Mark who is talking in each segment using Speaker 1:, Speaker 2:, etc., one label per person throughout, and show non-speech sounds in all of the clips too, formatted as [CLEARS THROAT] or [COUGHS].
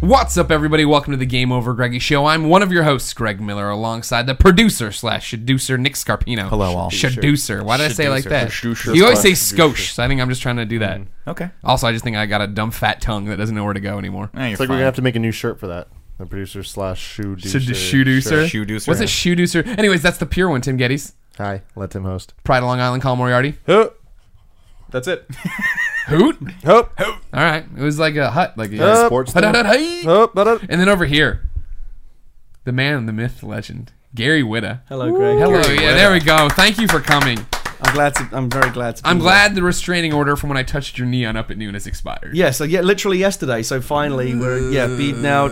Speaker 1: What's up, everybody? Welcome to the Game Over Greggy Show. I'm one of your hosts, Greg Miller, alongside the producer slash seducer Nick Scarpino.
Speaker 2: Hello, all.
Speaker 1: Seducer. Why did I say it like
Speaker 3: Seducer.
Speaker 1: that?
Speaker 3: Seducer.
Speaker 1: You always say
Speaker 3: Seducer. Mm-hmm.
Speaker 1: skosh, so I think I'm just trying to do that.
Speaker 2: Okay.
Speaker 1: Also, I just think I got a dumb fat tongue that doesn't know where to go anymore.
Speaker 2: Eh, you're
Speaker 3: It's like we're
Speaker 2: fine.
Speaker 3: gonna have to make a new shirt for that. The producer slash shoe
Speaker 1: Sedu- Shoeducer.
Speaker 2: Shoe deucer.
Speaker 1: What's a shoeducer? Anyways, that's the pure one, Tim Geddes.
Speaker 3: Hi, let him [LAUGHS] host.
Speaker 1: Pride of Long Island, Colin Moriarty.
Speaker 4: Hoot. That's it.
Speaker 1: Hoot.
Speaker 4: Hoop.
Speaker 1: All right. It was like a hut. Like a
Speaker 3: Uh,
Speaker 1: hut,
Speaker 3: sports.
Speaker 1: hut,
Speaker 3: thing?
Speaker 1: hut, hey.
Speaker 4: Hoop. But it-
Speaker 1: And then over here, the man, the myth, the legend, Gary Witta.
Speaker 4: Hello, Greg.
Speaker 1: Hello. Oh, Yeah, there we go. Thank you for coming.
Speaker 4: I'm glad. To, I'm very glad. To be
Speaker 1: I'm
Speaker 4: here.
Speaker 1: glad the restraining order from when I touched your knee on Up at Noon has expired.
Speaker 4: Yeah. So yeah, literally yesterday. So finally, we're yeah. Be now.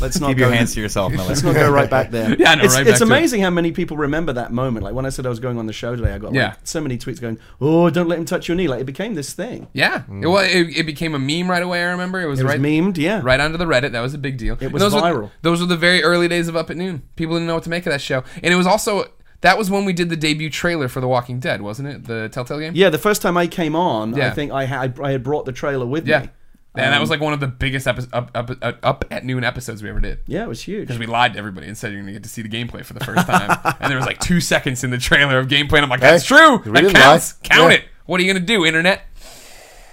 Speaker 4: Let's not
Speaker 2: Keep
Speaker 4: go,
Speaker 2: your hands to yourself, Miller.
Speaker 4: [LAUGHS] Let's not go right back there.
Speaker 1: [LAUGHS] Yeah, I know,
Speaker 4: it's,
Speaker 1: right
Speaker 4: it's
Speaker 1: back to it.
Speaker 4: amazing how many people remember that moment. Like when I said I was going on the show today, I got
Speaker 1: Yeah.
Speaker 4: like so many tweets going, "Oh, don't let him touch your knee." Like it became this thing.
Speaker 1: Yeah. It, well, it, it became a meme right away, I remember. It was,
Speaker 4: It was
Speaker 1: right,
Speaker 4: memed. Yeah.
Speaker 1: right onto the Reddit. That was a big deal. And
Speaker 4: was
Speaker 1: those Were,
Speaker 4: viral.
Speaker 1: those were the very early days of Up at Noon. People didn't know what to make of that show. And it was also, that was when we did the debut trailer for The Walking Dead, wasn't it? The Telltale game?
Speaker 4: Yeah. The first time I came on, I
Speaker 1: Yeah.
Speaker 4: think I had I had brought the trailer with
Speaker 1: Yeah.
Speaker 4: me.
Speaker 1: And
Speaker 4: Um,
Speaker 1: that was like one of the biggest epi- up, up, up, up at Noon episodes we ever did.
Speaker 4: Yeah, it was huge.
Speaker 1: Because we lied to everybody and said you're going to get to see the gameplay for the first
Speaker 3: [LAUGHS]
Speaker 1: time. and there was like two seconds in the trailer of gameplay. And I'm like, that's true.
Speaker 3: we
Speaker 1: That
Speaker 3: didn't lie.
Speaker 1: counts. Count
Speaker 3: Yeah.
Speaker 1: it. What are you going to do, internet?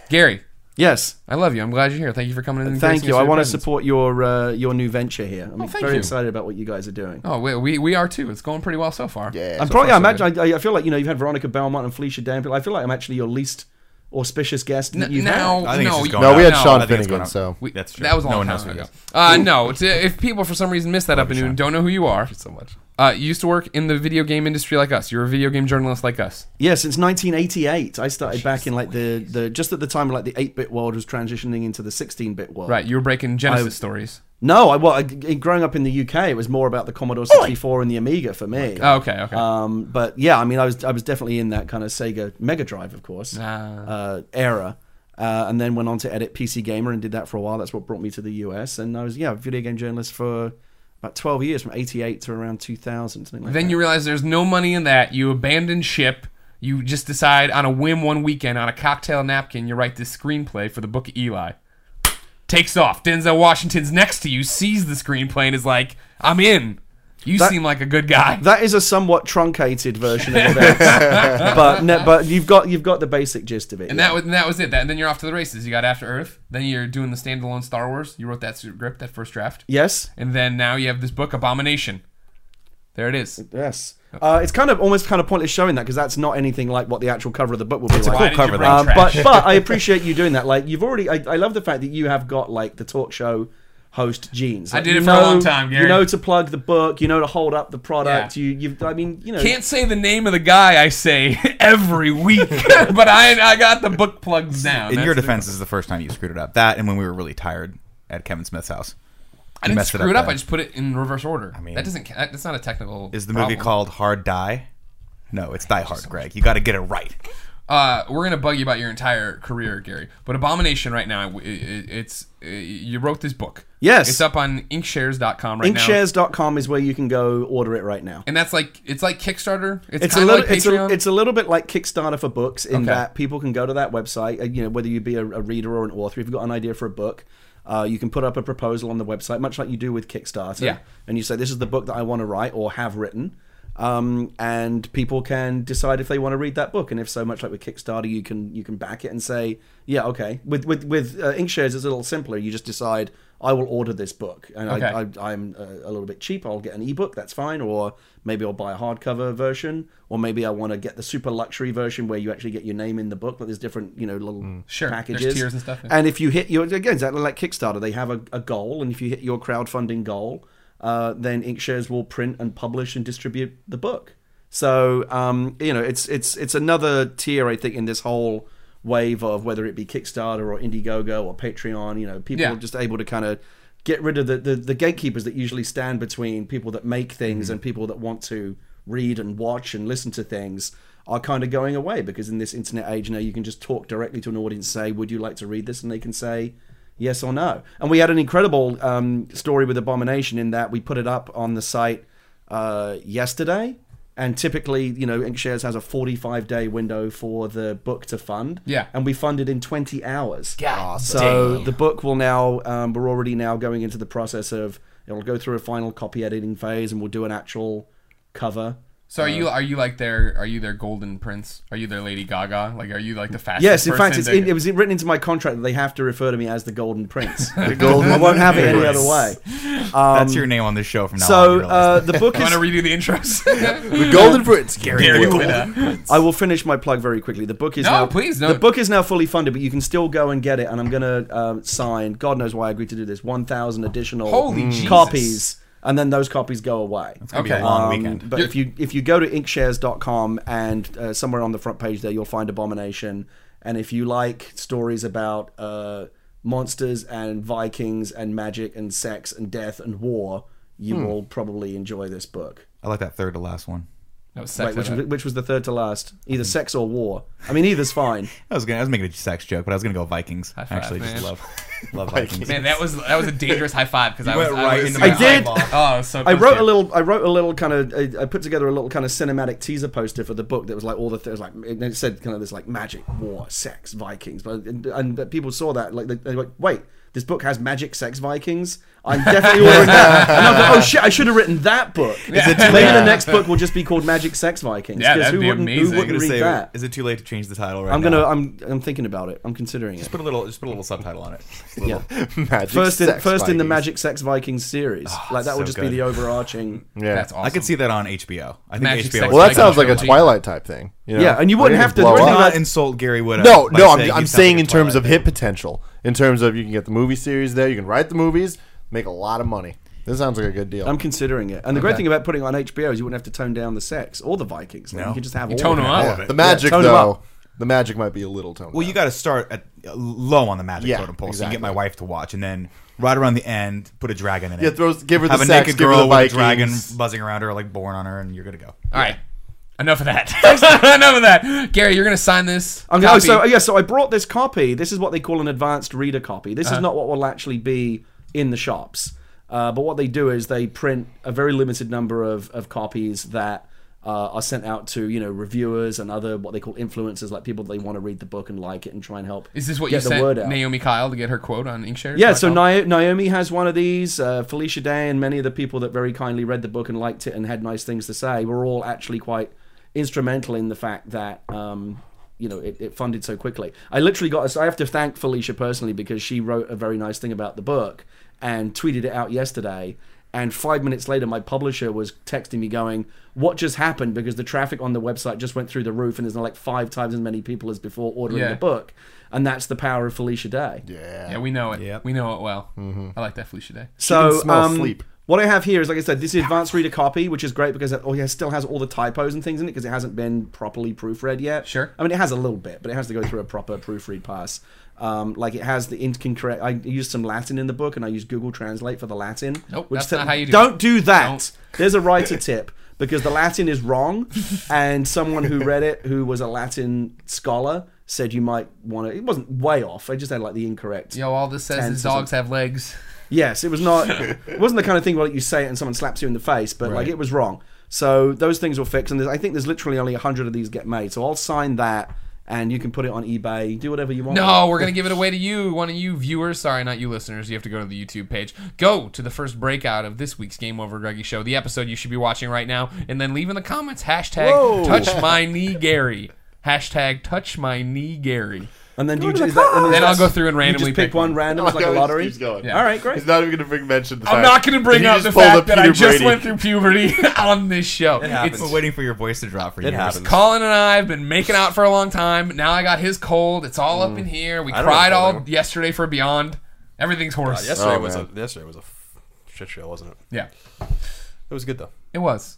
Speaker 1: Gary,
Speaker 4: Yes.
Speaker 1: I love you. I'm glad you're here. Thank you for coming in. and
Speaker 4: Thank
Speaker 1: gracing
Speaker 4: you.
Speaker 1: us
Speaker 4: I
Speaker 1: with your
Speaker 4: want to
Speaker 1: presence.
Speaker 4: support your uh, your new venture here. I'm
Speaker 1: thank
Speaker 4: very
Speaker 1: you.
Speaker 4: excited about what you guys are doing.
Speaker 1: Oh, we, we, we are too. It's going pretty well so far.
Speaker 3: Yeah.
Speaker 4: I'm
Speaker 3: So
Speaker 4: probably.
Speaker 1: far,
Speaker 4: I
Speaker 1: so
Speaker 4: imagine. I, I feel like you know you've had Veronica Belmont and Felicia Danville. I feel like I'm actually your least auspicious guest that
Speaker 1: N-
Speaker 4: you've
Speaker 1: now,
Speaker 2: I think it's
Speaker 1: no,
Speaker 2: just
Speaker 1: you-
Speaker 2: going
Speaker 3: No, we had
Speaker 2: No,
Speaker 3: Sean
Speaker 2: I think it's
Speaker 3: Finnegan,
Speaker 2: gone up.
Speaker 3: so
Speaker 1: we-
Speaker 2: That's true.
Speaker 1: That was a
Speaker 2: No
Speaker 1: long
Speaker 2: one knows
Speaker 1: time
Speaker 2: who he
Speaker 1: ago.
Speaker 2: is.
Speaker 1: Uh, no, it's, if people for some reason missed that up and
Speaker 2: Sean.
Speaker 1: don't know who you are,
Speaker 3: so much.
Speaker 1: uh, you used to work in the video game industry like us. You're a video game journalist like us.
Speaker 4: had. Yeah, since 1988, I started back in like the, the just at the time like the 8-bit world was transitioning into the 16-bit world.
Speaker 1: Right. You were breaking Genesis
Speaker 4: I-
Speaker 1: stories.
Speaker 4: No, I well, I, growing up in the UK, it was more about the Commodore 64 and the Amiga for me.
Speaker 1: Oh, okay, okay.
Speaker 4: Um, but yeah, I mean, I was I was definitely in that kind of Sega Mega Drive, of course,
Speaker 1: Ah.
Speaker 4: uh, era, uh, and then went on to edit PC Gamer and did that for a while. That's what brought me to the US, and I was yeah, a video game journalist for about twelve years, from eighty eight to around two thousand. Something like
Speaker 1: Then
Speaker 4: that.
Speaker 1: you realize there's no money in that. You abandon ship. You just decide on a whim one weekend on a cocktail napkin you write this screenplay for the book of Eli. Takes off. Denzel Washington's next to you, sees the screenplay and is like, "I'm in. You
Speaker 4: That-
Speaker 1: seem like a good guy."
Speaker 4: That is a somewhat truncated
Speaker 1: [LAUGHS]
Speaker 4: version of events, but ne- but you've got you've got the basic gist of it.
Speaker 1: and
Speaker 4: yeah.
Speaker 1: that was and that was it. That, and then you're off to the races. You got After Earth. Then you're doing the standalone Star Wars. You wrote that script, that first draft.
Speaker 4: yes,
Speaker 1: And then now you have this book, Abomination. There it is.
Speaker 4: yes. Uh, it's kind of almost kind of pointless showing that because that's not anything like what the actual cover of the book will be like.
Speaker 1: Why did
Speaker 2: cover,
Speaker 1: you bring
Speaker 2: though.
Speaker 4: Um,
Speaker 1: trash?
Speaker 4: but but I appreciate you doing that. Like you've already, I, I love the fact that you have got like the talk show host genes. Like,
Speaker 1: did
Speaker 4: you
Speaker 1: it for a long time, Gary.
Speaker 4: You know to plug the book. You know to hold up the product. You you I mean you know.
Speaker 1: Can't say the name of the guy I say [LAUGHS] every
Speaker 4: [LAUGHS]
Speaker 1: week, but I I got the book plugs down.
Speaker 2: In your
Speaker 1: That's the-
Speaker 2: defense, this is the first time you screwed it up. That and when we were really tired at Kevin Smith's house.
Speaker 1: I didn't
Speaker 2: messed it
Speaker 1: screw it up.
Speaker 2: up
Speaker 1: I just put it in reverse order. I mean,
Speaker 2: mean-
Speaker 1: that doesn't. ca- That, that's not a technical.
Speaker 2: Is the movie
Speaker 1: problem.
Speaker 2: called Hard Die? No, it's Die Hard, Greg. You got to get it right.
Speaker 1: Uh, we're gonna bug you about your entire career, Gary. But Abomination, right now, i- i- it's uh, you wrote this book.
Speaker 4: Yes.
Speaker 1: it's up on Inkshares.com right now.
Speaker 4: Inkshares.com is where you can go order it right now.
Speaker 1: and that's like it's like Kickstarter. It's,
Speaker 4: It's a
Speaker 1: kind
Speaker 4: little,
Speaker 1: of like
Speaker 4: it's, a,
Speaker 1: Patreon.
Speaker 4: it's a little bit like Kickstarter for books in
Speaker 1: Okay.
Speaker 4: that people can go to that website. uh, You know, whether you be a, a reader or an author, if you've got an idea for a book, uh, you can put up a proposal on the website, much like you do with Kickstarter.
Speaker 1: Yeah.
Speaker 4: And you say, "This is the book that I want to write or have written," um, and people can decide if they want to read that book. And if so, much like with Kickstarter, you can you can back it and say, "Yeah, okay." With with with uh, Inkshares, it's a little simpler. You just decide. I will order this book, and
Speaker 1: Okay.
Speaker 4: I, I, I'm a, a little bit cheap. I'll get an ebook, that's fine, or maybe I'll buy a hardcover version, or maybe I want to get the super luxury version where you actually get your name in the book. But there's different, you know, little
Speaker 1: Mm. Sure, there's
Speaker 4: packages,
Speaker 1: tiers and stuff, yeah.
Speaker 4: And if you hit your again, exactly like Kickstarter, they have a, a goal, and if you hit your crowdfunding goal, uh, then Inkshares will print and publish and distribute the book. So um, you know, it's it's it's another tier, I think, in this whole wave of whether it be Kickstarter or Indiegogo or Patreon. You know, people
Speaker 1: Yeah.
Speaker 4: are just able to kind of get rid of the, the the gatekeepers that usually stand between people that make things and people that want to read and watch and listen to things are kind of going away because in this internet age now you can just talk directly to an audience say would you like to read this and they can say yes or no and we had an incredible um, story with abomination in that we put it up on the site uh, yesterday And typically, you know, Inkshares has a 45 day window for the book to fund.
Speaker 1: Yeah.
Speaker 4: And we funded in 20 hours.
Speaker 1: God
Speaker 4: So the book will now, um, we're already now going into the process of, it'll go through a final copy editing phase and we'll do an actual cover.
Speaker 1: So are you
Speaker 4: Uh.
Speaker 1: are you like their are you their golden prince? Are you their Lady Gaga? Like are you like the fastest?
Speaker 4: Yes, in fact,
Speaker 1: person
Speaker 4: it's
Speaker 1: to-
Speaker 4: in, it was written into my contract that they have to refer to me as the Golden
Speaker 1: [LAUGHS]
Speaker 4: Prince.
Speaker 3: The golden
Speaker 4: I won't have it any
Speaker 3: Prince.
Speaker 4: other way.
Speaker 2: That's your name on this show from now on.
Speaker 4: Um, So
Speaker 2: you realize
Speaker 4: uh,
Speaker 2: that.
Speaker 4: the
Speaker 1: [LAUGHS]
Speaker 4: book
Speaker 1: I'm
Speaker 4: is.
Speaker 1: gonna redo the
Speaker 4: [LAUGHS]
Speaker 1: intros. [LAUGHS]
Speaker 2: [LAUGHS]
Speaker 3: The Golden Prince, Gary.
Speaker 1: Gary
Speaker 3: Glitter.
Speaker 1: Glitter.
Speaker 4: I will finish my plug very quickly. The book is
Speaker 1: No,
Speaker 4: now,
Speaker 1: please, no.
Speaker 4: The book is now fully funded, but you can still go and get it. And I'm gonna um, sign. God knows why I agreed to do this. One thousand additional Mm.
Speaker 1: Holy Jesus.
Speaker 4: copies, and then those copies go away.
Speaker 2: It's gonna be
Speaker 1: okay.
Speaker 2: a long
Speaker 4: Um,
Speaker 2: weekend.
Speaker 4: But if you if you go to inkshares.com and uh, somewhere on the front page there you'll find Abomination. And if you like stories about uh, monsters and Vikings and magic and sex and death and war, you will probably enjoy this book.
Speaker 2: I like that third to last one.
Speaker 1: That was
Speaker 4: Wait,
Speaker 1: sex.
Speaker 4: which,
Speaker 1: I
Speaker 4: was, which was the third to last? Either sex or war. I mean, either's fine.
Speaker 2: I was gonna, I was making a sex joke, but I was gonna go Vikings.
Speaker 1: five,
Speaker 2: Actually,
Speaker 1: man.
Speaker 2: just love,
Speaker 4: [LAUGHS]
Speaker 2: love Vikings.
Speaker 1: Man, that was that was a dangerous high five because I was
Speaker 2: went right
Speaker 1: I, was,
Speaker 2: into my
Speaker 4: I did.
Speaker 1: Oh, I was so
Speaker 4: I
Speaker 1: close
Speaker 4: wrote
Speaker 1: to
Speaker 4: a
Speaker 1: it.
Speaker 4: little. I wrote a little kind of. I, I put together a little kind of cinematic teaser poster for the book that was like all the things like and it said kind of this like magic, war, sex, Vikings, but and, and but people saw that like they, they were like wait. This book has magic, sex, Vikings. I'm
Speaker 1: [LAUGHS]
Speaker 4: definitely ordering that. And I was like, oh shit! I should have written that book. Maybe the next book will just be called Magic, Sex, Vikings.
Speaker 1: Yeah,
Speaker 4: 'cause
Speaker 1: that'd
Speaker 4: who
Speaker 1: be
Speaker 4: wouldn't,
Speaker 1: amazing.
Speaker 4: Who
Speaker 1: I'm
Speaker 2: I'm
Speaker 4: wouldn't
Speaker 2: gonna
Speaker 4: read
Speaker 2: say,
Speaker 4: that?
Speaker 2: is it too late to change the title right
Speaker 4: I'm gonna.
Speaker 2: now?
Speaker 4: I'm. I'm thinking about it. I'm considering it.
Speaker 2: Just put a little, just put a little subtitle
Speaker 3: [LAUGHS]
Speaker 2: on it.
Speaker 4: Yeah.
Speaker 3: [LAUGHS] Magic
Speaker 4: First, in,
Speaker 3: sex
Speaker 4: first in the
Speaker 3: Vikings.
Speaker 4: Magic, Sex, Vikings series. like
Speaker 2: Oh,
Speaker 4: that
Speaker 2: so
Speaker 4: will just
Speaker 2: good.
Speaker 4: be the overarching.
Speaker 3: Yeah.
Speaker 1: That's awesome.
Speaker 2: I could see that on HBO. I think
Speaker 1: Magic
Speaker 2: HBO.
Speaker 1: sex
Speaker 2: would
Speaker 3: Well, that
Speaker 1: Viking
Speaker 3: sounds like a
Speaker 1: trilogy.
Speaker 3: Twilight type thing. you know?
Speaker 4: Yeah, and you wouldn't
Speaker 3: They
Speaker 4: have to
Speaker 3: blow
Speaker 4: really
Speaker 2: Let's
Speaker 3: up.
Speaker 4: Well,
Speaker 2: not insult Gary Wood.
Speaker 3: No,
Speaker 2: by
Speaker 3: no, I'm,
Speaker 2: saying he
Speaker 3: I'm
Speaker 2: sounds
Speaker 3: saying
Speaker 2: like
Speaker 3: in
Speaker 2: a
Speaker 3: terms of
Speaker 2: Twilight
Speaker 3: hit potential. In terms of you can get the movie series there, you can write the movies, make a lot of money. This sounds like a good deal.
Speaker 4: I'm considering it. And the great thing about putting it on HBO is you wouldn't have to tone down the sex or the Vikings. Like,
Speaker 2: No.
Speaker 4: You could just have
Speaker 1: You
Speaker 4: all
Speaker 1: tone
Speaker 4: of
Speaker 1: them
Speaker 4: it.
Speaker 1: up.
Speaker 3: the magic
Speaker 4: tone 'em
Speaker 3: though,
Speaker 4: up.
Speaker 3: the magic might be a little toned.
Speaker 2: Well, you got to start at uh, low on the magic
Speaker 3: Yeah,
Speaker 2: totem pole, so you
Speaker 3: exactly.
Speaker 2: get my wife to watch, and then right around the end, put a dragon in it.
Speaker 3: Yeah, throws- give her the
Speaker 2: have
Speaker 3: sex,
Speaker 2: a naked
Speaker 3: give her
Speaker 2: girl
Speaker 3: the
Speaker 2: with a dragon
Speaker 3: Vikings.
Speaker 2: buzzing around her, like born on her, and you're good to go.
Speaker 1: All right, enough of
Speaker 4: [LAUGHS]
Speaker 1: that. [LAUGHS] enough of that. Gary, you're gonna sign this.
Speaker 4: [LAUGHS] I'm
Speaker 1: copy.
Speaker 4: going so oh, yeah, so I brought this copy. This is what they call an advanced reader copy. This
Speaker 1: Uh-huh.
Speaker 4: is not what will actually be in the shops. Uh, but what they do is they print a very limited number of, of copies that uh, are sent out to you know reviewers and other what they call influencers, like people that they want to read the book and like it and try and help.
Speaker 1: Is this what
Speaker 4: get
Speaker 1: you
Speaker 4: the
Speaker 1: sent
Speaker 4: word out.
Speaker 1: Naomi Kyle to get her quote on Inkshare?
Speaker 4: Yeah, so Nio- Naomi has one of these. Uh, Felicia Day and many of the people that very kindly read the book and liked it and had nice things to say were all actually quite instrumental in the fact that um, you know it, it funded so quickly. I literally got. I have to thank Felicia personally because she wrote a very nice thing about the book and tweeted it out yesterday. And five minutes later, my publisher was texting me going, "What just happened?" Because the traffic on the website just went through the roof, and there's now like five times as many people as before ordering
Speaker 1: Yeah.
Speaker 4: the book. And that's the power of Felicia Day.
Speaker 3: yeah,
Speaker 1: yeah, we know it.
Speaker 2: Yep. Mm-hmm.
Speaker 1: We know it well. I like that Felicia Day.
Speaker 3: You
Speaker 4: So
Speaker 3: can smell
Speaker 4: um,
Speaker 3: sleep.
Speaker 4: What I have here is, like I said, this is advanced reader copy, which is great because it, oh yeah, still has all the typos and things in it because it hasn't been properly proofread yet.
Speaker 1: Sure.
Speaker 4: I mean, it has a little bit, but it has to go through a proper proofread pass. Um, like it has the incorrect. I used some Latin in the book, and I used Google Translate for the Latin.
Speaker 1: Nope,
Speaker 4: which
Speaker 1: that's not how you do
Speaker 4: Don't
Speaker 1: it.
Speaker 4: do that.
Speaker 1: Don't.
Speaker 4: There's a writer tip because the Latin is wrong, and someone who read it, who was a Latin scholar, said you might want to. It wasn't way off. I just had like the incorrect.
Speaker 1: Yo, all this says is
Speaker 4: Tense or
Speaker 1: dogs have legs.
Speaker 4: Yes, it
Speaker 1: [LAUGHS]
Speaker 4: was not. it wasn't the kind of thing where like, you say it and someone slaps you in the face, but like
Speaker 2: Right.
Speaker 4: it was wrong. So those things will fix, and there's, I think there's literally only hundred of these get made. So I'll sign that, and you can put it on eBay. Do whatever you want.
Speaker 1: No, we're gonna give it away to you, one of you viewers. Sorry, not you listeners. You have to go to the YouTube page. Go to the first breakout of this week's Game Over Greggy show, the episode you should be watching right now, and then leave in the comments hashtag
Speaker 3: Whoa.
Speaker 1: Touch My Knee Gary. Hashtag Touch My Knee Gary.
Speaker 4: and then you just that, and
Speaker 1: Then I'll
Speaker 4: that's-
Speaker 1: go through and randomly
Speaker 4: you just pick,
Speaker 1: pick
Speaker 4: one
Speaker 1: one. [LAUGHS]
Speaker 4: random, it's like a
Speaker 3: Oh, it
Speaker 4: lottery.
Speaker 3: keeps going.
Speaker 1: Yeah.
Speaker 4: All right,
Speaker 1: [LAUGHS]
Speaker 4: great.
Speaker 3: He's not even going to mention. The
Speaker 1: I'm
Speaker 3: fact
Speaker 1: not going to bring
Speaker 3: he
Speaker 1: up
Speaker 3: just
Speaker 1: the
Speaker 3: pulled
Speaker 1: fact
Speaker 3: up
Speaker 1: that I
Speaker 3: Peter
Speaker 1: just
Speaker 3: Brady.
Speaker 1: went through puberty [LAUGHS] on this show. It's-
Speaker 2: We're waiting for your voice to drop for you.
Speaker 4: happens.
Speaker 1: Colin and I have been making out for a long time. Now I got his cold. It's all
Speaker 3: Mm.
Speaker 1: up in here. We
Speaker 5: I don't
Speaker 1: cried
Speaker 5: have a
Speaker 1: all
Speaker 5: cold.
Speaker 1: yesterday for Beyond. Everything's
Speaker 5: God,
Speaker 1: horse.
Speaker 5: yesterday
Speaker 3: Oh,
Speaker 5: was
Speaker 3: man.
Speaker 5: a yesterday was a f- shit show, wasn't it?
Speaker 1: Yeah,
Speaker 5: It was good though.
Speaker 1: it was.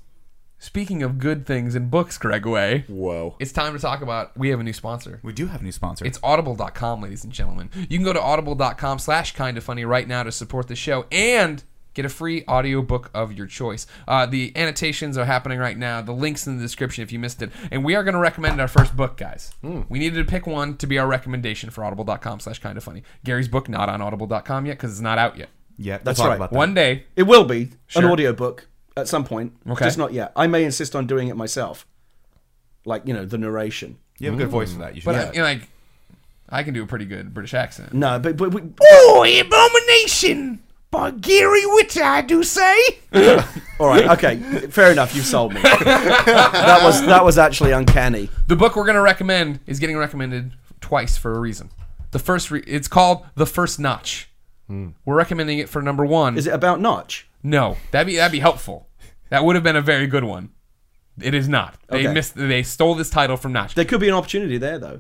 Speaker 1: Speaking of good things in books, Greg Way,
Speaker 3: Whoa.
Speaker 1: it's time to talk about. We have a new sponsor.
Speaker 2: We do have a new sponsor.
Speaker 1: It's audible.com, ladies and gentlemen. You can go to audible.com slash kind of funny right now to support the show and get a free audiobook of your choice. Uh, the annotations are happening right now. The link's in the description if you missed it. And we are going to recommend our first book, guys. We needed to pick one to be our recommendation for audible.com slash kind of funny. Gary's book, not on audible.com yet because it's not out yet.
Speaker 2: yeah,
Speaker 4: That's
Speaker 2: we'll talk
Speaker 4: right.
Speaker 2: About that.
Speaker 1: One day,
Speaker 4: It will be
Speaker 1: Sure.
Speaker 4: an audiobook. at some point.
Speaker 1: Okay.
Speaker 4: Just not yet. I may insist on doing it myself. Like, you know, the narration.
Speaker 2: You have a good voice for that. You should.
Speaker 1: But I, you know, like, I can do a pretty good British accent.
Speaker 4: No, but, but we, [LAUGHS]
Speaker 1: Oh, abomination! By Gary Witter, I do say. [LAUGHS]
Speaker 4: all right, okay, fair enough. You sold me. [LAUGHS] that was that was actually uncanny.
Speaker 1: The book we're gonna recommend is getting recommended twice for a reason. The first, re- it's called The First Notch. We're recommending it for number one.
Speaker 4: Hmm. Is it about Notch?
Speaker 1: No, that'd be that'd be helpful. That would have been a very good one. It is not. They
Speaker 4: Okay.
Speaker 1: missed. They stole this title from Notch.
Speaker 4: There could be an opportunity there though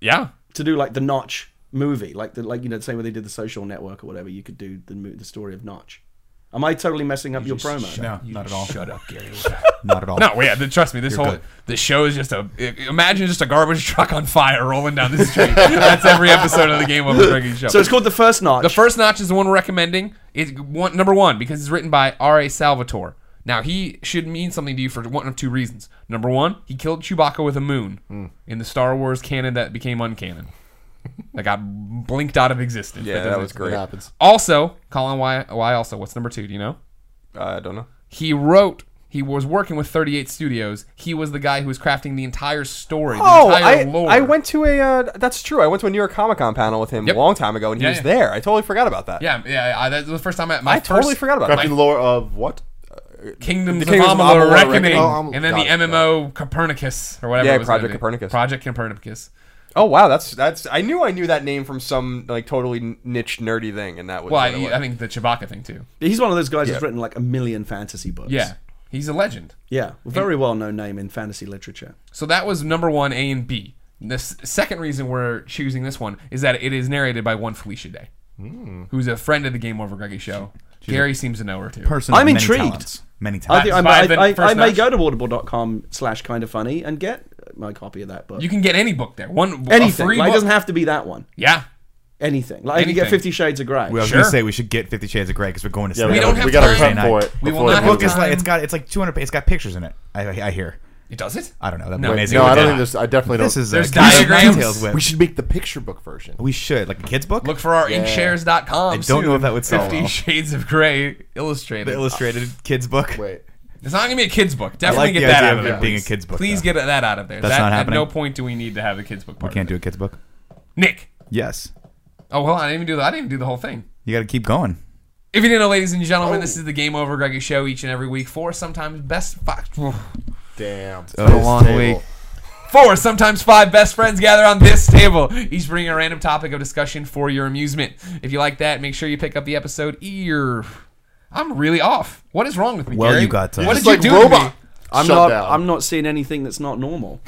Speaker 1: yeah,
Speaker 4: to do like the Notch movie, like the like you know the same way they did the Social Network or whatever. You could do the mo- the story of Notch. Am I totally messing up your promo?
Speaker 2: No, not at all.
Speaker 1: Shut up, Gary.
Speaker 2: [LAUGHS] Not at all.
Speaker 1: no, yeah. th- Trust me. This whole
Speaker 2: good.
Speaker 1: this show is just a i- imagine just a garbage [LAUGHS] truck on fire rolling down the street. That's every episode of the Game Over Drinking Show.
Speaker 4: So it's called the first Notch.
Speaker 1: The first notch is the one we're recommending. It's one, number one because it's written by R.A. Salvatore. Now he should mean something to you for one of two reasons. Number one, he killed Chewbacca with a moon
Speaker 5: Hmm.
Speaker 1: in the Star Wars canon that became uncanon. that got blinked out of existence.
Speaker 5: Yeah, that
Speaker 1: doesn't
Speaker 5: was
Speaker 1: exist.
Speaker 5: great.
Speaker 3: happens.
Speaker 1: Also, Colin, why? Why also? What's number two? Do you know?
Speaker 5: I don't know.
Speaker 1: He wrote. He was working with 38 Studios. He was the guy who was crafting the entire story, the
Speaker 5: Oh, I,
Speaker 1: entire lore.
Speaker 5: I went to a. Uh, that's true. I went to a New York Comic Con panel with him
Speaker 1: Yep.
Speaker 5: a long time ago, and he
Speaker 1: Yeah,
Speaker 5: was
Speaker 1: yeah.
Speaker 5: there. I totally forgot about that.
Speaker 1: Yeah, yeah. I, that was the first time I. My
Speaker 5: I totally
Speaker 1: first-
Speaker 5: forgot about that.
Speaker 3: Crafting the lore of what?
Speaker 1: Kingdoms,
Speaker 5: The Kingdoms
Speaker 1: of
Speaker 5: of
Speaker 1: Amalur,
Speaker 5: Amalur
Speaker 1: Reckoning,
Speaker 5: Reckoning.
Speaker 3: Oh, I'm-
Speaker 1: and then
Speaker 3: got
Speaker 1: the
Speaker 3: it, got
Speaker 1: MMO Copernicus or whatever.
Speaker 5: Yeah,
Speaker 1: it was gonna
Speaker 5: Project
Speaker 1: be.
Speaker 5: Copernicus.
Speaker 1: Project Copernicus.
Speaker 5: Oh wow, that's that's. I knew I knew that name from some like totally niche nerdy thing, and that was.
Speaker 1: Well, I,
Speaker 5: what it was.
Speaker 1: I think the Chewbacca thing too.
Speaker 4: He's one of those guys who's written like a million fantasy books.
Speaker 1: Yeah, he's a legend.
Speaker 4: yeah, very well known name in fantasy literature.
Speaker 1: So that was number one, A and B. The s- second reason we're choosing this one is that it is narrated by one Felicia Day,
Speaker 5: Hmm.
Speaker 1: who's a friend of the Game Over Greggy show. Gary seems to know her too.
Speaker 2: Person
Speaker 4: I'm
Speaker 2: of many
Speaker 4: intrigued.
Speaker 2: talents. Many
Speaker 4: I,
Speaker 2: times.
Speaker 4: think I,
Speaker 1: by the
Speaker 4: I, I,
Speaker 1: first
Speaker 4: I may
Speaker 1: notch.
Speaker 4: go to audible.com slash kind of funny and get my copy of that book.
Speaker 1: you can get any book there. One a
Speaker 4: Anything.
Speaker 1: free
Speaker 4: Like, it
Speaker 1: book.
Speaker 4: doesn't have to be that one.
Speaker 1: yeah.
Speaker 4: Anything. Like I can
Speaker 1: Anything.
Speaker 4: get Fifty Shades of Grey.
Speaker 2: I was
Speaker 1: Sure.
Speaker 2: gonna say we should get Fifty Shades of Grey because we're going to.
Speaker 3: Yeah,
Speaker 2: see
Speaker 3: we,
Speaker 2: it.
Speaker 1: don't
Speaker 3: gotta,
Speaker 1: have
Speaker 3: we gotta
Speaker 1: time.
Speaker 2: Thursday
Speaker 3: prep for
Speaker 2: night.
Speaker 3: it.
Speaker 1: We will not
Speaker 3: before the
Speaker 1: have
Speaker 2: Book
Speaker 3: movie.
Speaker 2: is like
Speaker 1: time.
Speaker 2: it's got it's like 200 pages. It's got pictures in it. I, I hear.
Speaker 1: It does it.
Speaker 2: I don't know. That'd be
Speaker 1: No.
Speaker 2: amazing.
Speaker 3: No,
Speaker 2: if
Speaker 3: I
Speaker 2: we
Speaker 3: don't
Speaker 2: did.
Speaker 3: think there's. I definitely don't.
Speaker 2: This is a
Speaker 1: There's
Speaker 2: gruesome
Speaker 1: diagrams.
Speaker 2: details with-
Speaker 3: we should make the picture book version.
Speaker 2: We should like a kids book.
Speaker 1: Look for our inkshares.com.
Speaker 2: I don't know if that would sell
Speaker 1: Fifty
Speaker 2: well.
Speaker 1: Shades of Grey illustrated.
Speaker 2: the illustrated kids book.
Speaker 3: Wait,
Speaker 1: It's not gonna be a kids book. Definitely
Speaker 2: like
Speaker 1: get
Speaker 2: the
Speaker 1: that
Speaker 2: idea
Speaker 1: out of
Speaker 2: of
Speaker 1: there.
Speaker 2: it being a
Speaker 1: please.
Speaker 2: kids book,
Speaker 1: Please
Speaker 2: though.
Speaker 1: get that out of there.
Speaker 2: That's
Speaker 1: that,
Speaker 2: not
Speaker 1: At no
Speaker 2: happening?
Speaker 1: point do we need to have a kids book part.
Speaker 2: Can't
Speaker 1: of
Speaker 2: do a kids book.
Speaker 1: it. Nick.
Speaker 2: Yes,
Speaker 1: Oh, hold on. I didn't even do. The, I didn't even do the whole thing.
Speaker 2: you got to keep going.
Speaker 1: If you didn't know, ladies and gentlemen, this
Speaker 2: Oh.
Speaker 1: is the Game Over Greggy Show each and every week for sometimes best five,
Speaker 3: damn. It's
Speaker 2: a long week.
Speaker 1: four, sometimes five best friends gather on this table, each bringing a random topic of discussion for your amusement. If you like that, make sure you pick up the episode. Ear, I'm really off. What is wrong with me?
Speaker 2: Well,
Speaker 1: Gary?
Speaker 2: you got to-
Speaker 1: What
Speaker 2: Just
Speaker 1: did you
Speaker 3: like
Speaker 1: do, to
Speaker 3: robot.
Speaker 1: me?
Speaker 4: I'm
Speaker 3: Shut
Speaker 4: not.
Speaker 3: down.
Speaker 4: I'm not seeing anything that's not normal.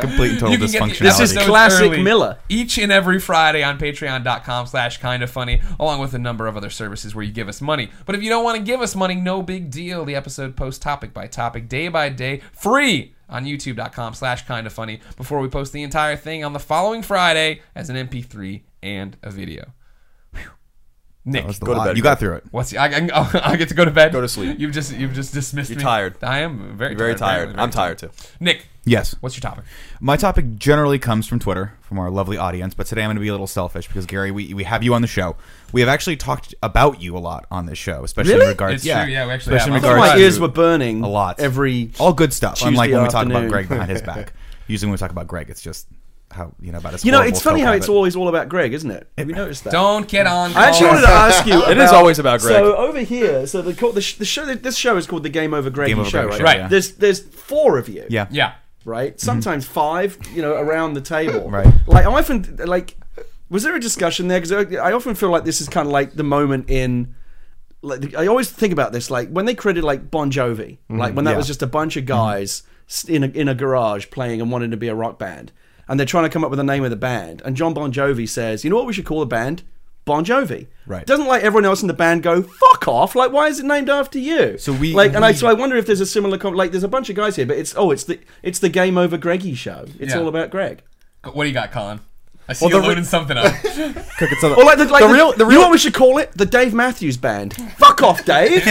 Speaker 2: Complete and total
Speaker 1: You can get the-
Speaker 2: dysfunctionality.
Speaker 4: This is
Speaker 1: episodes
Speaker 4: classic Miller.
Speaker 1: Each and every Friday on patreon.com slash kind of funny, along with a number of other services where you give us money. But if you don't want to give us money, no big deal. The episode posts topic by topic, day by day, free on youtube.com slash kind of funny before we post the entire thing on the following Friday as an MP3 and a video. Whew. Nick.
Speaker 2: That was the
Speaker 5: Go to
Speaker 2: lot.
Speaker 5: bed,
Speaker 2: You
Speaker 5: go.
Speaker 2: got through it.
Speaker 1: What's I, I, oh, [LAUGHS] I get to go to bed.
Speaker 5: Go to sleep.
Speaker 1: You've just you've just dismissed
Speaker 5: You're
Speaker 1: me.
Speaker 5: tired.
Speaker 1: I am very
Speaker 5: You're very tired.
Speaker 1: apparently very
Speaker 5: I'm tired too.
Speaker 1: Nick,
Speaker 2: Yes.
Speaker 1: what's your topic?
Speaker 2: My topic generally comes from Twitter, from our lovely audience, but today I'm going to be a little selfish because Gary, we, we have you on the show. We have actually talked about you a lot on this show, especially
Speaker 4: Really?
Speaker 2: in regards.
Speaker 1: It's
Speaker 2: yeah,
Speaker 1: true, yeah, we actually
Speaker 2: especially
Speaker 1: have.
Speaker 2: in
Speaker 1: I thought
Speaker 2: regards
Speaker 4: My
Speaker 1: Right.
Speaker 4: ears
Speaker 2: to
Speaker 4: were burning
Speaker 2: a lot.
Speaker 4: every.
Speaker 2: all good stuff.
Speaker 4: Tuesday
Speaker 2: unlike when we talk about
Speaker 4: afternoon.
Speaker 2: Greg
Speaker 4: [LAUGHS]
Speaker 2: behind his back. Usually when we talk about Greg, it's just how you know about his.
Speaker 4: You know,
Speaker 2: horrible
Speaker 4: it's funny
Speaker 2: coke
Speaker 4: how
Speaker 2: habit.
Speaker 4: it's always all about Greg, isn't it? Have you noticed that?
Speaker 1: Don't get on.
Speaker 4: I actually
Speaker 1: calls.
Speaker 4: wanted to ask you. About,
Speaker 5: It is always about Greg.
Speaker 4: So over here, so the co- the, sh- the show this show is called the Game Over Greg
Speaker 2: Game Over
Speaker 4: show,
Speaker 2: Greggy
Speaker 4: right?
Speaker 2: Show, Right. yeah.
Speaker 4: There's there's four of you.
Speaker 2: Yeah.
Speaker 1: Yeah.
Speaker 4: Right. Sometimes five. You know, around the table.
Speaker 2: Mm-hmm. [LAUGHS] Right.
Speaker 4: Like I often like. Was there a discussion there? Because I I often feel like this is kind of like the moment in. Like I always think about this, like when they created like Bon Jovi, like when that
Speaker 2: Mm-hmm. yeah. Mm-hmm.
Speaker 4: was just a bunch of guys s in a, in a garage playing and wanting to be a rock band, and they're trying to come up with the name of the band. And John Bon Jovi says, "You know what we should call the band? Bon Jovi."
Speaker 2: Right.
Speaker 4: Doesn't like everyone else in the band go fuck off. Like why is it named after you?
Speaker 2: So we-
Speaker 4: like, and I
Speaker 2: we-
Speaker 4: so I wonder if there's a similar com- like there's a bunch of guys here, but it's oh it's the it's the Game Over Greggy show. It's
Speaker 1: Yeah.
Speaker 4: all about Greg.
Speaker 1: What do you got, Colin? I see
Speaker 5: Well,
Speaker 1: you
Speaker 5: the re-
Speaker 1: loading something up.
Speaker 5: Cooking something.
Speaker 4: Or like the, like
Speaker 5: the real, the
Speaker 4: You know
Speaker 5: real.
Speaker 4: [LAUGHS] what we should call it? The Dave Matthews Band. Fuck off, Dave.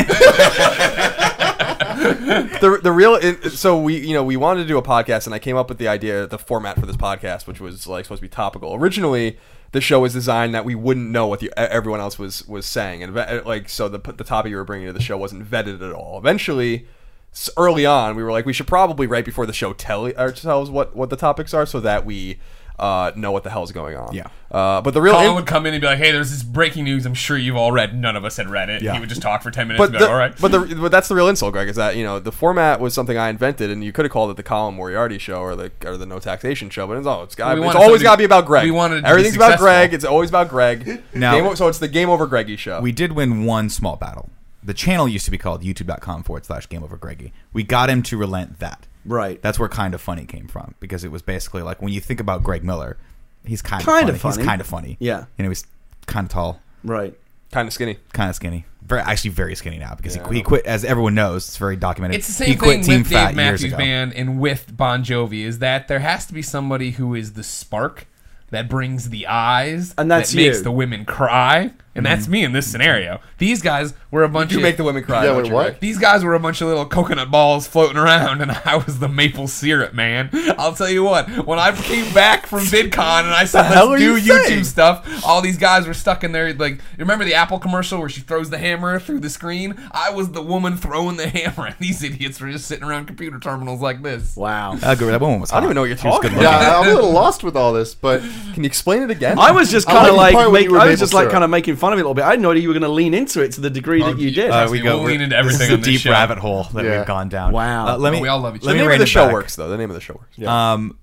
Speaker 5: the the real it, so we you know we wanted to do a podcast and I came up with the idea the format for this podcast which was like supposed to be topical. Originally, the show was designed that we wouldn't know what the, e, everyone else was was saying and ve- e, like so the the topic you were bringing to the show wasn't vetted at all. Eventually, s- early on, we were like we should probably right before the show tell ourselves what what the topics are so that we uh, know what the hell's going on.
Speaker 2: Yeah.
Speaker 5: Uh, but the real
Speaker 1: Colin would come in and be like, "Hey, there's this breaking news. I'm sure you've all read. None of us had read it."
Speaker 2: Yeah.
Speaker 1: He would just talk for ten minutes.
Speaker 5: but
Speaker 1: and be like,
Speaker 5: the,
Speaker 1: all right.
Speaker 5: but the but that's the real insult, Greg. Is that you know the format was something I invented, and you could have called it the Colin Moriarty show or the or the No Taxation show, but it's all it's got
Speaker 1: We
Speaker 5: it's
Speaker 1: wanted
Speaker 5: always
Speaker 1: somebody-
Speaker 5: got to be about Greg.
Speaker 1: we wanted it to be
Speaker 5: everything's about
Speaker 1: successful.
Speaker 5: Greg. It's always about Greg.
Speaker 2: Now-
Speaker 5: Game o- so it's the Game Over Greggy show.
Speaker 2: We did win one small battle. The channel used to be called youtube.com forward slash game over Greggy. We got him to relent that.
Speaker 4: Right.
Speaker 2: That's where kind of funny came from because it was basically like when you think about Greg Miller, he's kind,
Speaker 4: Kind
Speaker 2: of, funny. He's
Speaker 4: of funny.
Speaker 2: kind of funny.
Speaker 4: Yeah.
Speaker 2: You know, he's kind of tall,
Speaker 4: right.
Speaker 5: kind of skinny.
Speaker 2: kind of skinny. Very, actually, very skinny now because he, he quit, as everyone knows, it's very documented.
Speaker 1: It's the same
Speaker 2: he
Speaker 1: thing
Speaker 2: quit Team
Speaker 1: with
Speaker 2: Fat
Speaker 1: Dave
Speaker 2: years
Speaker 1: Matthews
Speaker 2: ago.
Speaker 1: Band and with Bon Jovi is that there has to be somebody who is the spark that brings the eyes
Speaker 4: And that's
Speaker 1: that makes
Speaker 4: you.
Speaker 1: the women cry, and that's me in this scenario. These guys were a bunch
Speaker 5: You
Speaker 1: of
Speaker 5: make the women cry.
Speaker 3: Yeah,
Speaker 5: don't
Speaker 3: wait,
Speaker 5: you,
Speaker 3: what?
Speaker 5: Greg?
Speaker 1: these guys were a bunch of little coconut balls floating around, and [LAUGHS] I was the maple syrup man. I'll tell you what, when I came back from VidCon and I said,
Speaker 5: hell
Speaker 1: let's
Speaker 5: are
Speaker 1: do
Speaker 5: you
Speaker 1: YouTube
Speaker 5: saying?
Speaker 1: stuff, all these guys were stuck in there. Like, you remember the Apple commercial where she throws the hammer through the screen? I was the woman throwing the [LAUGHS] hammer, and these idiots were just sitting around computer terminals like this.
Speaker 4: Wow.
Speaker 2: I'll go with Uh, that woman was
Speaker 5: I don't
Speaker 2: hot.
Speaker 5: even know what you're talking about.
Speaker 3: [LAUGHS] Yeah, I'm a little lost with all this, but
Speaker 5: Can you explain it again?
Speaker 4: I was just
Speaker 3: I
Speaker 4: kind
Speaker 3: like
Speaker 4: of
Speaker 3: the
Speaker 4: like,
Speaker 3: part when
Speaker 4: make,
Speaker 3: you were
Speaker 4: I was
Speaker 3: maple
Speaker 4: just like
Speaker 3: syrup.
Speaker 4: kind of making fun of it a little bit. I didn't know you were going to lean into it to the degree that you did.
Speaker 1: Uh,
Speaker 2: we
Speaker 1: We'll
Speaker 2: go. we're-
Speaker 1: lean into
Speaker 2: this
Speaker 1: everything
Speaker 2: is a
Speaker 1: on this
Speaker 2: deep
Speaker 1: show.
Speaker 2: rabbit hole that
Speaker 3: Yeah.
Speaker 2: we've gone down.
Speaker 4: Wow.
Speaker 2: Uh, let me.
Speaker 1: We all love each
Speaker 2: let
Speaker 1: other.
Speaker 2: me
Speaker 5: the name
Speaker 2: rein
Speaker 5: of the
Speaker 2: it
Speaker 5: show
Speaker 2: back.
Speaker 5: works though. The name of the show works.
Speaker 2: Um,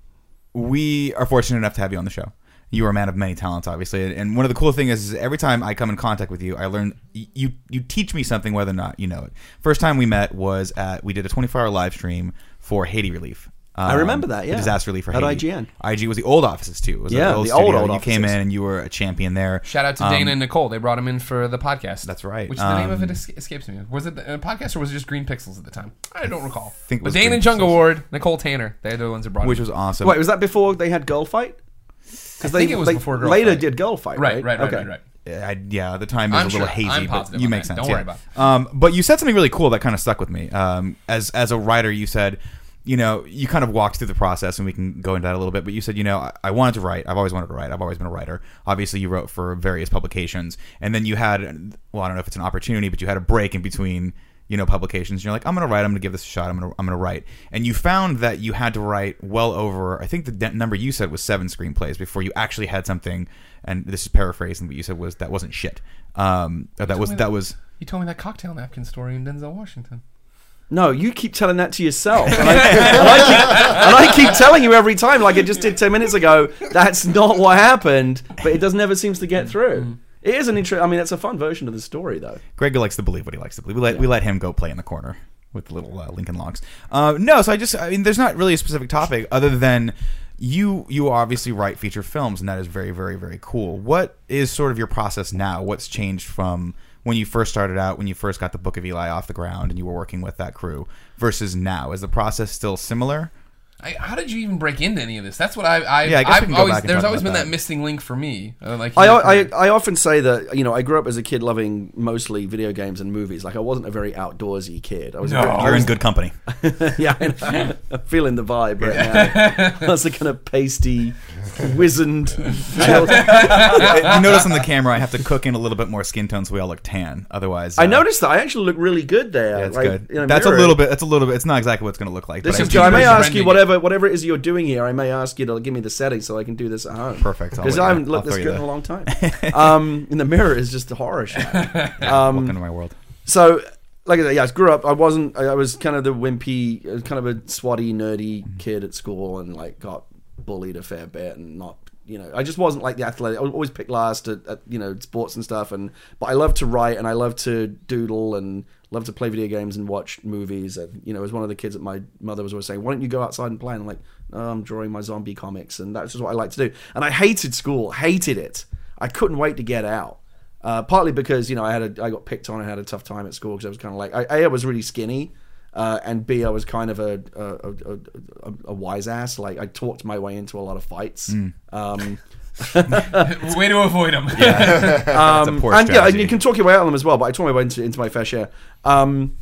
Speaker 2: we are fortunate enough to have you on the show. You are a man of many talents, obviously, and- and one of the cool things is, is every time I come in contact with you, I learn y- you you teach me something whether or not you know it. First time we met was at we did a 24 hour live stream for Haiti relief.
Speaker 4: I remember that,
Speaker 2: the
Speaker 4: yeah.
Speaker 2: disaster relief for
Speaker 4: At
Speaker 2: Haiti.
Speaker 4: IGN.
Speaker 2: IG was the old offices too. It was
Speaker 4: Yeah,
Speaker 2: the old,
Speaker 4: the old,
Speaker 2: studio.
Speaker 4: old
Speaker 2: You came
Speaker 4: offices.
Speaker 2: in and you were a champion there. Um,
Speaker 1: Shout out to Dana and Nicole. They brought him in for the podcast.
Speaker 2: That's right.
Speaker 1: Which the name of it
Speaker 2: Um,
Speaker 1: es- escapes me. Was it a podcast or was it just Green Pixels at the time? I don't recall.
Speaker 2: think it was
Speaker 1: but Dana
Speaker 2: Green
Speaker 1: and Jungle
Speaker 2: Pixels.
Speaker 1: Ward, Nicole Tanner, they're the ones that brought
Speaker 2: which
Speaker 1: him.
Speaker 2: was awesome.
Speaker 4: Wait, was that before they had Girl Fight? Because
Speaker 1: I think it was
Speaker 4: they
Speaker 1: before Girl
Speaker 4: later
Speaker 1: Fight.
Speaker 4: did Girl Fight.
Speaker 1: right,
Speaker 4: Right,
Speaker 1: right, right, right, right.
Speaker 2: I, yeah, the time is
Speaker 1: I'm
Speaker 2: a little
Speaker 1: sure-
Speaker 2: hazy,
Speaker 1: I'm
Speaker 2: but
Speaker 1: positive
Speaker 2: you
Speaker 1: on
Speaker 2: make
Speaker 1: that.
Speaker 2: sense.
Speaker 1: Don't
Speaker 2: yeah.
Speaker 1: worry about
Speaker 2: Um, but you said something really cool that kind of stuck with me. Um, as as a writer, you said, you know, you kind of walked through the process, and we can go into that a little bit. But you said, you know, I, I wanted to write. I've always wanted to write. I've always been a writer. Obviously, you wrote for various publications, and then you had, well, I don't know if it's an opportunity, but you had a break in between. You know, publications. And you're like, I'm gonna write. I'm gonna give this a shot. I'm gonna, I'm gonna write. And you found that you had to write well over. I think the de- number you said was seven screenplays before you actually had something. And this is paraphrasing, but you said was that wasn't shit. Um, or that was that was
Speaker 1: You told me that cocktail napkin story in Denzel Washington.
Speaker 4: No, you keep telling that
Speaker 2: [LAUGHS]
Speaker 4: to yourself. And I, and I keep, and I keep telling you every time, like I just did 10 minutes ago, that's not what happened, but it does never seems to get
Speaker 2: Mm-hmm.
Speaker 4: through. It is an interesting, I mean, it's a fun version of the story, though.
Speaker 2: Greg likes to believe what he likes to believe. We let we let him go play in the corner with the little uh, Lincoln Logs. Uh, no, so I just I mean, there's not really a specific topic other than you you obviously write feature films, and that is very very very cool. What is sort of your process now? What's changed from when you first started out, when you first got the Book of Eli off the ground, and you were working with that crew, versus now? Is the process still similar?
Speaker 1: I, how did you even break into any of this? That's what I, I,
Speaker 2: Yeah, I guess we
Speaker 1: I've
Speaker 2: can go
Speaker 1: always,
Speaker 2: back and
Speaker 1: there's
Speaker 2: talk
Speaker 1: always
Speaker 2: about
Speaker 1: been that.
Speaker 2: that.
Speaker 1: missing link for me. Uh, like
Speaker 4: I,
Speaker 1: you-
Speaker 4: I, I often say that, you know, I grew up as a kid loving mostly video games and movies. Like, I wasn't a very outdoorsy kid. I was
Speaker 1: No.
Speaker 4: a very-
Speaker 2: You're in good
Speaker 4: [LAUGHS]
Speaker 2: company.
Speaker 4: yeah, I
Speaker 2: [LAUGHS]
Speaker 4: know. I'm feeling the vibe right now. That's a kind of pasty,
Speaker 2: [LAUGHS]
Speaker 4: wizened.
Speaker 2: you notice on the camera, I have to cook in a little bit more skin tone so we all look tan. Otherwise,
Speaker 4: I
Speaker 2: uh,
Speaker 4: noticed that I actually look really good there.
Speaker 2: That's
Speaker 4: like,
Speaker 2: good.
Speaker 4: in a
Speaker 2: that's a
Speaker 4: mirror.
Speaker 2: little bit. That's a little bit. It's not exactly what it's going to look like.
Speaker 4: This
Speaker 2: but I
Speaker 4: is
Speaker 2: do
Speaker 4: good. I may
Speaker 2: think-
Speaker 1: recommend
Speaker 4: ask you
Speaker 1: it.
Speaker 4: whatever whatever it is you're doing here. I may ask you to give me the setting so I can do this at home.
Speaker 2: Perfect. I'll
Speaker 4: Because
Speaker 2: let
Speaker 4: I
Speaker 2: you-
Speaker 4: haven't
Speaker 2: I'll
Speaker 4: looked this
Speaker 2: throw you
Speaker 4: good in
Speaker 2: the-
Speaker 4: a long time.
Speaker 2: [LAUGHS]
Speaker 4: um, in the mirror is just a horror show. Um,
Speaker 2: Welcome to my world.
Speaker 4: so like I said, yeah, I grew up. I wasn't. I I was kind of the wimpy, uh, kind of a swatty, nerdy kid at school, and like got bullied a fair bit, and not. You know, I just wasn't like the athletic. I was always picked last at, at you know sports and stuff, and but I love to write and I love to doodle and love to play video games and watch movies. And you know, as one of the kids that my mother was always saying, "Why don't you go outside and play?" And I'm like, "No, "I'm drawing my zombie comics," and that's just what I like to do. And I hated school, hated it. I couldn't wait to get out. Uh, partly because you know I had a, I got picked on. I had a tough time at school because I was kind of like I, a I was really skinny, uh, and b I was kind of a a, a, a a wise ass. Like I talked my way into a lot of fights. Um,
Speaker 2: uh,
Speaker 1: [LAUGHS] way to avoid him.
Speaker 2: Um,
Speaker 4: and yeah, and you can talk your way out of them as well. But I talked my way into, into my fair share. Um,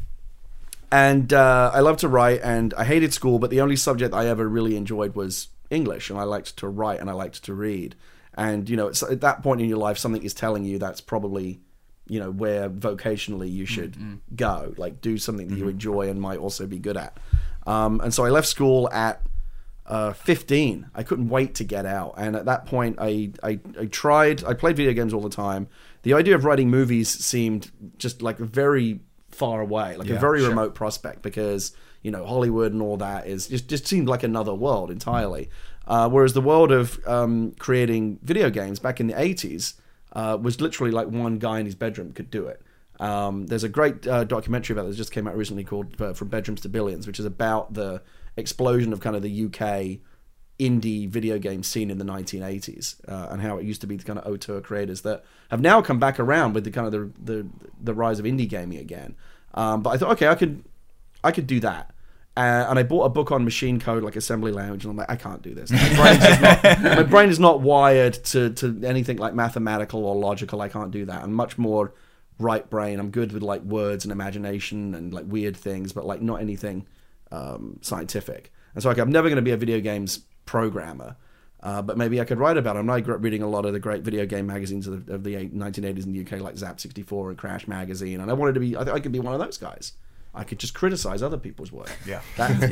Speaker 4: And uh, I love to write, and I hated school, but the only subject I ever really enjoyed was English, and I liked to write and I liked to read. And you know, it's at that point in your life, something is telling you that's probably you know where vocationally you should go like do something that you enjoy and might also be good at um, and so i left school at uh, 15 i couldn't wait to get out and at that point I, I i tried i played video games all the time the idea of writing movies seemed just like very far away like a very remote prospect because you know hollywood and all that is just, just seemed like another world entirely uh, whereas the world of um, creating video games back in the 80s uh, was literally like one guy in his bedroom could do it. Um, there's a great uh, documentary about this just came out recently called uh, "From Bedrooms to Billions," which is about the explosion of kind of the UK indie video game scene in the 1980s uh, and how it used to be the kind of auteur creators that have now come back around with the kind of the the, the rise of indie gaming again. Um, but I thought, okay, I could I could do that. Uh, and I bought a book on machine code, like assembly language, and I'm like, I can't do this. My brain's just not, my brain is not wired to, to anything like mathematical or logical. I can't do that. I'm much more right brain. I'm good with like words and imagination and like weird things, but like not anything um, scientific. And so like, I'm never going to be a video games programmer, uh, but maybe I could write about them. And I grew up reading a lot of the great video game magazines of the, of the eight- 1980s in the UK, like Zap 64 and Crash Magazine. And I wanted to be, I, th- I could be one of those guys. I could just criticize other people's work.
Speaker 2: Yeah.
Speaker 4: That,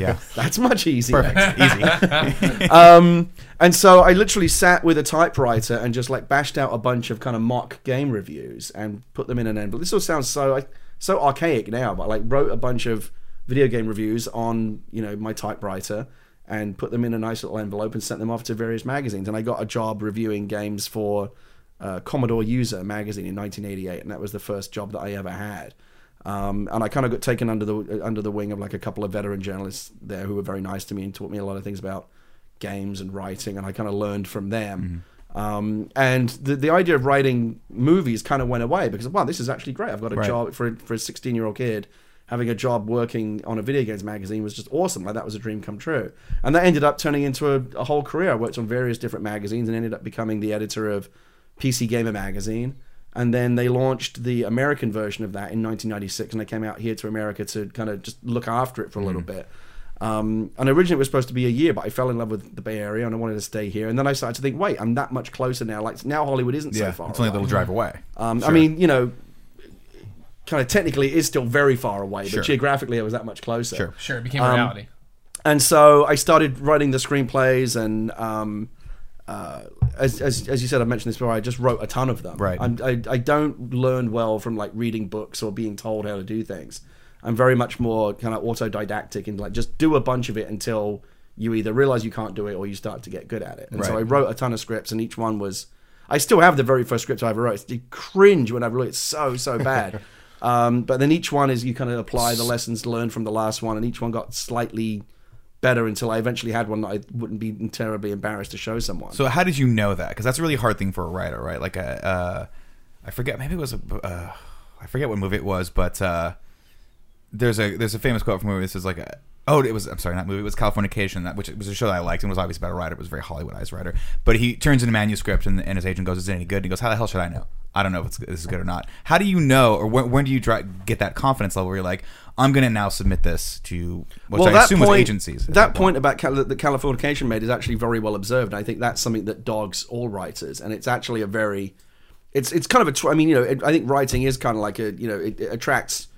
Speaker 2: [LAUGHS] Yeah.
Speaker 4: That's much easier. [LAUGHS]
Speaker 2: Easy.
Speaker 4: Um, and so I literally sat with a typewriter and just like bashed out a bunch of kind of mock game reviews and put them in an envelope. This all sounds so like, so archaic now, but I, like wrote a bunch of video game reviews on you know my typewriter and put them in a nice little envelope and sent them off to various magazines. And I got a job reviewing games for uh, Commodore User magazine in 1988, and that was the first job that I ever had. Um, and I kind of got taken under the under the wing of like a couple of veteran journalists there who were very nice to me and taught me a lot of things about games and writing, and I kind of learned from them. Um, and the the idea of writing movies kind of went away because wow, this is actually great. I've got a job for a- for a sixteen year old kid. Having a job working on a video games magazine was just awesome. Like that was a dream come true, and that ended up turning into a, a whole career. I worked on various different magazines and ended up becoming the editor of PC Gamer magazine. And then they launched the American version of that in 1996, and they came out here to America to kind of just look after it for a little bit. Um, and originally it was supposed to be a year, but I fell in love with the Bay Area and I wanted to stay here. And then I started to think, wait, I'm that much closer now. Like now Hollywood isn't
Speaker 2: yeah,
Speaker 4: so far.
Speaker 2: it's only a
Speaker 4: away.
Speaker 2: little drive away.
Speaker 4: Um, I mean, you know, kind of technically it is still very far away, but
Speaker 2: Sure.
Speaker 4: geographically it was that much closer
Speaker 2: Sure.
Speaker 1: [LAUGHS] Sure, it
Speaker 2: Um,
Speaker 1: became a reality.
Speaker 4: and so I started writing the screenplays and um, uh, as, as, as you said, I mentioned this before. I just wrote a ton of them.
Speaker 2: Right.
Speaker 4: I'm, I I don't learn well from like reading books or being told how to do things. I'm very much more kind of autodidactic and like just do a bunch of it until you either realize you can't do it or you start to get good at it. And so
Speaker 2: Right.
Speaker 4: I wrote a ton of scripts, and each one was. I still have the very first script I ever wrote. It's cringe when I wrote it. It's so so bad. um, but then each one is you kind of apply the lessons learned from the last one, and each one got slightly better until I eventually had one that I wouldn't be terribly embarrassed to show someone.
Speaker 2: So how did you know that? Because that's a really hard thing for a writer, right? Like a, uh, I forget. Maybe it was a, uh, I forget what movie it was, but uh, there's a there's a famous quote from a movie. This is like a. Oh, it was. I'm sorry, not movie. It was Californication, that, which was a show that I liked and was obviously about a writer. It was a very Hollywoodized writer. But he turns in a manuscript and, and his agent goes, "Is it any good?" And he goes, "How the hell should I know? I don't know if it's, this is good or not. How do you know, or when, when do you dri get that confidence level where you're like, I'm going to now submit this to, which I assume was agencies.
Speaker 4: That, point about Cali- that Californication made is actually very well observed. I think that's something that dogs all writers, and it's actually a very, it's it's kind of a. Tw- I mean, you know, it, I think writing is kind of like a you know it, it attracts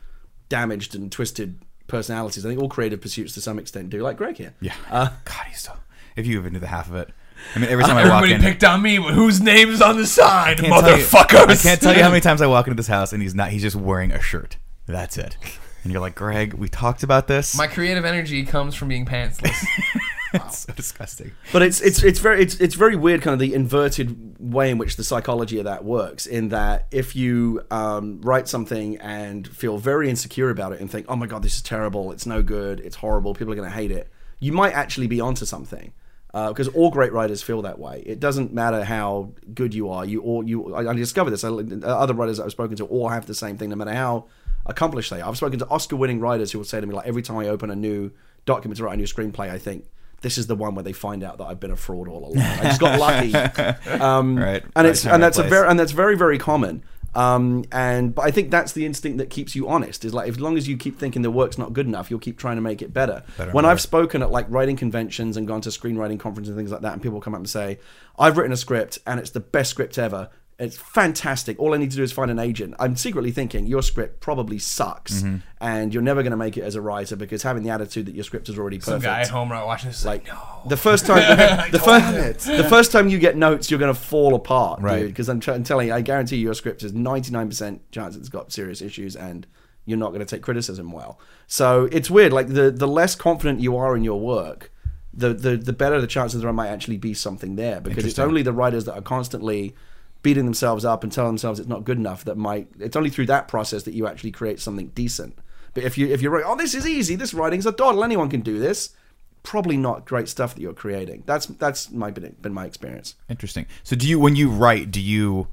Speaker 4: damaged and twisted personalities. I think all creative pursuits to some extent do, like Greg here.
Speaker 2: Yeah. God, he's so. If you even knew the half of it, I mean, every time
Speaker 1: [LAUGHS]
Speaker 2: I walk in,
Speaker 1: Everybody picked on me, but whose name's on the sign,
Speaker 2: I can't tell you-
Speaker 1: motherfuckers?
Speaker 2: I can't
Speaker 1: [LAUGHS]
Speaker 2: tell you how many times I walk into this house and he's not. He's just wearing a shirt. That's it. And you're like, Greg, we talked about this.
Speaker 1: My creative energy comes from being pantsless.
Speaker 2: [LAUGHS] it's so disgusting.
Speaker 4: but it's it's it's very it's it's very weird kind of the inverted way in which the psychology of that works in that if you um, write something and feel very insecure about it and think oh my god this is terrible it's no good it's horrible people are going to hate it you might actually be onto something because all great writers feel that way it doesn't matter how good you are you all you I, I discovered this I, other writers that I've spoken to all have the same thing no matter how accomplished they are I've spoken to Oscar winning writers who will say to me like every time I open a new document to write a new screenplay I think this is the one where they find out that I've been a fraud all along. I just got lucky, um,
Speaker 2: Right.
Speaker 4: and
Speaker 2: Right
Speaker 4: it's
Speaker 2: time, right
Speaker 4: and that's a
Speaker 2: place.
Speaker 4: very and that's very very common. Um, and but I think that's the instinct that keeps you honest. Is like as long as you keep thinking the work's not good enough, you'll keep trying to make it better. when I've spoken at like writing conventions and gone to screenwriting conferences and things like that, and people come up and say, "I've written a script and it's the best script ever. It's fantastic. All I need to do is find an agent." I'm secretly thinking your script probably sucks, and you're never going to make it as a writer because having the attitude that your script is already
Speaker 1: Some
Speaker 4: perfect.
Speaker 1: guy at home right watching this is like,
Speaker 4: Like
Speaker 1: no.
Speaker 4: the first time, the first,
Speaker 3: Damn
Speaker 4: the first time you get notes, you're gonna fall apart, right.
Speaker 2: Right.
Speaker 4: dude. Because I'm, try- I'm telling you, I guarantee you your script is 99% chance it's got serious issues, and you're not gonna take criticism well. So it's weird. Like the the less confident you are in your work, the the the better the chances there might actually be something there. Because it's only the writers that are constantly beating themselves up and telling themselves it's not good enough that might. It's only through that process that you actually create something decent. But if you if you're right, oh, this is easy. This writing's a doddle. Anyone can do this probably not great stuff that you're creating. That's that's my been, been my experience.
Speaker 2: Interesting. So do you when you write, do you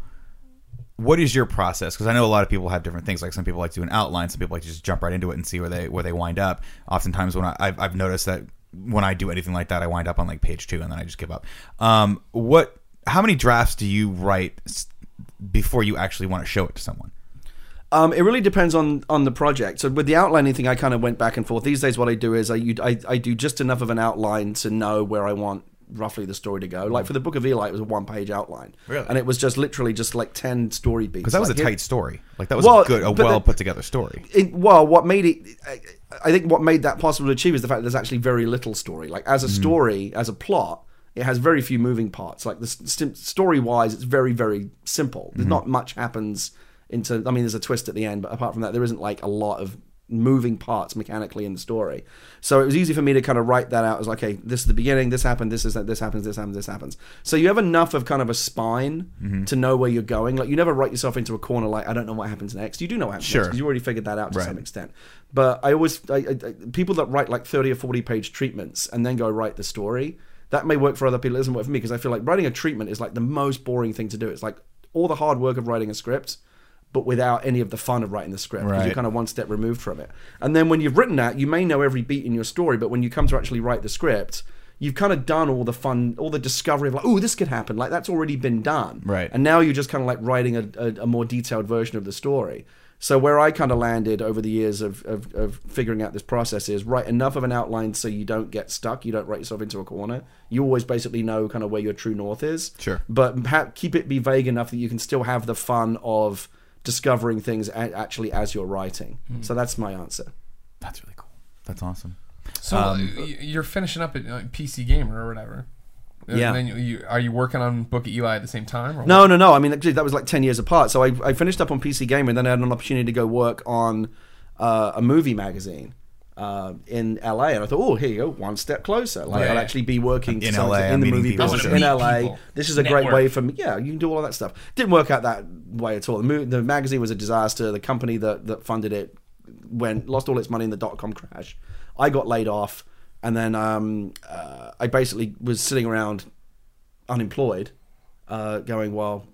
Speaker 2: what is your process? Because I know a lot of people have different things. Like some people like to do an outline, some people like to just jump right into it and see where they where they wind up. Oftentimes, when I, I've, I've noticed that when I do anything like that, I wind up on like page two and then I just give up. Um, what? How many drafts do you write s- before you actually want to show it to someone?
Speaker 4: Um, it really depends on on the project. So with the outlining thing, I kind of went back and forth. These days, what I do is I, you, I I do just enough of an outline to know where I want roughly the story to go. Like for the Book of Eli, it was a one page outline, really, and it was just literally just like ten story beats.
Speaker 2: Because that was
Speaker 4: Like,
Speaker 2: a
Speaker 4: here-
Speaker 2: tight story. Like that was
Speaker 4: Well,
Speaker 2: a good, a
Speaker 4: but the-
Speaker 2: well put together story.
Speaker 4: it, well, what made it, I, I think what made that possible to achieve is the fact that there's actually very little story. Like as a story, as a plot, it has very few moving parts. Like the st- story wise, it's very very simple. There's not much happens into. I mean, there's a twist at the end, but apart from that, there isn't like a lot of moving parts mechanically in the story. So it was easy for me to kind of write that out as like, okay, this is the beginning, this happened, this is that, this happens, this happens, this happens. So you have enough of kind of a spine
Speaker 2: Mm-hmm.
Speaker 4: to know where you're going. Like you never write yourself into a corner like I don't know what happens next. You do know what happens
Speaker 2: Sure.
Speaker 4: next 'cause you already figured that out to some extent. But I always I, I, I- people that write like 30 or 40 page treatments and then go write the story, that may work for other people, it doesn't work for me because I feel like writing a treatment is like the most boring thing to do. It's like all the hard work of writing a script but without any of the fun of writing the script because you're
Speaker 2: Right.
Speaker 4: kind of one step removed from it. And then when you've written that, you may know every beat in your story, but when you come to actually write the script, you've kind of done all the fun, all the discovery of like, oh, this could happen. Like that's already been done.
Speaker 2: Right.
Speaker 4: And now you're just kind of like writing a, a, a more detailed version of the story. So where I kind of landed over the years of, of, of figuring out this process is write enough of an outline so you don't get stuck, you don't write yourself into a corner. You always basically know kind of where your true north is.
Speaker 2: Sure.
Speaker 4: But ha- keep it be vague enough that you can still have the fun of discovering things a- actually as you're writing. So that's my answer.
Speaker 2: That's really cool. That's awesome.
Speaker 1: So
Speaker 2: um,
Speaker 1: uh, y- you're finishing up at uh, PC Gamer or whatever. And
Speaker 4: Yeah.
Speaker 1: Then you, you, are you working on Book of Eli at the same time? Or
Speaker 4: No, no, no. I mean, actually, that was like 10 years apart. So I, I finished up on PC Gamer, and then I had an opportunity to go work on uh, a movie magazine uh, in LA. And I thought, oh, here you go, one step closer. Like,
Speaker 1: Yeah.
Speaker 4: I'll actually be working
Speaker 2: In
Speaker 4: to some
Speaker 2: LA, I'm
Speaker 4: extent in the
Speaker 2: meeting
Speaker 4: movie
Speaker 2: people.
Speaker 4: business
Speaker 1: I
Speaker 4: in
Speaker 1: wanna meet
Speaker 4: LA.
Speaker 1: people.
Speaker 4: This is a great
Speaker 1: Network.
Speaker 4: way for me. Yeah, you can do all of that stuff. Didn't work out that way at all. The, mo- the magazine was a disaster. The company that, that funded it went lost all its money in the dot com crash. I got laid off, and then um, uh, I basically was sitting around unemployed, uh, going, well,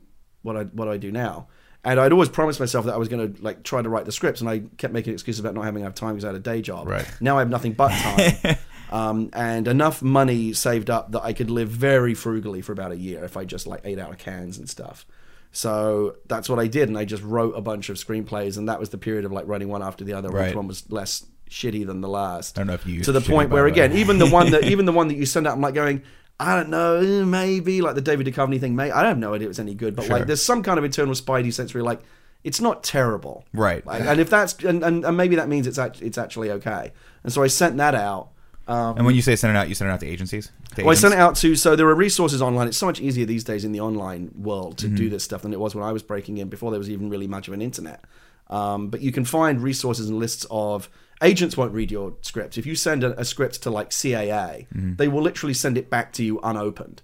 Speaker 4: what I what do I do now? And I'd always promised myself that I was going to like try to write the scripts, and I kept making excuses about not having enough time because I had a day job.
Speaker 2: Right.
Speaker 4: Now I have nothing but
Speaker 2: [LAUGHS]
Speaker 4: time, um, and enough money saved up that I could live very frugally for about a year if I just like ate out of cans and stuff. So that's what I did, and I just wrote a bunch of screenplays, and that was the period of like writing one after the other,
Speaker 2: Right.
Speaker 4: which one was less shitty than the last.
Speaker 2: I don't know if you
Speaker 4: to the
Speaker 2: should,
Speaker 4: point
Speaker 2: by
Speaker 4: where
Speaker 2: the way.
Speaker 4: again, even the one that even the one that you send out, I'm like going, I don't know, eh, maybe like the David Duchovny thing, mate. I have no idea if it's any good, but like there's some kind of internal spidey sense where you're like, it's not terrible,
Speaker 2: Right.
Speaker 4: Like, and if that's and, and, and maybe that means it's act, it's actually okay. And so I sent that out. Um,
Speaker 2: And when you say send it out, you send it out to agencies. To
Speaker 4: well, I
Speaker 2: agents?
Speaker 4: sent it out to so there are resources online. It's so much easier these days in the online world to
Speaker 2: Mm-hmm.
Speaker 4: do this stuff than it was when I was breaking in before there was even really much of an internet. Um, but you can find resources and lists of agents won't read your scripts. If you send a, a script to like CAA,
Speaker 2: Mm-hmm.
Speaker 4: they will literally send it back to you unopened.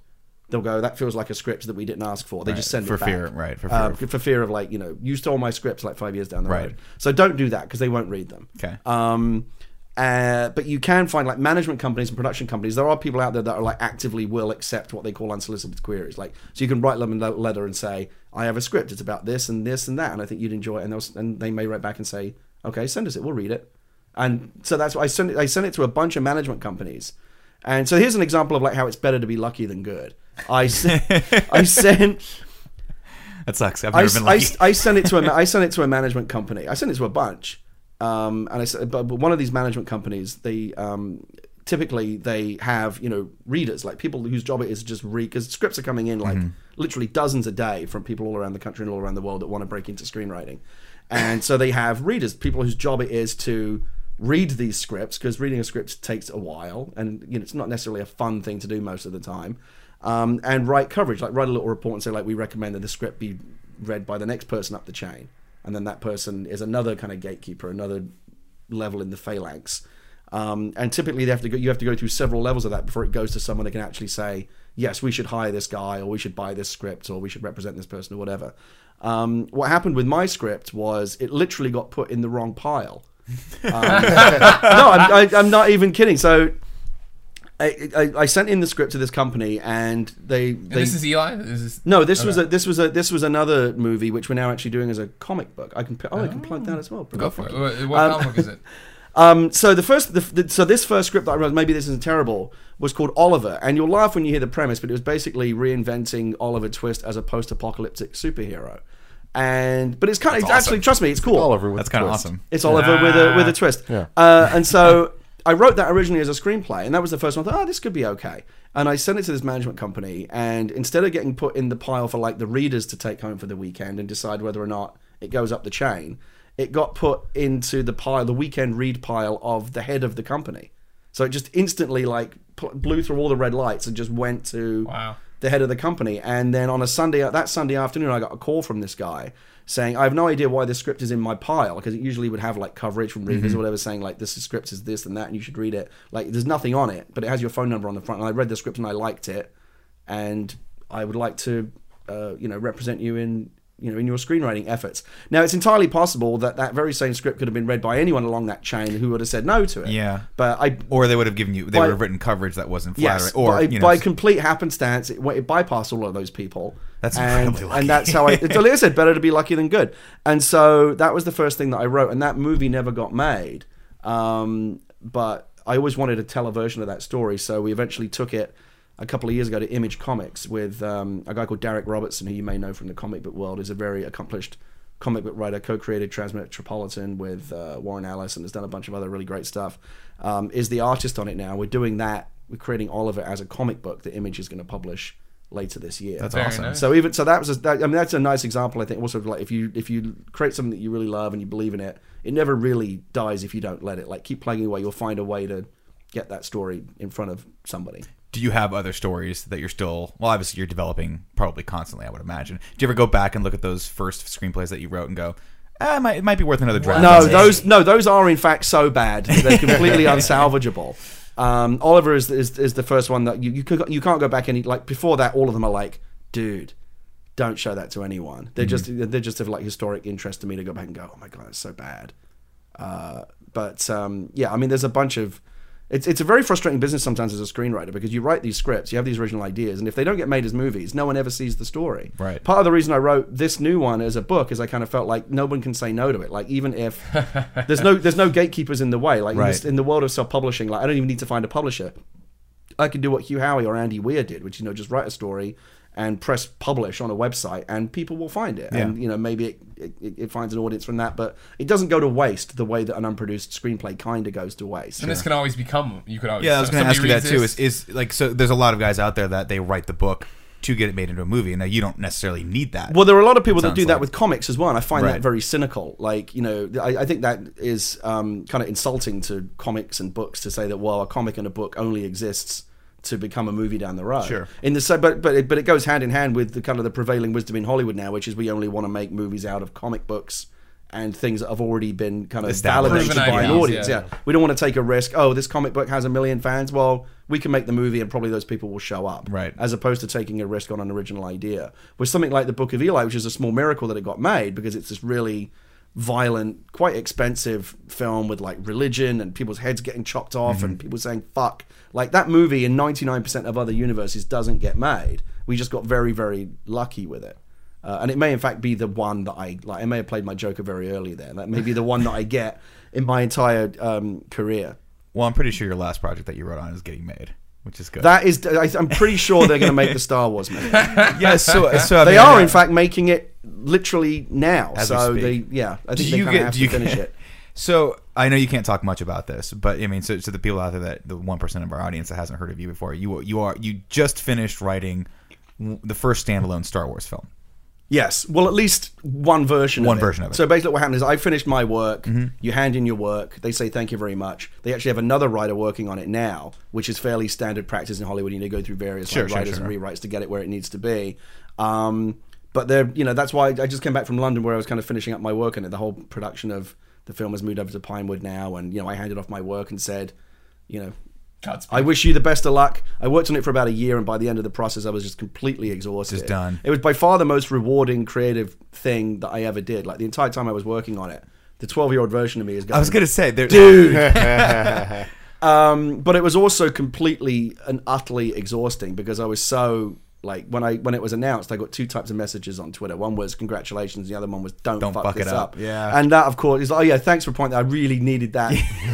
Speaker 4: They'll go, that feels like a script that we didn't ask for. They just send
Speaker 2: For
Speaker 4: it back.
Speaker 2: fear, right, for fear
Speaker 4: Uh,
Speaker 2: of-
Speaker 4: for fear of like you know you stole my scripts like five years down the
Speaker 2: Right.
Speaker 4: road. So don't do that because they won't read them.
Speaker 2: Okay.
Speaker 4: Um, uh, but you can find like management companies and production companies. There are people out there that are like actively will accept what they call unsolicited queries. Like, so you can write them a le- letter and say, "I have a script. It's about this and this and that, and I think you'd enjoy it." And they'll s- and they may write back and say, "Okay, send us it. We'll read it." And so that's why I sent it. I sent it to a bunch of management companies. And so here's an
Speaker 2: [LAUGHS]
Speaker 4: example of like how it's better to be lucky than good. I sent, I sent
Speaker 2: That sucks. I've
Speaker 4: I,
Speaker 2: never been lucky.
Speaker 4: I, I sent it to a ma- I sent it to a management company. I sent it to a bunch, um, and I s- but, but one of these management companies, they um, typically they have you know readers like people whose job it is to just read because scripts are coming in like
Speaker 2: Mm-hmm.
Speaker 4: literally dozens a day from people all around the country and all around the world that want to break into screenwriting, and so they have readers, people whose job it is to read these scripts because reading a script takes a while and you know it's not necessarily a fun thing to do most of the time um, and write coverage like write a little report and say like we recommend that the script be read by the next person up the chain and then that person is another kind of gatekeeper another level in the phalanx um, and typically they have to go, you have to go through several levels of that before it goes to someone that can actually say yes we should hire this guy or we should buy this script or we should represent this person or whatever um, what happened with my script was it literally got put in the wrong pile no, I'm, I, I'm not even kidding. So, I, I, I sent in the script to this company, and they
Speaker 1: And
Speaker 4: they
Speaker 1: this is Eli. This is
Speaker 4: no, this was a this was a this was another movie which we're now actually doing as a comic book. I can pl- oh, I can plug that as well.
Speaker 1: go for it. What, what comic book is it?
Speaker 4: Um, so the first, the, the, so this first script that I wrote, maybe this isn't terrible, was called Oliver, and you'll laugh when you hear the premise, but it was basically reinventing Oliver Twist as a post-apocalyptic superhero, and but it's kind of it's actually trust me, it's cool.
Speaker 3: Oliver with
Speaker 2: That's kind of
Speaker 3: twist.
Speaker 2: awesome.
Speaker 4: It's Oliver with a with a twist.
Speaker 3: Yeah.
Speaker 4: Uh, and so I wrote that originally as a screenplay, and that was the first one. I thought, oh, this could be okay. And I sent it to this management company, and instead of getting put in the pile for like the readers to take home for the weekend and decide whether or not it goes up the chain, it got put into the pile, the weekend read pile of the head of the company. So it just instantly like pl- blew through all the red lights and just went to
Speaker 1: Wow.
Speaker 4: the head of the company. And then on a Sunday, uh, that Sunday afternoon, I got a call from this guy saying, I have no idea why this script is in my pile because it usually would have like coverage from readers or whatever saying, like, this script is this and that and you should read it. Like, there's nothing on it, but it has your phone number on the front. And I read the script and I liked it. And I would like to, uh, you know, represent you in. You know, in your screenwriting efforts. Now, it's entirely possible that that very same script could have been read by anyone along that chain who would have said no to it.
Speaker 2: Yeah.
Speaker 4: but I
Speaker 2: Or they would have given you. They
Speaker 4: By-
Speaker 2: would have written coverage that wasn't flattering.
Speaker 4: Yes,
Speaker 2: or
Speaker 4: by,
Speaker 2: you know,
Speaker 4: by
Speaker 2: s-
Speaker 4: complete happenstance, it, it bypassed all of those people.
Speaker 2: That's
Speaker 4: and,
Speaker 2: incredibly lucky.
Speaker 4: And that's how I. It's, like I said, better to be lucky than good. And so that was the first thing that I wrote, and that movie never got made. Um, but I always wanted to tell a version of that story, so we eventually took it a couple of years ago to Image Comics with um, a guy called Derek Robertson, who you may know from the comic book world, is a very accomplished comic book writer, co-created Transmetropolitan with uh, Warren Ellis, and has done a bunch of other really great stuff. Um, is the artist on it now? We're doing that. We're creating Oliver as a comic book that Image is going to publish later this year.
Speaker 2: that's
Speaker 1: Very
Speaker 2: awesome.
Speaker 1: nice.
Speaker 4: So even so, that was a, that, I mean that's a nice example. I think also of, like if you if you create something that you really love and you believe in it, it never really dies if you don't let it. Like keep plugging away, you'll find a way to get that story in front of somebody.
Speaker 2: Do you have other stories that you're still? Well, obviously you're developing probably constantly. I would imagine. Do you ever go back and look at those first screenplays that you wrote and go, ah, it might, it might be worth another draft?
Speaker 4: No,
Speaker 2: on this."
Speaker 4: those no those are in fact so bad that
Speaker 2: [LAUGHS]
Speaker 4: they're completely unsalvageable. Um, Oliver is, is is the first one that you you, could, you can't go back any like before that. All of them are like, dude, don't show that to anyone. They're
Speaker 2: Mm-hmm.
Speaker 4: just they're just of like historic interest to me to go back and go, oh my god, it's so bad. Uh, but um, yeah, I mean, there's a bunch of it's it's a very frustrating business sometimes as a screenwriter because you write these scripts, you have these original ideas, and if they don't get made as movies, no one ever sees the story.
Speaker 2: Right.
Speaker 4: Part of the reason I wrote this new one as a book is I kind of felt like no one can say no to it. Like
Speaker 1: [LAUGHS]
Speaker 4: even if there's no there's no gatekeepers in the way. Like in,
Speaker 2: Right.
Speaker 4: this, in the world of self publishing, like I don't even need to find a publisher. I can do what Hugh Howey or Andy Weir did, which you know, just write a story and press publish on a website, and people will find it. And you know, maybe it, it, it finds an audience from that, but it doesn't go to waste the way that an unproduced screenplay kind of goes to waste.
Speaker 1: And this can always become. You could always.
Speaker 2: Yeah, I was going to
Speaker 1: somebody
Speaker 2: ask you that
Speaker 1: reads this.
Speaker 2: too. Is, is like so? There's a lot of guys out there that they write the book to get it made into a movie. Now you don't necessarily need that.
Speaker 4: Well, there are a lot of people that
Speaker 2: Sounds
Speaker 4: do that
Speaker 2: like-
Speaker 4: with comics as well, and I find
Speaker 2: Right.
Speaker 4: that very cynical. Like, you know, I, I think that is um, kind of insulting to comics and books to say that well, a comic and a book only exists to become a movie down the road.
Speaker 2: Sure.
Speaker 4: In the so, but but it, but it goes hand in hand with the kind of the prevailing wisdom in Hollywood now, which is we only want to make movies out of comic books and things that have already been kind of
Speaker 2: Established.
Speaker 4: validated
Speaker 1: Proven
Speaker 4: by an
Speaker 1: ideas,
Speaker 4: audience.
Speaker 1: yeah.
Speaker 4: yeah. We don't want to take a risk. Oh, this comic book has a million fans. Well, we can make the movie, and probably those people will show up.
Speaker 2: Right.
Speaker 4: As opposed to taking a risk on an original idea. With something like the Book of Eli, which is a small miracle that it got made because it's this really violent, quite expensive film with like religion and people's heads getting chopped off and people saying fuck. Like that movie in 99% of other universes doesn't get made. We just got very, very lucky with it. Uh, and it may, in fact, be the one that I like. I may have played my Joker very early there. That may be the one that I get in my entire um, career.
Speaker 2: Well, I'm pretty sure your last project that you wrote on is getting made, which is
Speaker 4: [LAUGHS]
Speaker 2: good. [LAUGHS]
Speaker 4: That is, I, I'm pretty sure they're going to make the Star Wars movie.
Speaker 2: yes, so, so I
Speaker 4: they
Speaker 2: mean,
Speaker 4: are,
Speaker 2: yeah.
Speaker 4: in fact, making it literally now.
Speaker 2: As we
Speaker 4: so
Speaker 2: speak.
Speaker 4: they, yeah, I think they kind of have to [LAUGHS] finish it.
Speaker 2: So I know you can't talk much about this, but I mean, so, so the people out there that the one percent of our audience that hasn't heard of you before, you you are you just finished writing w- the first standalone Star Wars film.
Speaker 4: Yes. Well, at least one version.
Speaker 2: One
Speaker 4: of it.
Speaker 2: version of it. Mm-hmm.
Speaker 4: So basically, what happened is I finished my work. You hand in your work. They say thank you very much. They actually have another writer working on it now, which is fairly standard practice in Hollywood. You need to go through various like,
Speaker 2: sure,
Speaker 4: writers
Speaker 2: sure.
Speaker 4: and rewrites to get it where it needs to be. Um, but they're, you know, that's why I just came back from London where I was kind of finishing up my work on it. The whole production of the film has moved over to Pinewood now, and you know, I handed off my work and said, you know,
Speaker 1: Godspeed.
Speaker 4: I wish you the best of luck. I worked on it for about a year, and by the end of the process, I was just completely exhausted.
Speaker 2: Just done.
Speaker 4: It was by far the most rewarding creative thing that I ever did. Like the entire time I was working on it, the twelve-year-old version of me is going.
Speaker 2: I was gonna say, there, [LAUGHS]
Speaker 4: [LAUGHS] Um, but it was also completely and utterly exhausting because I was so like when I when it was announced, I got two types of messages on Twitter. One was congratulations, the other one was don't,
Speaker 2: Don't
Speaker 4: fuck,
Speaker 2: fuck
Speaker 4: this
Speaker 2: it up."
Speaker 4: up.
Speaker 2: Yeah.
Speaker 4: and that of course is like, oh yeah, thanks for pointing. that. I really
Speaker 2: [LAUGHS]
Speaker 4: needed that.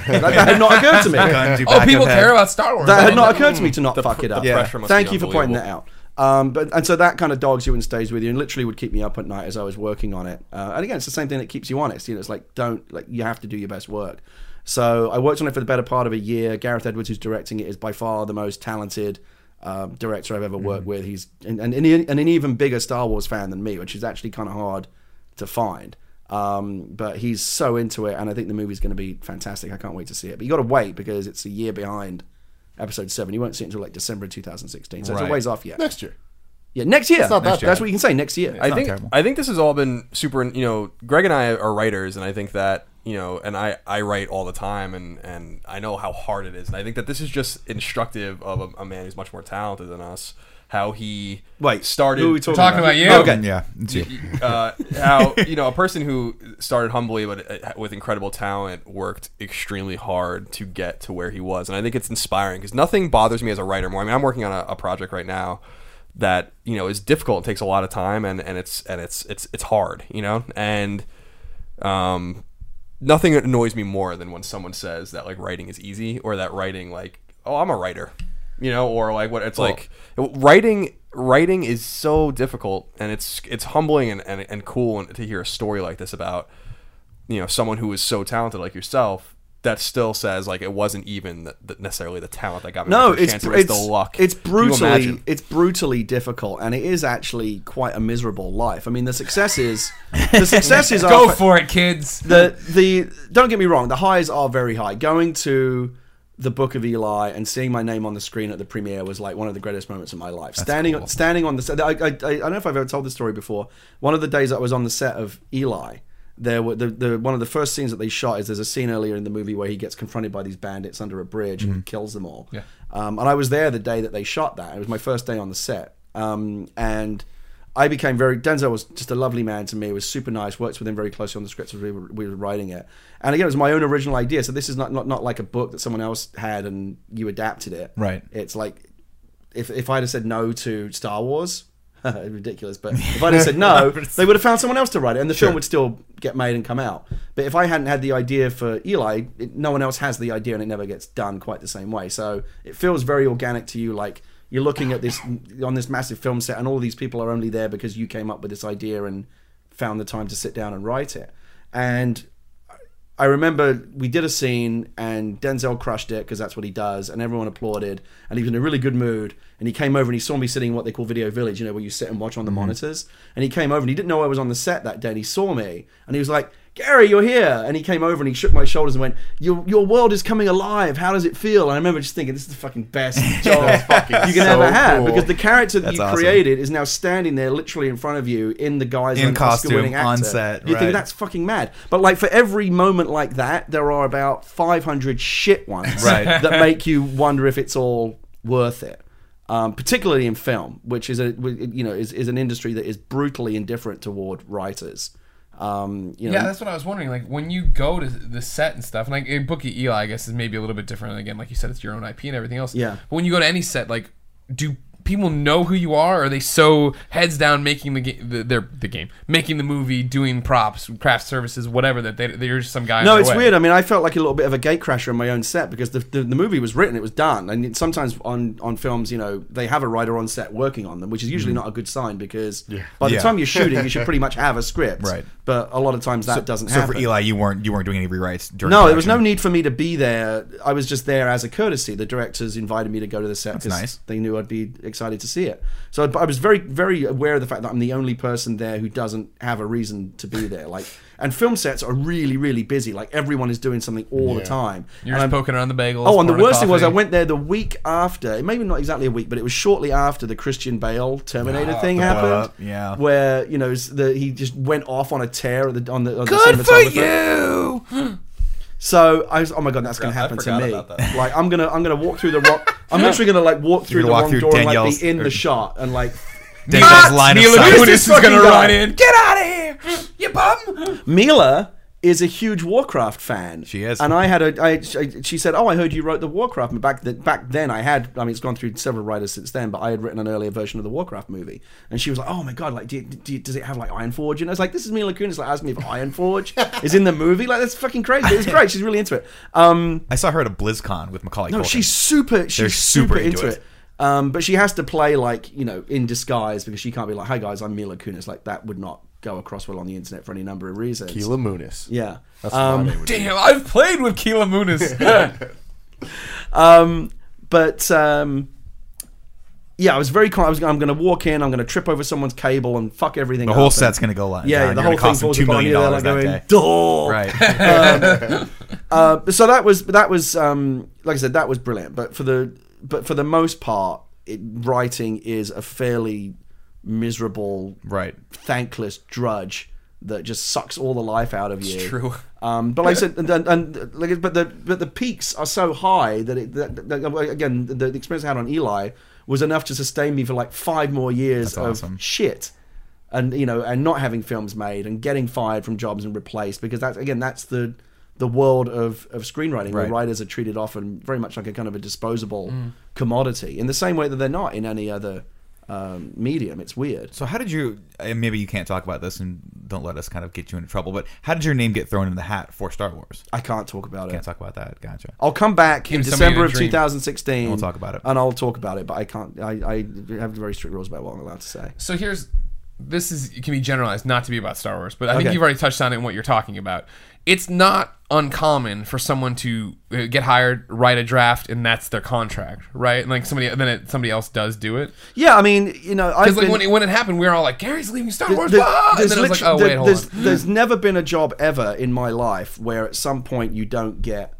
Speaker 4: that, that had not occurred to me.
Speaker 2: Guns, you
Speaker 1: Oh,
Speaker 2: back
Speaker 1: people
Speaker 2: up head.
Speaker 1: care about Star Wars.
Speaker 4: that had
Speaker 1: Oh,
Speaker 4: not occurred to me to not fuck it up.
Speaker 5: the pressure must
Speaker 4: Thank
Speaker 5: be
Speaker 4: you for pointing that
Speaker 5: unbelievable.
Speaker 4: out. Um, but and so that kind of dogs you and stays with you, and literally would keep me up at night as I was working on it. Uh, and again, it's the same thing that keeps you honest. You know, it's like don't like you have to do your best work. So I worked on it for the better part of a year. Gareth Edwards, who's directing it, is by far the most talented um, director I've ever worked with. He's and, and, and an even bigger Star Wars fan than me, which is actually kind of hard to find. Um, but he's so into it, and I think the movie's going to be fantastic. I can't wait to see it. But you got to wait because it's a year behind episode seven. You won't see it until like December of 2016, so
Speaker 2: Right.
Speaker 4: it's a ways off yet.
Speaker 3: Next year.
Speaker 4: yeah, next year.
Speaker 3: not that Next year.
Speaker 4: That's what you can say next year.
Speaker 5: I think
Speaker 2: terrible.
Speaker 5: I think this has all been super. You know, Greg and I are writers, and I think that you know, and I I write all the time, and and I know how hard it is, and I think that this is just instructive of a, a man who's much more talented than us. How he
Speaker 4: Wait,
Speaker 5: started
Speaker 4: who are we talking
Speaker 1: Talking about you.
Speaker 2: Oh, Okay, yeah, it's you.
Speaker 5: [LAUGHS] uh, how you know a person who started humbly but uh, with incredible talent worked extremely hard to get to where he was, and I think it's inspiring because nothing bothers me as a writer more. I mean, I'm working on a, a project right now that you know is difficult, it takes a lot of time, and and it's and it's it's it's hard, you know, and um, nothing annoys me more than when someone says that like writing is easy or that writing like oh I'm a writer, you know, or like what it's like writing writing is so difficult and it's it's humbling and and, and cool and to hear a story like this about you know someone who is so talented like yourself that still says like it wasn't even th- th- necessarily the talent that got me
Speaker 4: No,
Speaker 5: my first
Speaker 4: it's
Speaker 5: chance,
Speaker 4: br-
Speaker 5: it was
Speaker 4: it's
Speaker 5: the luck.
Speaker 4: It's
Speaker 5: Can you
Speaker 4: brutally [LAUGHS]
Speaker 5: imagine?
Speaker 4: it's brutally difficult, and it is actually quite a miserable life. I mean, the successes the successes are
Speaker 1: Go for it, kids.
Speaker 4: the the don't get me wrong, the highs are very high. Going to the Book of Eli and seeing my name on the screen at the premiere was like one of the greatest moments of my life. standing standing on the set, I, I, I, I don't know if I've ever told this story before. One of the days I was on the set of Eli, there were the, the one of the first scenes that they shot is there's a scene earlier in the movie where he gets confronted by these bandits under a bridge and kills them all.
Speaker 1: Yeah.
Speaker 4: Um, and I was there the day that they shot that. It was my first day on the set, um, and I became very. Denzel was just a lovely man to me. was super nice. Worked with him very closely on the scripts as we were, we were writing it. And again, it was my own original idea. So this is not, not not like a book that someone else had and you adapted it.
Speaker 2: Right.
Speaker 4: It's like if if I'd have said no to Star Wars. [LAUGHS] ridiculous but if i'd have said no they would have found someone else to write it and the film would still get made and come out but if i hadn't had the idea for eli it, no one else has the idea and it never gets done quite the same way so it feels very organic to you like you're looking at this on this massive film set and all these people are only there because you came up with this idea and found the time to sit down and write it and I remember we did a scene and Denzel crushed it because that's what he does, and everyone applauded, and he was in a really good mood. And he came over and he saw me sitting in what they call Video Village, you know, where you sit and watch on
Speaker 2: Mm-hmm.
Speaker 4: the monitors. And he came over and he didn't know I was on the set that day, and he saw me, and he was like, "Gary, you're here!" And he came over and he shook my shoulders and went, "Your your world is coming alive. How does it feel?" And I remember just thinking, "This is the
Speaker 2: [LAUGHS]
Speaker 4: fucking best job you can
Speaker 3: so
Speaker 4: ever have
Speaker 3: cool.
Speaker 4: because the character that
Speaker 2: That's
Speaker 4: you
Speaker 2: awesome.
Speaker 4: created is now standing there, literally in front of you, in the guise
Speaker 2: In
Speaker 4: of an
Speaker 2: costume,
Speaker 4: Oscar-winning actor.
Speaker 2: on set,
Speaker 4: You
Speaker 2: right.
Speaker 4: think that's that's fucking mad. But like for every moment like that, there are about 500 shit
Speaker 2: [LAUGHS]
Speaker 4: ones
Speaker 2: Right.
Speaker 4: that make you wonder if it's all worth it. Um, particularly in film, which is a you know is, is an industry that is brutally indifferent toward writers. Um, you know,
Speaker 1: Yeah, that's what I was wondering. Like when you go to the set and stuff, and like in Bookie Eli, I guess is maybe a little bit different. And again, like you said, it's your own IP and everything else.
Speaker 4: Yeah.
Speaker 1: But when you go to any set, like do people know who you are? Or are they so heads down making the game, the, their the game, making the movie, doing props, craft services, whatever that they they're just some guy. in
Speaker 4: No,
Speaker 1: their
Speaker 4: it's
Speaker 1: way?
Speaker 4: weird. I mean, I felt like a little bit of a gatecrasher in my own set because the, the, the movie was written, it was done, and it- sometimes on on films, you know, they have a writer on set working on them, which is usually not a good sign because by the
Speaker 2: Mm. Yeah.
Speaker 4: time you're shooting,
Speaker 2: [LAUGHS]
Speaker 4: you should pretty much have a script.
Speaker 2: Right.
Speaker 4: But a lot of times that doesn't
Speaker 2: so
Speaker 4: happen.
Speaker 2: for Eli, you weren't you weren't doing any rewrites during.
Speaker 4: No, there was no
Speaker 2: production?
Speaker 4: need for me to be there. I was just there as a courtesy. The directors invited me to go to the set because
Speaker 2: nice.
Speaker 4: they knew I'd be excited to see it. So I I was very, very aware of the fact that I'm the only person there who doesn't have a reason to be there. Like, and film sets are really, really busy. Like everyone is doing something all the time.
Speaker 1: You're just
Speaker 4: And I'm-
Speaker 1: poking around the bagels.
Speaker 4: Oh, and the
Speaker 1: pouring
Speaker 4: worst thing was I
Speaker 1: coffee.
Speaker 4: went there the week after. It maybe not exactly a week, but it was shortly after the Christian Bale Terminator
Speaker 1: Ah,
Speaker 4: thing
Speaker 2: blow
Speaker 4: happened.
Speaker 2: up, yeah.
Speaker 4: where you know s- the, he just went off on a tear of the, on the on the
Speaker 1: Good for
Speaker 4: cinematographer.
Speaker 1: you.
Speaker 4: So I was, oh my god, that's gonna
Speaker 5: forgot- I
Speaker 4: happen to
Speaker 5: forgot
Speaker 4: me.
Speaker 5: about that.
Speaker 4: Like I'm gonna, I'm gonna walk through the rock. I'm literally gonna like walk through
Speaker 2: gonna
Speaker 4: the
Speaker 2: walk
Speaker 4: wrong
Speaker 2: through
Speaker 4: door and like
Speaker 2: Danielle's-
Speaker 4: be in
Speaker 2: or-
Speaker 4: the shot and like
Speaker 2: Daniel's line of
Speaker 1: Mila
Speaker 2: sight.
Speaker 1: Kunis
Speaker 4: Who's
Speaker 1: is
Speaker 4: this
Speaker 1: gonna
Speaker 4: fucking
Speaker 1: run
Speaker 4: guy?
Speaker 1: in. Get out of here, you bum.
Speaker 4: Mila is a huge Warcraft fan.
Speaker 2: She is.
Speaker 4: and I had a, I, I- she said, oh, I heard you wrote the Warcraft. And back that back then, I had, I mean, it's gone through several writers since then, but I had written an earlier version of the Warcraft movie, and she was like, oh my god, like, do you, do you, does it have like Iron Forge? And I was like, this is Mila Kunis, like, asking me if Iron
Speaker 5: [LAUGHS]
Speaker 4: Forge is in the movie. Like, that's fucking crazy. It was great. She's really into it. Um.
Speaker 2: I saw her at a BlizzCon with Macaulay.
Speaker 4: No,
Speaker 2: Culkin.
Speaker 4: she's super. She's
Speaker 2: They're
Speaker 4: super,
Speaker 2: super
Speaker 4: into,
Speaker 2: into
Speaker 4: it.
Speaker 2: it.
Speaker 4: Um, but she has to play like you know in disguise because she can't be like, "Hi guys, I'm Mila Kunis." Like that would not go across well on the internet for any number of reasons.
Speaker 3: Gila Munis.
Speaker 4: Yeah.
Speaker 3: That's what
Speaker 4: um,
Speaker 3: my name would be.
Speaker 1: Damn, I've played with Keela Moonis.
Speaker 4: um, but um, yeah, I was very. Con- I was. I'm going to walk in. I'm going to trip over someone's cable and fuck everything.
Speaker 2: the
Speaker 4: up
Speaker 2: whole
Speaker 4: and-
Speaker 2: set's gonna go live.
Speaker 4: Yeah,
Speaker 2: down.
Speaker 4: the
Speaker 2: You're
Speaker 4: whole
Speaker 2: gonna cost
Speaker 4: thing falls
Speaker 2: them two
Speaker 4: upon
Speaker 2: million
Speaker 4: you. They're like
Speaker 2: dollars that
Speaker 4: going,
Speaker 2: day.
Speaker 4: "Duh." [LAUGHS]
Speaker 2: Right.
Speaker 4: Uh, so that was that was um, like I said, that was brilliant. But for the but for the most part, it, writing is a fairly miserable,
Speaker 2: Right.
Speaker 4: thankless drudge that just sucks all the life out of you.
Speaker 5: true.
Speaker 4: Um, but like I said, and, and, and like, but the but the peaks are so high that, it, that, that again, the, the experience I had on Eli was enough to sustain me for like five more years of
Speaker 2: awesome.
Speaker 4: shit. And you know, and not having films made, and getting fired from jobs and replaced, because that's again, that's the the world of, of screenwriting where
Speaker 2: Right.
Speaker 4: writers are treated often very much like a kind of a disposable commodity, in the same way that they're not in any other um, medium. It's weird.
Speaker 2: So how did you? And maybe you can't talk about this, and don't let us kind of get you into trouble. But how did your name get thrown in the hat for Star Wars?
Speaker 4: I can't talk about it.
Speaker 2: Can't talk about that. Gotcha.
Speaker 4: I'll come back in
Speaker 1: Give somebody a
Speaker 4: December of
Speaker 1: dream.
Speaker 4: 2016.
Speaker 2: We'll talk about it.
Speaker 4: and I'll talk about it. But I can't. I, I have very strict rules about what I'm allowed to say.
Speaker 1: so here's this is it can be generalized not to be about Star Wars, but I
Speaker 4: Okay.
Speaker 1: think you've already touched on it in what you're talking about. It's not uncommon for someone to uh, get hired, write a draft, and that's their contract, right? And like somebody, then it, somebody else does do it.
Speaker 4: Yeah, I mean, you know, I've
Speaker 1: Because like
Speaker 4: been-
Speaker 1: when, it, when it happened, we were all like, "Gary's leaving Star Wars,"
Speaker 4: There-
Speaker 1: ah! and then I was like,
Speaker 4: literally-
Speaker 1: "Oh wait,
Speaker 4: there-
Speaker 1: hold
Speaker 4: there's,
Speaker 1: on."
Speaker 4: there's never been a job ever in my life where at some point you don't get.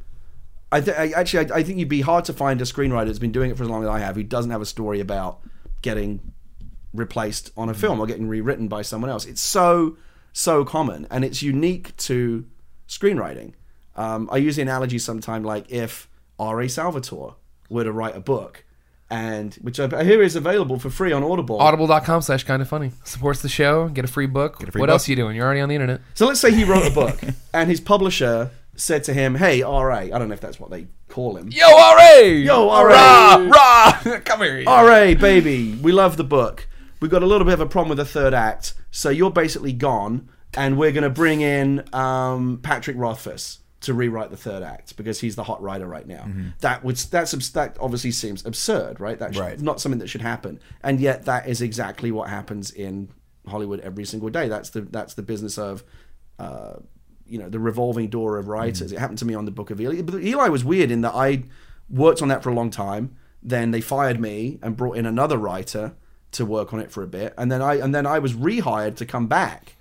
Speaker 4: I, th- I actually, I, I think you'd be hard to find a screenwriter that's been doing it for as long as I have who doesn't have a story about getting replaced on a film or getting rewritten by someone else. It's so so common and it's unique to screenwriting. Um, I use the analogy sometime like if R.A. Salvatore were to write a book, and which I, I hear is available for free on Audible.
Speaker 1: Audible.com slash kind of funny supports the show. Get a free book.
Speaker 2: free
Speaker 1: what
Speaker 2: book.
Speaker 1: else are you doing? You're already on the internet.
Speaker 4: So let's say he wrote a book, and his publisher said to him, "Hey, RA, I don't know if that's what they call him.
Speaker 1: Yo, RA!
Speaker 4: Yo, RA!
Speaker 1: Rah! Rah! [LAUGHS] Come here. you-
Speaker 4: RA, baby, we love the book. We've got a little bit of a problem with the third act, so you're basically gone, and we're going to bring in um, Patrick Rothfuss to rewrite the third act because he's the hot writer right now. That would that's abs- that obviously seems absurd, right? That's
Speaker 2: Right.
Speaker 4: not something that should happen, and yet that is exactly what happens in Hollywood every single day. That's the that's the business of. Uh, you know the revolving door of writers. It happened to me on the Book of Eli. But Eli was weird in that I worked on that for a long time. Then they fired me and brought in another writer to work on it for a bit, and then I and then I was rehired to come back,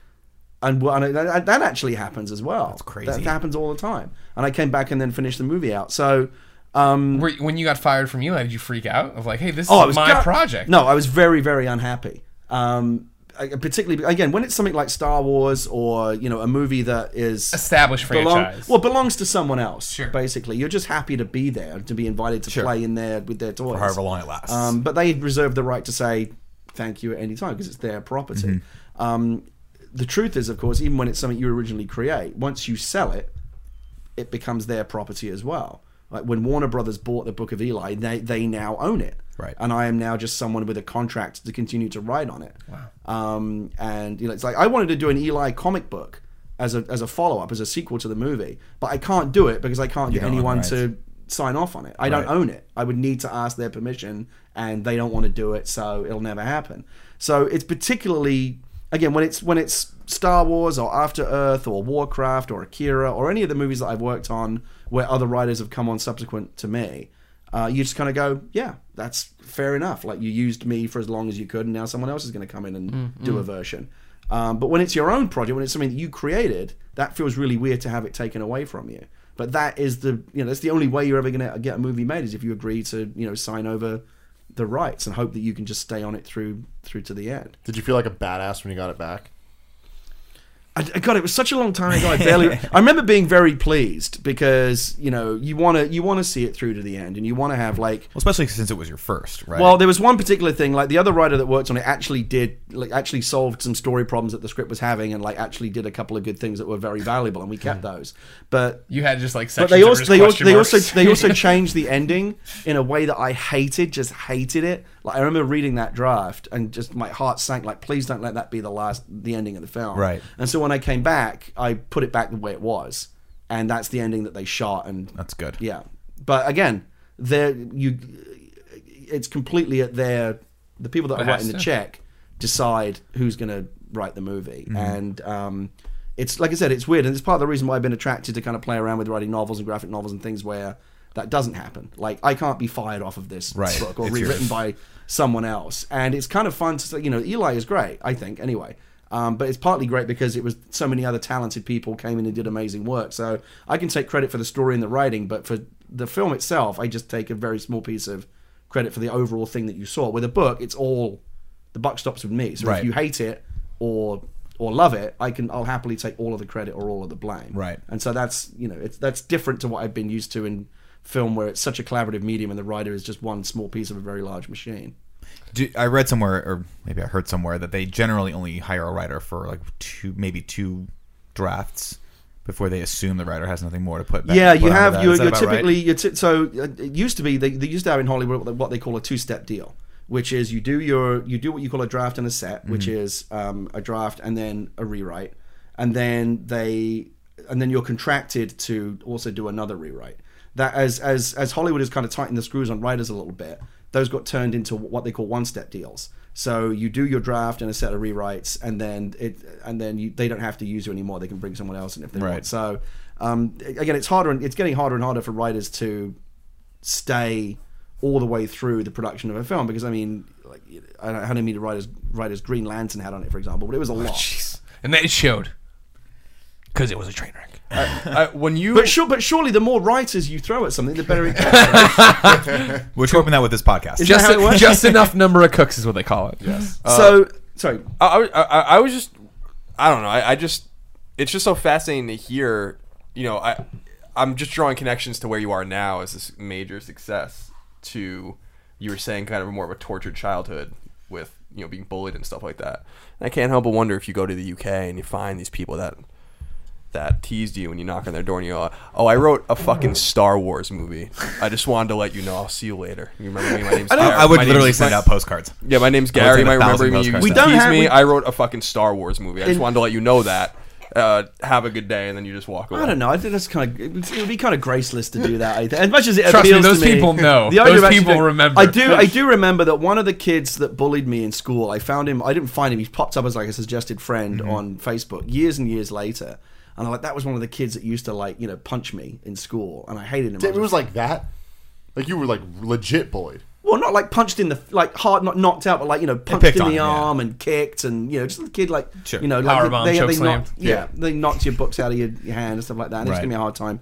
Speaker 4: and, w- and I- that, that actually happens as well. That's
Speaker 2: crazy.
Speaker 4: That happens all the time. And I came back and then finished the movie out. So. Um,
Speaker 1: Were, when you got fired from Eli, did you freak out? Of like, hey, this
Speaker 4: oh, I
Speaker 1: is
Speaker 4: was
Speaker 1: my
Speaker 4: gut-
Speaker 1: project.
Speaker 4: No, I was very, very unhappy. Um, I- particularly again when it's something like Star Wars or you know a movie that is
Speaker 1: Established
Speaker 4: belong-
Speaker 1: franchise.
Speaker 4: well, belongs to someone else.
Speaker 1: Sure.
Speaker 4: Basically, you're just happy to be there to be invited to play in there with their toys.
Speaker 2: however long it lasts.
Speaker 4: Um, but they reserve the right to say thank you at any time because it's their property. Um, the truth is, of course, even when it's something you originally create, once you sell it, it becomes their property as well. Like when Warner Brothers bought the Book of Eli, they, they now own it.
Speaker 2: Right.
Speaker 4: And I am now just someone with a contract to continue to write on it. Wow. Um, and you know, it's like I wanted to do an Eli comic book as a as a follow up, as a sequel to the movie, but I can't do it because I can't get
Speaker 2: don't own the
Speaker 4: anyone
Speaker 2: rights.
Speaker 4: to sign off on it. I don't
Speaker 2: Right.
Speaker 4: own it. I would need to ask their permission, and they don't want to do it, so it'll never happen. So it's particularly again when it's when it's Star Wars or After Earth or Warcraft or Akira or any of the movies that I've worked on where other writers have come on subsequent to me. Uh, you just kind of go, yeah, that's fair enough. Like you used me for as long as you could, and now someone else is going to come in and do a version. Um, but when it's your own project, when it's something that you created, that feels really weird to have it taken away from you. But that is the you know that's the only way you're ever going to get a movie made is if you agree to you know sign over the rights and hope that you can just stay on it through through to the end.
Speaker 3: Did you feel like a badass when you got it back?
Speaker 4: I, I- God, it was such a long time ago. I barely. I remember being very pleased because you know you want to you want to see it through to the end and you want to have like
Speaker 2: Well, especially since it was your first, right?
Speaker 4: Well, there was one particular thing. Like the other writer that worked on it actually did, like actually solved some story problems that the script was having, and like actually did a couple of good things that were very valuable, and we kept
Speaker 2: Hmm.
Speaker 4: those. But
Speaker 1: You had just like
Speaker 4: but
Speaker 1: sections.
Speaker 4: they
Speaker 1: that were
Speaker 4: also
Speaker 1: just
Speaker 4: they also
Speaker 1: question
Speaker 4: they also
Speaker 1: marks.
Speaker 4: they
Speaker 2: [LAUGHS]
Speaker 4: also changed the ending in a way that I hated, just hated it. Like I remember reading that draft and just my heart sank. Like please don't let that be the last the ending of the film.
Speaker 2: Right.
Speaker 4: And so when I came back, I put it back the way it was, and that's the ending that they shot. And
Speaker 2: that's good.
Speaker 4: yeah, but again, there you, it's completely at their the people that are
Speaker 1: it has
Speaker 4: writing the
Speaker 1: to.
Speaker 4: check decide who's going to write the movie,
Speaker 2: Mm-hmm.
Speaker 4: and um, it's like I said, it's weird, and it's part of the reason why I've been attracted to kind of play around with writing novels and graphic novels and things where that doesn't happen. Like I can't be fired off of this
Speaker 2: Right.
Speaker 4: book or
Speaker 2: It's
Speaker 4: rewritten
Speaker 2: yours.
Speaker 4: by someone else, and it's kind of fun to say, you know, Eli is great, I think, anyway. Um, but it's partly great because it was so many other talented people came in and did amazing work. So I can take credit for the story and the writing, but for the film itself, I just take a very small piece of credit for the overall thing that you saw. With a book, it's all the buck stops with me. So
Speaker 2: Right.
Speaker 4: if you hate it or or love it, I can I'll happily take all of the credit or all of the blame.
Speaker 2: Right.
Speaker 4: And so that's you know it's that's different to what I've been used to in film, where it's such a collaborative medium and the writer is just one small piece of a very large machine.
Speaker 2: Do, I read somewhere, or maybe I heard somewhere, that they generally only hire a writer for like two, maybe two drafts before they assume the writer has nothing more to put. Back,
Speaker 4: yeah,
Speaker 2: put
Speaker 4: you
Speaker 2: onto
Speaker 4: have
Speaker 2: that.
Speaker 4: you're,
Speaker 2: Is that
Speaker 4: you're
Speaker 2: about right?
Speaker 4: typically you're ti- so uh, it used to be they, they used to have in Hollywood what they- what they call a two step deal, which is you do your you do what you call a draft and a set, which
Speaker 2: Mm-hmm.
Speaker 4: is um, a draft and then a rewrite, and then they and then you're contracted to also do another rewrite. That as as as Hollywood has kind of tightened the screws on writers a little bit, those got turned into what they call one step deals. So you do your draft and a set of rewrites, and then it and then you, they don't have to use you anymore. They can bring someone else in if they
Speaker 2: Right.
Speaker 4: want. So um, again, it's harder and it's getting harder and harder for writers to stay all the way through the production of a film because I mean, like, I don't know how many writers writers Green Lantern had on it, for example, but it was a lot.
Speaker 1: Jeez. [LAUGHS] and that it showed because it was a train wreck.
Speaker 5: I, when you
Speaker 4: But sure, but surely the more writers you throw at something, the better it gets. right?
Speaker 2: We're hoping that with this podcast.
Speaker 4: Is that
Speaker 1: Just,
Speaker 4: how it works?
Speaker 1: just enough number of cooks is what they call it. Yes.
Speaker 4: so sorry,
Speaker 5: I, I, I I was just, I don't know. I, I just, it's just so fascinating to hear. You know, I, I'm just drawing connections to where you are now as this major success to, you were saying kind of more of a tortured childhood with you know being bullied and stuff like that. And I can't help but wonder if you go to the UK and you find these people that that teased you and you knock on their door and you go, "Oh, I wrote a fucking Star Wars movie. I just wanted to let you know. I'll see you later." You remember me? My name's Gary.
Speaker 2: I would
Speaker 5: My name's-
Speaker 2: literally send
Speaker 5: my-
Speaker 2: out postcards.
Speaker 5: yeah, my name's
Speaker 2: would
Speaker 5: Gary. You
Speaker 2: send a
Speaker 5: might remember
Speaker 2: thousand
Speaker 5: me. You
Speaker 2: postcards. We
Speaker 4: don't
Speaker 5: tease
Speaker 4: have-
Speaker 5: me.
Speaker 4: we-
Speaker 5: I wrote a fucking Star Wars movie. I just
Speaker 4: In-
Speaker 5: wanted to let you know that. Uh, have a good day, and then you just walk away.
Speaker 4: I don't know. I think that's kind of it would be kind of graceless to do that. I think. As much as it
Speaker 1: Trust me,
Speaker 4: appeals
Speaker 1: those
Speaker 4: to me,
Speaker 1: people know.
Speaker 4: the idea
Speaker 1: Those
Speaker 4: of actually
Speaker 1: people
Speaker 4: doing-
Speaker 1: remember.
Speaker 4: I do. I do remember that one of the kids that bullied me in school. I found him. I didn't find him. He popped up as like a suggested friend
Speaker 1: Mm-hmm.
Speaker 4: on Facebook years and years later. And I'm like, that was one of the kids that used to like you know punch me in school, and I hated him. I
Speaker 3: Damn, it was like that. Like you were like legit bullied.
Speaker 4: well, not like punched in the like hard, not knocked out, but like you know punched
Speaker 2: picked
Speaker 4: in
Speaker 2: on
Speaker 4: the
Speaker 2: him, yeah.
Speaker 4: arm and kicked, and you know just the kid like
Speaker 2: Sure.
Speaker 4: you know like
Speaker 1: Powerbomb,
Speaker 4: they, they,
Speaker 1: choke
Speaker 4: knocked,
Speaker 1: slammed.
Speaker 4: yeah,
Speaker 3: Yeah.
Speaker 4: they knocked your books out of your, your hand and stuff like that. And It was
Speaker 2: Right.
Speaker 4: giving me a hard time.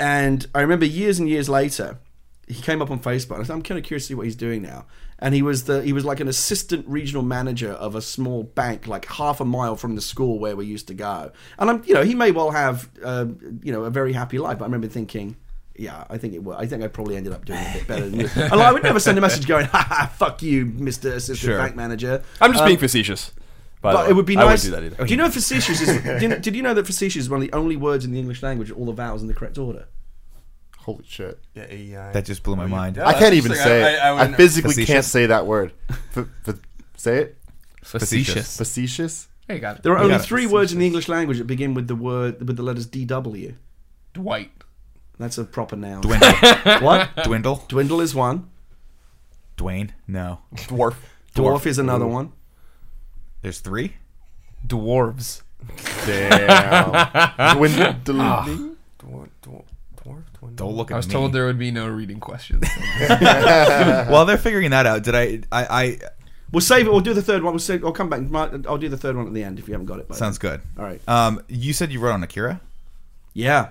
Speaker 4: And I remember years and years later, he came up on Facebook. And I said, I'm kind of curious to see what he's doing now. And he was the he was like an assistant regional manager of a small bank, like half a mile from the school where we used to go. And I'm, you know, he may well have, uh, you know, a very happy life. But I remember thinking, yeah, I think it would. I think I probably ended up doing a bit better than
Speaker 5: [LAUGHS]
Speaker 4: you. and I would never send a message going, ha ha, fuck you, Mister Assistant
Speaker 2: Sure.
Speaker 4: Bank Manager.
Speaker 5: I'm just
Speaker 4: Um,
Speaker 5: being facetious. by the
Speaker 4: but
Speaker 5: way.
Speaker 4: it would be
Speaker 5: I wouldn't
Speaker 4: nice. Oh,
Speaker 5: do that either.
Speaker 4: do you know
Speaker 5: [LAUGHS]
Speaker 4: facetious is? did, did you know that facetious is one of the only words in the English language with all the vowels in the correct order?
Speaker 3: Holy shit!
Speaker 5: Yeah, AEI.
Speaker 2: That just blew my mind.
Speaker 5: yeah.
Speaker 2: I-
Speaker 3: I
Speaker 2: [LAUGHS]
Speaker 5: that's
Speaker 3: can't even
Speaker 5: interesting.
Speaker 3: say
Speaker 5: I-
Speaker 3: it.
Speaker 5: I- I
Speaker 3: I,
Speaker 5: wouldn't-
Speaker 3: physically can't
Speaker 2: Facetious.
Speaker 3: say that word. F- f- say it.
Speaker 1: [LAUGHS] Facetious.
Speaker 3: Facetious.
Speaker 1: Hey, got it.
Speaker 4: There are only
Speaker 2: got it.
Speaker 4: three words in the English language that begin with the word with the letters DW.
Speaker 1: Dwight.
Speaker 4: That's a proper noun.
Speaker 2: Dwindle.
Speaker 4: [LAUGHS] What?
Speaker 2: Dwindle.
Speaker 4: Dwindle is one.
Speaker 2: Dwayne. No.
Speaker 5: Dwarf.
Speaker 4: Dwarf, is another one.
Speaker 2: There's three.
Speaker 1: Dwarves.
Speaker 3: Damn. Dwindling.
Speaker 5: Dwarf. Dwarf. Dwarf.
Speaker 2: Don't look at
Speaker 1: I was
Speaker 2: me.
Speaker 4: [LAUGHS]
Speaker 1: told there would be no reading questions.
Speaker 2: While they're figuring that out, did I? I. I
Speaker 4: We'll save it. We'll do the third one. We'll save, I'll come back. Mark, I'll do the third one at the end if you haven't got it. by
Speaker 2: sounds
Speaker 4: then.
Speaker 2: good.
Speaker 4: All right.
Speaker 2: Um, you said you wrote on Akira.
Speaker 4: Yeah.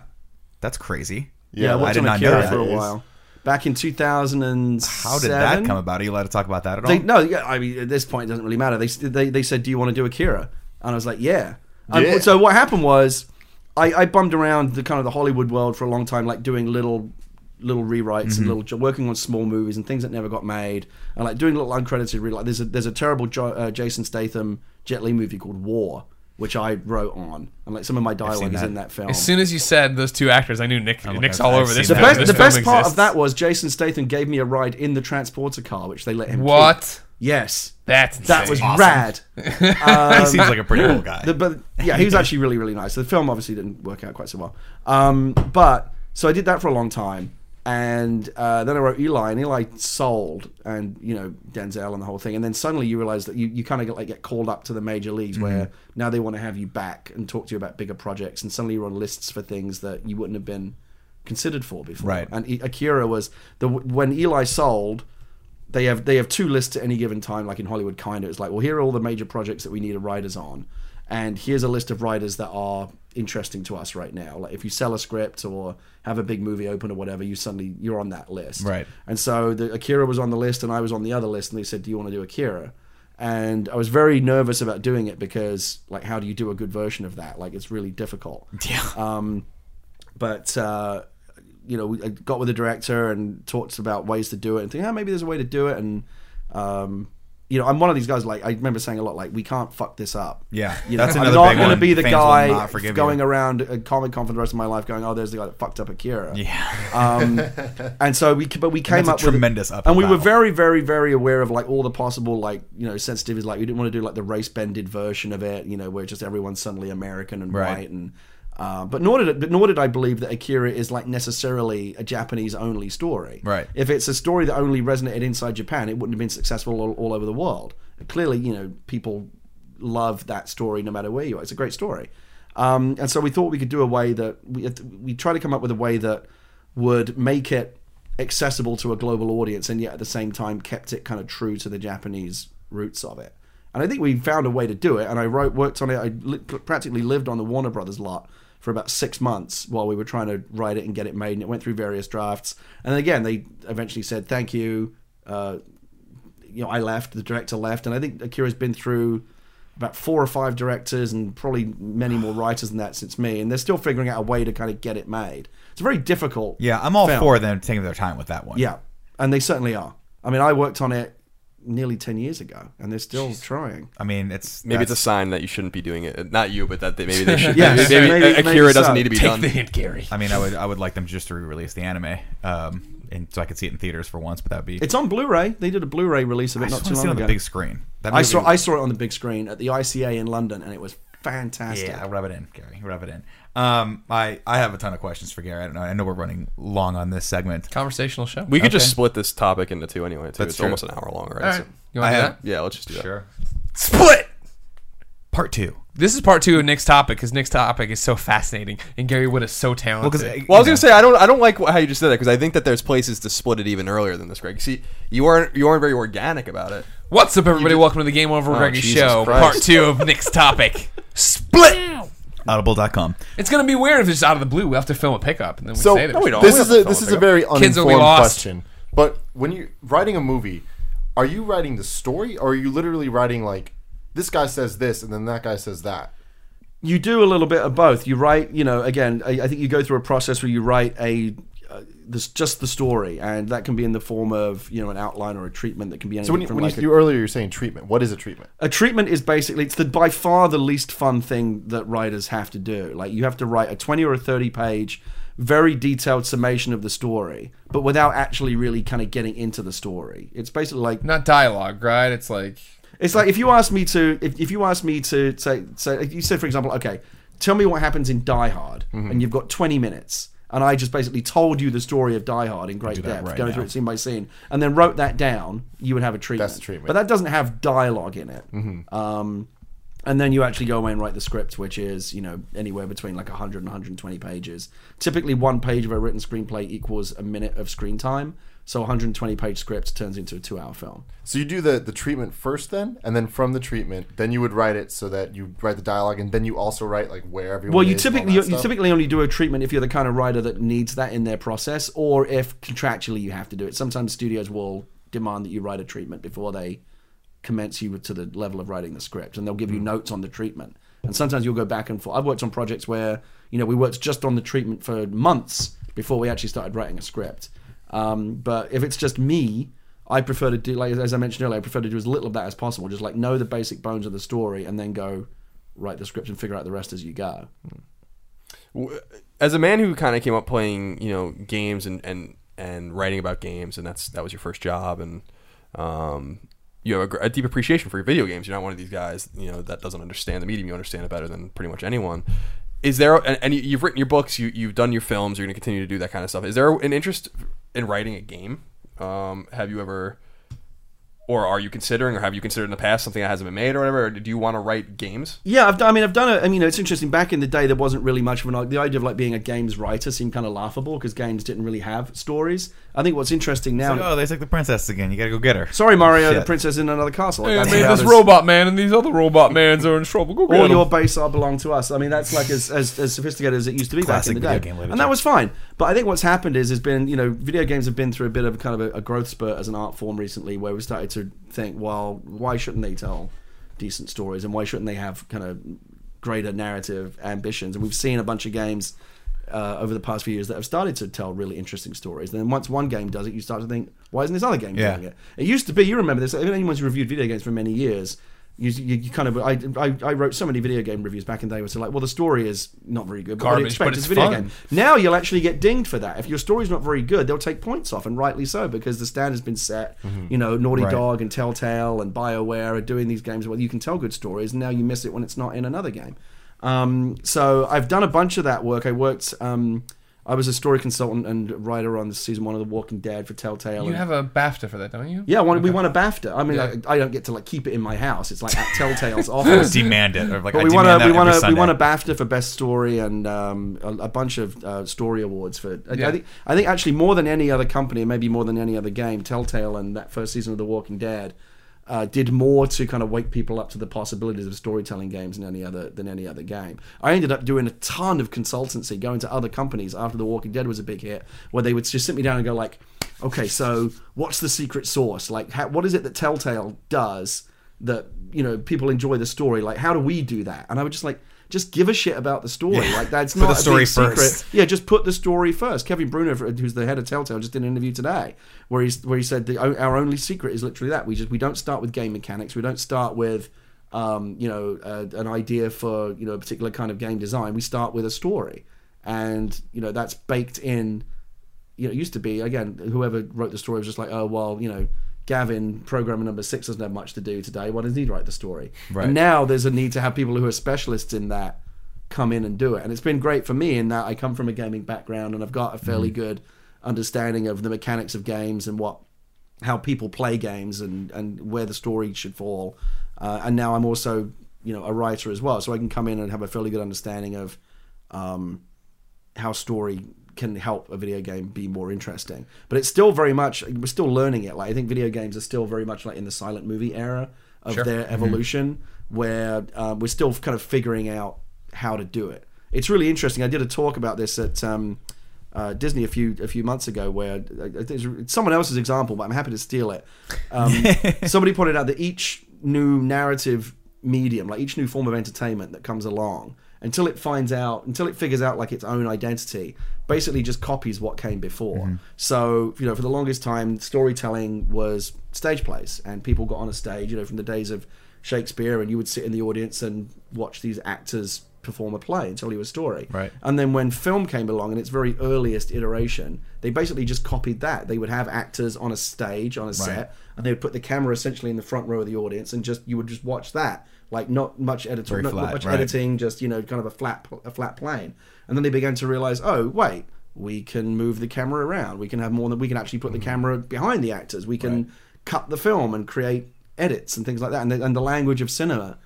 Speaker 2: That's crazy.
Speaker 4: Yeah.
Speaker 3: Yeah,
Speaker 4: What's
Speaker 2: I did
Speaker 4: on
Speaker 2: not
Speaker 4: Akira
Speaker 2: know that.
Speaker 4: for a while. Back in 2007.
Speaker 2: How did that come about? Are you allowed to talk about that at all?
Speaker 4: They, no, yeah, I mean, at this point, it doesn't really matter. They they, they said, "Do you want to do Akira?" And I was like, "Yeah." And
Speaker 3: Yeah.
Speaker 4: so what happened was, I, I bummed around the kind of the Hollywood world for a long time, like doing little little rewrites and little jo- working on small movies and things that never got made, and like doing little uncredited re- like there's a there's a terrible jo- uh, Jason Statham Jet Li movie called War, which I wrote on, and like some of my dialogue is
Speaker 2: that.
Speaker 4: in that film.
Speaker 1: as soon as you said those two actors, I knew Nick. Nick's
Speaker 2: I've-
Speaker 1: all
Speaker 2: I've
Speaker 1: over this.
Speaker 2: seen
Speaker 4: the
Speaker 2: that.
Speaker 1: film.
Speaker 4: best,
Speaker 1: This
Speaker 4: the
Speaker 1: film
Speaker 4: best part
Speaker 1: exists.
Speaker 4: of that was Jason Statham gave me a ride in the transporter car, which they let him. keep.
Speaker 1: What?
Speaker 4: Yes.
Speaker 1: That's
Speaker 4: That was
Speaker 1: insane.
Speaker 2: [LAUGHS]
Speaker 4: rad.
Speaker 2: he seems like a
Speaker 4: [CLEARS THROAT]
Speaker 2: pretty cool guy.
Speaker 4: um, The- but yeah, he was actually really, really nice. The film obviously didn't work out quite so well. Um, but so I did that for a long time, and uh, then I wrote Eli, and Eli sold, and you know Denzel and the whole thing. And then suddenly you realize that you, you kind of get like get called up to the major leagues
Speaker 2: Mm-hmm.
Speaker 4: where now they want to have you back and talk to you about bigger projects, and suddenly you're on lists for things that you wouldn't have been considered for before.
Speaker 2: Right.
Speaker 4: And I- Akira was the when Eli sold they have they have two lists at any given time like in hollywood kind of it's like well here are all the major projects that we need writers on and here's a list of writers that are interesting to us right now like if you sell a script or have a big movie open or whatever you suddenly you're on that list
Speaker 2: Right.
Speaker 4: and so the akira was on the list and i was on the other list and they said do you want to do akira and i was very nervous about doing it because like how do you do a good version of that like it's really difficult
Speaker 2: [LAUGHS] Yeah.
Speaker 4: Uh, but uh, you know, I got with the director and talked about ways to do it and think, oh, maybe there's a way to do it. And um, you know, I'm one of these guys. Like I remember saying a lot, like we can't fuck this up.
Speaker 2: Yeah,
Speaker 4: you know,
Speaker 2: that's
Speaker 4: I'm
Speaker 2: another
Speaker 4: not
Speaker 2: big
Speaker 4: gonna
Speaker 2: one.
Speaker 4: be the
Speaker 2: Fans will
Speaker 4: guy
Speaker 2: not forgive
Speaker 4: going
Speaker 2: you.
Speaker 4: around a Comic Con for the rest of my life, going, oh, there's the guy that fucked up Akira.
Speaker 2: yeah. [LAUGHS]
Speaker 4: Um, and so we, but we came
Speaker 2: that's a
Speaker 4: up with
Speaker 2: tremendous uphill
Speaker 4: and we were
Speaker 2: battle.
Speaker 4: very, very, very aware of like all the possible like you know sensitivities. Like we didn't want to do like the race bended version of it, you know, where just everyone's suddenly American and
Speaker 2: Right.
Speaker 4: white and. Uh, but nor did it, but nor did I believe that Akira is like necessarily a Japanese only story.
Speaker 2: Right.
Speaker 4: If it's a story that only resonated inside Japan, it wouldn't have been successful all, all over the world. Clearly, you know, people love that story no matter where you are. It's a great story. Um, and so we thought we could do a way that we uh, we try to come up with a way that would make it accessible to a global audience and yet at the same time kept it kind of true to the Japanese roots of it. And I think we found a way to do it. And I wrote, worked on it. I li- practically lived on the Warner Brothers lot for about six months while we were trying to write it and get it made. And it went through various drafts. And then again, they eventually said, "Thank you." Uh, you know, I left. The director left, and I think Akira's been through about four or five directors and probably many more writers than that since me. And they're still figuring out a way to kind of get it made. It's very difficult.
Speaker 2: Yeah, I'm all
Speaker 4: film.
Speaker 2: for them taking their time with that one.
Speaker 4: Yeah, and they certainly are. I mean, I worked on it nearly ten years ago, and they're still trying.
Speaker 2: I mean, it's
Speaker 5: Maybe it's
Speaker 2: that's-
Speaker 5: a sign that you shouldn't be doing it. Uh, Not you, but that they, maybe they should.
Speaker 4: Yes,
Speaker 5: maybe,
Speaker 4: maybe-
Speaker 5: Akira
Speaker 4: maybe so.
Speaker 5: doesn't need to be
Speaker 1: Take
Speaker 5: done.
Speaker 1: the hint, Gary.
Speaker 2: I mean, I would I would like them just to re-release the anime, um, and so I could see it in theaters for once. But that'd be
Speaker 4: It's on Blu-ray. They did a Blu-ray release of it
Speaker 2: I
Speaker 4: not
Speaker 2: just want to
Speaker 4: too long
Speaker 2: see it on
Speaker 4: ago.
Speaker 2: the big screen. That
Speaker 4: I
Speaker 2: movie-
Speaker 4: saw I saw it on the big screen at the ICA in London, and it was fantastic.
Speaker 2: Yeah, rub it in, Gary. Rub it in. Um, I I have a ton of questions for Gary. I don't know. I know we're running long on this segment.
Speaker 1: Conversational show.
Speaker 5: We could just
Speaker 2: Okay.
Speaker 5: split this topic into two anyway. Too.
Speaker 2: That's
Speaker 5: it's
Speaker 2: true.
Speaker 5: almost an hour long, right?
Speaker 1: All
Speaker 5: So-
Speaker 1: right. You want
Speaker 2: I
Speaker 1: to do
Speaker 2: have-
Speaker 1: that?
Speaker 5: yeah, let's just do that.
Speaker 1: Split.
Speaker 2: Part two.
Speaker 1: This is part two of Nick's topic because Nick's topic is so fascinating and Gary Wood is so
Speaker 2: Well,
Speaker 1: talented.
Speaker 2: because uh,
Speaker 5: Well, I was gonna say I don't I don't like wh- how you just did that because I think that there's places to split it even earlier than this, Greg. See, you aren't you aren't very organic about it.
Speaker 1: What's up, everybody? Welcome to the Game Over
Speaker 5: Oh,
Speaker 1: Greggy
Speaker 5: Jesus
Speaker 1: Show,
Speaker 5: Christ.
Speaker 1: part two of Nick's topic. Split.
Speaker 2: audible.com.
Speaker 1: It's gonna be weird if it's out of the blue. We have to film a pickup and then we
Speaker 3: So
Speaker 1: say it.
Speaker 3: this is a this is a very
Speaker 1: Kids will be
Speaker 3: uninformed
Speaker 1: lost.
Speaker 3: question. But when you're writing a movie, are you writing the story, or are you literally writing like this guy says this and then that guy says that?
Speaker 4: you do a little bit of both. You write, you know, again, I, I think you go through a process where you write a uh, this just the story, and that can be in the form of you know an outline or a treatment that can be anything
Speaker 3: So when you,
Speaker 4: from
Speaker 3: when
Speaker 4: like
Speaker 3: you,
Speaker 4: a-
Speaker 3: you earlier you're saying treatment. What is a treatment?
Speaker 4: a treatment is basically it's the by far the least fun thing that writers have to do like you have to write a 20 or a 30 page very detailed summation of the story, but without actually really kind of getting into the story. It's basically like
Speaker 1: Not dialogue, right? It's like
Speaker 4: it's like if you ask me to, if, if you ask me to say, say, if you said, for example, okay, tell me what happens in Die Hard,
Speaker 3: Mm-hmm.
Speaker 4: and you've got 20 minutes, and I just basically told you the story of Die Hard in great depth, going through it scene by scene, and then wrote that down, you would have a treatment.
Speaker 3: That's the treatment. Mm-hmm.
Speaker 4: But that doesn't have dialogue in it. Um, and then you actually go away and write the script, which is, you know, anywhere between like 100 and 120 pages. Typically, one page of a written screenplay equals a minute of screen time. So, a 120 page script turns into a two hour film.
Speaker 3: So you do the, the treatment first, then, and then from the treatment, then you would write it so that you write the dialogue, and then you also write like where everyone.
Speaker 4: Well, you
Speaker 3: is and all
Speaker 4: typically you,
Speaker 3: that
Speaker 4: you
Speaker 3: stuff?
Speaker 4: typically only do a treatment if you're the kind of writer that needs that in their process, or if contractually you have to do it. Sometimes studios will demand that you write a treatment before they commence you to the level of writing the script, and they'll give you
Speaker 3: Hmm.
Speaker 4: notes on the treatment. And sometimes you'll go back and forth. I've worked on projects where you know we worked just on the treatment for months before we actually started writing a script. Um, but if it's just me, I prefer to do like as I mentioned earlier, I prefer to do as little of that as possible. Just like know the basic bones of the story, and then go write the script and figure out the rest as you go.
Speaker 5: w- as a man who kind of came up playing you know games and and and writing about games and that's that was your first job and um you have a, gr- a deep appreciation for your video games you're not one of these guys you know that doesn't understand the medium you understand it better than pretty much anyone is there and, and you- you've written your books you, you've done your films you're going to continue to do that kind of stuff is there an interest in writing a game um have you ever or are you considering or have you considered in the past something that hasn't been made or whatever or do you want to write games
Speaker 4: Yeah, I've, done- I mean, I've done it. I mean, it's interesting. Back in the day, there wasn't really much of an the idea of like being a games writer seemed kind of laughable because games didn't really have stories. I think what's interesting now.
Speaker 2: oh, they took the princess again. You gotta go get her.
Speaker 4: sorry, Mario, the
Speaker 2: Shit.
Speaker 4: princess in another castle. Like,
Speaker 1: I
Speaker 4: that's
Speaker 1: made
Speaker 4: about
Speaker 1: oh, this
Speaker 4: as-
Speaker 1: robot man, and these other robot mans are in trouble. Go
Speaker 4: all
Speaker 1: get 'em.
Speaker 4: your base are belong to us. I mean, that's like as, as, as sophisticated as it used to be
Speaker 2: Classic
Speaker 4: back in the
Speaker 2: video
Speaker 4: day,
Speaker 2: game literature.
Speaker 4: and that was fine. But I think what's happened is has been you know video games have been through a bit of a kind of a, a growth spurt as an art form recently, where we started to think, well, why shouldn't they tell decent stories, and why shouldn't they have kind of greater narrative ambitions? And we've seen a bunch of games. Uh, over the past few years, that have started to tell really interesting stories. And then once one game does it, you start to think, why isn't this other game
Speaker 2: Yeah.
Speaker 4: doing it? It used to be, you remember this, anyone's reviewed video games for many years, you, you, you kind of, I, I, I wrote so many video game reviews back in the day where it's like, well, the story is not very good, but what do you
Speaker 1: Garbage,
Speaker 4: expect?
Speaker 1: but
Speaker 4: It's a
Speaker 1: it's
Speaker 4: video
Speaker 1: fun.
Speaker 4: game. Now you'll actually get dinged for that. If your story's not very good, they'll take points off, and rightly so, because the standard's been set. You know, Naughty
Speaker 2: Right.
Speaker 4: Dog and Telltale and BioWare are doing these games where you can tell good stories, and now you miss it when it's not in another game. Um, so I've done a bunch of that work. I worked, um, I was a story consultant and writer on season one of The Walking Dead for Telltale.
Speaker 1: You
Speaker 4: and-
Speaker 1: have a BAFTA for that, don't you?
Speaker 4: yeah, one, we won a BAFTA. I mean,
Speaker 1: Yeah.
Speaker 4: I, I don't get to like keep it in my house.
Speaker 1: [LAUGHS]
Speaker 4: It's like at Telltale's office.
Speaker 2: Demand it. Or like,
Speaker 4: But
Speaker 2: I
Speaker 4: we want
Speaker 2: demand
Speaker 4: to
Speaker 2: that
Speaker 4: we want
Speaker 2: every
Speaker 4: to we
Speaker 2: Sunday.
Speaker 4: want a BAFTA for best story and um, a, a bunch of uh, story awards for. I, I
Speaker 1: Yeah.
Speaker 4: think I think actually more than any other company, and maybe more than any other game, Telltale and that first season of The Walking Dead uh, did more to kind of wake people up to the possibilities of storytelling games than any other than any other game. I ended up doing a ton of consultancy, going to other companies after The Walking Dead was a big hit, where they would just sit me down and go like, "Okay, so what's the secret sauce? Like, how, what is it that Telltale does?" that you know people enjoy the story like how do we do that and i would just like just give a shit about the story like that's
Speaker 2: Put
Speaker 4: not
Speaker 2: the
Speaker 4: a
Speaker 2: story
Speaker 4: big secret
Speaker 2: first.
Speaker 4: yeah just put the story first kevin bruno who's the head of telltale just did an interview today where he's where he said the, our only secret is literally that we just we don't start with game mechanics we don't start with um, you know uh, an idea for you know a particular kind of game design we start with a story and you know that's baked in you know, it used to be again, whoever wrote the story was just like, oh well, you know, Gavin, programmer number six, doesn't have much to do today. Why does he write the story?
Speaker 2: Right.
Speaker 4: And now there's a need to have people who are specialists in that come in and do it. And it's been great for me in that I come from a gaming background and I've got a fairly good understanding of the mechanics of games and what how people play games and and where the story should fall. Uh, and now I'm also you know a writer as well, so I can come in and have a fairly good understanding of. Um, how story can help a video game be more interesting. But it's still very much we're still learning it. Like I think video games are still very much like in the silent movie era of their evolution, where uh, we're still kind of figuring out how to do it. It's really interesting. I did a talk about this at um, uh, Disney a few a few months ago, where uh, it's it's someone else's example, but I'm happy to steal it. Um, somebody pointed out that each new narrative medium, like each new form of entertainment that comes along, until it finds out, until it figures out like its own identity, basically just copies what came before. So, you know, for the longest time, storytelling was stage plays, and people got on a stage, you know, from the days of Shakespeare, and you would sit in the audience and watch these actors perform a play and tell you a story.
Speaker 2: Right.
Speaker 4: And then when film came along in its very earliest iteration, they basically just copied that. They would have actors on a stage, on a set, and they would put the camera essentially in the front row of the audience and just you would just watch that. Like not much editor,
Speaker 2: Very
Speaker 4: not, not
Speaker 2: flat,
Speaker 4: much
Speaker 2: right.
Speaker 4: editing, just you know, kind of a flat, a flat plane. And then they began to realize, oh wait, we can move the camera around. We can have more than we can actually put the camera behind the actors. We can cut the film and create edits and things like that. And the, and the language of cinema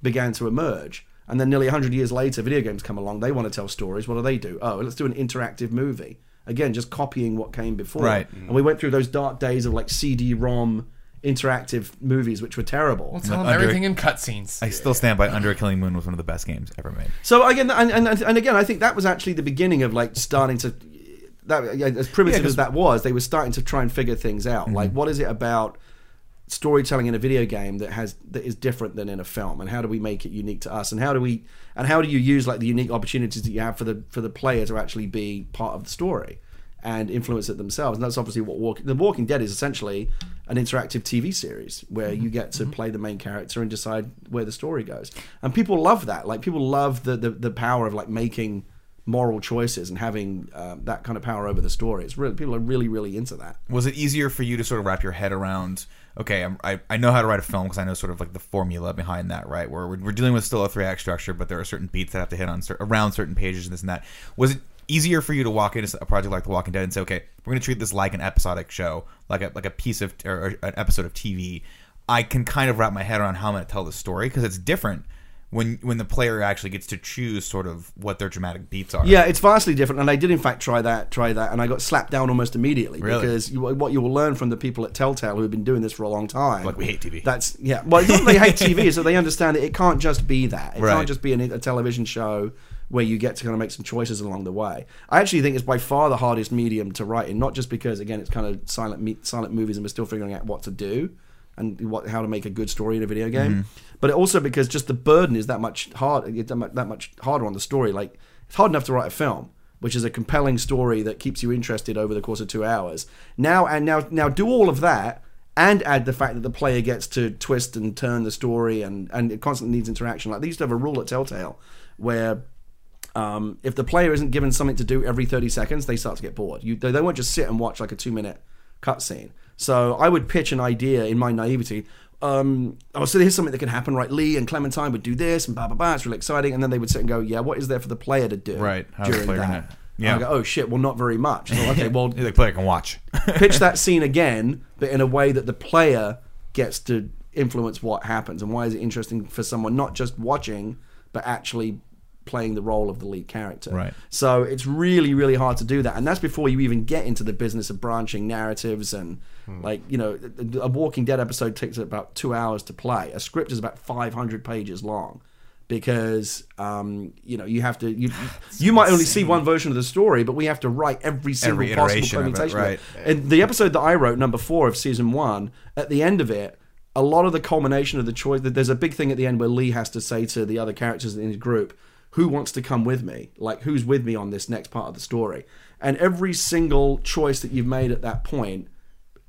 Speaker 4: began to emerge. And then nearly 100 years later, video games come along. They want to tell stories. What do they do? Oh, let's do an interactive movie. Again, just copying what came before.
Speaker 2: Right.
Speaker 4: And we went through those dark days of like CD-ROM interactive movies, which were terrible.
Speaker 1: We'll tell them
Speaker 2: under-
Speaker 1: everything in cutscenes.
Speaker 2: I still stand by Under a Killing Moon was one of the best games ever made.
Speaker 4: So again, and, and and again, I think that was actually the beginning of like starting to that yeah, as primitive as that was, they were starting to try and figure things out. Like, what is it about storytelling in a video game that has that is different than in a film, and how do we make it unique to us, and how do we and how do you use like the unique opportunities that you have for the for the player to actually be part of the story and influence it themselves? And that's obviously what Walking The Walking Dead is essentially an interactive TV series where you get
Speaker 2: Mm-hmm.
Speaker 4: to play the main character and decide where the story goes, and people love that. Like, people love the the, the power of like making moral choices and having um, that kind of power over the story. It's really people are really really into that.
Speaker 2: was it easier for you to sort of wrap your head around okay I'm, I, I know how to write a film because i know sort of like the formula behind that right where we're, we're dealing with still a three act structure but there are certain beats that have to hit on cer- around certain pages and this and that was it easier for you to walk into a project like the walking dead and say okay we're going to treat this like an episodic show like a like a piece of or, or an episode of tv i can kind of wrap my head around how i'm going to tell the story because it's different when when the player actually gets to choose sort of what their dramatic beats are
Speaker 4: Yeah, it's vastly different, and I did in fact try that, try that, and I got slapped down almost immediately
Speaker 2: Really?
Speaker 4: because you, what you will learn from the people at Telltale who have been doing this for a long time,
Speaker 2: Like, we hate TV.
Speaker 4: That's yeah. Well, it's not that they hate TV, so they understand that it can't just be that. It
Speaker 2: Right.
Speaker 4: can't just be an, a television show where you get to kind of make some choices along the way. I actually think it's by far the hardest medium to write in, not just because again it's kind of silent me- silent movies and we're still figuring out what to do and what how to make a good story in a video game, but also because just the burden is that much hard it's that mu- that much harder on the story. Like it's hard enough to write a film. Which is a compelling story that keeps you interested over the course of two hours. Now and now, now do all of that and add the fact that the player gets to twist and turn the story and, and it constantly needs interaction. Like they used to have a rule at Telltale where um, if the player isn't given something to do every 30 seconds, they start to get bored. You, they, they won't just sit and watch like a two minute cutscene. So I would pitch an idea in my naivety. Um, oh, so here's something that could happen, right? Lee and Clementine would do this and blah, blah, blah. It's really exciting. And then they would sit and go, yeah, what is there for the player to do?
Speaker 2: Right. How's the
Speaker 4: during
Speaker 2: player gonna-
Speaker 4: that.
Speaker 2: Yeah.
Speaker 4: Yeah. I go, oh shit, well, not very much.
Speaker 2: [LAUGHS]
Speaker 4: So, okay, well,
Speaker 2: the player can watch [LAUGHS]
Speaker 4: pitch that scene again, but in a way that the player gets to influence what happens. And why is it interesting for someone not just watching, but actually playing the role of the lead character?
Speaker 2: Right.
Speaker 4: So it's really, really hard to do that. And that's before you even get into the business of branching narratives and,
Speaker 2: Hmm.
Speaker 4: like, you know, a- a Walking Dead episode takes about two hours to play, a script is about 500 pages long. Because um, you know you have
Speaker 2: [SIGHS]
Speaker 4: to you you might only see one version of the story, but we have to write every single
Speaker 2: Every iteration
Speaker 4: possible
Speaker 2: of it,
Speaker 4: permutation. of it.
Speaker 2: right.
Speaker 4: And Uh, the episode that I wrote, number four of season one, at the end of it, a lot of the culmination of the choice. There's a big thing at the end where Lee has to say to the other characters in his group, "Who wants to come with me? Like, who's with me on this next part of the story?" And every single choice that you've made at that point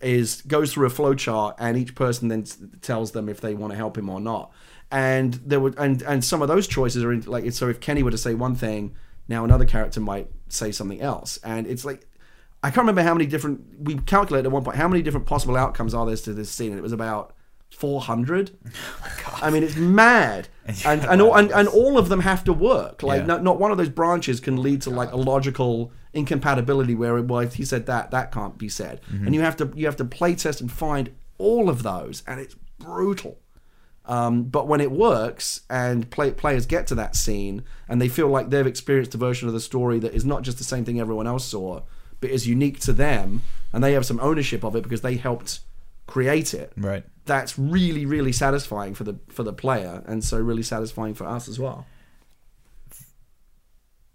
Speaker 4: is goes through a flowchart, and each person then s- tells them if they want to help him or not. And there were and and some of those choices are in, like so. If Kenny were to say one thing, now another character might say something else, and it's like I can't remember how many different we calculated at one point how many different possible outcomes are there to this scene, and it was about 400. I mean, it's mad, and and all, and, and all of them have to work. Like,
Speaker 2: Yeah.
Speaker 4: no, not one of those branches can lead to like a logical incompatibility where well, if he said that, that can't be said, and you have to you have to play test and find all of those, and it's brutal. Um, but when it works and play, players get to that scene and they feel like they've experienced a version of the story that is not just the same thing everyone else saw, but is unique to them, and they have some ownership of it because they helped create it.
Speaker 2: Right.
Speaker 4: That's really, really satisfying for the for the player, and so really satisfying for us as well.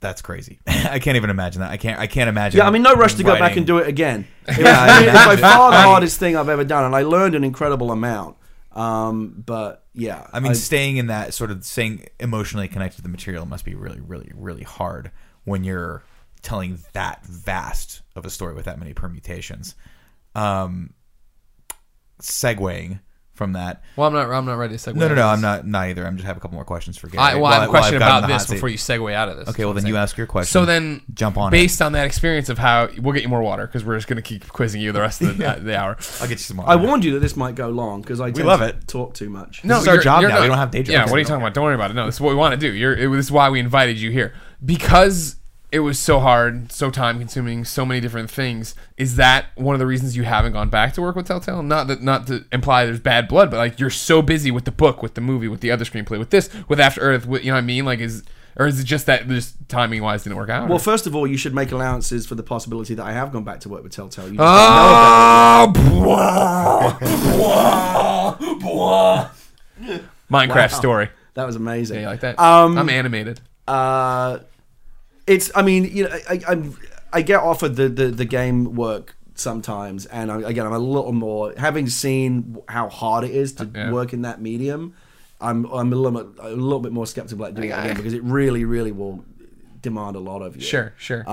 Speaker 2: That's crazy. [LAUGHS] I can't even imagine that. I can't. I can't imagine.
Speaker 4: Yeah, I mean, no rush to go back and do it
Speaker 2: [LAUGHS]
Speaker 4: again. It was, it was by far the hardest thing I've ever done, and I learned an incredible amount. Um, but yeah,
Speaker 2: I mean, staying in that sort of staying emotionally connected to the material must be really, really, really hard when you're telling that vast of a story with that many permutations. Um, segueing from that.
Speaker 1: Well, I'm not. I'm not ready to segue.
Speaker 2: No, no, no.
Speaker 1: out
Speaker 2: I'm
Speaker 1: of this.
Speaker 2: not not either. I'm just have a couple more questions for Gary.
Speaker 1: I, well,
Speaker 2: while
Speaker 1: I have a
Speaker 2: while
Speaker 1: question
Speaker 2: I've gotten
Speaker 1: about
Speaker 2: the hot
Speaker 1: this
Speaker 2: seat.
Speaker 1: before you segue out of this.
Speaker 2: Okay, well then you ask your question.
Speaker 1: So then,
Speaker 2: jump on. it.
Speaker 1: based on that experience of how we'll get you more water because we're just gonna keep quizzing you the rest
Speaker 2: [LAUGHS]
Speaker 1: of the, uh, the hour.
Speaker 2: I'll get you some more.
Speaker 4: I warned you that this might go long because I tend
Speaker 2: love
Speaker 4: to
Speaker 2: it.
Speaker 4: talk too much.
Speaker 1: No,
Speaker 2: This is our
Speaker 1: you're-
Speaker 2: job
Speaker 1: you're
Speaker 2: now.
Speaker 1: not-
Speaker 2: We don't have day jobs.
Speaker 1: Yeah, what are you talking about? Don't worry about it. No, this is what we want to do. You're, it, this is why we invited you here because it was so hard, so time consuming, so many different things. Is that one of the reasons you haven't gone back to work with Telltale? Not that, not to imply there's bad blood, but like you're so busy with the book, with the movie, with the other screenplay, with this, with After Earth. With, you know what I mean? Like is. Or is it just that just timing wise didn't work out?
Speaker 4: Well,
Speaker 1: or-
Speaker 4: first of all, you should make allowances for the possibility that I have gone back to work with Telltale. You just
Speaker 1: Ah, blah, blah, blah. Minecraft story.
Speaker 4: That was amazing.
Speaker 1: Yeah, you like that?
Speaker 4: Um,
Speaker 1: I'm animated.
Speaker 4: Uh, it's. I mean, you know, I, I, I'm. I get offered the, the the game work sometimes, and I, again, I'm a little more having seen how hard it is to
Speaker 1: Yeah.
Speaker 4: work in that medium. I'm I'm a little bit, a little bit more skeptical at doing it again because it really, really will demand a lot of you.
Speaker 1: Sure, sure.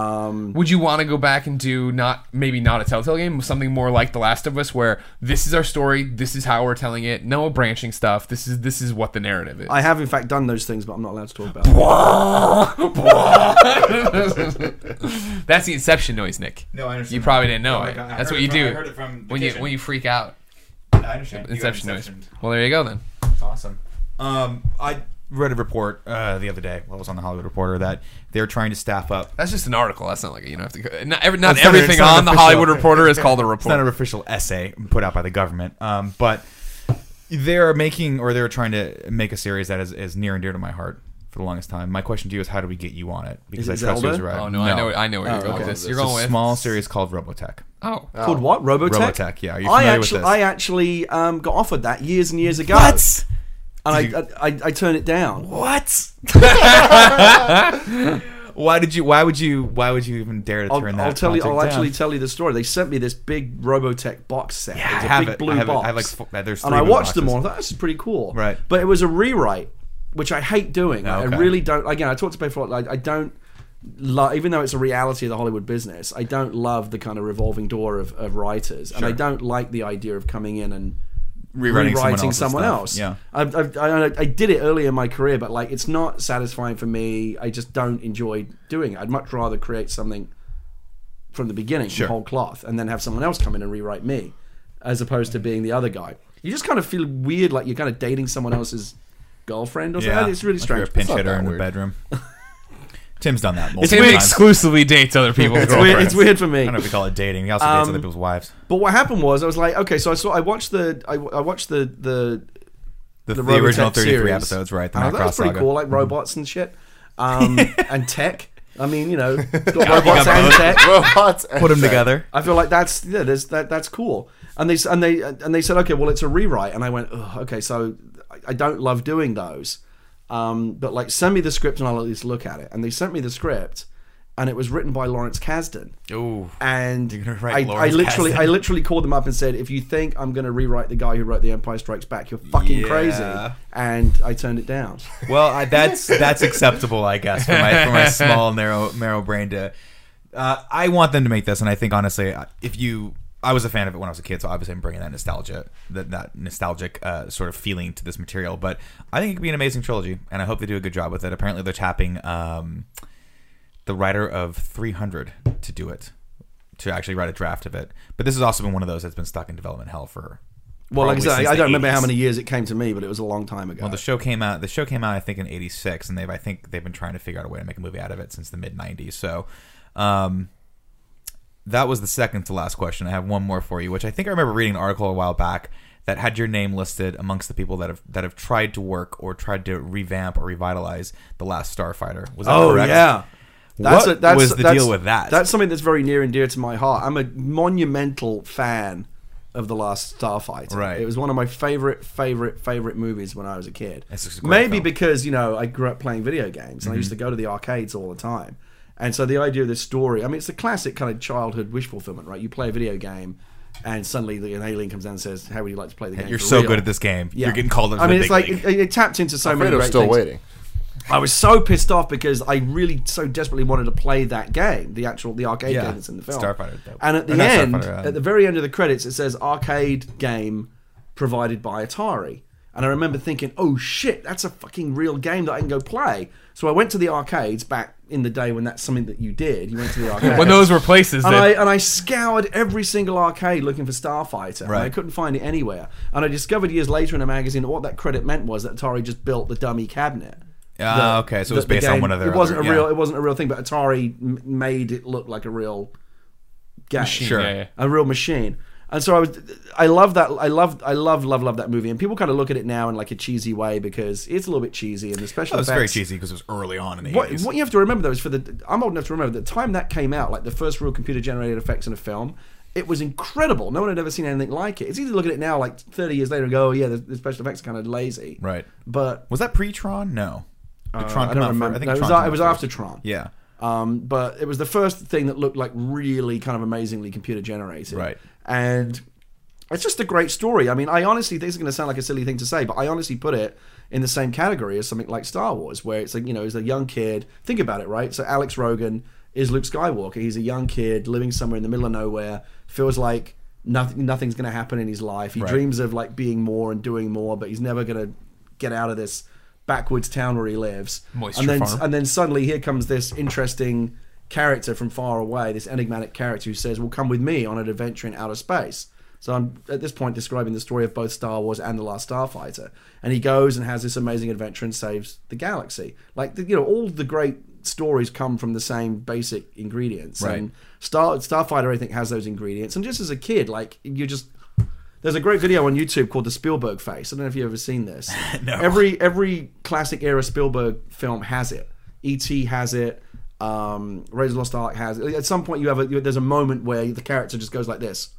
Speaker 1: Would you want to go back and do not maybe not a Telltale game, something more like The Last of Us, where this is our story, this is how we're telling it, no branching stuff. This is this is what the narrative is.
Speaker 4: I have in fact done those things, but I'm not allowed to talk about.
Speaker 1: [LAUGHS]
Speaker 4: it.
Speaker 1: That's the inception noise, Nick.
Speaker 2: No, I understand
Speaker 1: You
Speaker 2: that.
Speaker 1: probably didn't know
Speaker 2: No, I
Speaker 1: it.
Speaker 2: got- I
Speaker 1: That's
Speaker 2: heard
Speaker 1: what
Speaker 2: it
Speaker 1: you
Speaker 2: from-
Speaker 1: do
Speaker 2: I heard it from the
Speaker 1: when you
Speaker 2: kitchen.
Speaker 1: when you freak out.
Speaker 2: I understand.
Speaker 1: Inception noise. Well, there you go then.
Speaker 2: It's awesome. Um, I read a report uh, the other day while I was on the Hollywood Reporter that they're trying to staff up.
Speaker 1: That's just an article. That's not like you don't have to. Go, not every, not
Speaker 2: It's not a-
Speaker 1: everything
Speaker 2: it's not an
Speaker 1: on the
Speaker 2: official-
Speaker 1: Hollywood Reporter is called a
Speaker 2: It's not
Speaker 1: report.
Speaker 2: an official essay put out by the government, um, but they're making or they're trying to make a series that is, is near and dear to my heart for the longest time. My question to you is, how do we get you on it? Because
Speaker 4: it
Speaker 2: I trust you
Speaker 4: Zelda?
Speaker 2: as a writer.
Speaker 1: Oh no, I know I know where you're going
Speaker 4: okay.
Speaker 1: with this. You're
Speaker 2: It's
Speaker 1: going
Speaker 2: a
Speaker 1: with
Speaker 2: small series called Robotech. [LAUGHS]
Speaker 1: Oh,
Speaker 4: Called what? Robotech.
Speaker 2: Robotech, yeah. Are you
Speaker 4: I
Speaker 2: familiar with
Speaker 4: actually,
Speaker 2: this?
Speaker 4: I actually um, got offered that years and years ago.
Speaker 2: What?
Speaker 4: And
Speaker 2: Did
Speaker 4: I, I, I, I turned it down.
Speaker 2: What? [LAUGHS] why did you? Why would you? Why would you even dare to
Speaker 4: I'll,
Speaker 2: turn that?
Speaker 4: I'll tell you.
Speaker 2: project
Speaker 4: I'll actually
Speaker 2: down?
Speaker 4: tell you the story. They sent me this big Robotech box set.
Speaker 2: Yeah,
Speaker 4: it's
Speaker 2: I
Speaker 4: a
Speaker 2: have
Speaker 4: big
Speaker 2: it.
Speaker 4: blue
Speaker 2: I have it. I
Speaker 4: box.
Speaker 2: have, like, four- yeah, there's
Speaker 4: and
Speaker 2: three
Speaker 4: I
Speaker 2: blue
Speaker 4: watched them
Speaker 2: boxes.
Speaker 4: all. I thought this is pretty cool.
Speaker 2: Right.
Speaker 4: But it was a rewrite, which I hate doing. I-
Speaker 2: Okay.
Speaker 4: I really don't. Again, I talked to people. Like, I don't. Lo- even though it's a reality of the Hollywood business, I don't love the kind of revolving door of, of writers, and I don't like the idea of coming in and
Speaker 2: Rewriting
Speaker 4: rewriting,
Speaker 2: someone else's
Speaker 4: someone
Speaker 2: stuff.
Speaker 4: else.
Speaker 2: Yeah.
Speaker 4: I've, I've, I, I did it early in my career, but like it's not satisfying for me. I just don't enjoy doing it. I'd much rather create something from the beginning,
Speaker 2: Sure.
Speaker 4: from whole cloth, and then have someone else come in and rewrite me, as opposed to being the other guy. You just kind of feel weird, like you're kind of dating someone else's girlfriend or something. It's really
Speaker 2: Like you're
Speaker 4: strange.
Speaker 2: a pinch
Speaker 3: It's not
Speaker 2: hitter
Speaker 3: that
Speaker 2: in the
Speaker 3: weird.
Speaker 2: bedroom. [LAUGHS] Tim's done that multiple
Speaker 1: Tim
Speaker 2: times.
Speaker 1: exclusively dates other people's
Speaker 4: [LAUGHS] It's weird, it's
Speaker 1: girlfriends.
Speaker 4: weird for me.
Speaker 2: I don't know if we call it dating. He also
Speaker 4: Um,
Speaker 2: dates other people's wives.
Speaker 4: But what happened was, I was like, okay, so I saw, I watched the, I, I watched the the
Speaker 2: The, the,
Speaker 4: Robotech
Speaker 2: original 33
Speaker 4: series.
Speaker 2: episodes, right? The
Speaker 4: And I
Speaker 2: Matt
Speaker 4: thought that was
Speaker 2: Cross
Speaker 4: pretty
Speaker 2: saga.
Speaker 4: cool, like robots and shit,
Speaker 2: [LAUGHS]
Speaker 4: um, and tech. I mean, you know, it's got
Speaker 2: got
Speaker 4: robots and
Speaker 2: both.
Speaker 3: [LAUGHS]
Speaker 4: tech.
Speaker 3: Robots. and
Speaker 2: Put them
Speaker 3: sex.
Speaker 2: together.
Speaker 4: I feel like that's yeah, there's, that that's cool. And they s- and they and they said, okay, well, it's a rewrite. And I went, Ugh, okay, so I- I don't love doing those, um, but like send me the script and I'll at least look at it. And they sent me the script, and it was written by Lawrence Kasdan.
Speaker 2: Ooh.
Speaker 4: And
Speaker 2: You're gonna
Speaker 4: I,
Speaker 2: write
Speaker 4: I
Speaker 2: Lawrence
Speaker 4: literally,
Speaker 2: Kasdan.
Speaker 4: I literally called them up and said, if you think I'm going to rewrite the guy who wrote The Empire Strikes Back, you're fucking
Speaker 2: Yeah.
Speaker 4: crazy. And I turned it down.
Speaker 2: [LAUGHS] Well, I, that's that's acceptable, I guess, for my for my small narrow narrow brain to. Uh, I want them to make this, and I think honestly, if you, I was a fan of it when I was a kid, so obviously I'm bringing that nostalgia, that that nostalgic uh, sort of feeling to this material. But I think it could be an amazing trilogy, and I hope they do a good job with it. Apparently, they're tapping um, the writer of 300 to do it, to actually write a draft of it. But this has also been one of those that's been stuck in development hell for.
Speaker 4: Well, like I
Speaker 2: probably
Speaker 4: said,
Speaker 2: since
Speaker 4: I
Speaker 2: the
Speaker 4: don't remember how
Speaker 2: 80s.
Speaker 4: many years it came to me, but it was a long time ago.
Speaker 2: Well, the show came out. The show came out, I think, in '86, and they've, I think, they've been trying to figure out a way to make a movie out of it since the mid '90s. So, um, that was the second to last question. I have one more for you, which I think I remember reading an article a while back that had your name listed amongst the people that have that have tried to work or tried to revamp or revitalize the Last Starfighter. Was that
Speaker 4: oh
Speaker 2: correct?
Speaker 4: yeah, that's
Speaker 2: What
Speaker 4: a, that's,
Speaker 2: was the
Speaker 4: that's-
Speaker 2: deal with that?
Speaker 4: That's something that's very near and dear to my heart. I'm a monumental fan of the Last Starfighter.
Speaker 2: Right.
Speaker 4: it was one of my favorite, favorite, favorite movies when I was a kid.
Speaker 2: It's just a great
Speaker 4: Maybe
Speaker 2: film. Mm-hmm.
Speaker 4: because you know I grew up playing video games and I used to go to the arcades all the time, and so the idea of this story. I mean, it's the classic kind of childhood wish fulfillment, right? You play a video game. And suddenly, the- an alien comes down and says, "How would you like to play the game?"
Speaker 2: You're
Speaker 4: for
Speaker 2: so
Speaker 4: real?"
Speaker 2: good at this game.
Speaker 4: Yeah.
Speaker 2: You're getting called up. To
Speaker 4: I mean,
Speaker 2: the
Speaker 4: it's
Speaker 2: big
Speaker 4: like
Speaker 2: league.
Speaker 4: it, it tapped into so many.
Speaker 3: Alfredo's
Speaker 4: great
Speaker 3: still
Speaker 4: things.
Speaker 3: waiting.
Speaker 4: I was so pissed off because I really so desperately wanted to play that game, the actual the arcade
Speaker 2: Yeah,
Speaker 4: game that's in the film.
Speaker 2: Starfighter, though.
Speaker 4: And at
Speaker 2: Or
Speaker 4: the
Speaker 2: not
Speaker 4: end,
Speaker 2: Starfighter, um,
Speaker 4: at the very end of the credits, it says arcade game provided by Atari. And I remember thinking, oh shit, that's a fucking real game that I can go play. So I went to the arcades back in the day when that's something that you did. You went
Speaker 2: [LAUGHS]
Speaker 4: to the arcades.
Speaker 1: When those were places
Speaker 4: And
Speaker 1: that-
Speaker 4: I, and I scoured every single arcade looking for Starfighter. and I
Speaker 2: Right.
Speaker 4: couldn't find it anywhere. And I discovered years later in a magazine that what that credit meant was that Atari just built the dummy cabinet.
Speaker 2: Ah, okay, so it was
Speaker 4: the- the
Speaker 2: based on
Speaker 4: game-
Speaker 2: one of their
Speaker 4: It wasn't
Speaker 2: other-
Speaker 4: a real.
Speaker 2: yeah.
Speaker 4: It wasn't a real thing, but Atari m- made it look like a real game
Speaker 2: Sure.
Speaker 1: Yeah, yeah.
Speaker 4: a real machine. And so I was, I love that. I love, I love, love, love that movie. And people kind of look at it now in like a cheesy way because it's a little bit cheesy and the special
Speaker 2: It was Oh, very
Speaker 4: effects.
Speaker 2: cheesy because it was early on in the
Speaker 4: What,
Speaker 2: 80s.
Speaker 4: what you have to remember though is for the I'm old enough to remember the time that came out, like the first real computer generated effects in a film. It was incredible. No one had ever seen anything like it. It's easy to look at it now, like 30 years later, and go, "Oh yeah, the, the special effects kind of lazy."
Speaker 2: Right.
Speaker 4: But
Speaker 2: Was that pre Tron? No. Did
Speaker 4: uh,
Speaker 2: Tron come
Speaker 4: I don't
Speaker 2: out fir-
Speaker 4: remember.
Speaker 2: I think
Speaker 4: No, it was,
Speaker 2: Tron
Speaker 4: a-
Speaker 2: came
Speaker 4: it was
Speaker 2: out
Speaker 4: after
Speaker 2: first.
Speaker 4: Tron.
Speaker 2: Yeah.
Speaker 4: Um, but it was the first thing that looked like really kind of amazingly computer generated.
Speaker 2: Right.
Speaker 4: And it's just a great story. I mean, I honestly, this is going to sound like a silly thing to say, but I honestly put it in the same category as something like Star Wars, where it's like, you know, he's a young kid. Think about it, right? So Alex Rogan is Luke Skywalker. He's a young kid living somewhere in the middle of nowhere, feels like nothing, nothing's going to happen in his life. He
Speaker 2: Right.
Speaker 4: dreams of like being more and doing more, but he's never going to get out of this backwoods town where he lives.
Speaker 1: Moisture
Speaker 4: and then,
Speaker 1: farm.
Speaker 4: and then suddenly here comes this interesting character from far away, this enigmatic character who says, "Well, come with me on an adventure in outer space." So I'm at this point describing the story of both Star Wars and the Last Starfighter, and he goes and has this amazing adventure and saves the galaxy. Like the, you know, all the great stories come from the same basic ingredients,
Speaker 2: Right.
Speaker 4: and Star Starfighter I think has those ingredients. And just as a kid, like you just there's a great video on YouTube called the Spielberg face. I don't know if you've ever
Speaker 2: [LAUGHS]
Speaker 4: seen this. no. Every every classic era Spielberg film has it. E.T. has it. Um, Raiders of the Lost Ark has it. At some point, you have a you, there's a moment where the character just goes like this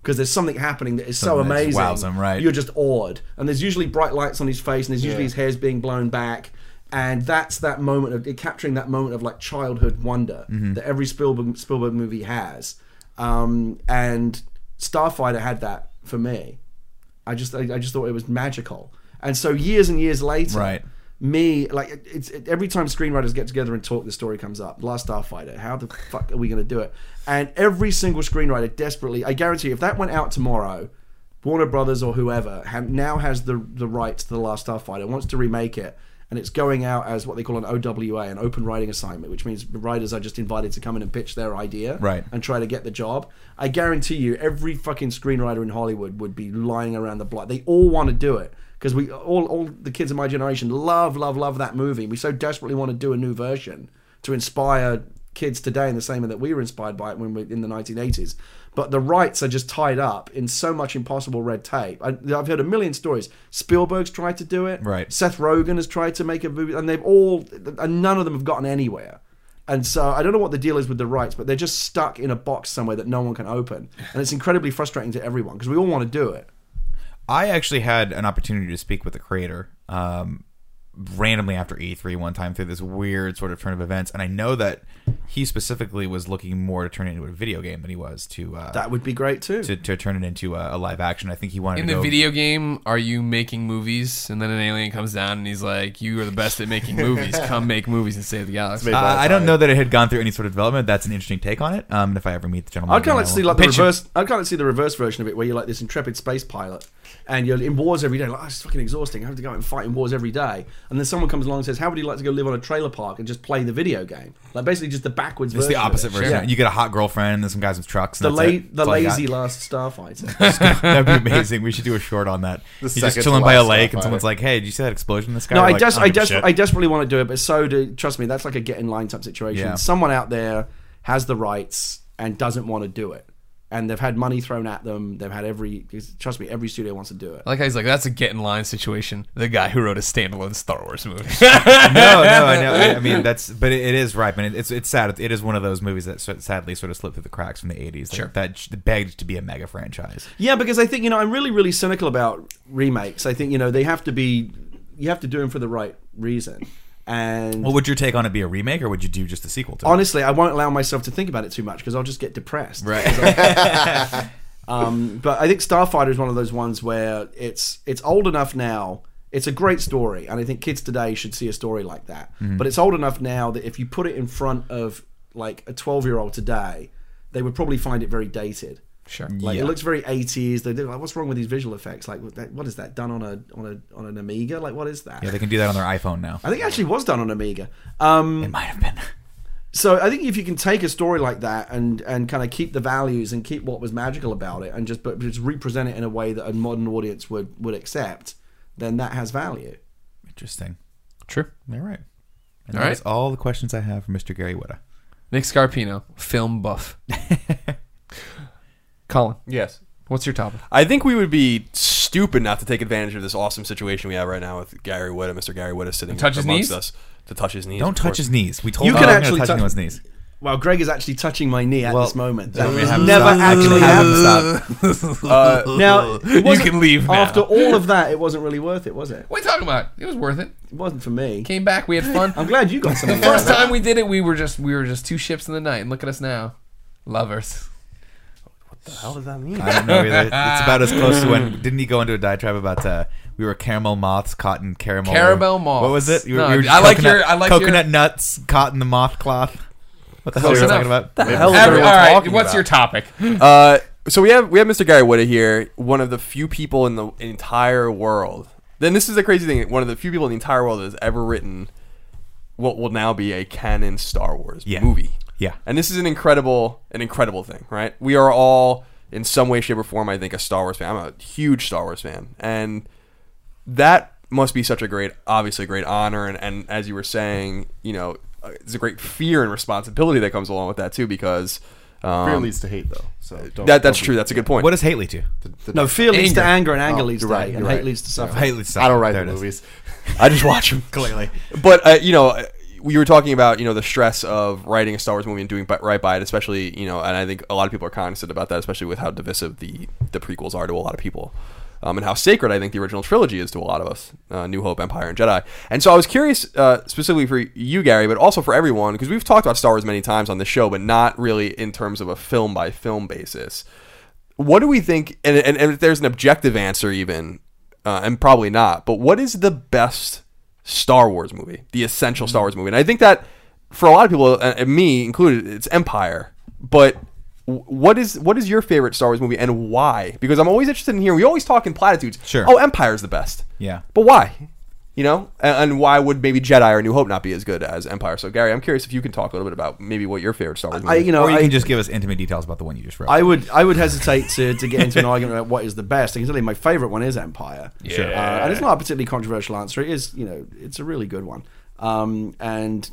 Speaker 4: because there's something happening that is so
Speaker 2: Something that just
Speaker 4: amazing.
Speaker 2: wows 'em, right.
Speaker 4: You're just awed, and there's usually bright lights on his face, and there's usually his hair's being blown back, and that's that moment of it capturing that moment of like childhood wonder that every Spielberg Spielberg movie has, um, and Starfighter had that for me. I just I, I just thought it was magical, and so years and years later,
Speaker 2: Right.
Speaker 4: Me, like it- it's it, every time screenwriters get together and talk, the story comes up. Last Starfighter, how the fuck are we going to do it? And every single screenwriter desperately, I guarantee, you, if that went out tomorrow, Warner Brothers or whoever ha now has the the rights to the Last Starfighter, wants to remake it, and it's going out as what they call an OWA, an open writing assignment, which means writers are just invited to come in and pitch their idea,
Speaker 2: Right.
Speaker 4: and try to get the job. I guarantee you, every fucking screenwriter in Hollywood would be lying around the block. They all want to do it because we all, all the kids of my generation love, love, love that movie. We so desperately want to do a new version to inspire kids today in the same way that we were inspired by it when we in the 1980s. But the rights are just tied up in so much impossible red tape. I, I've heard a million stories. Spielberg's tried to do it.
Speaker 2: Right.
Speaker 4: Seth Rogen has tried to make a movie, and they've all, and none of them have gotten anywhere. And so I don't know what the deal is with the rights, but they're just stuck in a box somewhere that no one can open, and it's incredibly frustrating to everyone because we all want to do it.
Speaker 2: I actually had an opportunity to speak with the creator um, randomly after E3 one time through this weird sort of turn of events, and I know that he specifically was looking more to turn it into a video game than he was to uh,
Speaker 4: That would be great too.
Speaker 2: to, to turn it into a, a live action. I think he wanted
Speaker 1: In
Speaker 2: to
Speaker 1: the
Speaker 2: go,
Speaker 1: video game, are you making movies? And then an alien comes down and he's like, "You are the best at making movies.
Speaker 2: [LAUGHS]
Speaker 1: Come make movies and save the galaxy."
Speaker 2: Uh, I don't know that it had gone through any sort of development. That's an interesting take on it. Um, and if I ever meet the gentleman,
Speaker 4: I'd kind
Speaker 2: again,
Speaker 4: of like to
Speaker 2: I
Speaker 4: see
Speaker 2: will-
Speaker 4: like the
Speaker 2: Pitch it.
Speaker 4: reverse. I'd kind of see the reverse version of it, where you're like this intrepid space pilot, and you're in wars every day. Like, oh, it's fucking exhausting. I have to go out and fight in wars every day. And then someone comes along and says, "How would you like to go live on a trailer park and just play the video game?" Like basically just the backwards.
Speaker 2: It's
Speaker 4: version
Speaker 2: the
Speaker 4: of it.
Speaker 2: opposite version.
Speaker 4: Yeah.
Speaker 2: You get a hot girlfriend and then some guys with trucks.
Speaker 4: The,
Speaker 2: and that's
Speaker 4: la-
Speaker 2: it.
Speaker 4: the
Speaker 2: That's all you got.
Speaker 4: lazy last
Speaker 2: [LAUGHS]
Speaker 4: starfighter.
Speaker 2: That'd be amazing. We should do a short on that.
Speaker 3: The
Speaker 2: He's just
Speaker 3: second
Speaker 2: chilling
Speaker 3: to
Speaker 2: by a
Speaker 3: last
Speaker 2: lake, and
Speaker 3: Starfighter.
Speaker 2: someone's like, "Hey, did you see that explosion in the sky?"
Speaker 4: No,
Speaker 2: We're
Speaker 4: I
Speaker 2: like,
Speaker 4: des-
Speaker 2: don't
Speaker 4: I,
Speaker 2: give a
Speaker 4: des-
Speaker 2: shit." [LAUGHS]
Speaker 4: I desperately want to do it, but so do trust me. That's like a get in line type situation.
Speaker 2: Yeah.
Speaker 4: Someone out there has the rights and doesn't want to do it, and they've had money thrown at them. They've had every trust me. Every studio wants to do it.
Speaker 1: I like how he's like, "That's a get in line situation." The guy who wrote a standalone Star Wars
Speaker 2: [LAUGHS]
Speaker 1: movie.
Speaker 2: no, no, I [LAUGHS] know. I, I mean, that's but it, it is ripe, and it, it's it's sad. It is one of those movies that sort- sadly sort of slipped through the cracks from the '80s. Sure. That, sh begged to be a mega franchise.
Speaker 4: Yeah, because I think you know I'm really really cynical about remakes. I think you know they have to be you have to do them for the right reason. And
Speaker 2: Well, would your take on it be a remake, or would you do just a sequel to it?
Speaker 4: honestly, I won't allow myself to think about it too much because I'll just get depressed. [LAUGHS]
Speaker 2: [LAUGHS]
Speaker 4: Um, but I think Starfighter is one of those ones where it's it's old enough now. It's a great story, and I think kids today should see a story like that.
Speaker 2: Mm-hmm.
Speaker 4: But it's old enough now that if you put it in front of like a twelve year old today, they would probably find it very dated.
Speaker 1: Sure.
Speaker 4: Like
Speaker 2: Yeah.
Speaker 4: it looks very 80s. They do like, what's wrong with these visual effects? Like what that- what is that done on a on a on an Amiga? Like what is that?
Speaker 2: Yeah, they can do that on their iPhone [LAUGHS] now.
Speaker 4: I think it actually was done on Amiga. Um,
Speaker 2: It might have been.
Speaker 4: so I think if you can take a story like that and and kind of keep the values and keep what was magical about it and just but just represent it in a way that a modern audience would would accept, then that has value.
Speaker 2: Interesting.
Speaker 1: True.
Speaker 2: All right. And
Speaker 1: All
Speaker 2: that's all the questions I have for Mr. Gary Whitta.
Speaker 1: Nick Scarpino, film
Speaker 2: [LAUGHS]
Speaker 1: buff. Colin,
Speaker 5: Yes.
Speaker 1: what's your topic?
Speaker 5: I think we would be stupid not to take advantage of this awesome situation we have right now with Gary Witta, Mr. Gary Witta sitting
Speaker 1: touch his
Speaker 5: amongst
Speaker 1: knees?
Speaker 5: us to touch his knees.
Speaker 2: Don't
Speaker 5: of
Speaker 2: touch
Speaker 5: course.
Speaker 2: his knees. We told
Speaker 4: You
Speaker 2: you,
Speaker 4: can
Speaker 2: not to
Speaker 4: actually
Speaker 2: touch
Speaker 4: touch-
Speaker 2: anyone's knees.
Speaker 4: Well, Greg is actually touching my knee at
Speaker 2: Well,
Speaker 4: this moment.
Speaker 2: that
Speaker 4: That
Speaker 2: we
Speaker 4: has
Speaker 2: haven't
Speaker 4: never
Speaker 2: stopped.
Speaker 4: actually
Speaker 2: We haven't
Speaker 4: happened.
Speaker 5: Uh,
Speaker 4: Now it
Speaker 1: You
Speaker 4: wasn't-
Speaker 1: can leave now.
Speaker 4: After all of that, it wasn't really worth it, was it?
Speaker 1: What are you talking about? It was worth it.
Speaker 4: It wasn't for me.
Speaker 1: Came back,
Speaker 4: [LAUGHS]
Speaker 1: we had fun.
Speaker 4: I'm glad you
Speaker 1: [LAUGHS]
Speaker 4: got
Speaker 1: the
Speaker 4: something.
Speaker 1: first
Speaker 4: out of it.
Speaker 1: time we did it, we were just we were just two ships in the night, and look at us now, lovers.
Speaker 5: what the hell does that mean?
Speaker 2: I don't know either. It's about as close to
Speaker 1: [LAUGHS]
Speaker 2: when didn't he go into a diatribe about uh, we were caramel moths, cotton caramel,
Speaker 1: Caramel moths.
Speaker 2: What was it? You were-
Speaker 1: No,
Speaker 2: you were
Speaker 1: I like
Speaker 2: coconut-
Speaker 1: your- I like your-
Speaker 2: coconut nuts, cotton the moth cloth. What the hell
Speaker 1: Close
Speaker 2: were you
Speaker 1: enough.
Speaker 2: talking about?
Speaker 5: the hell is
Speaker 1: Every-
Speaker 5: everyone
Speaker 1: all right,
Speaker 5: talking
Speaker 1: what's
Speaker 5: about?
Speaker 1: your topic?
Speaker 5: Uh, so we have we have Mr. Gary Whitta here, one of the few people in the entire world. Then this is the crazy thing: one of the few people in the entire world that has ever written what will now be a canon Star Wars
Speaker 2: Yeah.
Speaker 5: movie.
Speaker 2: Yeah.
Speaker 5: and this is an incredible, an incredible thing, right? We are all in some way, shape, or form, I think, a Star Wars fan. I'm a huge Star Wars fan, and that must be such a great, obviously, a great honor. And, and as you were saying, you know, uh, it's a great fear and responsibility that comes along with that too, because um,
Speaker 3: Fear leads to hate, though. So don't,
Speaker 5: that that's
Speaker 3: don't be-
Speaker 5: true. That's a good point.
Speaker 2: What does Haley do?
Speaker 3: the-
Speaker 4: No, fear leads to
Speaker 3: Anger.
Speaker 4: anger, and anger
Speaker 3: Oh,
Speaker 4: leads to
Speaker 3: you're right,
Speaker 4: hate, and
Speaker 3: you're
Speaker 4: hate
Speaker 3: right.
Speaker 4: leads to suffering.
Speaker 2: Haley
Speaker 3: I don't write
Speaker 2: there
Speaker 3: the
Speaker 2: it is.
Speaker 3: movies.
Speaker 5: I just watch them clearly. But uh, you know, we were talking about you know the stress of writing a Star Wars movie and doing bi- right by it, especially you know, and I think a lot of people are cognizant about that, especially with how divisive the the prequels are to a lot of people. Um, and how sacred I think the original trilogy is to a lot of us, uh, New Hope, Empire, and Jedi. And so I was curious, uh, specifically for you, Gary, but also for everyone, because we've talked about Star Wars many times on this show, but not really in terms of a film by film basis what do we think and, and, and if there's an objective answer even uh, and probably not but what is the best star wars movie the essential star wars movie and i think that for a lot of people uh, and me included it's empire but w- what is what is your favorite star wars movie and why because i'm always interested in hearing we always talk in platitudes
Speaker 2: Sure.
Speaker 5: oh empire's the best
Speaker 2: Yeah.
Speaker 5: but why you know and, and why would maybe jedi or new hope not be as good as empire so gary i'm curious if you can talk a little bit about maybe what your favorite star wars movie
Speaker 4: I, you know,
Speaker 2: or you
Speaker 4: I,
Speaker 2: can just give us intimate details about the one you just wrote.
Speaker 4: I would I would hesitate to, to get into an argument about what is the best. I can tell you my favorite one is Empire.
Speaker 1: Sure.
Speaker 4: Uh, and it's not a particularly controversial answer. It is, you know, it's a really good one. Um, and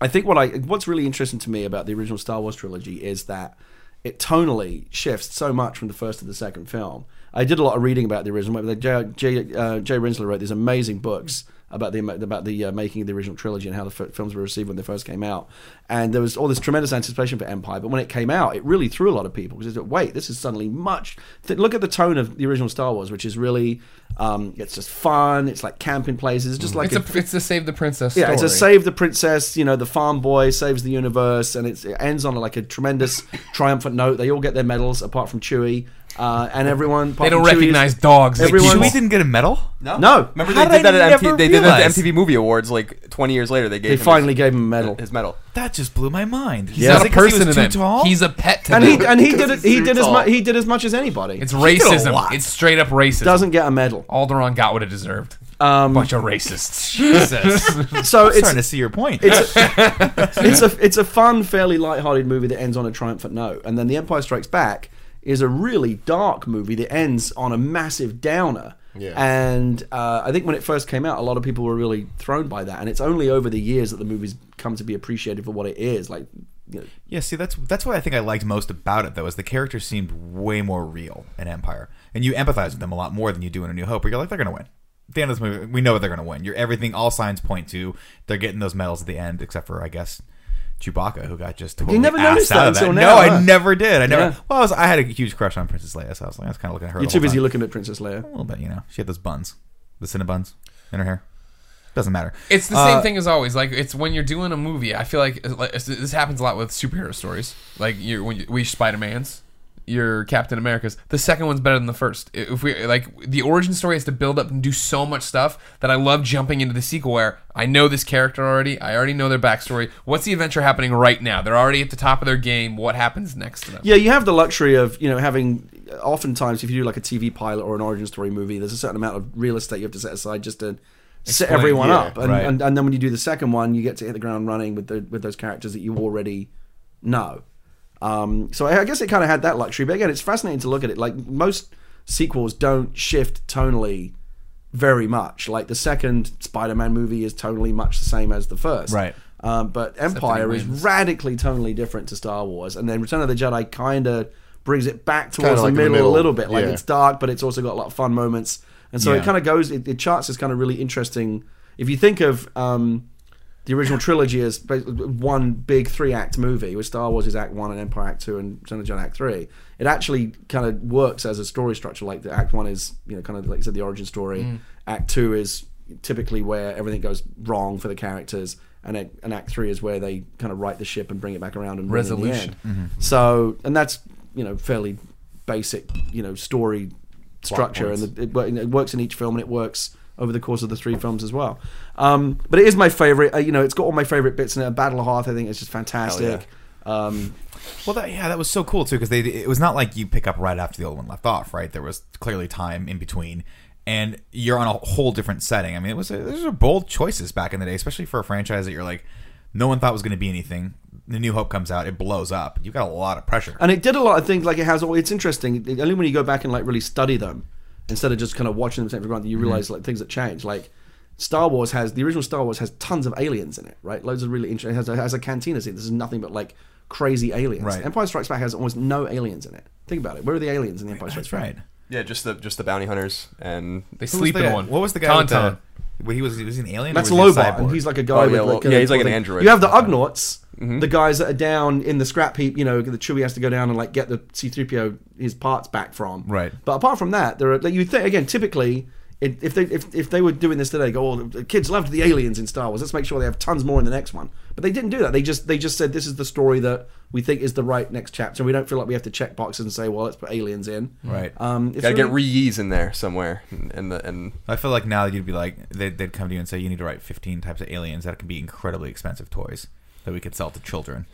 Speaker 4: I think what I what's really interesting to me about the original Star Wars trilogy is that it tonally shifts so much from the first to the second film. I did a lot of reading about the original. but Jay Jay, uh, Jay Rinsler wrote these amazing books about the about the uh, making of the original trilogy and how the f- films were received when they first came out. And there was all this tremendous anticipation for Empire, but when it came out, it really threw a lot of people because said, wait, this is suddenly much. Th- look at the tone of the original Star Wars, which is really um, it's just fun. It's like camping places, it's just like
Speaker 1: Mm. It's a it's a save the princess.
Speaker 4: yeah, it's a
Speaker 1: story.
Speaker 4: save the princess. You know, the farm boy saves the universe, and it's, it ends on like a tremendous triumphant note. They all get their medals, apart from Chewie, uh, and everyone. Apart
Speaker 1: They don't
Speaker 4: from Chewie's-
Speaker 1: recognize dogs. as
Speaker 4: everyone-
Speaker 1: people.
Speaker 2: Chewie didn't get a medal.
Speaker 5: No,
Speaker 4: No.
Speaker 5: Remember
Speaker 2: How
Speaker 5: they
Speaker 2: did
Speaker 5: did that
Speaker 2: I
Speaker 5: at MTV.
Speaker 2: never
Speaker 5: They did that at
Speaker 2: realize?
Speaker 5: MTV Movie Awards like 20 years later. They gave
Speaker 4: They
Speaker 5: him
Speaker 4: finally
Speaker 5: his,
Speaker 4: gave him a medal,
Speaker 5: his medal.
Speaker 2: That just blew my mind.
Speaker 1: He's not a person
Speaker 2: He was
Speaker 1: to
Speaker 2: too
Speaker 1: them.
Speaker 2: tall.
Speaker 1: He's a pet to
Speaker 4: and
Speaker 1: [LAUGHS]
Speaker 4: he
Speaker 1: them.
Speaker 4: and he
Speaker 3: Because
Speaker 4: did it.
Speaker 3: he's
Speaker 4: He
Speaker 3: too
Speaker 4: did as
Speaker 3: tall.
Speaker 4: much. He did as much as anybody.
Speaker 1: It's
Speaker 2: did a
Speaker 1: racism.
Speaker 2: lot.
Speaker 1: It's straight up racism.
Speaker 4: doesn't get a medal.
Speaker 1: [LAUGHS] Alderon got what it deserved.
Speaker 4: Um,
Speaker 1: Bunch of racists. Jesus.
Speaker 4: so it's
Speaker 2: starting to see your point. [LAUGHS]
Speaker 4: it's a, it's a it's a fun, fairly light-hearted movie that ends on a triumphant note, and then The Empire Strikes Back is a really dark movie that ends on a massive downer.
Speaker 3: Yeah.
Speaker 4: And uh, I think when it first came out, a lot of people were really thrown by that, and it's only over the years that the movie's come to be appreciated for what it is. Like, you know,
Speaker 2: Yeah, see, that's that's what I think I liked most about it, though, is the characters seemed way more real in Empire, and you empathize with them a lot more than you do in A New Hope. Where you're like, they're gonna win. At the end of this movie, we know they're gonna win. You're everything. All signs point to they're getting those medals at the end, except for I guess Chewbacca, who got just totally
Speaker 4: never
Speaker 2: assed
Speaker 4: noticed
Speaker 2: out
Speaker 4: that
Speaker 2: of that.
Speaker 4: until
Speaker 2: no,
Speaker 4: now, huh?
Speaker 2: I never did. I never.
Speaker 4: Yeah.
Speaker 2: Well, I, was, I had a huge crush on Princess Leia, so I was like, I was kind of looking at her.
Speaker 4: you're
Speaker 2: the
Speaker 4: too
Speaker 2: whole
Speaker 4: busy
Speaker 2: time.
Speaker 4: looking at Princess Leia.
Speaker 2: A little bit, you know. She had those buns, the Cinnabons in her hair. Doesn't matter.
Speaker 1: It's the
Speaker 2: Uh,
Speaker 1: same thing as always. Like it's when you're doing a uh, movie. I feel like like, this happens a lot with superhero stories. Like you when you, we Spider Man's your Captain Americas. The second one's better than the first. I- If we like the origin story has to build up and do so much stuff that I love jumping into the sequel where I know this character already. I already know their backstory. What's the adventure happening right now? They're already at the top of their game. What happens next to them?
Speaker 4: Yeah, you have the luxury of you know having. Oftentimes, if you do like a TV pilot or an origin story movie, there's a certain amount of real estate you have to set aside just to set everyone
Speaker 3: yeah,
Speaker 4: up, and,
Speaker 2: right.
Speaker 4: and and then when you do the second one, you get to hit the ground running with the with those characters that you already know. Um, so I, I guess it kind of had that luxury, but again, it's fascinating to look at it. Like most sequels don't shift tonally very much. Like the second Spider-Man movie is tonally much the same as the first,
Speaker 2: Right.
Speaker 4: Um, but Empire is
Speaker 1: wins.
Speaker 4: radically tonally different to Star Wars, and then Return of the Jedi kind of brings it back
Speaker 3: Kinda
Speaker 4: towards
Speaker 3: like
Speaker 4: the,
Speaker 3: in the
Speaker 4: middle a
Speaker 3: middle,
Speaker 4: little bit. Like
Speaker 3: yeah.
Speaker 4: it's dark, but it's also got a lot of fun moments, and so
Speaker 2: Yeah.
Speaker 4: it kind of goes. It, it charts this kind of really interesting. If you think of um, the original trilogy as ba- one big three act movie, with Star Wars is Act One and Empire Act Two and Return of the Jedi Act Three, it actually kind of works as a story structure. Like the Act One is, you know, kind of like you said, the origin story. Act Two is typically where everything goes wrong for the characters, and Act, and Act Three is where they kind of right the ship and bring it back around and win in the
Speaker 1: Resolution.
Speaker 4: end. So, and that's you know fairly basic, you know, story structure,
Speaker 3: points.
Speaker 4: and the, it, wo- it works in each film, and it works over the course of the three films as well. Um, but it is my favorite. Uh, you know, it's got all my favorite bits in it. Battle of Hoth, I think, is just fantastic. Um,
Speaker 2: Well, that, yeah, that was so cool too because they it was not like you pick up right after the old one left off, right? There was clearly time in between, and you're on a whole different setting. I mean, it was a, those are bold choices back in the day, especially for a franchise that you're like, no one thought was going to be anything. The New Hope comes out, it blows up. You've got a lot of pressure.
Speaker 4: and it did a lot of things. Like it has all. It's interesting. It- only when you go back and like really study them, instead of just kind of watching them take for granted, you realize like things that change. Like Star Wars has the original Star Wars has tons of aliens in it, right? Loads of really interesting. It has a, has a cantina scene. This is nothing but like crazy aliens.
Speaker 2: Right.
Speaker 4: Empire Strikes Back has almost no aliens in it. Think about it. Where are the aliens in the Empire Strikes
Speaker 2: That's
Speaker 4: Back?
Speaker 2: right.
Speaker 5: Yeah, just the just the bounty hunters and
Speaker 1: They
Speaker 2: Who was
Speaker 1: sleep
Speaker 2: the
Speaker 1: in
Speaker 2: guy-
Speaker 1: one.
Speaker 2: What was the guy? with
Speaker 1: Tauntaun.
Speaker 2: the- well, he was he was an alien. or
Speaker 4: That's
Speaker 2: was he a
Speaker 4: Lobot, and
Speaker 2: cyborg?
Speaker 4: he's like a guy
Speaker 5: Oh,
Speaker 4: with
Speaker 5: yeah,
Speaker 4: like
Speaker 5: well,
Speaker 4: a-
Speaker 5: yeah, he's like
Speaker 4: with
Speaker 5: an
Speaker 4: a-
Speaker 5: android. Mm-hmm.
Speaker 4: You have the Ugnaughts, the guys that are down in the scrap heap. You know, the Chewie has to go down and like get the C-3PO his parts back from.
Speaker 2: Right.
Speaker 4: But apart from that, there are like, you think again. Typically, it, if they if, if they were doing this today, go, oh, the kids loved the aliens in Star Wars. Let's make sure they have tons more in the next one. But they didn't do that. They just they just said this is the story that we think is the right next chapter. We don't feel like we have to check boxes and say, well, let's put aliens in.
Speaker 2: Right.
Speaker 4: Um, it's
Speaker 5: gotta
Speaker 4: really-
Speaker 5: get Rees in there somewhere. And, and the and
Speaker 2: I feel like now you'd be like they'd, they'd come to you and say you need to write 15 types of aliens that can be incredibly expensive toys that we could sell to children.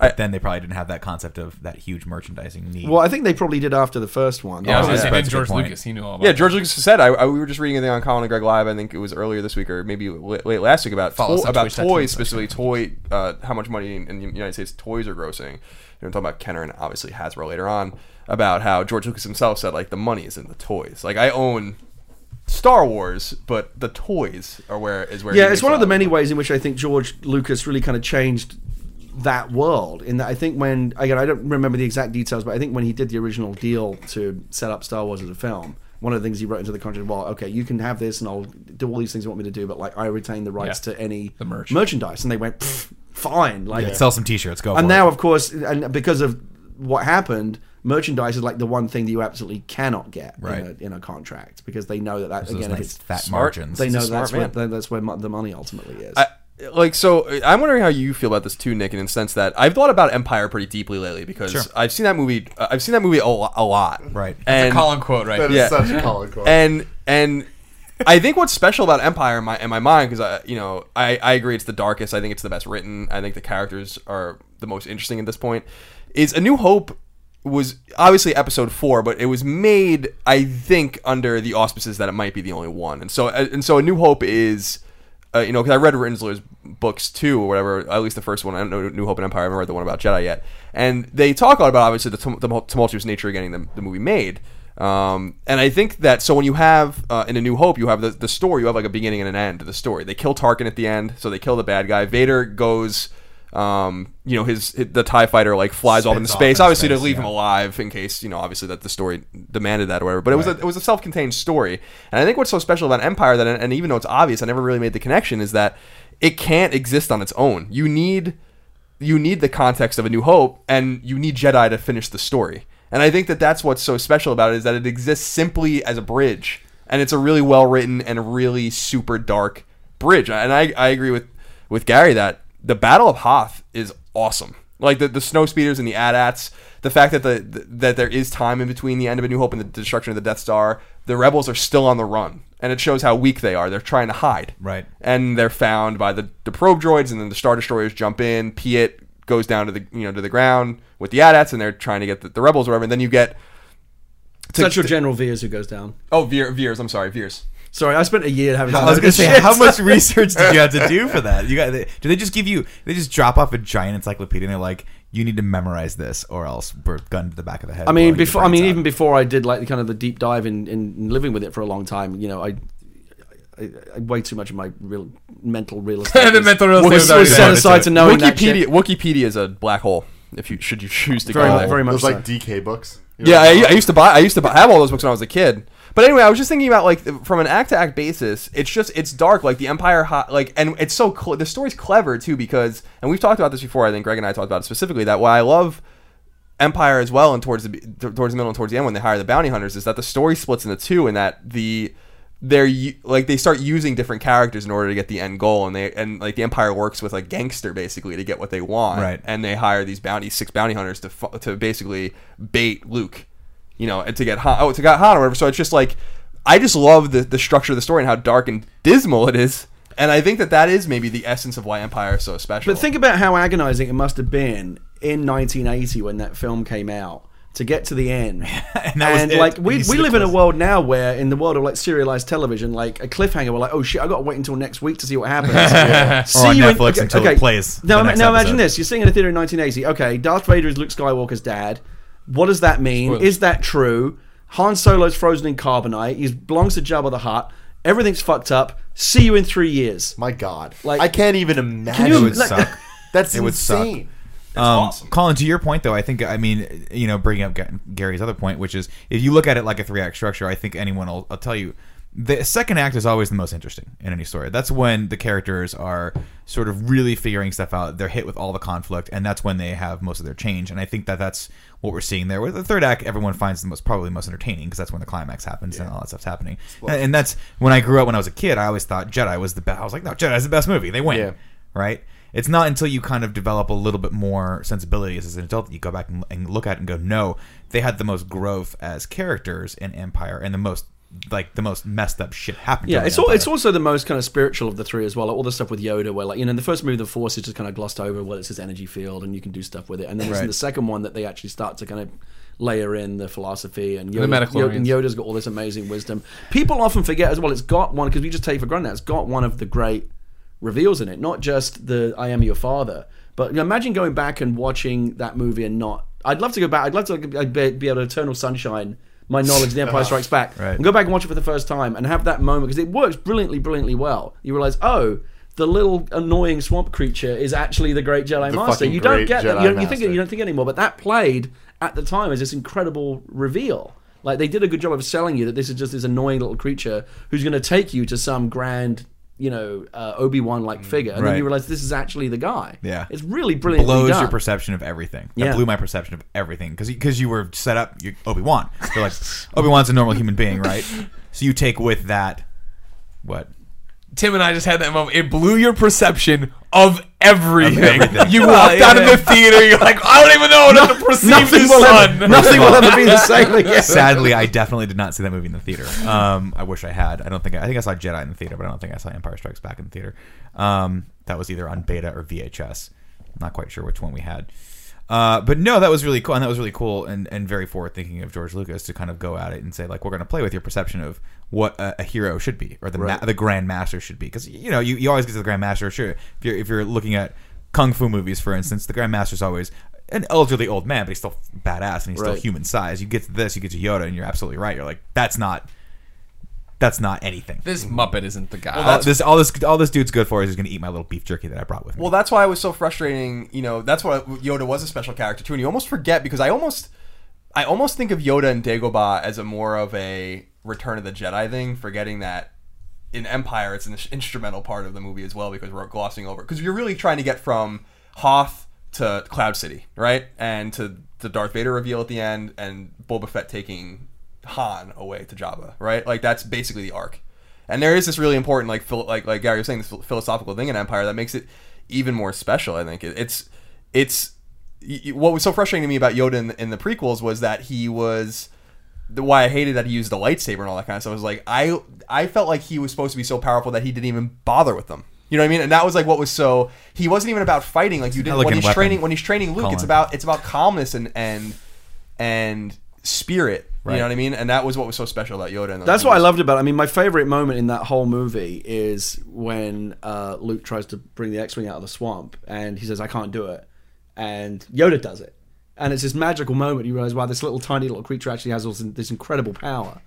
Speaker 2: But
Speaker 5: I-
Speaker 2: then they probably didn't have that concept of that huge merchandising need.
Speaker 4: Well, I think they probably did after the first one.
Speaker 1: Yeah, I was
Speaker 2: Oh,
Speaker 1: gonna
Speaker 2: yeah.
Speaker 1: say,
Speaker 2: That's
Speaker 1: and
Speaker 2: a good
Speaker 1: George
Speaker 2: point.
Speaker 1: Lucas, he knew all about.
Speaker 5: yeah,
Speaker 1: it.
Speaker 5: George Lucas said I, I we were just reading a thing on Colin and Greg Live. I think it was earlier this week or maybe la- late last week about
Speaker 1: Follow us
Speaker 5: to-
Speaker 1: on
Speaker 5: about
Speaker 1: Twitch, that
Speaker 5: toys
Speaker 1: tweet's
Speaker 5: specifically toy uh, how much money in, in the United States toys are grossing. You know, talking about Kenner and obviously Hasbro later on about how George Lucas himself said like the money is in the toys. Like I own Star Wars, but the toys are where is where. he
Speaker 4: yeah, it's
Speaker 5: makes
Speaker 4: one
Speaker 5: a
Speaker 4: of the
Speaker 5: lot
Speaker 4: many ways in which I think George Lucas really kind of changed that world. In that, I think when again, I don't remember the exact details, but I think when he did the original deal to set up Star Wars as a film, one of the things he wrote into the contract, well, okay, you can have this, and I'll do all these things you want me to do, but like I retain the rights
Speaker 1: Yeah.
Speaker 4: to any
Speaker 1: The merch.
Speaker 4: merchandise. And they went, "Pfft, fine, like
Speaker 2: Sell some T-shirts. Go.
Speaker 4: and
Speaker 2: for
Speaker 4: now,
Speaker 2: it.
Speaker 4: of course, and because of what happened, merchandise is like the one thing that you absolutely cannot get
Speaker 2: Right.
Speaker 4: in, a, in a contract because they know that that
Speaker 2: those
Speaker 4: again, if
Speaker 2: nice
Speaker 4: it's
Speaker 2: fat
Speaker 5: smart,
Speaker 2: margins.
Speaker 4: they
Speaker 5: He's a
Speaker 4: know
Speaker 5: smart
Speaker 4: that's where,
Speaker 5: man.
Speaker 4: that- that's where mo- the money ultimately is.
Speaker 5: I, like so uh, i'm wondering how you feel about this too nick in the sense that i've thought about empire pretty deeply lately because
Speaker 2: Sure.
Speaker 5: i've seen that movie uh, i've seen that movie a, lo- a lot
Speaker 2: Right.
Speaker 5: and
Speaker 1: Colin quote right.
Speaker 3: [LAUGHS] That is
Speaker 5: Yeah.
Speaker 3: such a Colin quote.
Speaker 5: and and I think what's special about Empire in my in my mind because I you know I I agree it's the darkest. I think it's the best written. I think the characters are the most interesting at this point. Is A New Hope was obviously episode four, but it was made I think under the auspices that it might be the only one, and so uh, and so A New Hope is. Uh, you know, because I read Rinsler's books too, or whatever. At least the first one. I don't know New Hope and Empire. I haven't read the one about Jedi yet. And they talk a lot about obviously the, tum- the tumultuous nature of getting the, the movie made. Um, and I think that so when you have uh, in A New Hope, you have the, the story, you have like a beginning and an end to the story. They kill Tarkin at the end, so they kill the bad guy. Vader goes, um, you know, his, his- the Tie Fighter like flies off into
Speaker 2: Spins off
Speaker 5: space,
Speaker 2: into
Speaker 5: obviously
Speaker 2: space,
Speaker 5: to leave
Speaker 2: yeah.
Speaker 5: him alive in case you know, obviously that the story demanded that or whatever. But it was a,
Speaker 2: Right.
Speaker 5: it was a self contained story, and I think what's so special about Empire that and even though it's obvious, I never really made the connection is that it can't exist on its own. You need you need the context of A New Hope, and you need Jedi to finish the story. And I think that that's what's so special about it is that it exists simply as a bridge, and it's a really well written and really super dark bridge. And I, I agree with with Gary that the Battle of Hoth is awesome. Like the the snow speeders and the AT-ATs, the fact that the, th- that there is time in between the end of A New Hope and the destruction of the Death Star, the rebels are still on the run, and it shows how weak they are. They're trying to hide,
Speaker 2: Right.
Speaker 5: And they're found by the, the probe droids, and then the Star Destroyers jump in. Piet goes down to the you know to the ground with the AT-ATs, and they're trying to get the, the rebels or whatever. And then you get to-
Speaker 4: Central
Speaker 5: to-
Speaker 4: General Veers who goes down.
Speaker 5: oh Veer, Veers, I'm sorry, Veers.
Speaker 4: Sorry, I spent a year having.
Speaker 2: I was
Speaker 4: going to
Speaker 2: gonna
Speaker 4: look
Speaker 2: say,
Speaker 4: at shit.
Speaker 2: how much research did you have to do for that? You got? They, do they just give you? They just drop off a giant encyclopedia and they're like, "You need to memorize this, or else we're gunned to the back of the head."
Speaker 4: [LAUGHS] I
Speaker 2: blowing
Speaker 4: mean,
Speaker 2: your
Speaker 4: before I mean,
Speaker 2: brains out."
Speaker 4: even before I did like the kind of the deep dive in, in living with it for a long time, you know, I, I, I way too much of my real mental real estate
Speaker 1: The
Speaker 4: was-
Speaker 1: mental real estate
Speaker 4: was,
Speaker 1: was
Speaker 4: was
Speaker 1: already
Speaker 4: set
Speaker 2: devoted to
Speaker 4: aside
Speaker 2: it.
Speaker 4: to knowing that
Speaker 5: Wikipedia
Speaker 4: shit.
Speaker 5: Wikipedia is a black hole. If you should you choose to
Speaker 4: Very
Speaker 5: go
Speaker 4: mu-
Speaker 5: there.
Speaker 4: very much
Speaker 3: Those like
Speaker 4: so.
Speaker 3: DK books. You
Speaker 5: Yeah,
Speaker 3: know?
Speaker 5: I, I used to buy. I used to buy, have all those books when I was a kid. But anyway, I was just thinking about like from an act to act basis. It's just it's dark, like the Empire, hot, like and it's so cle the story's clever too because and we've talked about this before. I think Greg and I talked about it specifically that why I love Empire as well and towards the be- towards the middle and towards the end when they hire the bounty hunters is that the story splits into two and that the they're u- like they start using different characters in order to get the end goal and they and like the empire works with a gangster basically to get what they want
Speaker 2: Right.
Speaker 5: and they hire these bounty six bounty hunters to fu- to basically bait Luke, you know, and to get Han, oh to get Han or whatever. So it's just like I just love the the structure of the story and how dark and dismal it is, and I think that that is maybe the essence of why Empire is so special.
Speaker 4: But think about how agonizing it must have been in 1980 when that film came out to get to the end.
Speaker 2: [LAUGHS] And that was it.
Speaker 4: like
Speaker 2: You
Speaker 4: we,
Speaker 2: see
Speaker 4: we
Speaker 2: the
Speaker 4: live in a
Speaker 2: close-
Speaker 4: world now where in the world of like serialized television, like a cliffhanger, we're like, oh shit, I got to wait until next week to see what
Speaker 2: [LAUGHS]
Speaker 4: happens. see
Speaker 2: Or on Netflix until it plays
Speaker 4: Now,
Speaker 2: the
Speaker 4: ima-
Speaker 2: next
Speaker 4: now imagine
Speaker 2: episode.
Speaker 4: this: you're sitting in a theater in 1980. Okay, Darth Vader is Luke Skywalker's dad. What does that mean? Is that true? Han Solo's frozen in carbonite. He belongs to Jabba the Hutt. Everything's fucked up. See you in three years.
Speaker 3: My God,
Speaker 4: Like-
Speaker 3: like I can't even imagine.
Speaker 4: you-
Speaker 2: It would
Speaker 4: like-
Speaker 2: suck.
Speaker 3: [LAUGHS] That's
Speaker 2: It would suck.
Speaker 3: insane.
Speaker 2: um, Colin, to your point though, I think I mean you know bringing up Ga- Gary's other point, which is if you look at it like a three act structure, I think anyone will I'll tell you the second act is always the most interesting in any story. That's when the characters are sort of really figuring stuff out. They're hit with all the conflict, and that's when they have most of their change. And I think that that's what we're seeing there. With the third act, everyone finds the most probably the most entertaining because that's when the climax happens and all that stuff's happening. And, and that's when I grew up. When I was a kid, I always thought Jedi was the best. I was like, no, Jedi's the best movie. They win
Speaker 3: Yeah.
Speaker 2: right? It's not until you kind of develop a little bit more sensibility as an adult that you go back and, and look at it and go, no, they had the most growth as characters in Empire and the most like the most messed up shit happened.
Speaker 4: Yeah,
Speaker 2: during
Speaker 4: it's all, it's
Speaker 2: Empire.
Speaker 4: also the most kind of spiritual of the three as well. Like all the stuff with Yoda, where like you know, in the first movie, the Force is just kind of glossed over. Well, it's his energy field, and you can do stuff with it. And then it's in
Speaker 2: Right.
Speaker 4: the second one that they actually start to kind of layer in the philosophy and
Speaker 1: the
Speaker 4: Yoda, Yoda,
Speaker 1: midichlorians.
Speaker 4: and Yoda's got all this amazing wisdom. People often forget as well. It's got one because we just take for granted. It's got one of the great reveals in it, not just the "I am your father," but you know, imagine going back and watching that movie and not. I'd love to go back. I'd love to like, be be able to Eternal Sunshine. My knowledge, of
Speaker 3: [LAUGHS]
Speaker 4: The
Speaker 3: Oh.
Speaker 4: Empire Strikes Back,
Speaker 2: Right.
Speaker 4: and go back and watch it for the first time and have that moment because it works brilliantly, brilliantly well. You realize, oh, the little annoying swamp creature is actually the great Jedi
Speaker 3: The
Speaker 4: Master.
Speaker 3: fucking
Speaker 4: You don't
Speaker 3: great
Speaker 4: get that.
Speaker 3: Jedi
Speaker 4: You don't, you think
Speaker 3: Master.
Speaker 4: you don't think anymore. But that played at the time as this incredible reveal. Like they did a good job of selling you that this is just this annoying little creature who's going to take you to some grand, you know, uh, Obi Wan like figure, and then
Speaker 2: Mm, Right.
Speaker 4: you realize this is actually the guy.
Speaker 2: Yeah.
Speaker 4: it's really brilliantly
Speaker 2: blows
Speaker 4: done.
Speaker 2: your perception of everything. That
Speaker 4: Yeah.
Speaker 2: blew my perception of everything because because you were set up you Obi Wan. You're like Obi Wan's a normal human being, right? So you take with that what
Speaker 1: Tim and I just had that moment. It blew your perception of everything.
Speaker 2: everything.
Speaker 1: you walked out of the theater. You're like, I don't even know how to perceive
Speaker 4: nothing
Speaker 1: the
Speaker 4: will
Speaker 1: sun.
Speaker 4: ever, [LAUGHS] nothing will ever be the
Speaker 2: [LAUGHS]
Speaker 4: same again.
Speaker 2: Sadly, I definitely did not see that movie in the theater. Um, I wish I had. I don't think I think I saw Jedi in the theater, but I don't think I saw Empire Strikes Back in the theater. Um, that was either on Beta or VHS. I'm not quite sure which one we had. Uh, but no, that was really cool, and that was really cool, and, and very forward thinking of George Lucas to kind of go at it and say like, we're going to play with your perception of what a, a hero should be, or the ma- the Grand Master should be, because you know you, you always get to the Grand Master. Sure, if you're if you're looking at kung fu movies, for instance, the Grand Master's always an elderly old man, but he's still badass and he's still
Speaker 4: Right.
Speaker 2: human size. You get to this, you get to Yoda, and you're absolutely right. You're like, that's not that's not anything.
Speaker 1: This Muppet isn't the guy.
Speaker 2: all, this all this all this dude's good for is he's going to eat my little beef jerky that I brought with me.
Speaker 5: Well, that's why it was so frustrating. You know, that's why Yoda was a special character too, and you almost forget because I almost, I almost think of Yoda and Dagobah as a more of a Return of the Jedi thing, forgetting that in Empire it's an instrumental part of the movie as well because we're glossing over because you're really trying to get from Hoth to Cloud City, right, and to the Darth Vader reveal at the end, and Boba Fett taking Han away to Jabba, right? Like that's basically the arc. And there is this really important, like, phil- like, like Gary was saying, this phil- philosophical thing in Empire that makes it even more special. I think it, it's, it's, y- y- what was so frustrating to me about Yoda in, in the prequels was that he was the why I hated that he used the lightsaber and all that kind of stuff was like I I felt like he was supposed to be so powerful that he didn't even bother with them. You know what I mean? And that was like what was so he wasn't even about fighting like you did when
Speaker 2: elegant
Speaker 5: he's
Speaker 2: weapon,
Speaker 5: training when he's training Luke. It's
Speaker 2: Colin.
Speaker 5: about it's about calmness and and and spirit. You
Speaker 2: Right.
Speaker 5: know what I mean? And that was what was so special about Yoda. And
Speaker 4: That's what I loved about it. I mean, my favorite moment in that whole movie is when uh, Luke tries to bring the X Wing out of the swamp and he says, I can't do it. And Yoda does it. And it's this magical moment. You realize, wow, this little tiny little creature actually has all this, this incredible power.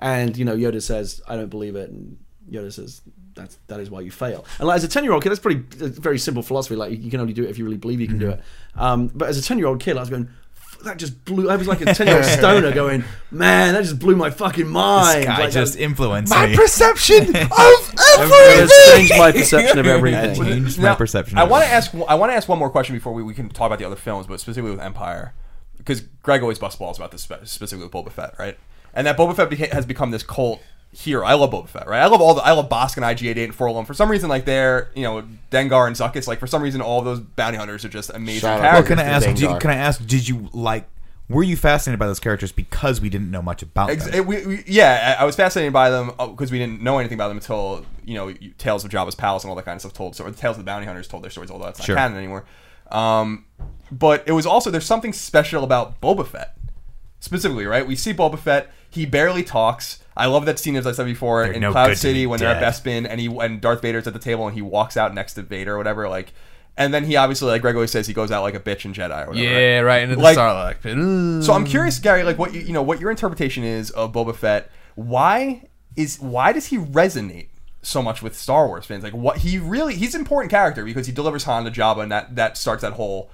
Speaker 4: And, you know, Yoda says, I don't believe it. And Yoda says, that's, that is why you fail. And like, as a 10 year old kid, that's pretty a very simple philosophy. Like, you can only do it if you really believe you can do it. Um, but as a 10 year old kid, I was going, "F- that just blew. I was like a 10 year old stoner going, man, that just blew my fucking mind.
Speaker 2: This guy
Speaker 4: Like, um,
Speaker 2: just
Speaker 4: that-
Speaker 2: influenced
Speaker 1: My [LAUGHS]
Speaker 2: me.
Speaker 1: perception of
Speaker 4: it
Speaker 5: [LAUGHS]
Speaker 4: has
Speaker 1: everything.
Speaker 4: changed my perception of
Speaker 2: That
Speaker 4: everything.
Speaker 2: changed my
Speaker 5: Now,
Speaker 2: perception.
Speaker 5: I
Speaker 2: of
Speaker 5: want to
Speaker 2: it.
Speaker 5: ask. I want to ask one more question before we, we can talk about the other films, but specifically with Empire, because Greg always busts balls about this spe- specifically with Boba Fett, right? And that Boba Fett beca- has become this cult hero. I love Boba Fett, right? I love all the I love Bosk and IG88 and 401. For some reason, like they're you know Dengar and Zuckus, like for some reason, all those bounty hunters are just amazing
Speaker 3: Shout out.
Speaker 2: Well,
Speaker 5: characters.
Speaker 2: can I
Speaker 3: characters
Speaker 2: ask?
Speaker 3: to
Speaker 2: Do you,
Speaker 3: Dengar.
Speaker 2: can I ask? Did you like? Were you fascinated by those characters because we didn't know much about
Speaker 5: Ex-
Speaker 2: them?
Speaker 5: it- we, we, yeah, I I was fascinated by them because we didn't know anything about them until you know you- Tales of Jabba's Palace and all that kind of stuff told. So or Tales of the Bounty Hunters told their stories. Although that's not
Speaker 2: Sure.
Speaker 5: canon anymore. Um, but it was also there's something special about Boba Fett specifically, right? We see Boba Fett. He barely talks. I love that scene as I said before in
Speaker 2: no good
Speaker 5: Cloud
Speaker 2: to
Speaker 5: City
Speaker 2: be
Speaker 5: when they're at
Speaker 2: dead.
Speaker 5: Bespin and he and Darth Vader's at the table and he walks out next to Vader or whatever like. And then he obviously, like Greg always says, he goes out like a bitch in Jedi. Or whatever,
Speaker 1: Yeah, right into the
Speaker 5: Like-
Speaker 1: Sarlacc pit. Ooh.
Speaker 5: so I'm curious, Gary, like what you, you know, what your interpretation is of Boba Fett. Why is why does he resonate so much with Star Wars fans? Like what he really he's an important character because he delivers Han to Jabba, and that that starts that whole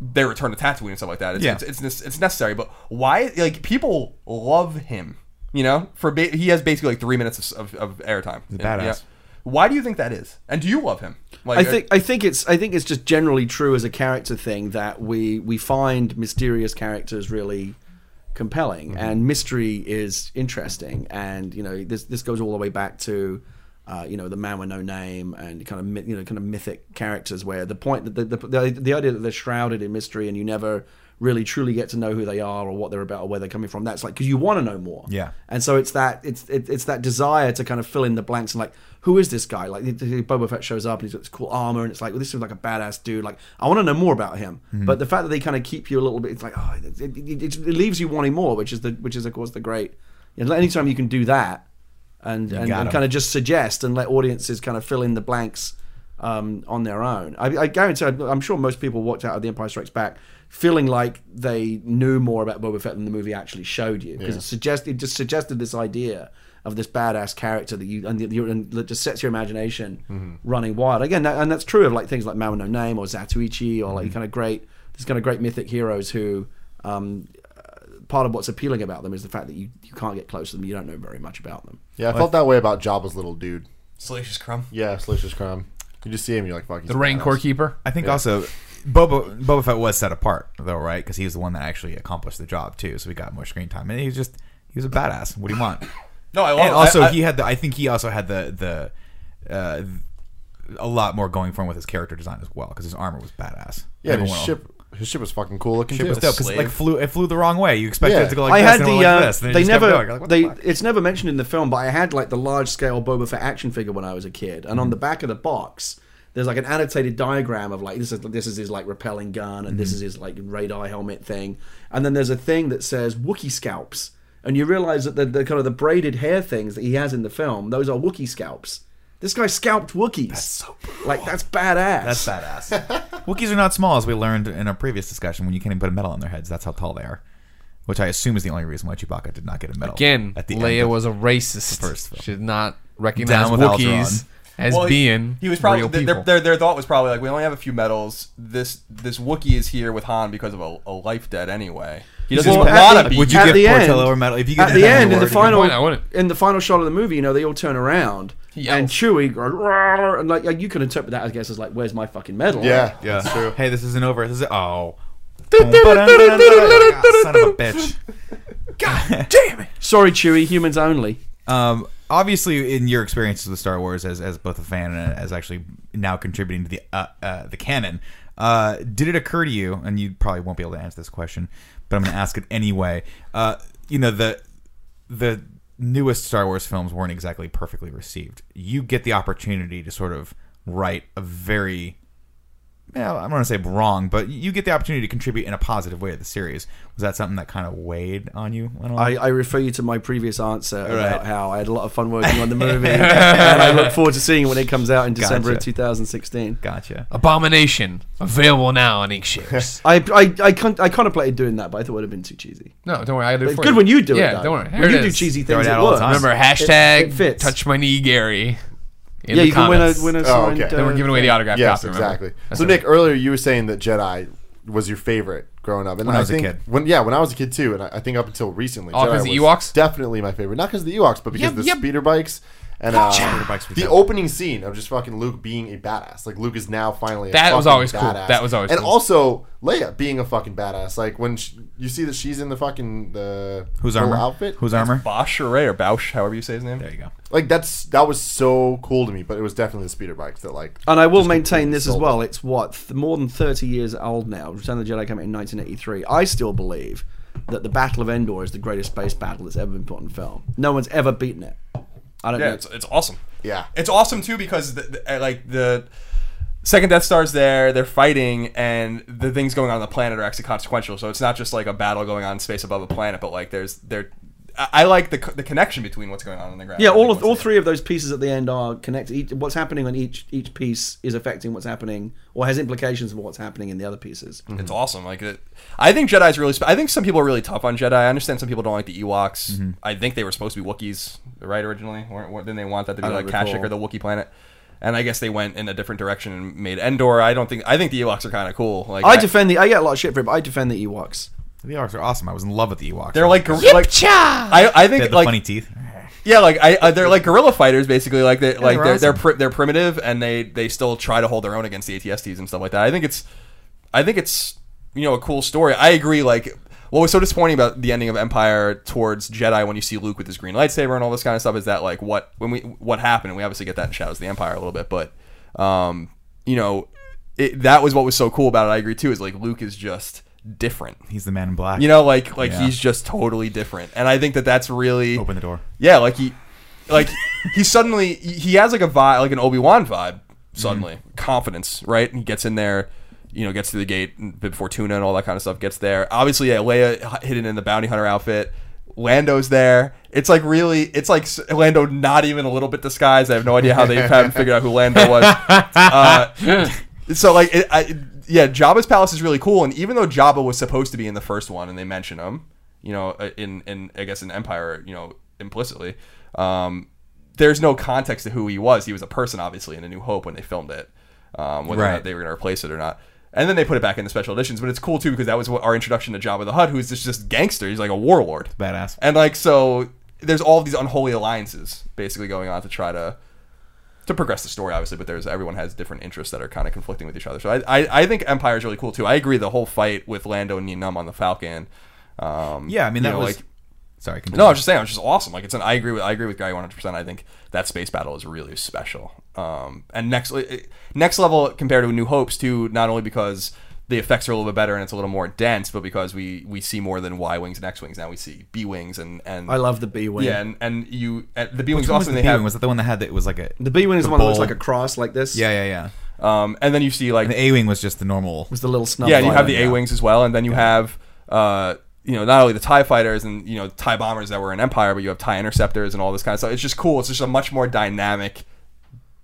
Speaker 5: their return to Tatooine and stuff like that. It's,
Speaker 2: Yeah.
Speaker 5: it's, it's it's necessary, but why like people love him? You know, for ba- he has basically like three minutes of, of, of airtime.
Speaker 2: badass.
Speaker 5: Why do you think that is? And do you love him? Like, uh,
Speaker 4: I think I think it's I think it's just generally true as a character thing that we we find mysterious characters really compelling and mystery is interesting and you know this this goes all the way back to uh, you know the man with no name and kind of myth- you know kind of mythic characters where the point that the, the the the idea that they're shrouded in mystery and you never really truly get to know who they are or what they're about or where they're coming from that's like because you want to know more
Speaker 2: Yeah.
Speaker 4: and so it's that it's it, it's that desire to kind of fill in the blanks and like who is this guy? Like the- the Boba Fett shows up and he's got this cool armor and it's like well, this is like a badass dude. Like I want to know more about him. But the fact that they kind of keep you a little bit, it's like oh, it, it, it, it leaves you wanting more, which is the which is of course the great. You know, anytime you can do that and and,
Speaker 2: got
Speaker 4: and
Speaker 2: 'em.
Speaker 4: kind of just suggest and let audiences kind of fill in the blanks um, on their own. I, I guarantee, I'm sure most people walked out of The Empire Strikes Back feeling like they knew more about Boba Fett than the movie actually showed you because it suggested it just suggested this idea of this badass character that you and, that you, and that just sets your imagination running wild. Again, that, and that's true of like things like Mao no Name or Zatoichi or like kind of great these kind of great mythic heroes who um, part of what's appealing about them is the fact that you, you can't get close to them. You don't know very much about them.
Speaker 3: Yeah, I felt that way about Jabba's little dude.
Speaker 5: Salacious Crumb.
Speaker 3: Yeah, Salacious Crumb. You just see him, you're like, fuck. he's
Speaker 1: the
Speaker 3: a
Speaker 1: Rancor
Speaker 3: badass.
Speaker 1: Keeper.
Speaker 2: I think also Boba Boba Fett was set apart though, right? Because he was the one that actually accomplished the job too. So we got more screen time, and he was just he was a badass. What do you want?
Speaker 5: No,
Speaker 4: Oh,
Speaker 5: I love.
Speaker 2: and also
Speaker 5: I- I-
Speaker 2: he had the. I think he also had the the uh, a lot more going for him with his character design as well because his armor was badass.
Speaker 3: Yeah, his
Speaker 2: Everyone else-
Speaker 3: ship, his ship was fucking cool looking
Speaker 2: Ship
Speaker 3: too.
Speaker 2: was dope because
Speaker 5: slave.
Speaker 2: like flew it flew the wrong way. You expected
Speaker 3: Yeah.
Speaker 2: it to go like
Speaker 4: I
Speaker 2: this,
Speaker 4: had
Speaker 2: and
Speaker 4: the
Speaker 2: it went like
Speaker 4: uh,
Speaker 2: this, and it
Speaker 4: they
Speaker 2: just kept
Speaker 4: never
Speaker 2: going. You're like, what the
Speaker 4: they
Speaker 2: fuck?
Speaker 4: it's never mentioned in the film, but I had like the large scale Boba Fett action figure when I was a kid,
Speaker 2: Mm-hmm.
Speaker 4: and on the back of the box. There's like an annotated diagram of like this is this is his like repelling gun and this
Speaker 2: Mm-hmm.
Speaker 4: is his like radar helmet thing, and then there's a thing that says Wookie scalps, and you realize that the, the kind of the braided hair things that he has in the film those are Wookie scalps. This guy scalped Wookiees. That's so like that's badass.
Speaker 2: That's badass.
Speaker 3: [LAUGHS]
Speaker 2: Wookiees are not small, as we learned in a previous discussion when you can't even put a medal on their heads. That's how tall they are, which I assume is the only reason why Chewbacca did not get a medal.
Speaker 1: Again,
Speaker 2: at the
Speaker 1: Leia
Speaker 2: end of-
Speaker 1: was a racist.
Speaker 2: first film.
Speaker 1: She did not recognize
Speaker 2: Down with
Speaker 1: Wookiees
Speaker 2: Alderaan.
Speaker 1: as
Speaker 5: Well,
Speaker 1: being
Speaker 5: he was probably
Speaker 1: real
Speaker 5: their,
Speaker 1: people.
Speaker 5: their, their thought was probably like we only have a few medals. This this Wookiee is here with Han because of a, a life debt anyway. He doesn't
Speaker 2: Well,
Speaker 5: want
Speaker 2: at
Speaker 5: want to
Speaker 2: the-
Speaker 5: be.
Speaker 2: Would you
Speaker 4: at
Speaker 2: give
Speaker 4: the
Speaker 2: Portillo
Speaker 4: end-
Speaker 2: a medal? If you
Speaker 4: at
Speaker 2: give
Speaker 4: the
Speaker 2: him an
Speaker 4: end in the
Speaker 2: award, you
Speaker 4: final
Speaker 1: point, I wouldn't.
Speaker 4: in the final shot of the movie, you know, they all turn around
Speaker 1: yells.
Speaker 4: and Chewie goes, "Rawr," and like, like, you can interpret that I guess as like, "Where's my fucking medal?"
Speaker 3: Yeah, yeah.
Speaker 2: Yeah.
Speaker 3: That's true.
Speaker 2: Hey, this isn't over. This is
Speaker 4: [LAUGHS]
Speaker 2: oh. Son of Ah, a bitch. God damn it.
Speaker 4: Sorry, Chewie, humans only.
Speaker 2: Um, obviously, in your experiences with Star Wars, as as both a fan and as actually now contributing to the uh, uh, the canon. Uh, did it occur to you? And you probably won't be able to answer this question, but I'm going to ask it anyway. Uh, you know the the newest Star Wars films weren't exactly perfectly received. You get the opportunity to sort of write a very yeah, I'm going to say wrong, but you get the opportunity to contribute in a positive way to the series. Was that something that kind of weighed on you? At all?
Speaker 4: I, I refer you to my previous answer about how I had a lot of fun working on the [LAUGHS] movie, and I look forward to seeing it when it comes out in December of
Speaker 2: Gotcha.
Speaker 4: 2016.
Speaker 2: gotcha.
Speaker 1: Abomination available now on
Speaker 4: [LAUGHS]
Speaker 1: Inkshares.
Speaker 4: I I, I, con- I contemplated doing that, but I thought it would have been too cheesy.
Speaker 1: no, don't worry. I do it
Speaker 4: It's
Speaker 1: for
Speaker 4: good when you do it.
Speaker 1: Yeah,
Speaker 4: though.
Speaker 1: don't worry. Here
Speaker 4: When you
Speaker 1: it
Speaker 4: do
Speaker 1: is.
Speaker 4: cheesy
Speaker 2: Throw it
Speaker 4: things, it
Speaker 2: out all the
Speaker 4: works.
Speaker 2: time.
Speaker 1: Remember hashtag
Speaker 4: it fits.
Speaker 1: touch my knee, Gary. In
Speaker 4: yeah,
Speaker 1: the
Speaker 4: you can win a
Speaker 1: comments.
Speaker 4: win a
Speaker 3: Oh,
Speaker 4: signed,
Speaker 3: okay.
Speaker 4: uh,
Speaker 3: Then
Speaker 1: We're giving away the autograph
Speaker 3: Yes,
Speaker 1: copy. remember?
Speaker 3: exactly.
Speaker 1: That's
Speaker 3: so
Speaker 1: right.
Speaker 3: Nick, earlier you were saying that Jedi was your favorite growing up, and
Speaker 2: When I was a
Speaker 3: think
Speaker 2: kid.
Speaker 3: when yeah, when I was a kid too, and I, I think up until recently,
Speaker 1: All 'cause
Speaker 3: Jedi
Speaker 1: of
Speaker 3: was
Speaker 1: Ewoks?
Speaker 3: definitely my favorite. Not because of the Ewoks, but because
Speaker 1: Yep,
Speaker 3: of the
Speaker 1: yep.
Speaker 3: speeder bikes and uh,
Speaker 2: Speeder bikes were
Speaker 3: the
Speaker 2: dope.
Speaker 3: opening scene of just fucking Luke being a badass. Like Luke is now finally a
Speaker 1: That was
Speaker 3: fucking
Speaker 1: always cool.
Speaker 3: badass.
Speaker 1: That was always
Speaker 3: and
Speaker 1: cool.
Speaker 3: also Leia being a fucking badass. Like when sh you see that she's in the fucking the
Speaker 2: Whose
Speaker 3: little
Speaker 2: armor?
Speaker 3: outfit,
Speaker 2: Whose armor?
Speaker 5: Bosch or Ray or Bausch, however you say his name.
Speaker 2: There you go.
Speaker 3: like that's that was so cool to me. But it was definitely the speeder bikes that like
Speaker 4: And I will maintain this as well. It's what th- more than thirty years old now. Return of the Jedi came out in 1983. I still believe that the Battle of Endor is the greatest space battle that's ever been put in film. No one's ever beaten it. I don't
Speaker 5: Yeah,
Speaker 4: know.
Speaker 5: it's, it's awesome.
Speaker 3: Yeah.
Speaker 5: it's awesome too because the, the, uh, like the second Death Star's there, they're fighting, and the things going on on the planet are actually consequential. So it's not just like a battle going on in space above a planet, but like there's there. I I like the, co- the connection between what's going on on the ground.
Speaker 4: Yeah,
Speaker 5: I think
Speaker 4: all of
Speaker 5: what's-
Speaker 4: all three of those pieces at the end are connected. Each, what's happening on each each piece is affecting what's happening or has implications for what's happening in the other pieces.
Speaker 5: It's awesome. Like it, I think Jedi's really. Sp- I think some people are really tough on Jedi. I understand some people don't like the Ewoks. I think they were supposed to be Wookiees, right? Originally, weren't, weren't- didn't they want that to be
Speaker 4: don't
Speaker 5: like Kashyyyk
Speaker 4: recall.
Speaker 5: or the Wookiee planet? And I guess they went in a different direction and made Endor. I don't think. I think the Ewoks are kind of cool. Like
Speaker 4: I defend the. I get a lot of shit for it, but I defend the Ewoks.
Speaker 2: The Ewoks are awesome. I was in love with the Ewoks.
Speaker 5: They're like, gor- like
Speaker 1: Yip-cha!
Speaker 5: I, I
Speaker 2: they
Speaker 5: think
Speaker 2: had the
Speaker 5: like
Speaker 2: funny teeth. [LAUGHS]
Speaker 5: yeah, like I, I they're like guerrilla fighters basically. Like they like
Speaker 2: they're
Speaker 5: they're they're,
Speaker 2: awesome.
Speaker 5: pri- they're primitive and they they still try to hold their own against the ATSTs and stuff like that. I think it's I think it's you know a cool story. I agree. Like what was so disappointing about the ending of Empire towards Jedi when you see Luke with his green lightsaber and all this kind of stuff is that like what when we what happened and we obviously get that in Shadows of the Empire a little bit, but um you know it, that was what was so cool about it. I agree too. Is like Luke is just different.
Speaker 2: He's the man in black.
Speaker 5: You know, like like
Speaker 2: Yeah.
Speaker 5: he's just totally different, and I think that that's really
Speaker 2: open the door.
Speaker 5: yeah, like he, like he suddenly he has like a vibe, like an Obi Wan vibe. Suddenly, confidence, right? And he gets in there, you know, gets through the gate, and Bib Fortuna and all that kind of stuff gets there. Obviously, yeah, Leia h- hidden in the bounty hunter outfit. Lando's there. It's like really, it's like s- Lando not even a little bit disguised. I have no idea how they haven't figured out who Lando was. Uh, so like, it, I, yeah, Jabba's palace is really cool. And even though Jabba was supposed to be in the first one, and they mention him, you know, uh, in in I guess in Empire, you know, implicitly, um, there's no context to who he was. He was a person, obviously, in A New Hope when they filmed it, um, whether or
Speaker 2: Right.
Speaker 5: not they were going to replace it or not. And then they put it back in the special editions, but it's cool too because that was what our introduction to Jabba the Hutt, who's just just gangster. He's like a warlord.
Speaker 2: Badass.
Speaker 5: And like so, there's all these unholy alliances basically going on to try to to progress the story, obviously. But there's everyone has different interests that are kind of conflicting with each other. So I I, I think Empire is really cool too. I agree. The whole fight with Lando and Num on the Falcon. Um,
Speaker 2: Yeah, I mean
Speaker 5: you
Speaker 2: that
Speaker 5: know,
Speaker 2: was.
Speaker 5: like-
Speaker 2: sorry,
Speaker 5: no,
Speaker 2: continue.
Speaker 5: I was just saying, it was just awesome. Like it's an I agree with I agree with Gary one hundred percent. I think that space battle is really special. Um, and next it- next level compared to New Hopes too. Not only because the effects are a little bit better and it's a little more dense, but because we we see more than Y wings and X wings. Now we see B wings and and
Speaker 4: I love the B wing.
Speaker 5: yeah and and you and the B wings
Speaker 2: Which one was
Speaker 5: also
Speaker 2: the
Speaker 5: they
Speaker 2: B-wing?
Speaker 5: have
Speaker 2: was that the one that had that it was like a
Speaker 4: the B wing is the one that looks
Speaker 2: bowl?
Speaker 4: like a cross like this.
Speaker 2: yeah yeah yeah.
Speaker 5: um and then you see like
Speaker 2: And the A wing was just the normal.
Speaker 4: was the little snub.
Speaker 5: yeah, and you
Speaker 4: line.
Speaker 5: have the
Speaker 2: yeah.
Speaker 5: A wings as well, and then you have uh, you know not only the Tie fighters and you know Tie bombers that were in Empire, but you have Tie interceptors and all this kind of stuff. It's just cool. It's just a much more dynamic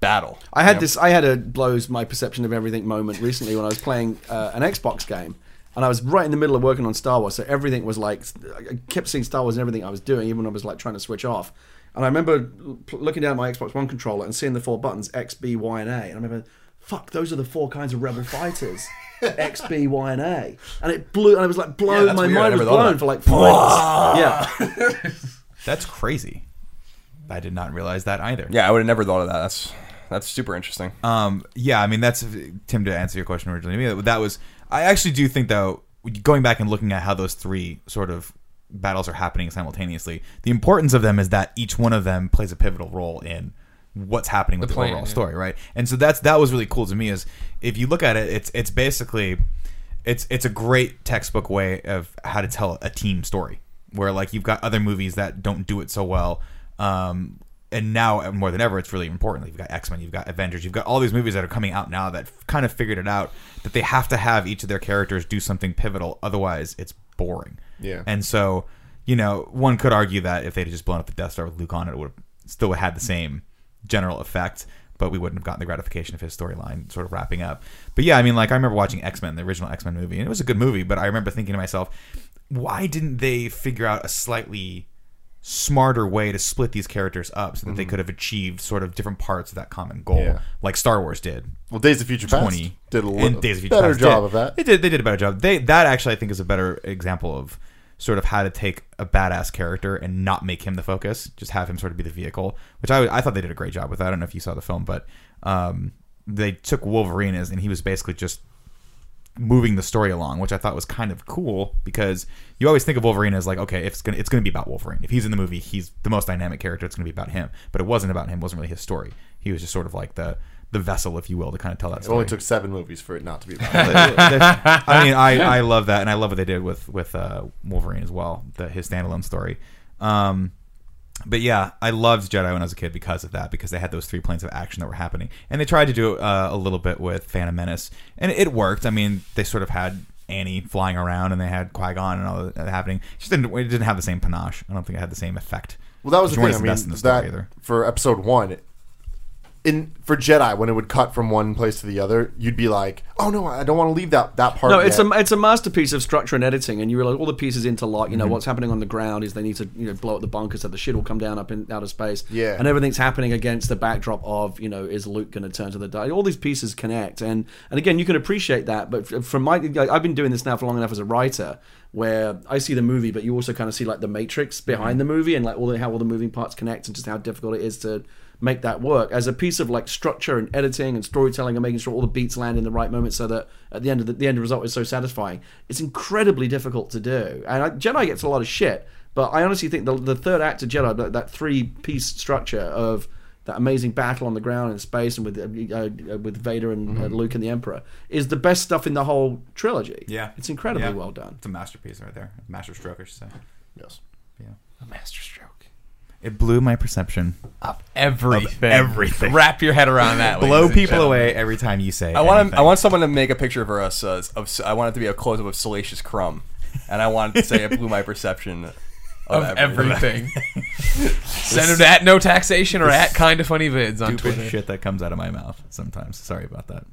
Speaker 5: battle.
Speaker 4: I had
Speaker 5: you know?
Speaker 4: this. I had a blows my perception of everything moment recently when I was playing uh, an Xbox game, and I was right in the middle of working on Star Wars, so everything was like I kept seeing Star Wars in everything I was doing, even when I was like trying to switch off. And I remember l- looking down at my Xbox One controller and seeing the four buttons X, B, Y, and A, and I remember, fuck, those are the four kinds of Rebel
Speaker 5: [LAUGHS]
Speaker 4: fighters. X, B, Y, and A, and it blew, and I was like blown.
Speaker 5: that's
Speaker 4: my
Speaker 5: weird. I
Speaker 4: mind was
Speaker 5: never thought of
Speaker 4: blown
Speaker 5: that.
Speaker 4: for like five.
Speaker 5: [LAUGHS]
Speaker 4: yeah,
Speaker 2: That's crazy. I did not realize that either.
Speaker 5: yeah, I would have never thought of that. That's that's super interesting.
Speaker 2: Um, yeah, I mean that's Tim to answer your question originally. I mean, that was I actually do think though, going back and looking at how those three sort of battles are happening simultaneously, the importance of them is that each one of them plays a pivotal role in what's happening with the,
Speaker 1: plan,
Speaker 2: overall
Speaker 1: yeah.
Speaker 2: story, right? And so that's that was really cool to me. Is if you look at it, it's it's basically it's it's a great textbook way of how to tell a team story, where like you've got other movies that don't do it so well. Um, and now more than ever, it's really important. Like, you've got X Men, you've got Avengers, you've got all these movies that are coming out now that kind of figured it out that they have to have each of their characters do something pivotal, otherwise it's boring.
Speaker 3: Yeah.
Speaker 2: And so, you know, one could argue that if they'd have just blown up the Death Star with Luke on it, it would have still had the same general effect, but we wouldn't have gotten the gratification of his storyline sort of wrapping up. But yeah, I mean, like, I remember watching X Men, the original X Men movie, and it was a good movie, but I remember thinking to myself, why didn't they figure out a slightly smarter way to split these characters up so that they could have achieved sort of different parts of that common goal,
Speaker 3: Mm-hmm. Yeah.
Speaker 2: like Star Wars did
Speaker 3: Well, Days of Future Past
Speaker 2: 20
Speaker 3: did a
Speaker 2: in
Speaker 3: little
Speaker 2: Days of Future
Speaker 3: better
Speaker 2: Past
Speaker 3: job
Speaker 2: did.
Speaker 3: of that.
Speaker 2: They did. They did a better job. They that actually I think is a better example of sort of how to take a badass character and not make him the focus, just have him sort of be the vehicle. Which I I thought they did a great job with. that. I don't know if you saw the film, but um, they took Wolverine as and he was basically just moving the story along, which I thought was kind of cool because you always think of Wolverine as like, okay, if it's gonna it's gonna be about Wolverine. If he's in the movie, he's the most dynamic character. It's gonna be about him. But it wasn't about him. It wasn't really his story. He was just sort of like the the vessel, if you will, to kind of tell that
Speaker 3: It
Speaker 2: story.
Speaker 3: only took seven movies for it not
Speaker 2: [LAUGHS]
Speaker 3: to be about. it.
Speaker 2: I mean, I, I love that, and I love what they did with with uh, Wolverine as well, the, his standalone story. Um, but yeah, I loved Jedi when I was a kid because of that, because they had those three planes of action that were happening, and they tried to do it uh, a little bit with Phantom Menace, and it worked. I mean, they sort of had Annie flying around, and they had Qui Gon and all that happening. It just didn't it didn't have the same panache. I don't think it had the same effect.
Speaker 3: Well, that was
Speaker 2: Which
Speaker 3: the
Speaker 2: weren't
Speaker 3: thing. I
Speaker 2: as best
Speaker 3: mean,
Speaker 2: in the story
Speaker 3: that
Speaker 2: either.
Speaker 3: for episode one, in for Jedi when it would cut from one place to the other, you'd be like, "Oh no, I don't want to leave that that part."
Speaker 4: No, it's
Speaker 3: yet."
Speaker 4: a it's a masterpiece of structure and editing, and you realize all the pieces interlock. You
Speaker 3: Mm-hmm.
Speaker 4: know what's happening on the ground is they need to you know blow up the bunker so the shit will come down up in outer space.
Speaker 3: Yeah.
Speaker 4: and everything's happening against the backdrop of you know is Luke going to turn to the dark? All these pieces connect, and and again you can appreciate that. But f- from my like, I've been doing this now for long enough as a writer, where I see the movie, but you also kind of see like the matrix behind the movie and like all the, how all the moving parts connect and just how difficult it is to make that work as a piece of like structure and editing and storytelling and making sure all the beats land in the right moment so that at the end of the, the end result is so satisfying it's incredibly difficult to do and I, jedi gets a lot of shit but i honestly think the, the third act of jedi that, that three piece structure of that amazing battle on the ground in space and with uh, uh, with vader and
Speaker 2: Mm-hmm.
Speaker 4: uh, luke and the emperor is the best stuff in the whole trilogy
Speaker 2: Yeah.
Speaker 4: it's incredibly
Speaker 2: Yeah.
Speaker 4: well done
Speaker 2: It's a masterpiece right there, masterstroke, I should say.
Speaker 3: yes.
Speaker 2: Yeah.
Speaker 1: A masterstroke.
Speaker 2: It blew my perception.
Speaker 1: Of everything.
Speaker 2: everything.
Speaker 1: Wrap your head around that.
Speaker 2: blow
Speaker 1: ladies and
Speaker 2: people
Speaker 1: gentlemen.
Speaker 2: away every time you say.
Speaker 5: I want
Speaker 2: anything.
Speaker 5: I want someone to make a picture for us. Uh, of I want it to be a close up of Salacious Crumb, and I want to say it blew my perception
Speaker 1: Of
Speaker 5: of,
Speaker 4: [LAUGHS]
Speaker 1: everything. Send them to at no taxation or at kind of funny vids on
Speaker 2: stupid
Speaker 1: Twitter.
Speaker 2: shit that comes out of my mouth sometimes. Sorry about that.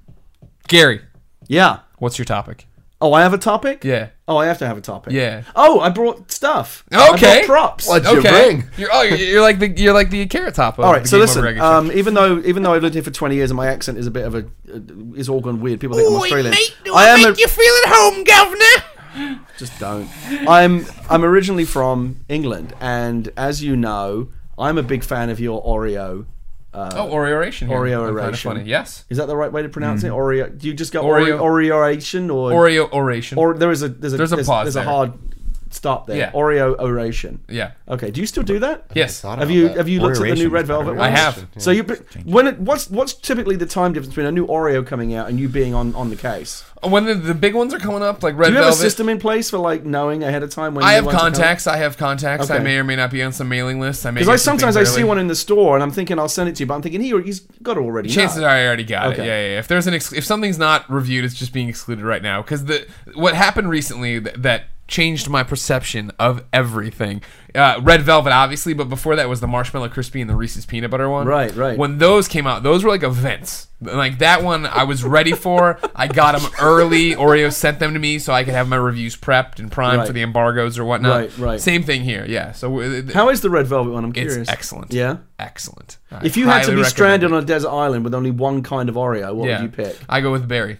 Speaker 1: Gary,
Speaker 4: yeah
Speaker 1: what's your topic?
Speaker 4: oh i have a topic
Speaker 1: Yeah.
Speaker 4: oh i have to have a topic
Speaker 1: Yeah.
Speaker 4: oh i brought stuff I
Speaker 1: Okay.
Speaker 4: brought props
Speaker 3: What'd you bring?
Speaker 1: You're, oh, you're, you're like the you're like the carrot top. Of
Speaker 4: All right,
Speaker 1: the
Speaker 4: so
Speaker 1: Game
Speaker 4: listen.
Speaker 1: Over Egg Show.
Speaker 4: Um, even though even though I've lived here for twenty years and my accent is a bit of a uh, is all gone weird, people think I'm Australian. I am a, Oh.
Speaker 1: feel at home, Governor?
Speaker 4: just don't. I'm I'm originally from England, and as you know, I'm a big fan of your Oreo. Uh,
Speaker 1: Oh, Oreoration. Here.
Speaker 4: Oreo
Speaker 1: I'm kinda
Speaker 4: oration.
Speaker 1: funny. Yes.
Speaker 4: Is that the right way to pronounce it? Oreo? Do you just go
Speaker 1: Mm. Oreo.
Speaker 4: Oreo Oreoation or
Speaker 1: Oreo oration.
Speaker 4: or there is a there's a
Speaker 1: There's a pause
Speaker 4: there's
Speaker 1: there.
Speaker 4: a hard stop there.
Speaker 1: Yeah.
Speaker 4: Oreo oration.
Speaker 1: yeah.
Speaker 4: Okay. Do you still do that?
Speaker 1: Yes.
Speaker 3: Thought
Speaker 4: Have
Speaker 3: about
Speaker 4: you
Speaker 3: that.
Speaker 4: have you looked at the
Speaker 2: Oreoration
Speaker 4: new
Speaker 2: is
Speaker 4: Red
Speaker 2: better.
Speaker 4: Velvet?
Speaker 2: I
Speaker 4: one?
Speaker 1: I have.
Speaker 4: So you when it, what's what's typically the time difference between a new Oreo coming out and you being on on the case?
Speaker 1: When the, the big ones are coming up, like Red
Speaker 4: Do you have a
Speaker 1: Velvet.
Speaker 4: system in place for like knowing ahead of time when
Speaker 1: I have contacts. I have contacts. I
Speaker 4: Okay.
Speaker 1: may or may not be on some mailing lists. I may.
Speaker 4: Because I
Speaker 1: get some
Speaker 4: sometimes I
Speaker 1: things
Speaker 4: see
Speaker 1: early.
Speaker 4: one in the store and I'm thinking I'll send it to you, but I'm thinking he he's got it already.
Speaker 1: Chances
Speaker 4: no.
Speaker 1: are I already got it.
Speaker 4: Okay.
Speaker 1: Yeah, yeah, yeah. If there's an ex- if something's not reviewed, it's just being excluded right now. Because the what happened recently that, that changed my perception of everything. Uh, Red Velvet, obviously, but before that was the Marshmallow Crispy and the Reese's Peanut Butter one.
Speaker 4: Right, right.
Speaker 1: When those came out, those were like events. Like that one, I was ready for. I got them early. Oreo sent them to me so I could have my reviews prepped and primed
Speaker 4: Right.
Speaker 1: for the embargoes or whatnot.
Speaker 4: Right, right.
Speaker 1: Same thing here. Yeah. So uh,
Speaker 4: How is the Red Velvet one? I'm curious.
Speaker 1: it's excellent.
Speaker 4: Yeah.
Speaker 1: Excellent. I
Speaker 4: If you had to
Speaker 1: highly
Speaker 4: be
Speaker 1: recommend
Speaker 4: stranded
Speaker 1: it.
Speaker 4: on a desert island with only one kind of Oreo, what
Speaker 1: yeah.
Speaker 4: would you pick?
Speaker 1: I go with Barry.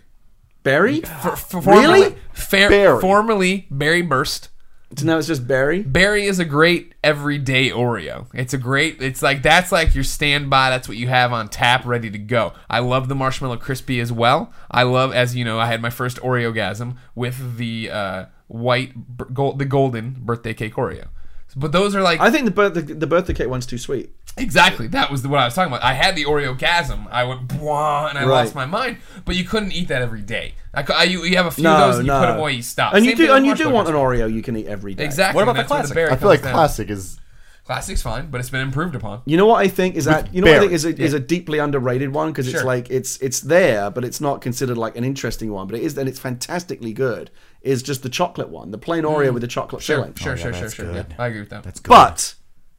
Speaker 4: Berry?
Speaker 1: For, for
Speaker 4: Really?
Speaker 1: formerly, fair,
Speaker 3: Berry.
Speaker 1: formerly Berry Burst.
Speaker 4: So now it's just berry.
Speaker 1: Berry is a great everyday Oreo. It's a great. It's like that's like your standby. That's what you have on tap, ready to go. I love the marshmallow crispy as well. I love, as you know, I had my first Oreo gasm with the uh, white, br- gold, the golden birthday cake Oreo. But those are like
Speaker 4: I think the birthday, the birthday cake one's too sweet.
Speaker 1: exactly that was the, what I was talking about. I had the Oreo gasm. I went Bwah, and I
Speaker 4: Right.
Speaker 1: lost my mind. But you couldn't eat that every day. I, cou- I- you, you have a few
Speaker 4: No,
Speaker 1: of those and
Speaker 4: no.
Speaker 1: you put them away. You stop.
Speaker 4: And you
Speaker 1: Same
Speaker 4: do
Speaker 1: thing
Speaker 4: and you
Speaker 1: with
Speaker 4: do
Speaker 1: Marshmallow
Speaker 4: want an
Speaker 1: Crisp.
Speaker 4: Oreo you can eat every day.
Speaker 1: Exactly.
Speaker 5: What
Speaker 1: and
Speaker 5: about the
Speaker 1: that's where
Speaker 5: classic?
Speaker 1: berry
Speaker 3: I feel like
Speaker 1: comes down.
Speaker 3: classic is
Speaker 1: Classic's fine, but it's been improved upon.
Speaker 4: You know what I think is that you know what I
Speaker 3: berry.
Speaker 4: think is a, is a deeply underrated one because it's
Speaker 1: Sure.
Speaker 4: like it's it's there but it's not considered like an interesting one but it is and it's fantastically good is just the chocolate one the plain Oreo with the chocolate
Speaker 1: Mm. Sure,
Speaker 4: filling.
Speaker 1: sure, sure, sure,
Speaker 2: that's
Speaker 1: sure.
Speaker 2: good.
Speaker 1: Yeah, I agree with that.
Speaker 2: That's good.
Speaker 4: But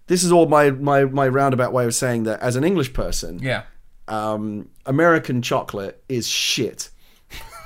Speaker 4: this is all my, my my roundabout way of saying that as an English person,
Speaker 1: yeah.
Speaker 4: um, American chocolate is shit.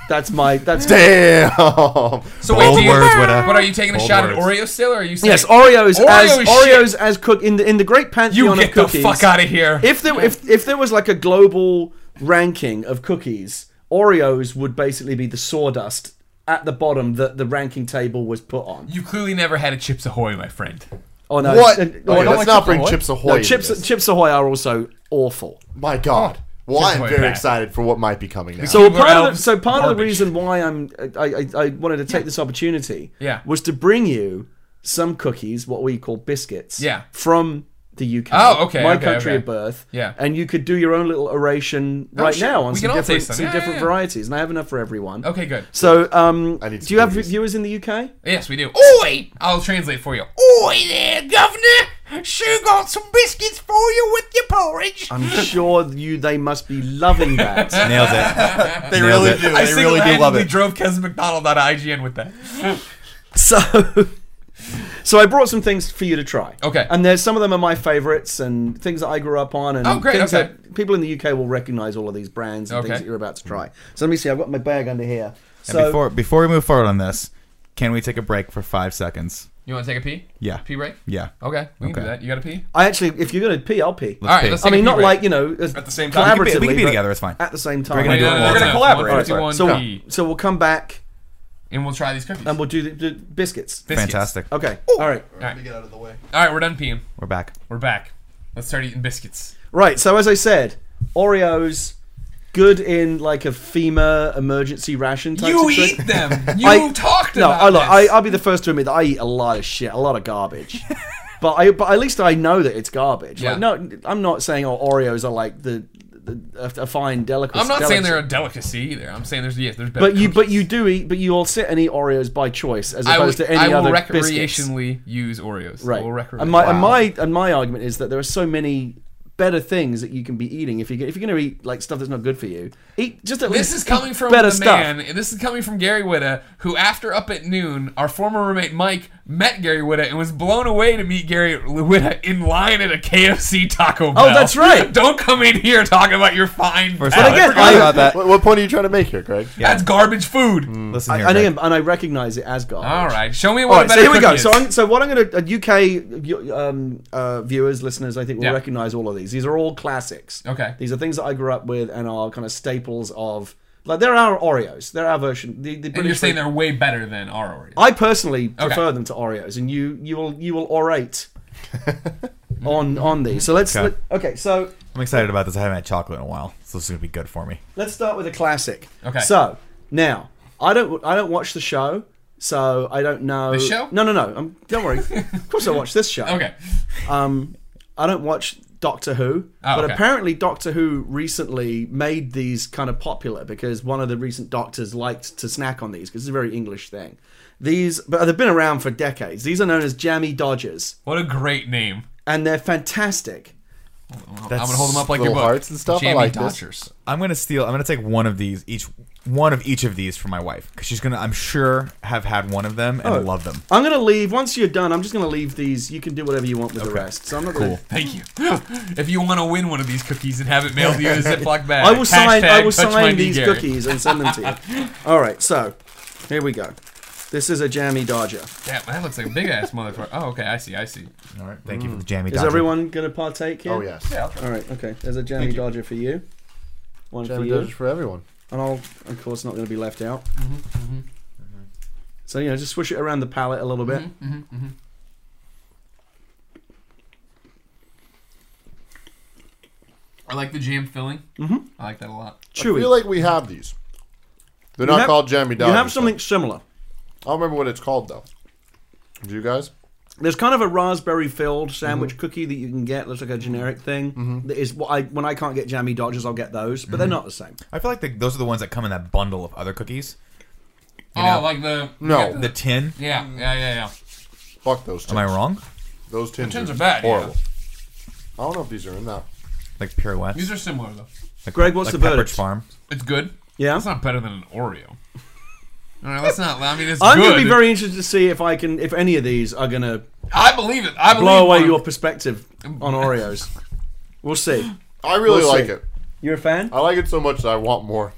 Speaker 4: That's
Speaker 1: [LAUGHS]
Speaker 4: my that's
Speaker 3: damn.
Speaker 1: So
Speaker 2: [LAUGHS] Bold
Speaker 1: wait, do you,
Speaker 2: words, Widow.
Speaker 1: but are you taking a
Speaker 2: Bold
Speaker 1: shot
Speaker 2: words.
Speaker 1: at Oreo still, or are you saying
Speaker 4: yes Oreos as
Speaker 1: is
Speaker 4: Oreos
Speaker 1: shit.
Speaker 4: as cook in the in the great pantheon
Speaker 1: You
Speaker 4: of
Speaker 1: get the
Speaker 4: cookies.
Speaker 1: fuck out of here.
Speaker 4: If there if if there was like a global ranking of cookies, Oreos would basically be the sawdust at the bottom that the ranking table was put on.
Speaker 1: you clearly never had a Chips Ahoy, my friend.
Speaker 4: Oh no!
Speaker 3: what?
Speaker 4: uh,
Speaker 3: Okay,
Speaker 4: oh,
Speaker 3: let's
Speaker 4: no,
Speaker 5: like
Speaker 3: not
Speaker 5: Chips
Speaker 3: bring
Speaker 5: Ahoy.
Speaker 3: Chips Ahoy.
Speaker 4: no,
Speaker 3: into
Speaker 4: Chips Oh,
Speaker 3: this.
Speaker 4: Chips Ahoy are also awful.
Speaker 3: My God. Well, I
Speaker 1: Chips
Speaker 3: am
Speaker 1: Ahoy
Speaker 3: very
Speaker 1: back.
Speaker 3: excited for what might be coming now.
Speaker 4: So
Speaker 1: Cuba
Speaker 4: part of the,
Speaker 1: elves
Speaker 4: so part of the
Speaker 1: garbage.
Speaker 4: reason why I'm I, I, I wanted to take this opportunity
Speaker 1: Yeah.
Speaker 4: was to bring you some cookies, what we call biscuits,
Speaker 1: Yeah.
Speaker 4: from the UK.
Speaker 1: Oh, okay,
Speaker 4: my
Speaker 1: okay,
Speaker 4: country
Speaker 1: okay.
Speaker 4: of birth.
Speaker 1: Yeah.
Speaker 4: and you could do your own little oration
Speaker 1: Oh,
Speaker 4: right
Speaker 1: sure.
Speaker 4: now on
Speaker 1: We
Speaker 4: some
Speaker 1: can all
Speaker 4: different
Speaker 1: taste them.
Speaker 4: some
Speaker 1: Yeah,
Speaker 4: different
Speaker 1: yeah, yeah.
Speaker 4: varieties, and I have enough for everyone.
Speaker 1: Okay, good.
Speaker 4: So, um,
Speaker 3: I need
Speaker 4: do
Speaker 3: some
Speaker 4: you have
Speaker 3: cookies.
Speaker 4: viewers in the UK?
Speaker 1: Yes, we do. Oi! I'll translate for you. Oi there, governor! Sure got some biscuits for you with your porridge.
Speaker 4: I'm sure you they must be
Speaker 1: [LAUGHS]
Speaker 4: loving that.
Speaker 2: Nails it.
Speaker 5: They
Speaker 2: Nailed
Speaker 5: really
Speaker 2: it.
Speaker 5: do.
Speaker 1: I
Speaker 5: They really do
Speaker 1: single-handedly
Speaker 5: love it.
Speaker 1: drove Kevin McDonald out of IGN with that.
Speaker 4: [LAUGHS] so. So I brought some things for you to try.
Speaker 1: Okay.
Speaker 4: And there's some of them are my favorites and things that I grew up on and
Speaker 1: Oh, great,
Speaker 4: things
Speaker 1: okay.
Speaker 4: that people in the UK will recognize all of these brands and things
Speaker 1: Okay.
Speaker 4: that you're about to try. So let me see, I've got my bag under here.
Speaker 2: And
Speaker 4: So
Speaker 2: before before we move forward on this, can we take a break for five seconds?
Speaker 1: You want to take a pee?
Speaker 2: Yeah.
Speaker 1: Pee break?
Speaker 2: Yeah.
Speaker 1: Okay, we can
Speaker 2: Okay.
Speaker 1: do that. You got to pee?
Speaker 4: I actually if you're gonna pee, I'll pee.
Speaker 1: All right,
Speaker 2: pee.
Speaker 1: let's
Speaker 4: I
Speaker 1: take
Speaker 4: mean
Speaker 1: a pee
Speaker 4: not
Speaker 1: break.
Speaker 4: like, you know,
Speaker 5: At the same
Speaker 2: We
Speaker 5: time,
Speaker 2: can be,
Speaker 4: collaboratively.
Speaker 2: we can be
Speaker 4: but
Speaker 2: together. It's fine.
Speaker 4: At the same time.
Speaker 2: We're gonna do it
Speaker 1: no,
Speaker 2: all
Speaker 1: no,
Speaker 2: the
Speaker 1: no,
Speaker 2: time.
Speaker 1: no.
Speaker 5: collaborate.
Speaker 1: One, two,
Speaker 5: Alright,
Speaker 1: one,
Speaker 4: So,
Speaker 1: pee.
Speaker 4: so we'll come back
Speaker 1: And we'll try these cookies.
Speaker 4: and we'll do the, the biscuits.
Speaker 1: Biscuits.
Speaker 2: Fantastic.
Speaker 4: Okay. All right.
Speaker 5: Let me get out of the way.
Speaker 1: All right, we're done peeing.
Speaker 2: We're back.
Speaker 1: We're back. Let's start eating biscuits.
Speaker 4: Right. So as I said, Oreos, good in like a FEMA emergency ration. Type
Speaker 1: You
Speaker 4: situation.
Speaker 1: eat
Speaker 4: [LAUGHS]
Speaker 1: them. You talked
Speaker 4: no,
Speaker 1: about
Speaker 4: I, look, I,
Speaker 1: this.
Speaker 4: I'll be the first to admit that I eat a lot of shit, a lot
Speaker 1: [LAUGHS]
Speaker 4: of garbage. but I, but at least I know that it's garbage. Like,
Speaker 1: Yeah.
Speaker 4: no, I'm not saying oh, Oreos are like the, the a, a fine delicacy.
Speaker 1: I'm not saying
Speaker 4: delicacy.
Speaker 1: they're a delicacy either. I'm saying there's yes, there's better.
Speaker 4: But you,
Speaker 1: cookies.
Speaker 4: but you do eat, but you all sit and eat Oreos by choice, as
Speaker 1: I will,
Speaker 4: opposed to any
Speaker 1: I will
Speaker 4: other biscuits.
Speaker 1: recreationally use Oreos.
Speaker 4: Right.
Speaker 1: I will recre-
Speaker 4: and my and
Speaker 1: Wow.
Speaker 4: my and my argument is that there are so many better things that you can be eating if you if you're going to eat like stuff that's not good for you. Eat just at
Speaker 1: This
Speaker 4: least
Speaker 1: is
Speaker 4: eat
Speaker 1: coming from
Speaker 4: better
Speaker 1: the
Speaker 4: stuff.
Speaker 1: man. and This is coming from Gary Whitta, who after up at noon, our former roommate Mike met Gary Whitta and was blown away to meet Gary Whitta in line at a KFC Taco Bell.
Speaker 4: Oh, that's
Speaker 1: [LAUGHS]
Speaker 4: right.
Speaker 1: Don't come in here talking about your fine.
Speaker 2: First
Speaker 1: palate.
Speaker 2: off,
Speaker 4: again,
Speaker 2: forgot
Speaker 3: [LAUGHS]
Speaker 4: I-
Speaker 2: about that.
Speaker 3: What, what point are you trying to make here, Craig?
Speaker 1: that's garbage food.
Speaker 3: Hmm.
Speaker 2: Listen here.
Speaker 4: and
Speaker 2: Greg.
Speaker 4: again, and I recognize it as garbage.
Speaker 1: All right, show me what a
Speaker 4: All right, so
Speaker 1: better
Speaker 4: here we go.
Speaker 1: cookie is.
Speaker 4: So, I'm, so what I'm uh, going to UK um, uh, viewers, listeners, I think will
Speaker 1: Yeah.
Speaker 4: recognize all of these. These are all classics.
Speaker 1: Okay.
Speaker 4: These are things that I grew up with and are kind of staples of. Like there are Oreos. There are version. The, the
Speaker 1: and you're
Speaker 4: British
Speaker 1: saying they're way better than our Oreos.
Speaker 4: I personally prefer them to Oreos, and you you will you will
Speaker 1: [LAUGHS]
Speaker 4: orate on on these. So let's
Speaker 2: Okay.
Speaker 4: okay. Let, okay. So
Speaker 2: I'm excited about this. I haven't had chocolate in a while, so this is gonna be good for me.
Speaker 4: let's start with a classic.
Speaker 1: Okay.
Speaker 4: So now I don't I don't watch the show, so I don't know. The
Speaker 1: show?
Speaker 4: No, no, no. Um don't worry. of course, I watch this show.
Speaker 1: okay,
Speaker 4: Um, I don't watch Doctor Who,
Speaker 1: Oh,
Speaker 4: but
Speaker 1: okay.
Speaker 4: apparently Doctor Who recently made these kind of popular because one of the recent doctors liked to snack on these because it's a very English thing. These, but they've been around for decades. These are known as jammy dodgers,
Speaker 1: what a great name.
Speaker 4: and they're fantastic.
Speaker 1: I'm gonna hold them up like your
Speaker 3: little
Speaker 1: book.
Speaker 3: hearts and stuff. I
Speaker 1: Jammy
Speaker 3: like this.
Speaker 1: Dodgers.
Speaker 2: I'm gonna steal. I'm gonna take one of these each. One of each of these for my wife because she's gonna. I'm sure have had one of them and love them.
Speaker 4: I'm gonna leave once you're done. I'm just gonna leave these. You can do whatever you want with the rest. So I'm not gonna.
Speaker 1: Thank you. if you want to win one of these cookies and have it mailed to you in
Speaker 4: [LAUGHS]
Speaker 1: a Ziploc bag,
Speaker 4: I will sign. I
Speaker 1: Uh, hashtag
Speaker 4: will
Speaker 1: touch my
Speaker 4: sign
Speaker 1: knee,
Speaker 4: these
Speaker 1: Gary.
Speaker 4: cookies and send them to
Speaker 1: [LAUGHS]
Speaker 4: you. All right, so here we go. This is a jammy dodger.
Speaker 1: Damn, that looks like a big ass motherfucker. Oh, okay, I see, I see.
Speaker 2: All right. Thank you for the jammy.
Speaker 4: Is
Speaker 2: dodger.
Speaker 4: everyone gonna partake here?
Speaker 3: Oh yes.
Speaker 1: Yeah,
Speaker 4: All right, okay. There's a jammy dodger for you. One
Speaker 3: Jammy
Speaker 4: for you,
Speaker 3: Dodgers for everyone.
Speaker 4: and I'll, of course, not going to be left out.
Speaker 1: Mm-hmm,
Speaker 4: Mm-hmm. So you know, just swish it around the palate a little bit.
Speaker 1: Mm-hmm. I like the jam filling. Mm-hmm. I like that a lot.
Speaker 4: Chewy.
Speaker 3: I feel like we have these. They're not
Speaker 4: have-
Speaker 3: called Jammy
Speaker 4: you
Speaker 3: Dodgers.
Speaker 4: have something
Speaker 3: though.
Speaker 4: similar.
Speaker 3: I don't remember what it's called though. Do you guys?
Speaker 4: There's kind of a raspberry filled sandwich
Speaker 1: Mm-hmm.
Speaker 4: cookie that you can get. Looks like a generic thing. That is what I when I can't get jammy Dodgers, I'll get those, but they're
Speaker 1: Mm-hmm.
Speaker 4: not the same.
Speaker 2: I feel like the, those are the ones that come in that bundle of other cookies.
Speaker 1: Oh,
Speaker 2: know,
Speaker 1: like the
Speaker 3: No.
Speaker 2: The tin.
Speaker 1: yeah, yeah, yeah, yeah.
Speaker 3: Fuck those tins.
Speaker 2: Am I wrong?
Speaker 3: Those tins,
Speaker 1: tins are bad, yeah.
Speaker 3: Horrible. I don't know if these are in that.
Speaker 2: Like pirouettes.
Speaker 1: These are similar though.
Speaker 2: Like,
Speaker 4: Greg, what's
Speaker 2: like
Speaker 4: the
Speaker 2: Pepperidge
Speaker 4: verdict?
Speaker 2: Farm.
Speaker 1: It's good.
Speaker 4: Yeah?
Speaker 1: it's not better than an Oreo. All right, let's not. I mean, it's
Speaker 4: I'm
Speaker 1: good.
Speaker 4: gonna be very interested to see if I can if any of these are gonna
Speaker 1: I believe it. I believe
Speaker 4: blow away
Speaker 1: one-
Speaker 4: your perspective on Oreos.
Speaker 1: [LAUGHS]
Speaker 4: We'll see.
Speaker 3: I really
Speaker 4: We'll
Speaker 3: like
Speaker 4: see.
Speaker 3: it.
Speaker 4: You're a fan?
Speaker 3: I like it so much that I want more.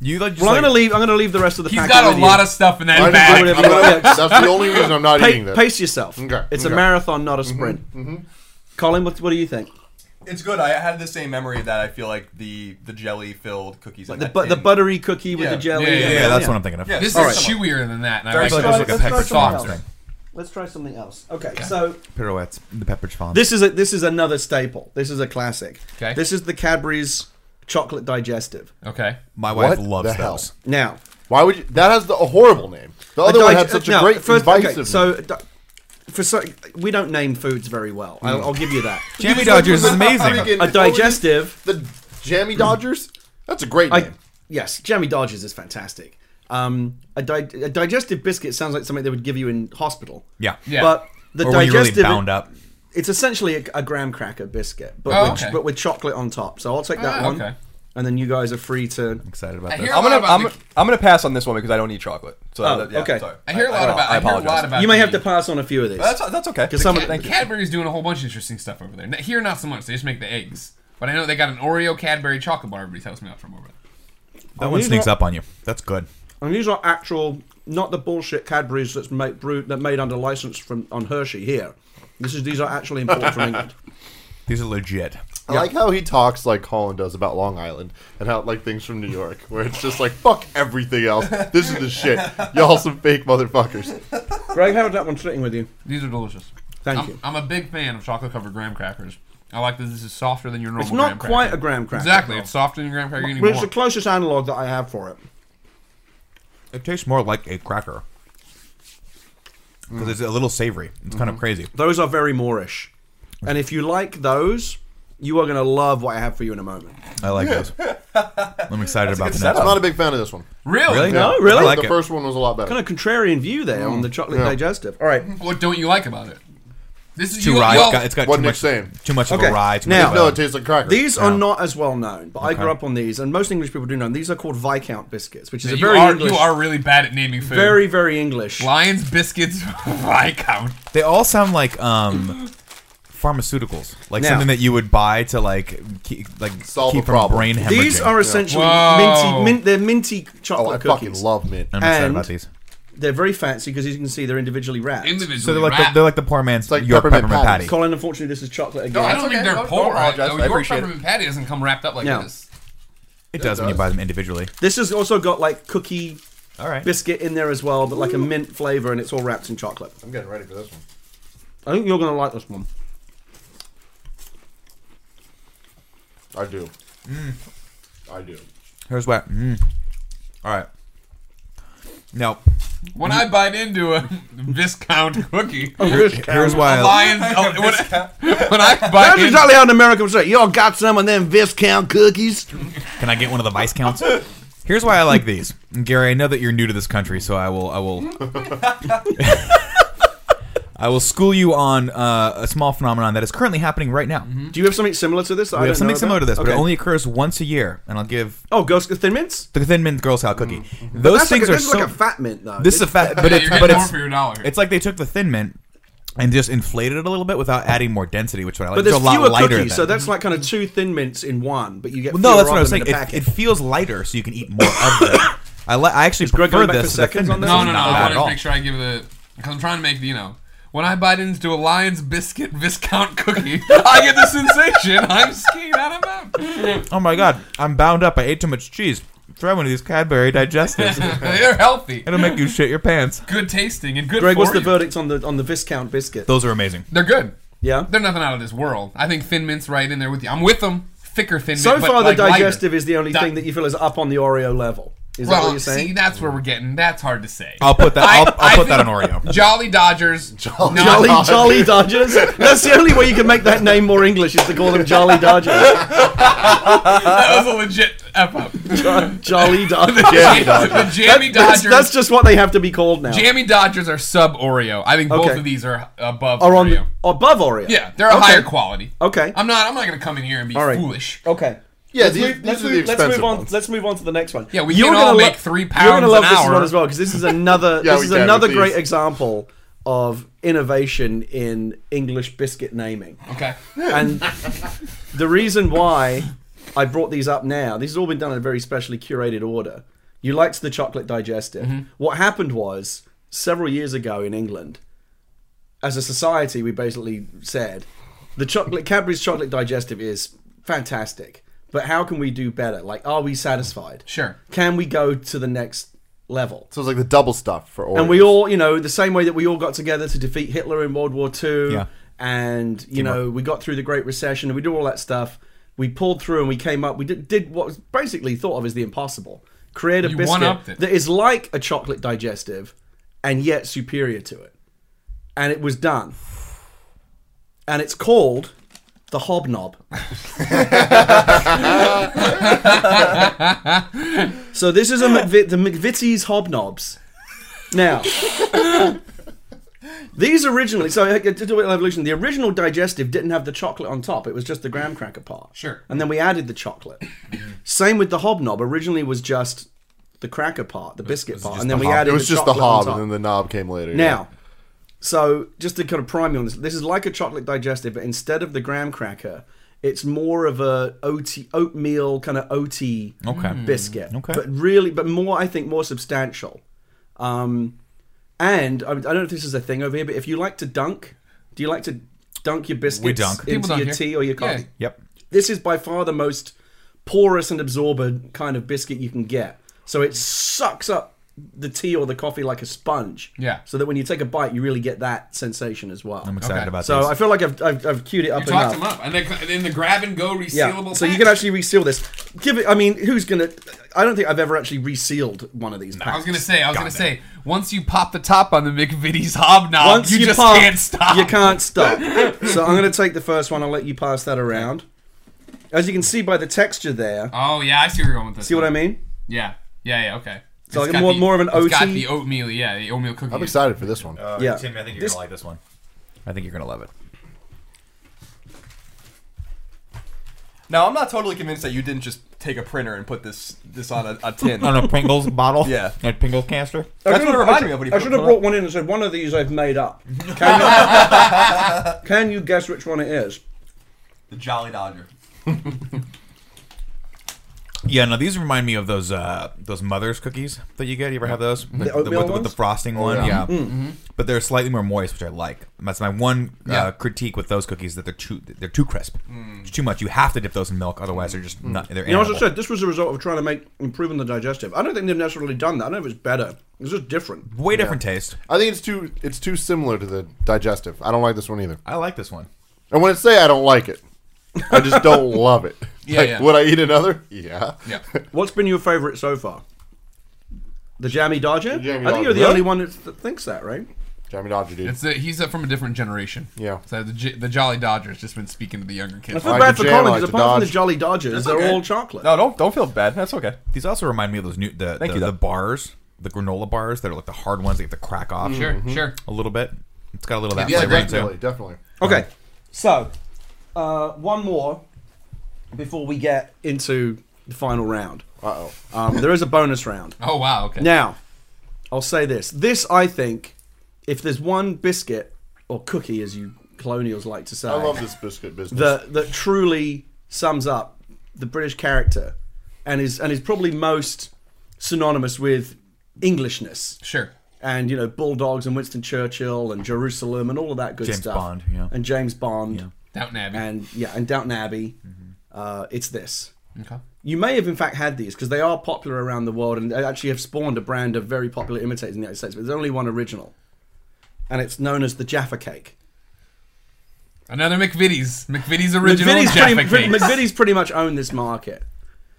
Speaker 2: You like just
Speaker 4: Well, I'm
Speaker 2: like,
Speaker 4: gonna leave. I'm gonna leave the rest of the.
Speaker 1: He's
Speaker 4: packet
Speaker 1: got
Speaker 4: with
Speaker 1: a
Speaker 4: you.
Speaker 1: lot of stuff in
Speaker 3: I
Speaker 1: that
Speaker 3: just-
Speaker 1: bag.
Speaker 4: whatever
Speaker 3: I'm
Speaker 4: you
Speaker 3: gonna-
Speaker 4: want. Yeah.
Speaker 3: that's the only reason I'm not eating
Speaker 4: Pa-
Speaker 3: this.
Speaker 4: pace yourself.
Speaker 3: Okay,
Speaker 4: It's
Speaker 3: okay.
Speaker 4: a marathon, not a sprint. Colin, what, what do you think?
Speaker 5: It's good. I had the same memory that I feel like the the jelly filled cookies.
Speaker 4: The, bu-
Speaker 1: Mm.
Speaker 4: the buttery cookie with
Speaker 5: Yeah.
Speaker 4: the jelly.
Speaker 1: Yeah, yeah,
Speaker 2: yeah,
Speaker 1: yeah,
Speaker 2: that's what I'm thinking of.
Speaker 5: Yeah.
Speaker 1: This
Speaker 5: All
Speaker 1: is
Speaker 5: right.
Speaker 1: chewier than that, and I
Speaker 5: Very
Speaker 1: like
Speaker 2: It's like,
Speaker 1: it.
Speaker 2: it's like a
Speaker 4: Let's try
Speaker 2: Pepperidge Farm
Speaker 4: something else.
Speaker 2: thing.
Speaker 4: Let's try something else. Okay, so
Speaker 2: Pirouettes. The Pepperidge Farm.
Speaker 4: this is a, this is another staple. This is a classic.
Speaker 1: Okay.
Speaker 4: This is the Cadbury's chocolate digestive.
Speaker 1: Okay.
Speaker 2: My wife
Speaker 3: What
Speaker 2: loves
Speaker 3: the hell?
Speaker 2: those.
Speaker 4: Now,
Speaker 3: Why would you? That has the, a horrible name. The other
Speaker 4: a
Speaker 3: one
Speaker 4: dig-
Speaker 3: Oh, had such a
Speaker 4: now,
Speaker 3: great
Speaker 4: first- okay,
Speaker 3: divisive.
Speaker 4: so di- for so we don't name foods very well. I'll, I'll give you that.
Speaker 2: Jammy Dodgers is amazing.
Speaker 3: Freaking-
Speaker 4: A digestive.
Speaker 3: The Jammy Dodgers? That's a great
Speaker 4: I,
Speaker 3: name.
Speaker 4: yes, Jammy Dodgers is fantastic. Um, a, di- a digestive biscuit sounds like something they would give you in hospital.
Speaker 2: Yeah.
Speaker 1: Yeah.
Speaker 4: But the
Speaker 2: Or were you really
Speaker 4: digestive,
Speaker 2: bound up?
Speaker 4: it's essentially a, a graham cracker biscuit, but
Speaker 1: Oh,
Speaker 4: with,
Speaker 1: okay.
Speaker 4: but with chocolate on top. So I'll take that
Speaker 1: Ah,
Speaker 4: one,
Speaker 1: okay.
Speaker 4: and then you guys are free to.
Speaker 2: Excited about
Speaker 1: I
Speaker 2: this.
Speaker 1: hear-
Speaker 5: I'm gonna
Speaker 1: About
Speaker 5: I'm,
Speaker 1: the-
Speaker 5: I'm gonna pass on this one because I don't eat chocolate. So
Speaker 4: Oh,
Speaker 5: that- yeah,
Speaker 4: okay.
Speaker 5: sorry.
Speaker 1: I hear a lot
Speaker 5: don't-
Speaker 1: about. I, hear a lot about.
Speaker 4: You may have
Speaker 1: the-
Speaker 4: to pass on a few of these.
Speaker 5: That's that's okay.
Speaker 4: 'Cause some-
Speaker 5: Ca-
Speaker 1: Cad-
Speaker 5: thank you.
Speaker 1: Cadbury's doing a whole bunch of interesting stuff over there. N- Here, not so much. They just make the eggs. But I know they got an Oreo Cadbury chocolate bar. Everybody's house me out from over there.
Speaker 2: That one
Speaker 4: these
Speaker 2: sneaks
Speaker 4: are-
Speaker 2: up on you. That's good.
Speaker 4: and these are actual, not the bullshit Cadbury's that's made brewed, that made under license from on Hershey here. This is these are actually imported from
Speaker 1: [LAUGHS]
Speaker 4: England.
Speaker 2: These are legit.
Speaker 3: I like how he talks like Colin does about Long Island and how like things from New York, where it's just like fuck everything else. This is the shit. Y'all some fake motherfuckers.
Speaker 4: Greg, how did that one sitting with you?
Speaker 1: These are delicious.
Speaker 4: Thank
Speaker 1: I'm,
Speaker 4: you.
Speaker 1: I'm a big fan of chocolate covered graham crackers. I like that this is softer than your normal.
Speaker 4: It's not
Speaker 1: graham
Speaker 4: quite
Speaker 1: cracker.
Speaker 4: a graham cracker.
Speaker 1: Exactly. It's softer than graham cracker. You need
Speaker 4: But it's
Speaker 1: more.
Speaker 4: the closest analog that I have for it.
Speaker 2: It tastes more like a cracker because it's a little savory. It's kind of crazy.
Speaker 4: Those are very Moorish. And if you like those, you are going to love what I have for you in a moment.
Speaker 2: I like those. I'm excited about the next
Speaker 3: I'm
Speaker 2: one.
Speaker 3: not a big fan of this one.
Speaker 1: really?
Speaker 2: Really?
Speaker 4: No,
Speaker 2: Yeah.
Speaker 4: really?
Speaker 2: I like
Speaker 3: the
Speaker 2: it.
Speaker 3: first one was a lot better.
Speaker 4: Kind of contrarian view there on the
Speaker 1: Mm.
Speaker 4: chocolate
Speaker 3: yeah.
Speaker 4: digestive. All right.
Speaker 1: What don't you like about it? This is
Speaker 2: Too
Speaker 1: you,
Speaker 2: rye.
Speaker 1: y'all-
Speaker 2: It's got, it's got
Speaker 3: What
Speaker 2: too
Speaker 3: Nick's
Speaker 2: much.
Speaker 3: saying.
Speaker 2: Too much of
Speaker 4: Okay,
Speaker 2: a rye. Too
Speaker 4: now-
Speaker 2: much
Speaker 3: no,
Speaker 2: of
Speaker 3: it tastes like cracker.
Speaker 4: These
Speaker 2: Yeah.
Speaker 4: are not as well known, but I grew up on these, and most English people do know them. These are called Viscount biscuits, which is a
Speaker 1: you
Speaker 4: very
Speaker 1: are
Speaker 4: English,
Speaker 1: you are really bad at naming food.
Speaker 4: very very English.
Speaker 1: Lions biscuits [LAUGHS] Viscount.
Speaker 2: they all sound like um, pharmaceuticals, like
Speaker 4: Now-
Speaker 2: something that you would buy to like keep, like
Speaker 3: Solve
Speaker 2: keep
Speaker 3: a
Speaker 2: from
Speaker 3: problem.
Speaker 2: brain hemorrhaging.
Speaker 4: These are essentially
Speaker 1: Whoa.
Speaker 4: minty. Mint, they're minty
Speaker 3: oh, I
Speaker 4: chocolate
Speaker 3: fucking
Speaker 4: cookies.
Speaker 3: love mint.
Speaker 2: I'm excited
Speaker 4: and-
Speaker 2: about these.
Speaker 4: They're very fancy because as you can see, they're individually wrapped.
Speaker 1: Individually
Speaker 2: So they're like the,
Speaker 1: wrapped.
Speaker 2: they're like the poor man's
Speaker 3: like
Speaker 2: York
Speaker 3: peppermint
Speaker 2: peppermint,
Speaker 3: patties.
Speaker 2: patty.
Speaker 4: Colin, unfortunately, this is chocolate again.
Speaker 1: No, I don't think
Speaker 5: okay.
Speaker 1: they're
Speaker 5: Don't-
Speaker 1: poor.
Speaker 5: don't apologize.
Speaker 1: I,
Speaker 5: I
Speaker 1: your
Speaker 5: appreciate it.
Speaker 1: peppermint patty doesn't come wrapped up like
Speaker 4: No.
Speaker 1: this.
Speaker 2: It does when you
Speaker 3: does.
Speaker 2: buy them individually.
Speaker 4: This has also got like cookie
Speaker 2: All right.
Speaker 4: biscuit in there as well, but like a mint flavor, and it's all wrapped in chocolate.
Speaker 3: I'm getting ready for this one.
Speaker 4: I think you're gonna like this one.
Speaker 3: I do.
Speaker 4: Mm.
Speaker 3: I do.
Speaker 2: Here's what. Mm. All right. No.
Speaker 1: When I bite into a Viscount
Speaker 4: [LAUGHS]
Speaker 1: cookie,
Speaker 4: Oh,
Speaker 2: Here- here's why. I,
Speaker 1: Lions. oh, when, I, [LAUGHS] when I bite
Speaker 4: That's
Speaker 1: in,
Speaker 4: exactly how an American would say. Y'all got some of them Viscount cookies?
Speaker 2: Can I get one of the vice counts? Here's why I like these, And Gary. I know that you're new to this country, so I will, I
Speaker 4: [LAUGHS]
Speaker 2: will, I will school you on uh, a small phenomenon that is currently happening right now.
Speaker 4: Do you have something similar to this? that Mm-hmm. I
Speaker 2: We have
Speaker 4: don't know
Speaker 2: something similar to
Speaker 4: about?
Speaker 2: this, but
Speaker 4: Okay.
Speaker 2: it only occurs once a year, and I'll give
Speaker 4: oh, Ghost of Thin Mints.
Speaker 2: the Thin Mint Girl Scout cookie. Those
Speaker 4: Mm-hmm. That's
Speaker 2: things
Speaker 4: like a,
Speaker 2: are
Speaker 4: this
Speaker 2: so.
Speaker 4: is like a fat mint though.
Speaker 2: this is a fat, but
Speaker 1: Yeah,
Speaker 2: it's
Speaker 1: you're getting
Speaker 2: but
Speaker 1: more
Speaker 2: it's
Speaker 1: for your dollar.
Speaker 2: it's like they took the Thin Mint and just inflated it a little bit without adding more density, which is what I like.
Speaker 4: but
Speaker 2: It's
Speaker 4: there's
Speaker 2: a lot
Speaker 4: fewer
Speaker 2: lighter.
Speaker 4: cookies, so
Speaker 2: than-
Speaker 4: that's like kind of two Thin Mints in one. But you get
Speaker 2: Well, no, that's
Speaker 4: fewer
Speaker 2: what I was
Speaker 4: of
Speaker 2: saying.
Speaker 4: them in a
Speaker 2: It,
Speaker 4: packet.
Speaker 2: it feels lighter, so you can eat more of [COUGHS] them. I, li- I actually
Speaker 4: Greg
Speaker 2: prefer
Speaker 4: going back
Speaker 2: this.
Speaker 4: for
Speaker 2: to the
Speaker 4: seconds
Speaker 2: Thin
Speaker 4: on
Speaker 2: Mint.
Speaker 4: this?
Speaker 1: No,
Speaker 2: It's
Speaker 1: no, no.
Speaker 2: not
Speaker 1: I
Speaker 2: bad at
Speaker 1: want
Speaker 2: all.
Speaker 1: to make sure I give it a. Because I'm trying to make the, you know. When I bite into a Lion's biscuit Viscount cookie, I get the sensation I'm skiing out of bounds.
Speaker 2: Oh my god, I'm bound up. I ate too much cheese. Try one of these Cadbury
Speaker 1: [LAUGHS]
Speaker 2: digestives.
Speaker 1: They're healthy,
Speaker 2: It'll make you shit your pants.
Speaker 1: good tasting, and good
Speaker 4: Greg,
Speaker 1: for
Speaker 4: what's the
Speaker 1: you.
Speaker 4: verdict on the on the Viscount biscuit?
Speaker 2: Those are amazing.
Speaker 1: They're good.
Speaker 4: yeah.
Speaker 1: They're nothing out of this world. I think Thin Mint's right in there with you. I'm with them. Thicker Thin
Speaker 4: So
Speaker 1: Mint. but,
Speaker 4: far, the
Speaker 1: like, lighter.
Speaker 4: digestive is the only
Speaker 1: Di-
Speaker 4: thing that you feel is up on the Oreo level. Is that what
Speaker 1: well,
Speaker 4: you're saying?
Speaker 1: see, that's where we're getting. That's hard to say.
Speaker 2: I'll put that.
Speaker 1: I-
Speaker 2: I'll, I'll
Speaker 1: I
Speaker 2: put that on
Speaker 1: think [LAUGHS]
Speaker 2: Oreo.
Speaker 1: Jolly Dodgers. Jolly,
Speaker 4: Jolly Jolly Dodgers. That's the only way you can make that name more English is to call them Jolly Dodgers.
Speaker 1: That was a legit F up. [LAUGHS]
Speaker 4: Jolly Dodgers.
Speaker 1: the Jammy
Speaker 4: That's,
Speaker 1: Dodgers.
Speaker 4: that's just what they have to be called now.
Speaker 1: Jammy Dodgers are sub Oreo. I think both
Speaker 4: Okay.
Speaker 1: of these are above
Speaker 4: Are on
Speaker 1: Oreo.
Speaker 4: above Oreo.
Speaker 1: yeah, they're a
Speaker 4: Okay.
Speaker 1: higher quality.
Speaker 4: Okay.
Speaker 1: I'm not. I'm not gonna come in here and be
Speaker 4: right.
Speaker 1: foolish.
Speaker 4: Okay.
Speaker 3: Yeah,
Speaker 4: let's
Speaker 3: these-
Speaker 4: move,
Speaker 3: these
Speaker 4: let's
Speaker 3: are the
Speaker 4: move- let's
Speaker 3: expensive
Speaker 4: move on.
Speaker 3: ones.
Speaker 4: Let's move on to the next one.
Speaker 1: Yeah, we
Speaker 4: You're
Speaker 1: can't
Speaker 4: gonna
Speaker 1: all
Speaker 4: lo-
Speaker 1: make three
Speaker 4: You're
Speaker 1: pounds
Speaker 4: gonna love
Speaker 1: an
Speaker 4: this
Speaker 1: hour.
Speaker 4: one as well because
Speaker 1: [LAUGHS]
Speaker 4: this is another.
Speaker 3: Yeah,
Speaker 4: this
Speaker 3: we
Speaker 4: is
Speaker 3: can with
Speaker 4: another
Speaker 3: these.
Speaker 4: great example of innovation in English biscuit naming.
Speaker 1: Okay.
Speaker 4: [LAUGHS] And the reason why I brought these up now, this has all been done in a very specially curated order. You liked the chocolate digestive. What happened was several years ago in England, as a society, we basically said the chocolate Cadbury's chocolate digestive is fantastic, but how can we do better? Like, are we satisfied?
Speaker 1: Sure.
Speaker 4: Can we go to the next level?
Speaker 3: So it's like the double stuff for Oreos.
Speaker 4: And we all, you know, the same way that we all got together to defeat Hitler in World War II,
Speaker 2: Yeah.
Speaker 4: and you know, we got through the Great Recession, and we did all that stuff. We pulled through, and we came up. We did, did what was basically thought of as the impossible: create a
Speaker 1: You one-upped
Speaker 4: biscuit
Speaker 1: it.
Speaker 4: that is like a chocolate digestive, and yet superior to it. And it was done. And it's called the hobnob. so this is a McVi- the McVitie's hobnobs. Now, these originally, so uh, to do it evolution, the original digestive didn't have the chocolate on top. It was just the graham cracker part.
Speaker 1: Sure.
Speaker 4: And then we added the chocolate. Same with the hobnob. Originally was just the cracker part, the biscuit part, and then we added
Speaker 3: It was
Speaker 4: the
Speaker 3: just the
Speaker 4: chocolate on
Speaker 3: hob,
Speaker 4: top.
Speaker 3: and then the knob came later.
Speaker 4: Now, so just to kind of prime you on this, this is like a chocolate digestive, but instead of the graham cracker, it's more of a OT, oatmeal kind of OT
Speaker 2: Okay.
Speaker 1: Mm.
Speaker 4: biscuit.
Speaker 2: Okay.
Speaker 4: But really, but more, I think, more substantial. Um, and I, I don't know if this is a thing over here, but if you like to dunk, do you like to dunk your biscuits
Speaker 2: dunk. People
Speaker 4: into
Speaker 1: dunk
Speaker 4: your
Speaker 1: here.
Speaker 4: tea or your
Speaker 1: Yeah.
Speaker 4: coffee?
Speaker 2: Yep.
Speaker 4: This is by far the most porous and absorbent kind of biscuit you can get. So it sucks up the tea or the coffee like a sponge.
Speaker 1: Yeah.
Speaker 4: So that when you take a bite, you really get that sensation as well.
Speaker 2: I'm excited
Speaker 1: Okay.
Speaker 2: about
Speaker 4: so
Speaker 2: these.
Speaker 4: I feel like I've, I've, I've queued it up
Speaker 1: You
Speaker 4: enough.
Speaker 1: talked them up, and then in the grab and go resealable.
Speaker 4: Yeah. So you can
Speaker 1: packs.
Speaker 4: actually reseal this. Give it. I mean, who's gonna? I don't think I've ever actually resealed one of these. Packs.
Speaker 1: I was gonna say. I was gonna say. Once you pop the top on the McVitie's hobnob,
Speaker 4: Once
Speaker 1: you, just
Speaker 4: pop,
Speaker 1: can't stop.
Speaker 4: You
Speaker 1: [LAUGHS]
Speaker 4: can't stop. so I'm gonna take the first one. I'll let you pass that around. As you can see by the texture there,
Speaker 1: Oh yeah, I see where you're going with this.
Speaker 4: see what I
Speaker 1: one.
Speaker 4: mean?
Speaker 1: Yeah. Yeah. Yeah. Okay.
Speaker 4: So
Speaker 1: It's got
Speaker 4: like more- more of an
Speaker 1: It's got
Speaker 4: OT?
Speaker 1: the oatmeal. Yeah, the oatmeal cookie.
Speaker 3: I'm excited for this one.
Speaker 2: Uh,
Speaker 1: Oh,
Speaker 4: Yeah.
Speaker 2: Tim, I think you're
Speaker 4: This-
Speaker 2: gonna like this one. I think you're gonna love it.
Speaker 5: Now I'm not totally convinced that you didn't just take a printer and put this this on a,
Speaker 4: [LAUGHS]
Speaker 5: a tin.
Speaker 2: On a Pringles [LAUGHS] bottle.
Speaker 5: Yeah.
Speaker 2: A Pringles canister.
Speaker 5: That's what it reminded me of. When you
Speaker 4: I should have brought one in and said, one of these I've made [LAUGHS] up. Can you, can you guess which one it is?
Speaker 5: the Jolly Dodger.
Speaker 2: Yeah. No, these remind me of those uh, those mother's cookies that you get. You ever have those? The,
Speaker 4: oatmeal
Speaker 2: with, with the
Speaker 4: ones? Mm.
Speaker 2: frosting one.
Speaker 3: yeah.
Speaker 2: Yeah. But they're slightly more moist, which I like. That's my one
Speaker 1: Yeah.
Speaker 2: uh, critique with those cookies that they're too they're too crisp. It's too much. You have to dip those in milk, otherwise they're just not. They're
Speaker 4: You know, as I
Speaker 2: inedible.
Speaker 4: said, this was a result of trying to make improving the digestive. I don't think they've necessarily done that. I don't know if it's better. It's just different.
Speaker 2: Way different taste.
Speaker 3: I think it's too it's too similar to the digestive. I don't like this one either.
Speaker 2: I like this one.
Speaker 3: And when I say I don't like it, I just don't
Speaker 1: [LAUGHS]
Speaker 3: love it.
Speaker 1: Yeah,
Speaker 3: Like,
Speaker 1: yeah.
Speaker 3: Would I eat another? Yeah.
Speaker 1: Yeah.
Speaker 4: What's been your favorite so far? The Jammy Dodger?
Speaker 3: Jammy
Speaker 4: I think you're the
Speaker 3: Dodger.
Speaker 4: only one that th- thinks that, right?
Speaker 3: Jamie Dodger, dude.
Speaker 1: It's a, he's uh from a different generation.
Speaker 3: Yeah.
Speaker 1: So Uh, the, J- the Jolly Dodger's just been speaking to the younger
Speaker 4: I
Speaker 1: kids.
Speaker 4: feel
Speaker 3: like
Speaker 4: bad
Speaker 3: the
Speaker 4: for
Speaker 3: jam, I
Speaker 4: Colin
Speaker 3: like
Speaker 4: because
Speaker 3: the
Speaker 4: apart from the
Speaker 3: Dodge.
Speaker 4: Jolly Dodgers, they're
Speaker 5: okay.
Speaker 4: all chocolate.
Speaker 5: No, don't don't feel bad. That's okay.
Speaker 2: These also remind me of those new the the,
Speaker 5: you,
Speaker 2: the
Speaker 5: though.
Speaker 2: bars, the granola bars that are like the hard ones that you have to crack off
Speaker 1: Sure. Sure.
Speaker 2: a little bit. It's got a little of that
Speaker 3: yeah,
Speaker 2: flavor in it, too.
Speaker 3: definitely, definitely.
Speaker 4: Okay, so uh, one more before we get into the final round.
Speaker 3: Uh oh.
Speaker 4: Um, there is a bonus round.
Speaker 1: Oh wow. Okay.
Speaker 4: Now, I'll say this. This, I think, if there's one biscuit or cookie, as you colonials like to say,
Speaker 3: I love this biscuit business.
Speaker 4: that that truly sums up the British character, and is and is probably most synonymous with Englishness
Speaker 1: Sure.
Speaker 4: and you know bulldogs and Winston Churchill and Jerusalem and all of that good
Speaker 2: James
Speaker 4: stuff.
Speaker 2: Bond, yeah. Mm-hmm.
Speaker 4: And James Bond,
Speaker 1: Downton Abbey.
Speaker 4: and yeah, and Downton Abbey. Uh, it's this.
Speaker 1: okay.
Speaker 4: You may have in fact had these because they are popular around the world and they actually have spawned a brand of very popular imitators in the United States, but there's only one original. And it's known as the Jaffa Cake.
Speaker 1: Another McVitie's. McVitie's original
Speaker 4: McVitie's
Speaker 1: Jaffa
Speaker 4: pretty,
Speaker 1: cakes.
Speaker 4: McVitie's pretty much owned this market.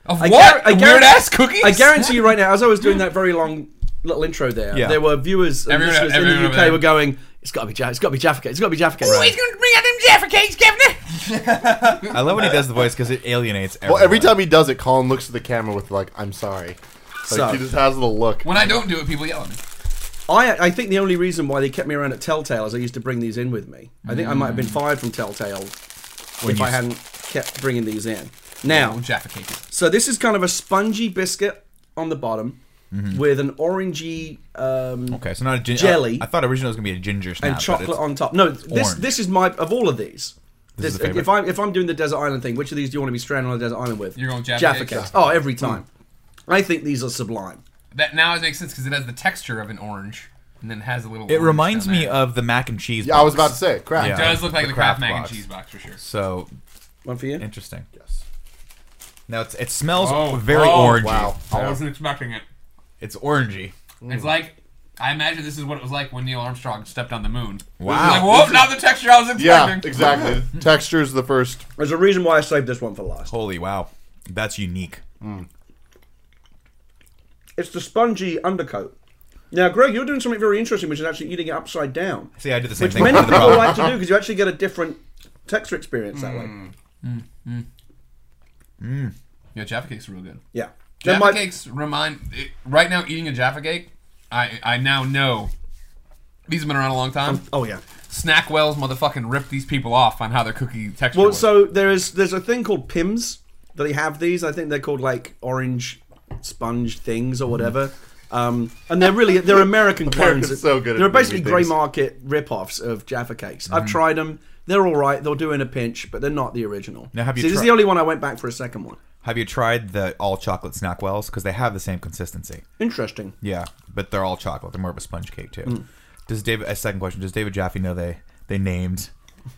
Speaker 1: Of
Speaker 4: I
Speaker 1: what?
Speaker 4: guar- I guar-
Speaker 1: Weird ass cookies? [LAUGHS]
Speaker 4: I guarantee you right now, as I was doing that very long little intro there,
Speaker 2: Yeah.
Speaker 4: there were viewers and
Speaker 1: Everyone-
Speaker 4: listeners in
Speaker 1: everyone
Speaker 4: the
Speaker 1: over
Speaker 4: UK
Speaker 1: there.
Speaker 4: were going, "It's got to be, ja- it's got to be Jaffa Cake, it's got to be Jaffa Cake."
Speaker 1: He's gonna bring out them Jaffa cakes, Governor.
Speaker 2: I love when he does the voice because it alienates. Everyone.
Speaker 3: Well, every time he does it, Colin looks at the camera with like, "I'm sorry." Like
Speaker 4: So-
Speaker 3: he just has the look.
Speaker 1: When I don't do it, people yell at me.
Speaker 4: I, I think the only reason why they kept me around at Telltale is I used to bring these in with me. I think I might have been fired from Telltale if
Speaker 2: Mm. you
Speaker 4: I
Speaker 2: s-
Speaker 4: hadn't kept bringing these in. Now,
Speaker 1: Oh, Jaffa cakes.
Speaker 4: so this is kind of a spongy biscuit on the bottom with an orangey um,
Speaker 2: Mm-hmm. Okay, so not a gin-
Speaker 4: Jelly.
Speaker 2: I, I thought originally it was gonna be a ginger snap.
Speaker 4: and
Speaker 2: but
Speaker 4: chocolate
Speaker 2: it's-
Speaker 4: on top. No, this
Speaker 2: orange.
Speaker 4: this is my of all of these.
Speaker 2: This is
Speaker 4: This-
Speaker 2: the favorite.
Speaker 4: if I'm if I'm doing the desert island thing, which of these do you want to be stranded on a desert island with?
Speaker 1: You're going Jaffa cakes.
Speaker 4: Oh, every
Speaker 2: Mm.
Speaker 4: time. I think these are sublime.
Speaker 1: That now it makes sense because it has the texture of an orange, and then it has a little.
Speaker 2: It
Speaker 1: orange
Speaker 2: reminds
Speaker 1: down
Speaker 2: me
Speaker 1: there.
Speaker 2: of the mac and cheese.
Speaker 3: Yeah, I was
Speaker 2: box.
Speaker 3: about to say, crap.
Speaker 1: It
Speaker 2: Yeah.
Speaker 1: does look like
Speaker 2: The
Speaker 1: the, Kraft
Speaker 2: Kraft
Speaker 1: mac and
Speaker 2: box.
Speaker 1: cheese box for sure.
Speaker 2: So
Speaker 4: One for you.
Speaker 2: interesting.
Speaker 3: Yes.
Speaker 2: Now it's, it smells
Speaker 1: Oh,
Speaker 2: very orangey.
Speaker 3: wow.
Speaker 1: I wasn't expecting it.
Speaker 2: It's orangey.
Speaker 1: It's like I imagine this is what it was like when Neil Armstrong stepped on the moon.
Speaker 2: Wow.
Speaker 1: Like, whoa, not the texture I was
Speaker 3: Yeah,
Speaker 1: expecting. [LAUGHS]
Speaker 3: exactly. Texture's the first.
Speaker 4: There's a reason why I saved this one for last.
Speaker 2: Holy wow, that's unique.
Speaker 4: It's the spongy undercoat. Now, Greg, you're doing something very interesting, which is actually eating it upside down,
Speaker 2: See, I did the same
Speaker 4: which
Speaker 2: thing.
Speaker 4: many
Speaker 2: Part of the
Speaker 4: people
Speaker 2: problem.
Speaker 4: like to do because you actually get a different texture experience that
Speaker 3: Hmm.
Speaker 4: way.
Speaker 1: Yeah, Jaffa cakes are real good.
Speaker 4: Yeah. Then
Speaker 1: Jaffa
Speaker 4: my-
Speaker 1: cakes remind it, right now eating a Jaffa cake. I I now know these have been around a long time.
Speaker 4: oh yeah.
Speaker 1: Snackwell's motherfucking ripped these people off on how their cookie texture.
Speaker 4: Well,
Speaker 1: was.
Speaker 4: so there is there's a thing called Pims that they have these. I think they're called like orange sponge things or whatever. Um, and they're really they're American clones.
Speaker 3: [LAUGHS] America's so good at
Speaker 4: they're basically
Speaker 3: making
Speaker 4: grey
Speaker 3: things. Hmm.
Speaker 4: market rip-offs of Jaffa cakes. I've tried them. They're all right. They'll do in a pinch, but they're not the original.
Speaker 2: Now, have you
Speaker 4: See, this is
Speaker 2: tri-
Speaker 4: the only one I went back for a second one.
Speaker 2: Have you tried the all chocolate snack wells? Because they have the same consistency.
Speaker 4: Interesting.
Speaker 2: Yeah, but they're all chocolate. They're more of a sponge cake too.
Speaker 3: Mm.
Speaker 2: Does David? A second question. Does David Jaffe know they they named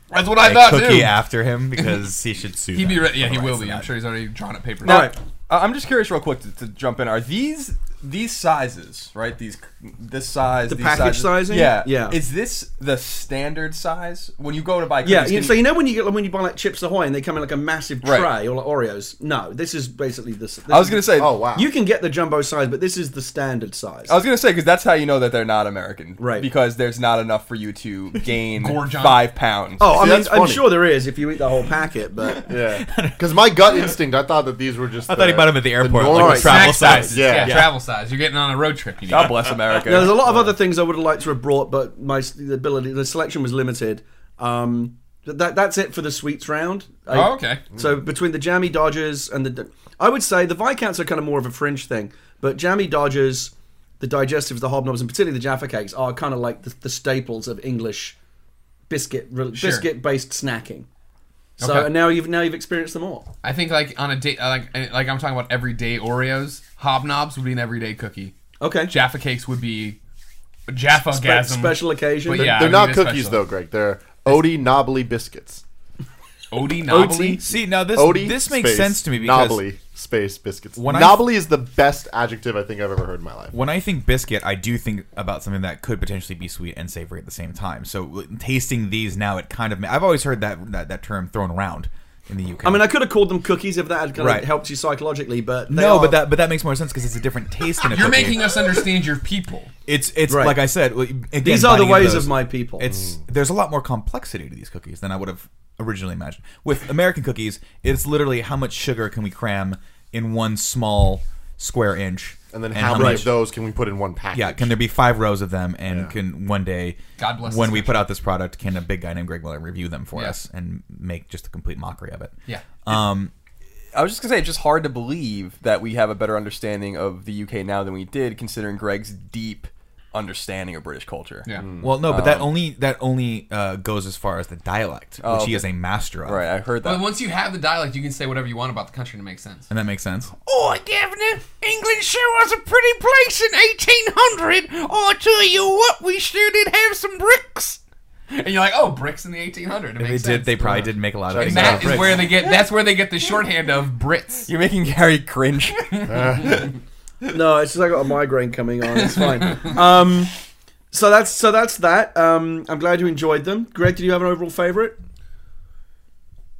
Speaker 1: that's what I
Speaker 2: a
Speaker 1: thought
Speaker 2: cookie
Speaker 1: too.
Speaker 2: after him because he should sue?
Speaker 1: He'd
Speaker 2: them
Speaker 1: be re- yeah, he
Speaker 2: for the
Speaker 1: will
Speaker 2: rights
Speaker 1: be.
Speaker 2: to
Speaker 1: I'm
Speaker 2: that.
Speaker 1: sure he's already drawn up paper.
Speaker 5: Now,
Speaker 4: Right.
Speaker 5: I- I'm just curious, real quick, to, to jump in. Are these these sizes right? These this size,
Speaker 4: The
Speaker 5: these
Speaker 4: package
Speaker 5: sizes-
Speaker 4: sizing?
Speaker 5: Yeah,
Speaker 4: Yeah.
Speaker 5: Is this the standard size when you go to buy? Cookies,
Speaker 4: Yeah,
Speaker 5: can
Speaker 4: you- so you know when you get when you buy like Chips Ahoy and they come in like a massive tray
Speaker 5: Right.
Speaker 4: or like Oreos. No, this is basically this. this
Speaker 5: I was
Speaker 4: is-
Speaker 5: gonna say.
Speaker 3: Oh wow.
Speaker 4: you can get the jumbo size, but this is the standard size.
Speaker 5: I was gonna say because that's how you know that they're not American,
Speaker 4: Right.
Speaker 5: Because there's not enough for you
Speaker 4: [LAUGHS]
Speaker 5: to gain
Speaker 1: Gorgon.
Speaker 5: five pounds.
Speaker 4: Oh, I
Speaker 3: See,
Speaker 4: mean,
Speaker 3: that's
Speaker 4: I'm
Speaker 3: funny.
Speaker 4: sure there is if you eat the whole packet,
Speaker 5: [LAUGHS]
Speaker 4: but
Speaker 1: [LAUGHS]
Speaker 3: yeah. Because my gut instinct, I thought that these were just.
Speaker 2: I thought he bought him at the airport, like
Speaker 3: normal-
Speaker 2: a travel size.
Speaker 3: Yeah.
Speaker 1: yeah, travel size. You're getting on a road trip. You need.
Speaker 5: God bless America.
Speaker 4: Now, [LAUGHS] there's a lot of other things I would have liked to have brought, but my s- the ability, the selection was limited. Um, th- that that's it for the sweets round. I-
Speaker 1: Oh, okay.
Speaker 4: So between the jammy Dodgers and the, I would say the Viscounts are kind of more of a fringe thing, but jammy Dodgers, the digestives, the hobnobs, and particularly the Jaffa cakes are kind of like the, the staples of English biscuit
Speaker 1: Sure.
Speaker 4: biscuit based snacking. So
Speaker 1: Okay.
Speaker 4: and now you've now you've experienced them all.
Speaker 1: I think like on a date, like eh, like I'm talking about everyday Oreos. Hobnobs would be an everyday cookie.
Speaker 4: Okay.
Speaker 1: Jaffa cakes would be Jaffa
Speaker 4: Spe-
Speaker 1: gasm.
Speaker 4: special occasion.
Speaker 1: But yeah.
Speaker 3: They're
Speaker 1: I mean,
Speaker 3: not
Speaker 1: it's
Speaker 3: cookies
Speaker 1: special.
Speaker 3: though, Greg. They're Odie Knobbly biscuits.
Speaker 1: Odie Nobly.
Speaker 2: See, now this
Speaker 3: Odie.
Speaker 2: this makes
Speaker 3: space,
Speaker 2: sense to me because
Speaker 3: Knobbly space biscuits.
Speaker 2: When I-
Speaker 3: Knobbly is the best adjective I think I've ever heard in my life.
Speaker 2: when I think biscuit, I do think about something that could potentially be sweet and savory at the same time. So w- tasting these now, it kind of ma- I've always heard that that, that term thrown around in the UK.
Speaker 4: I mean, I could have called them cookies if that had kind
Speaker 2: Right.
Speaker 4: of helped you psychologically, but they
Speaker 2: no,
Speaker 4: are-
Speaker 2: but that but that makes more sense because it's a different taste in
Speaker 1: [LAUGHS]
Speaker 2: a
Speaker 1: You're
Speaker 2: cookie.
Speaker 1: making us understand your people.
Speaker 2: it's it's
Speaker 4: Right.
Speaker 2: like I said. w- again,
Speaker 4: these are
Speaker 2: biting
Speaker 4: the
Speaker 2: into
Speaker 4: ways
Speaker 2: those,
Speaker 4: of my people. Mm.
Speaker 2: It's there's a lot more complexity to these cookies than I would have originally imagined. With American cookies, it's literally how much sugar can we cram in one small square inch,
Speaker 3: And then how many
Speaker 2: much-
Speaker 3: of those can we put in one package?
Speaker 2: Yeah, can there be five rows of them? And can one day,
Speaker 1: God bless
Speaker 2: when
Speaker 1: this
Speaker 2: we
Speaker 1: country.
Speaker 2: put out this product, can a big guy named Greg Miller review them for
Speaker 1: Yeah.
Speaker 2: us and make just a complete mockery of it?
Speaker 1: Yeah.
Speaker 2: Um,
Speaker 5: I was just gonna say it's just hard to believe that we have a better understanding of the UK now than we did, considering Greg's deep understanding of British culture.
Speaker 1: Yeah.
Speaker 2: well, no, but
Speaker 4: Um,
Speaker 2: that only that only uh, goes as far as the dialect, which
Speaker 4: Oh,
Speaker 2: he
Speaker 5: okay.
Speaker 2: is a master of.
Speaker 5: Right, I heard that.
Speaker 1: But once you have the dialect, you can say whatever you want about the country to make sense.
Speaker 2: And that makes sense.
Speaker 6: Oh, Governor, England sure was a pretty place in 1800. Oh, I tell you what, we sure did have some bricks.
Speaker 1: And you're like, oh, bricks in the 1800. It
Speaker 2: They
Speaker 1: makes
Speaker 2: did.
Speaker 1: sense.
Speaker 2: They probably did make a lot of
Speaker 3: Check
Speaker 2: things.
Speaker 1: And
Speaker 3: it
Speaker 2: out
Speaker 1: that
Speaker 2: of
Speaker 1: is
Speaker 2: bricks.
Speaker 1: where they get. That's where they get the shorthand of Brits.
Speaker 5: You're making Gary cringe. [LAUGHS]
Speaker 4: no, it's just I got a migraine coming on. It's fine. um, so that's so that's that. Um, I'm glad you enjoyed them. Greg, did you have an overall favorite?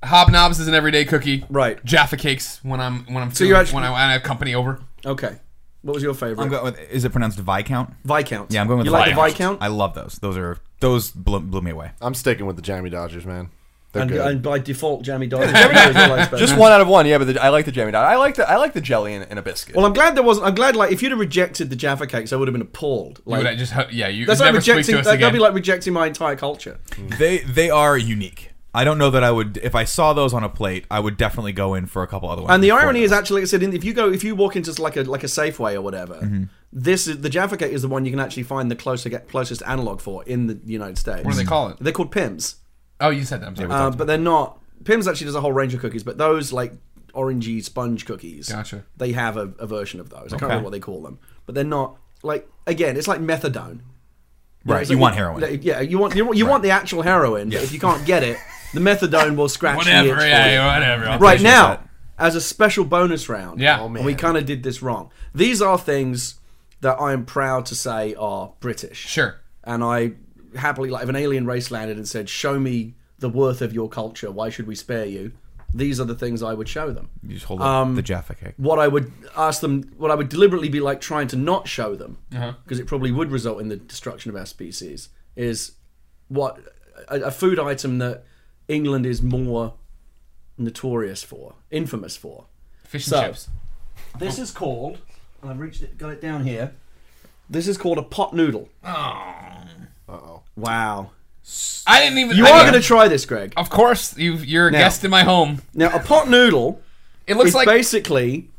Speaker 1: Hobnobs is an everyday cookie.
Speaker 4: Right.
Speaker 1: Jaffa cakes when I'm when I'm feeling,
Speaker 4: you're actually-
Speaker 1: when I when I have company over.
Speaker 4: Okay. What was your favorite?
Speaker 2: I'm going with, is it pronounced Viscount?
Speaker 4: Viscount.
Speaker 2: Yeah, I'm going with
Speaker 4: You
Speaker 2: the
Speaker 4: like the
Speaker 2: Viscount.
Speaker 4: Viscount?
Speaker 2: I love those. Those are those blew, blew me away.
Speaker 3: I'm sticking with the Jammy Dodgers, man. They're
Speaker 4: and,
Speaker 3: good.
Speaker 4: and by default, Jammy Dodger. Jammy
Speaker 5: Just one out of one, yeah. But the, I like the jammy dot. I like the I like the jelly and, and a biscuit.
Speaker 4: Well, I'm glad there wasn't. I'm glad like if you'd have rejected the Jaffa cakes, I would have been appalled.
Speaker 1: You
Speaker 4: Like
Speaker 1: would just yeah, you
Speaker 4: that's like
Speaker 1: never speak
Speaker 4: rejecting.
Speaker 1: to us
Speaker 4: That,
Speaker 1: again.
Speaker 4: that'd be like rejecting my entire culture.
Speaker 2: they they are unique. I don't know that I would if I saw those on a plate, I would definitely go in for a couple other ones.
Speaker 4: And the
Speaker 2: before
Speaker 4: irony
Speaker 2: those.
Speaker 4: is actually, like I said, in- if you go, if you walk into like a like a Safeway or whatever,
Speaker 2: Mm-hmm.
Speaker 4: this is the Jaffa cake is the one you can actually find the closer closest analog for in the United States.
Speaker 1: what do they call it?
Speaker 4: They're called Pims,
Speaker 1: Oh, you said that. I'm sorry.
Speaker 4: uh, but they're not. Pims actually does a whole range of cookies, but those like orangey sponge cookies,
Speaker 1: Gotcha.
Speaker 4: they have a, a version of those. I can't remember what they call them, but they're not like again, it's like methadone.
Speaker 2: Right,
Speaker 4: it's
Speaker 2: you
Speaker 4: like-
Speaker 2: want heroin.
Speaker 4: Yeah, you want you, want- you want the actual heroin. But if you can't get it, the methadone will scratch the itch
Speaker 1: whatever.
Speaker 4: for
Speaker 1: Yeah,
Speaker 4: you
Speaker 1: yeah, whatever. I'll
Speaker 4: right
Speaker 1: appreciate
Speaker 4: now
Speaker 1: that.
Speaker 4: as a special bonus round.
Speaker 1: Yeah. Oh,
Speaker 4: and we kind of did this wrong. These are things that I am proud to say are British.
Speaker 1: Sure.
Speaker 4: And I happily, like, if an alien race landed and said, "Show me the worth of your culture. Why should we spare you?" These are the things I would show them.
Speaker 2: You just hold up the Jaffa cake.
Speaker 4: What I would ask them, what I would deliberately be like trying to not show them, because it probably would result in the destruction of our species, is what a, a food item that England is more notorious for, infamous for.
Speaker 1: Fish and
Speaker 4: So-
Speaker 1: chips.
Speaker 4: This is called, and I've reached it, got it down here. This is called a pot noodle.
Speaker 3: Uh-oh.
Speaker 4: Wow.
Speaker 1: I didn't even.
Speaker 4: You
Speaker 1: I
Speaker 4: are
Speaker 1: didn't-
Speaker 4: going to try this, Greg.
Speaker 1: Of course, you you're a
Speaker 4: Now.
Speaker 1: guest in my home.
Speaker 4: Now, a pot noodle
Speaker 1: It looks
Speaker 4: is
Speaker 1: like
Speaker 4: basically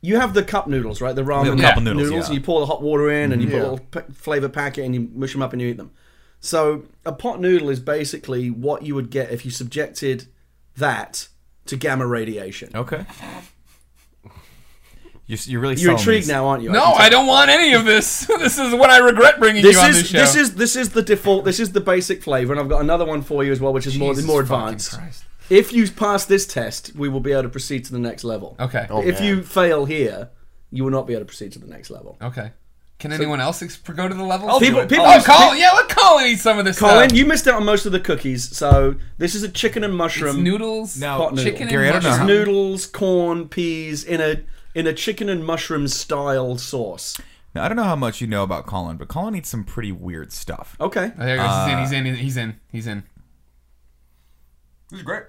Speaker 4: you have the cup noodles, right? The ramen
Speaker 1: Yeah.
Speaker 2: cup noodles, yeah.
Speaker 4: and you pour the hot water in, and you put
Speaker 3: Yeah.
Speaker 4: a little p- flavor packet, and you mush them up, and you eat them. So, a pot noodle is basically what you would get if you subjected that to gamma radiation.
Speaker 2: Okay. You're, you're really
Speaker 4: You're
Speaker 2: selling
Speaker 4: intrigued
Speaker 2: these.
Speaker 4: now, aren't you?
Speaker 1: no.
Speaker 4: can tell.
Speaker 1: I don't want any of this. [LAUGHS] this is what I regret bringing
Speaker 4: This
Speaker 1: you on
Speaker 4: is
Speaker 1: this show.
Speaker 4: this is this is the default. This is the basic flavor, and I've got another one for you as well, which is more
Speaker 1: Jesus
Speaker 4: more
Speaker 1: fucking
Speaker 4: advanced.
Speaker 1: Christ.
Speaker 4: If you pass this test, we will be able to proceed to the next level.
Speaker 1: Okay.
Speaker 3: Oh,
Speaker 4: if
Speaker 3: man.
Speaker 4: you fail here, you will not be able to proceed to the next level.
Speaker 1: Okay. Can anyone else ex- go to the level? I'll
Speaker 4: People- people-
Speaker 1: oh, Colin. Yeah, let Colin eat some of this
Speaker 4: Colin,
Speaker 1: stuff.
Speaker 4: you missed out on most of the cookies. So this is a chicken and
Speaker 1: It's
Speaker 4: mushroom
Speaker 1: noodles,
Speaker 2: Now,
Speaker 1: pot chicken,
Speaker 2: Gary, I
Speaker 1: and
Speaker 2: don't know
Speaker 1: mushroom.
Speaker 2: how-
Speaker 4: noodles, corn, peas in a in a chicken and mushroom style sauce.
Speaker 2: Now, I don't know how much you know about Colin, but Colin eats some pretty weird stuff.
Speaker 4: Okay.
Speaker 1: Oh, there he goes. he's in. He's in. He's in. He's in.
Speaker 5: this is great.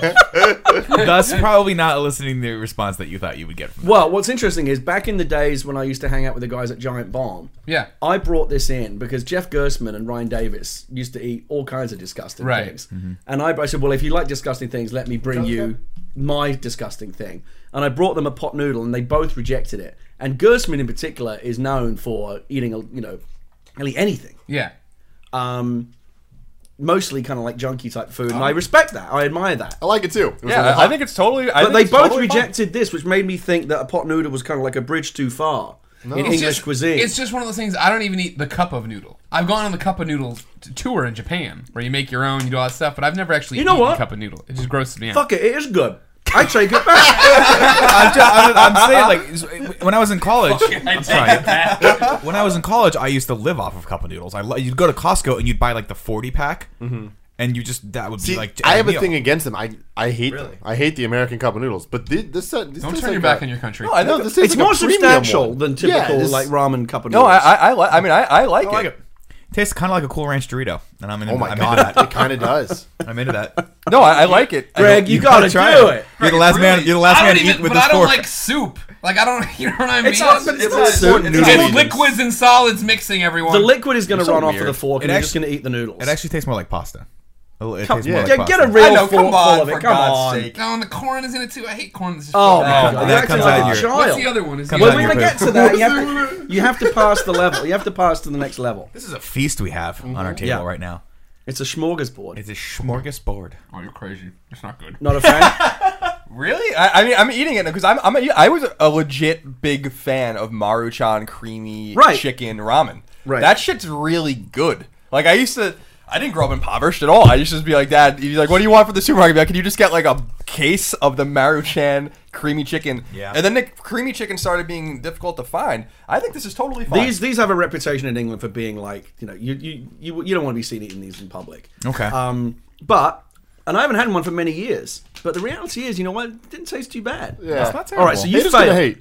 Speaker 2: Thus, probably not eliciting the response that you thought you would get from.
Speaker 4: Well, what's interesting is back in the days when I used to hang out with the guys at Giant Bomb.
Speaker 1: Yeah.
Speaker 4: I brought this in because Jeff Gersman and Ryan Davis used to eat all kinds of disgusting
Speaker 1: Right. Mm-hmm.
Speaker 4: things. And I, I said, well, if you like disgusting things, let me bring you my disgusting thing. And I brought them a pot noodle, and they both rejected it. And Gersman, in particular, is known for eating, a- you know, nearly anything.
Speaker 1: Yeah.
Speaker 4: Um, mostly kind of like junky type food, and I
Speaker 1: Oh.
Speaker 4: respect that. I admire that.
Speaker 3: I like it too. It was a
Speaker 5: Yeah,
Speaker 3: little
Speaker 5: I
Speaker 3: hot.
Speaker 5: think it's totally.
Speaker 4: But
Speaker 5: I think
Speaker 4: they
Speaker 5: it's
Speaker 4: both
Speaker 5: totally fine.
Speaker 4: rejected this, which made me think that a pot noodle was kind of like a bridge too far in
Speaker 1: It's
Speaker 4: English
Speaker 1: just-
Speaker 4: cuisine.
Speaker 1: It's just one of those things. I don't even eat the cup of noodle. I've gone on the cup of noodles t- tour in Japan, where you make your own, you do all that stuff. But I've never actually
Speaker 4: You know
Speaker 1: eaten
Speaker 4: what?
Speaker 1: a cup of noodle. It just grosses me out.
Speaker 4: Fuck it, it is good. I take
Speaker 1: [LAUGHS]
Speaker 4: it back.
Speaker 2: I'm, ju- I'm- I'm saying like s- when I was in college. I'm sorry. When I was in college, I used to live off of cup of noodles. I lo- you'd go to Costco and you'd buy like the forty pack, and you just that would be
Speaker 3: See,
Speaker 2: like.
Speaker 3: I have a
Speaker 2: meal.
Speaker 3: thing against them. I I hate them. I hate the American cup of noodles. But thi- this, uh, this
Speaker 1: Don't
Speaker 3: tastes
Speaker 1: turn your
Speaker 3: like
Speaker 1: back
Speaker 3: a-
Speaker 1: on your country.
Speaker 5: No, I
Speaker 3: No,
Speaker 5: know.
Speaker 3: this
Speaker 5: This
Speaker 3: tasn't
Speaker 5: is,
Speaker 4: it's
Speaker 3: like a
Speaker 4: more
Speaker 3: premium
Speaker 4: substantial
Speaker 3: one.
Speaker 4: than typical
Speaker 3: Yeah, this-
Speaker 4: like ramen cup of
Speaker 5: no,
Speaker 4: noodles.
Speaker 5: I, I, I, li- I mean, I, I like,
Speaker 2: like
Speaker 5: it.
Speaker 2: it. Tastes kind of like a Cool Ranch Dorito, and I'm in.
Speaker 3: Oh my
Speaker 2: I'm
Speaker 3: god,
Speaker 2: Into that.
Speaker 3: it kind of does.
Speaker 2: I'm into that.
Speaker 5: No, I, I like it. I
Speaker 4: Greg,
Speaker 5: don't-
Speaker 4: you, gotta,
Speaker 2: try
Speaker 4: do it.
Speaker 2: You're the last man. You're the last
Speaker 1: I
Speaker 2: man
Speaker 1: don't
Speaker 2: to
Speaker 1: even.
Speaker 2: eat with
Speaker 1: but
Speaker 2: this
Speaker 1: I don't
Speaker 2: fork.
Speaker 1: like soup. Like I don't. [LAUGHS] You know what I mean?
Speaker 4: It's not, but it's not soup.
Speaker 5: important.
Speaker 1: It's
Speaker 5: It's
Speaker 3: noodles.
Speaker 1: liquids and solids mixing. Everyone.
Speaker 4: The liquid is gonna run off of
Speaker 5: weird.
Speaker 4: the fork, and
Speaker 2: It
Speaker 4: you're just
Speaker 2: actually-
Speaker 4: gonna eat the noodles.
Speaker 2: It actually tastes more like pasta. A little- It
Speaker 4: Come-
Speaker 2: tastes more
Speaker 4: yeah,
Speaker 2: like
Speaker 4: get
Speaker 2: pasta.
Speaker 4: a real
Speaker 5: I know,
Speaker 4: fork
Speaker 5: come
Speaker 4: full
Speaker 5: on,
Speaker 4: of it.
Speaker 5: for
Speaker 4: Come
Speaker 5: God's
Speaker 4: on.
Speaker 5: sake.
Speaker 1: No, Oh, and the corn is in it too. I hate corn. This is
Speaker 4: Oh,
Speaker 1: fucking-
Speaker 4: my
Speaker 2: that
Speaker 4: god, that
Speaker 2: comes
Speaker 4: sounds
Speaker 2: out
Speaker 4: like a
Speaker 2: of your-
Speaker 1: What's the
Speaker 4: child.
Speaker 1: other one? Is
Speaker 2: Comes
Speaker 1: the
Speaker 2: out
Speaker 4: When
Speaker 1: other
Speaker 2: of
Speaker 4: we
Speaker 2: your
Speaker 1: one?
Speaker 4: get to that, you have to, you have to pass the level. You have to pass to the next level.
Speaker 2: This is a feast we have on our table
Speaker 4: Yeah.
Speaker 2: right now.
Speaker 4: It's a smorgasbord.
Speaker 2: It's a smorgasbord.
Speaker 1: Oh, you're crazy. It's not good.
Speaker 4: Not a fan.
Speaker 5: Really? I, I mean, I'm eating it because I'm, I'm a, I was a legit big fan of Maruchan creamy
Speaker 4: Right.
Speaker 5: chicken ramen.
Speaker 4: Right.
Speaker 5: That shit's really good. Like I used to. I didn't grow up impoverished at all. I used to just be like, Dad, he's like, what do you want for the supermarket? I'd be Like, can you just get like a case of the Maruchan creamy chicken?
Speaker 2: Yeah.
Speaker 5: And then the creamy chicken started being difficult to find. I think this is totally fine.
Speaker 4: these these have a reputation in England for being like you know you you you, you don't want to be seen eating these in public.
Speaker 2: Okay.
Speaker 4: Um, but and I haven't had one for many years. But the reality is, you know what? It didn't taste too bad.
Speaker 3: Yeah. That's
Speaker 2: not
Speaker 3: not
Speaker 2: terrible.
Speaker 4: All right, so you
Speaker 3: Haters gonna
Speaker 4: failed.
Speaker 3: hate.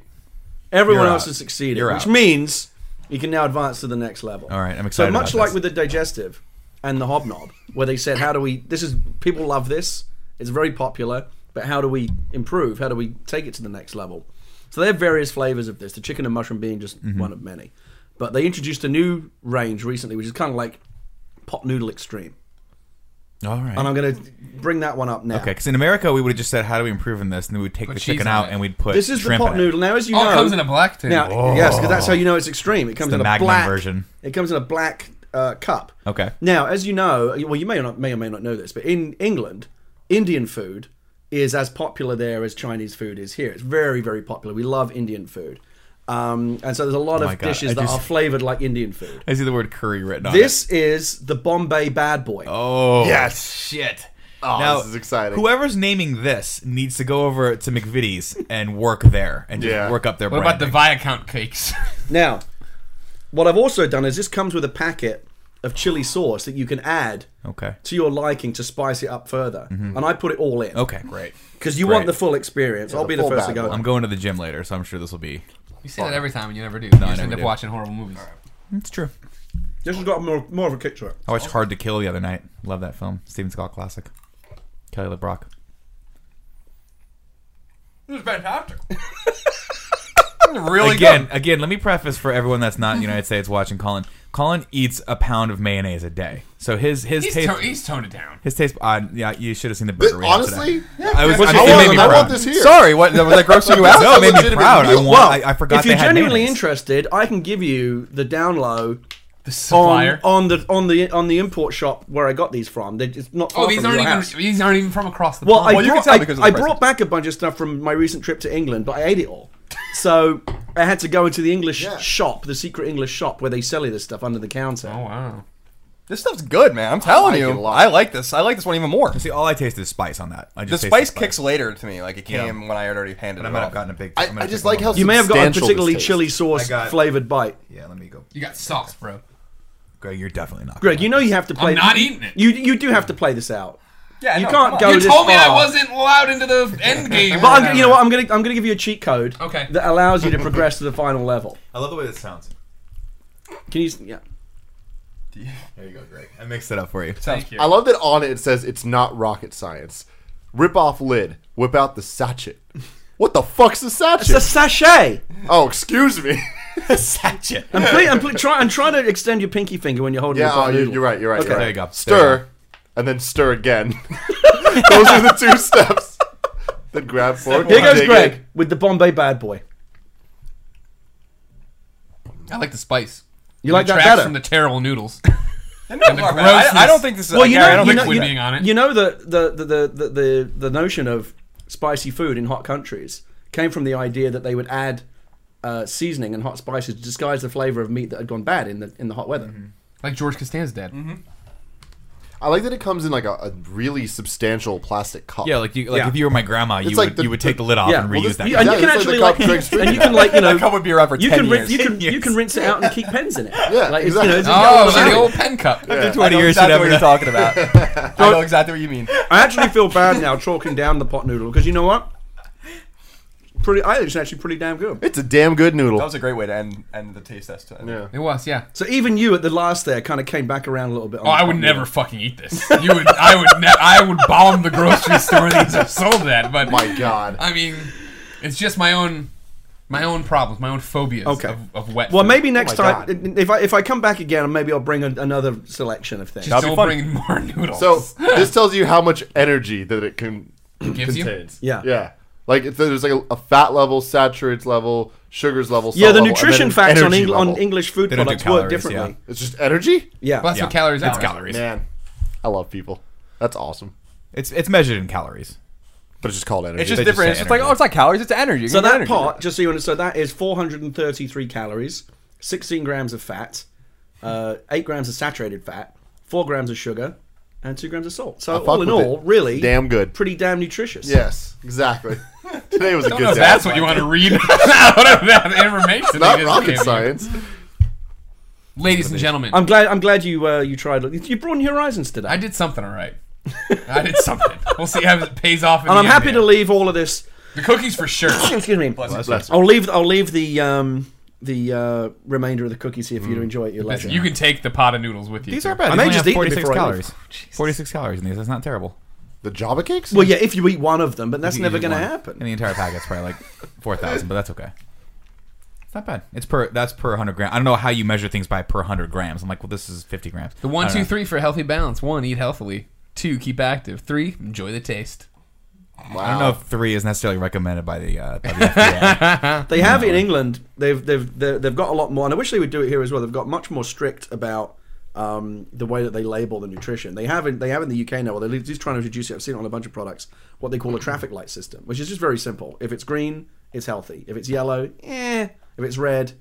Speaker 4: Everyone
Speaker 2: You're
Speaker 4: else
Speaker 2: out.
Speaker 4: has succeeded,
Speaker 2: You're
Speaker 4: which
Speaker 2: out.
Speaker 4: means you can now advance to the next level.
Speaker 2: All right, I'm excited
Speaker 4: So much
Speaker 2: about
Speaker 4: like
Speaker 2: this.
Speaker 4: with the digestive and the hobnob, where they said, "How do we? This is people love this. It's very popular, but how do we improve? How do we take it to the next level?" So they have various flavors of this. The chicken and mushroom being just
Speaker 2: Mm-hmm.
Speaker 4: one of many, but they introduced a new range recently, which is kind of like pot noodle extreme.
Speaker 2: All right.
Speaker 4: And I'm going to bring that one up now.
Speaker 2: Okay, because in America we would have just said, "How do we improve in this?" And then we'd take
Speaker 1: Put
Speaker 2: the
Speaker 1: cheese
Speaker 2: chicken
Speaker 1: on
Speaker 2: out
Speaker 1: it.
Speaker 2: and we'd put
Speaker 4: This is the
Speaker 2: shrimp
Speaker 4: pot
Speaker 2: in it.
Speaker 4: noodle. Now, as you
Speaker 1: Oh,
Speaker 4: know,
Speaker 1: it comes in a black tin.
Speaker 4: Now,
Speaker 1: Oh.
Speaker 4: yes, because that's how you know it's extreme. It comes
Speaker 2: the
Speaker 4: in a
Speaker 2: Magnum
Speaker 4: black
Speaker 2: version.
Speaker 4: It comes in a black uh, cup.
Speaker 2: Okay.
Speaker 4: Now, as you know, well, you may or not may or may not know this, but in England, Indian food is as popular there as Chinese food is here. It's very, very popular. We love Indian food, um, and so there's a lot
Speaker 2: Oh my
Speaker 4: of
Speaker 2: God,
Speaker 4: dishes
Speaker 2: I
Speaker 4: that
Speaker 2: just-
Speaker 4: are flavored like Indian food.
Speaker 2: I see the word curry written on it.
Speaker 4: This is the Bombay Bad Boy.
Speaker 2: Oh
Speaker 3: Yes.
Speaker 2: shit!
Speaker 3: Oh, this is exciting.
Speaker 2: Whoever's naming this needs to go over to McVitie's and work there and just
Speaker 3: Yeah.
Speaker 2: work up their.
Speaker 1: What about the
Speaker 2: branding.
Speaker 1: Viacount cakes? [LAUGHS]
Speaker 4: Now, what I've also done is this comes with a packet of chili sauce that you can add
Speaker 2: Okay.
Speaker 4: to your liking to spice it up further, and I put it all in.
Speaker 2: Mm-hmm. Okay, great.
Speaker 4: Because you
Speaker 2: Great.
Speaker 4: want the full experience. I'll
Speaker 3: the
Speaker 4: be the
Speaker 3: full
Speaker 4: first to
Speaker 3: bad
Speaker 4: go.
Speaker 2: I'm going to the gym later, so I'm sure this will be.
Speaker 1: you say that every time and you never do. you
Speaker 2: I
Speaker 1: just
Speaker 2: never
Speaker 1: end up
Speaker 2: do.
Speaker 1: watching horrible movies.
Speaker 2: It's true.
Speaker 4: This has got more, more of a kick to it.
Speaker 2: I watched Hard to Kill the other night. Love that film. Steven Scott classic. Kelly LeBrock.
Speaker 1: This is fantastic. really
Speaker 2: Again,
Speaker 1: good.
Speaker 2: again, let me preface for everyone that's not in the United States watching Colin. Colin eats a pound of mayonnaise a day. So his his
Speaker 1: He's,
Speaker 2: taste
Speaker 1: to- he's toned it down.
Speaker 2: his taste uh, yeah, you should have seen the burger. we had
Speaker 3: honestly,
Speaker 2: today. I was I,
Speaker 3: I,
Speaker 2: mean, it made
Speaker 3: want,
Speaker 2: me
Speaker 3: I
Speaker 2: proud.
Speaker 3: want this here.
Speaker 5: Sorry, what was that [LAUGHS]
Speaker 3: [LAUGHS]
Speaker 5: grossing you out?
Speaker 2: No, it made me
Speaker 3: Legitimate
Speaker 2: proud. I
Speaker 3: meal.
Speaker 2: want. I, I forgot
Speaker 4: if you're
Speaker 2: they had
Speaker 4: genuinely
Speaker 2: mayonnaise.
Speaker 4: interested, I can give you the down low
Speaker 1: The
Speaker 4: on,
Speaker 1: supplier.
Speaker 4: on the on the on the import shop where I got these from. They, it's not far
Speaker 1: oh, these
Speaker 4: from
Speaker 1: aren't
Speaker 4: your
Speaker 1: even.
Speaker 4: house.
Speaker 1: These aren't even from across the.
Speaker 4: Well,
Speaker 1: pond.
Speaker 4: I,
Speaker 5: Oh, you can
Speaker 4: brought,
Speaker 5: tell
Speaker 4: I-
Speaker 5: because of the
Speaker 4: I,
Speaker 5: prices.
Speaker 4: brought back a bunch of stuff from my recent trip to England, but I ate it all. So I had to go into the English
Speaker 3: Yeah.
Speaker 4: shop, the secret English shop where they sell you this stuff under the counter.
Speaker 1: oh wow.
Speaker 5: This stuff's good, man. I'm telling
Speaker 3: like it a
Speaker 5: you,
Speaker 3: lot.
Speaker 5: I like this. I like this one even more.
Speaker 2: See, all I taste is spice on that. I
Speaker 5: The
Speaker 2: just taste
Speaker 5: spice kicks later to me. Like it came when I had already handed
Speaker 2: And I
Speaker 5: it
Speaker 2: might
Speaker 5: off.
Speaker 2: have gotten a big.
Speaker 3: I-
Speaker 2: I'm gonna
Speaker 3: I just
Speaker 2: pick one
Speaker 3: like how
Speaker 2: up.
Speaker 4: You may have got a
Speaker 3: Substantial this
Speaker 4: particularly
Speaker 3: tastes.
Speaker 4: chili
Speaker 2: I
Speaker 4: sauce
Speaker 2: got-
Speaker 4: flavored bite.
Speaker 2: Yeah, let me go.
Speaker 1: You got sauce, bro.
Speaker 2: Greg, you're definitely not.
Speaker 4: Greg, you know you have to play.
Speaker 1: not eating it.
Speaker 4: You you do have to play this out.
Speaker 5: Yeah,
Speaker 4: you
Speaker 5: no,
Speaker 4: can't
Speaker 5: come on.
Speaker 4: go.
Speaker 1: You
Speaker 4: this
Speaker 1: told me I
Speaker 4: far.
Speaker 1: wasn't allowed into the [LAUGHS] end game.
Speaker 4: But I'm, you know what? I'm gonna I'm gonna give you a cheat code.
Speaker 1: Okay.
Speaker 4: That allows
Speaker 1: [LAUGHS]
Speaker 4: you to progress to the final level.
Speaker 2: I love the way this sounds.
Speaker 4: Can you? s- Yeah.
Speaker 2: There you go, Greg. I mixed it up for you.
Speaker 1: Thank you.
Speaker 3: I love that on it it says it's not rocket science. Rip off lid, whip out the sachet. What the fuck's a
Speaker 4: It's
Speaker 1: [LAUGHS]
Speaker 3: sachet?
Speaker 4: a sachet.
Speaker 3: oh,
Speaker 2: [LAUGHS]
Speaker 3: excuse me. [LAUGHS]
Speaker 2: Sachet.
Speaker 4: And please, and please try and try to extend your pinky finger when you're holding.
Speaker 3: yeah,
Speaker 4: the
Speaker 3: oh,
Speaker 4: pot
Speaker 3: you,
Speaker 4: noodle.
Speaker 3: you're right. You're right.
Speaker 4: Okay.
Speaker 3: you're right.
Speaker 2: There you go. There you
Speaker 3: Stir, and then
Speaker 2: [LAUGHS]
Speaker 3: stir again. [LAUGHS] Those are the two steps. Then grab fork.
Speaker 4: Here goes
Speaker 3: dig
Speaker 4: Greg
Speaker 3: in.
Speaker 4: with the Bombay Bad Boy.
Speaker 1: I like the spice.
Speaker 4: You like that
Speaker 1: Tracks
Speaker 4: better?
Speaker 1: from the terrible
Speaker 4: [LAUGHS]
Speaker 1: noodles.
Speaker 5: And no,
Speaker 1: the
Speaker 5: fuck, man. I, I
Speaker 1: grossness.
Speaker 5: don't think this is.
Speaker 4: well, you know,
Speaker 5: I don't
Speaker 4: you
Speaker 5: think
Speaker 4: know,
Speaker 1: liquid
Speaker 4: you know,
Speaker 1: being on it.
Speaker 4: you know the, the, the, the, the, the, the notion of spicy food in hot countries came from the idea that they would add uh, seasoning and hot spices to disguise the flavor of meat that had gone bad in the in the hot weather.
Speaker 5: Mm-hmm.
Speaker 1: Like George Costanza's dad.
Speaker 4: Mm-hmm.
Speaker 3: I like that it comes in like a, a really substantial plastic cup.
Speaker 2: Yeah, like you, like
Speaker 4: Yeah.
Speaker 2: if you were my grandma, you
Speaker 3: It's
Speaker 2: would
Speaker 3: like the-
Speaker 2: you would take the lid off
Speaker 4: Yeah,
Speaker 2: and reuse
Speaker 4: well,
Speaker 3: this-
Speaker 2: that.
Speaker 4: You-
Speaker 3: yeah,
Speaker 4: and you
Speaker 3: it's
Speaker 4: can
Speaker 3: like the
Speaker 4: actually
Speaker 3: cup
Speaker 4: like,
Speaker 3: Greg's
Speaker 4: and you
Speaker 3: drinking
Speaker 4: can like you know,
Speaker 5: that cup would be around for
Speaker 4: you
Speaker 5: ten
Speaker 4: can rin-
Speaker 5: years.
Speaker 4: you can you
Speaker 2: years.
Speaker 4: can rinse it out and keep pens in it.
Speaker 3: Yeah,
Speaker 4: like, it's, you
Speaker 3: exactly.
Speaker 4: know, it's a
Speaker 1: Oh,
Speaker 4: yellow
Speaker 1: so the
Speaker 4: jelly.
Speaker 1: old pen cup.
Speaker 5: I
Speaker 2: 20
Speaker 5: know
Speaker 2: years, you'd
Speaker 5: exactly
Speaker 2: have
Speaker 5: what you're
Speaker 2: enough.
Speaker 5: talking
Speaker 2: [LAUGHS]
Speaker 5: about. I know exactly what you mean.
Speaker 4: I actually feel bad now chalking down the pot noodle because you know what? Pretty, I think it's actually pretty damn good.
Speaker 3: It's a damn good noodle.
Speaker 5: That was a great way to end end the taste test. I think.
Speaker 3: yeah.
Speaker 1: It was, yeah.
Speaker 4: So even you at the last there kind of came back around a little bit. On
Speaker 1: Oh,
Speaker 4: the
Speaker 1: I
Speaker 4: pot
Speaker 1: would
Speaker 4: noodle.
Speaker 1: never fucking eat this. You would, I would, ne- I would bomb the grocery [LAUGHS] store these are sold at. But
Speaker 3: My God.
Speaker 1: I mean, it's just my own, my own problems, my own phobias
Speaker 4: Okay.
Speaker 1: of, of wet.
Speaker 4: Well,
Speaker 1: food.
Speaker 4: maybe next
Speaker 3: Oh my
Speaker 4: time
Speaker 3: God.
Speaker 4: if I if I come back again, maybe I'll bring an another selection of things.
Speaker 1: just
Speaker 5: be
Speaker 1: don't
Speaker 5: fun.
Speaker 1: bring in more [LAUGHS] noodles.
Speaker 3: So this tells you how much energy that it can
Speaker 1: gives you?
Speaker 3: contains.
Speaker 4: Yeah.
Speaker 3: yeah. Like it's, there's like a, a fat level, saturates level, sugars level. salt
Speaker 4: yeah, the
Speaker 3: level, and
Speaker 4: nutrition
Speaker 3: then
Speaker 4: facts on,
Speaker 3: energy
Speaker 4: Eng- on
Speaker 3: level.
Speaker 4: English food
Speaker 2: They don't do
Speaker 4: products work
Speaker 2: calories,
Speaker 4: differently.
Speaker 3: It's just energy.
Speaker 4: Yeah.
Speaker 1: Plus
Speaker 2: Yeah.
Speaker 1: what calories
Speaker 2: It's
Speaker 1: are.
Speaker 2: calories.
Speaker 3: Man, I love people. That's awesome.
Speaker 2: It's it's measured in calories.
Speaker 3: But it's just called energy.
Speaker 5: It's just
Speaker 2: They just
Speaker 5: different.
Speaker 2: say
Speaker 5: it's just like
Speaker 2: energy.
Speaker 5: oh, it's not calories. It's energy. You
Speaker 4: So
Speaker 5: can get
Speaker 4: that
Speaker 5: energy.
Speaker 4: pot, just so you understand, so that is 433 calories, 16 grams of fat, uh, 8 grams of saturated fat, 4 grams of sugar, and 2 grams of salt. So,
Speaker 3: fuck
Speaker 4: all in
Speaker 3: with it.
Speaker 4: all, really.
Speaker 3: Damn good.
Speaker 4: Pretty damn nutritious.
Speaker 3: yes,
Speaker 1: [LAUGHS]
Speaker 3: exactly. Today was a
Speaker 1: I don't know
Speaker 3: good
Speaker 1: if
Speaker 3: day.
Speaker 1: Oh, that's what you want to read [LAUGHS] out of that information. they
Speaker 3: Not
Speaker 1: just
Speaker 3: rocket
Speaker 1: gave you.
Speaker 3: science.
Speaker 1: Ladies and gentlemen,
Speaker 4: I'm glad. I'm glad you uh, you tried. You broadened your horizons today.
Speaker 1: I did something all right. I did something. We'll see how it pays off. In
Speaker 4: And
Speaker 1: the
Speaker 4: I'm
Speaker 1: end
Speaker 4: happy
Speaker 1: here.
Speaker 4: to leave all of this.
Speaker 1: The cookies for
Speaker 3: [LAUGHS]
Speaker 1: sure.
Speaker 4: Excuse me.
Speaker 3: Bless you.
Speaker 4: I'll leave. I'll leave the um, the uh, remainder of the cookies here for you to enjoy at your leisure.
Speaker 1: you can take the pot of noodles with you.
Speaker 2: These
Speaker 1: too.
Speaker 2: aren't bad.
Speaker 4: I
Speaker 2: I
Speaker 4: may
Speaker 2: may
Speaker 4: just
Speaker 2: just
Speaker 4: eat them
Speaker 2: 46
Speaker 4: before I leave.
Speaker 2: calories. 46 calories in these. That's not terrible.
Speaker 3: The Java cakes?
Speaker 4: well, yeah, if you eat one of them, but that's
Speaker 2: You
Speaker 4: never
Speaker 2: eat
Speaker 4: going to
Speaker 2: one.
Speaker 4: happen.
Speaker 2: And the entire packet's probably
Speaker 4: [LAUGHS]
Speaker 2: like 4,000, but that's okay. It's not bad. It's per that's per 100 grams. I don't know how you measure things by per 100 grams. I'm like, well, this is 50 grams.
Speaker 1: The one, two, three for healthy balance. One, eat healthily. Two, keep active. Three, enjoy the taste.
Speaker 3: Wow.
Speaker 2: I don't know if three is necessarily recommended by the, uh, by the FDA.
Speaker 4: They have in England. They've they've they've they've got a lot more, and I wish they would do it here as well. They've got much more strict about um, the way that they label the nutrition. They have in, they have in the UK now. Well, they're just trying to introduce it. I've seen it on a bunch of products. What they call a traffic light system, which is just very simple. If it's green, it's healthy. If it's yellow, eh. If it's red,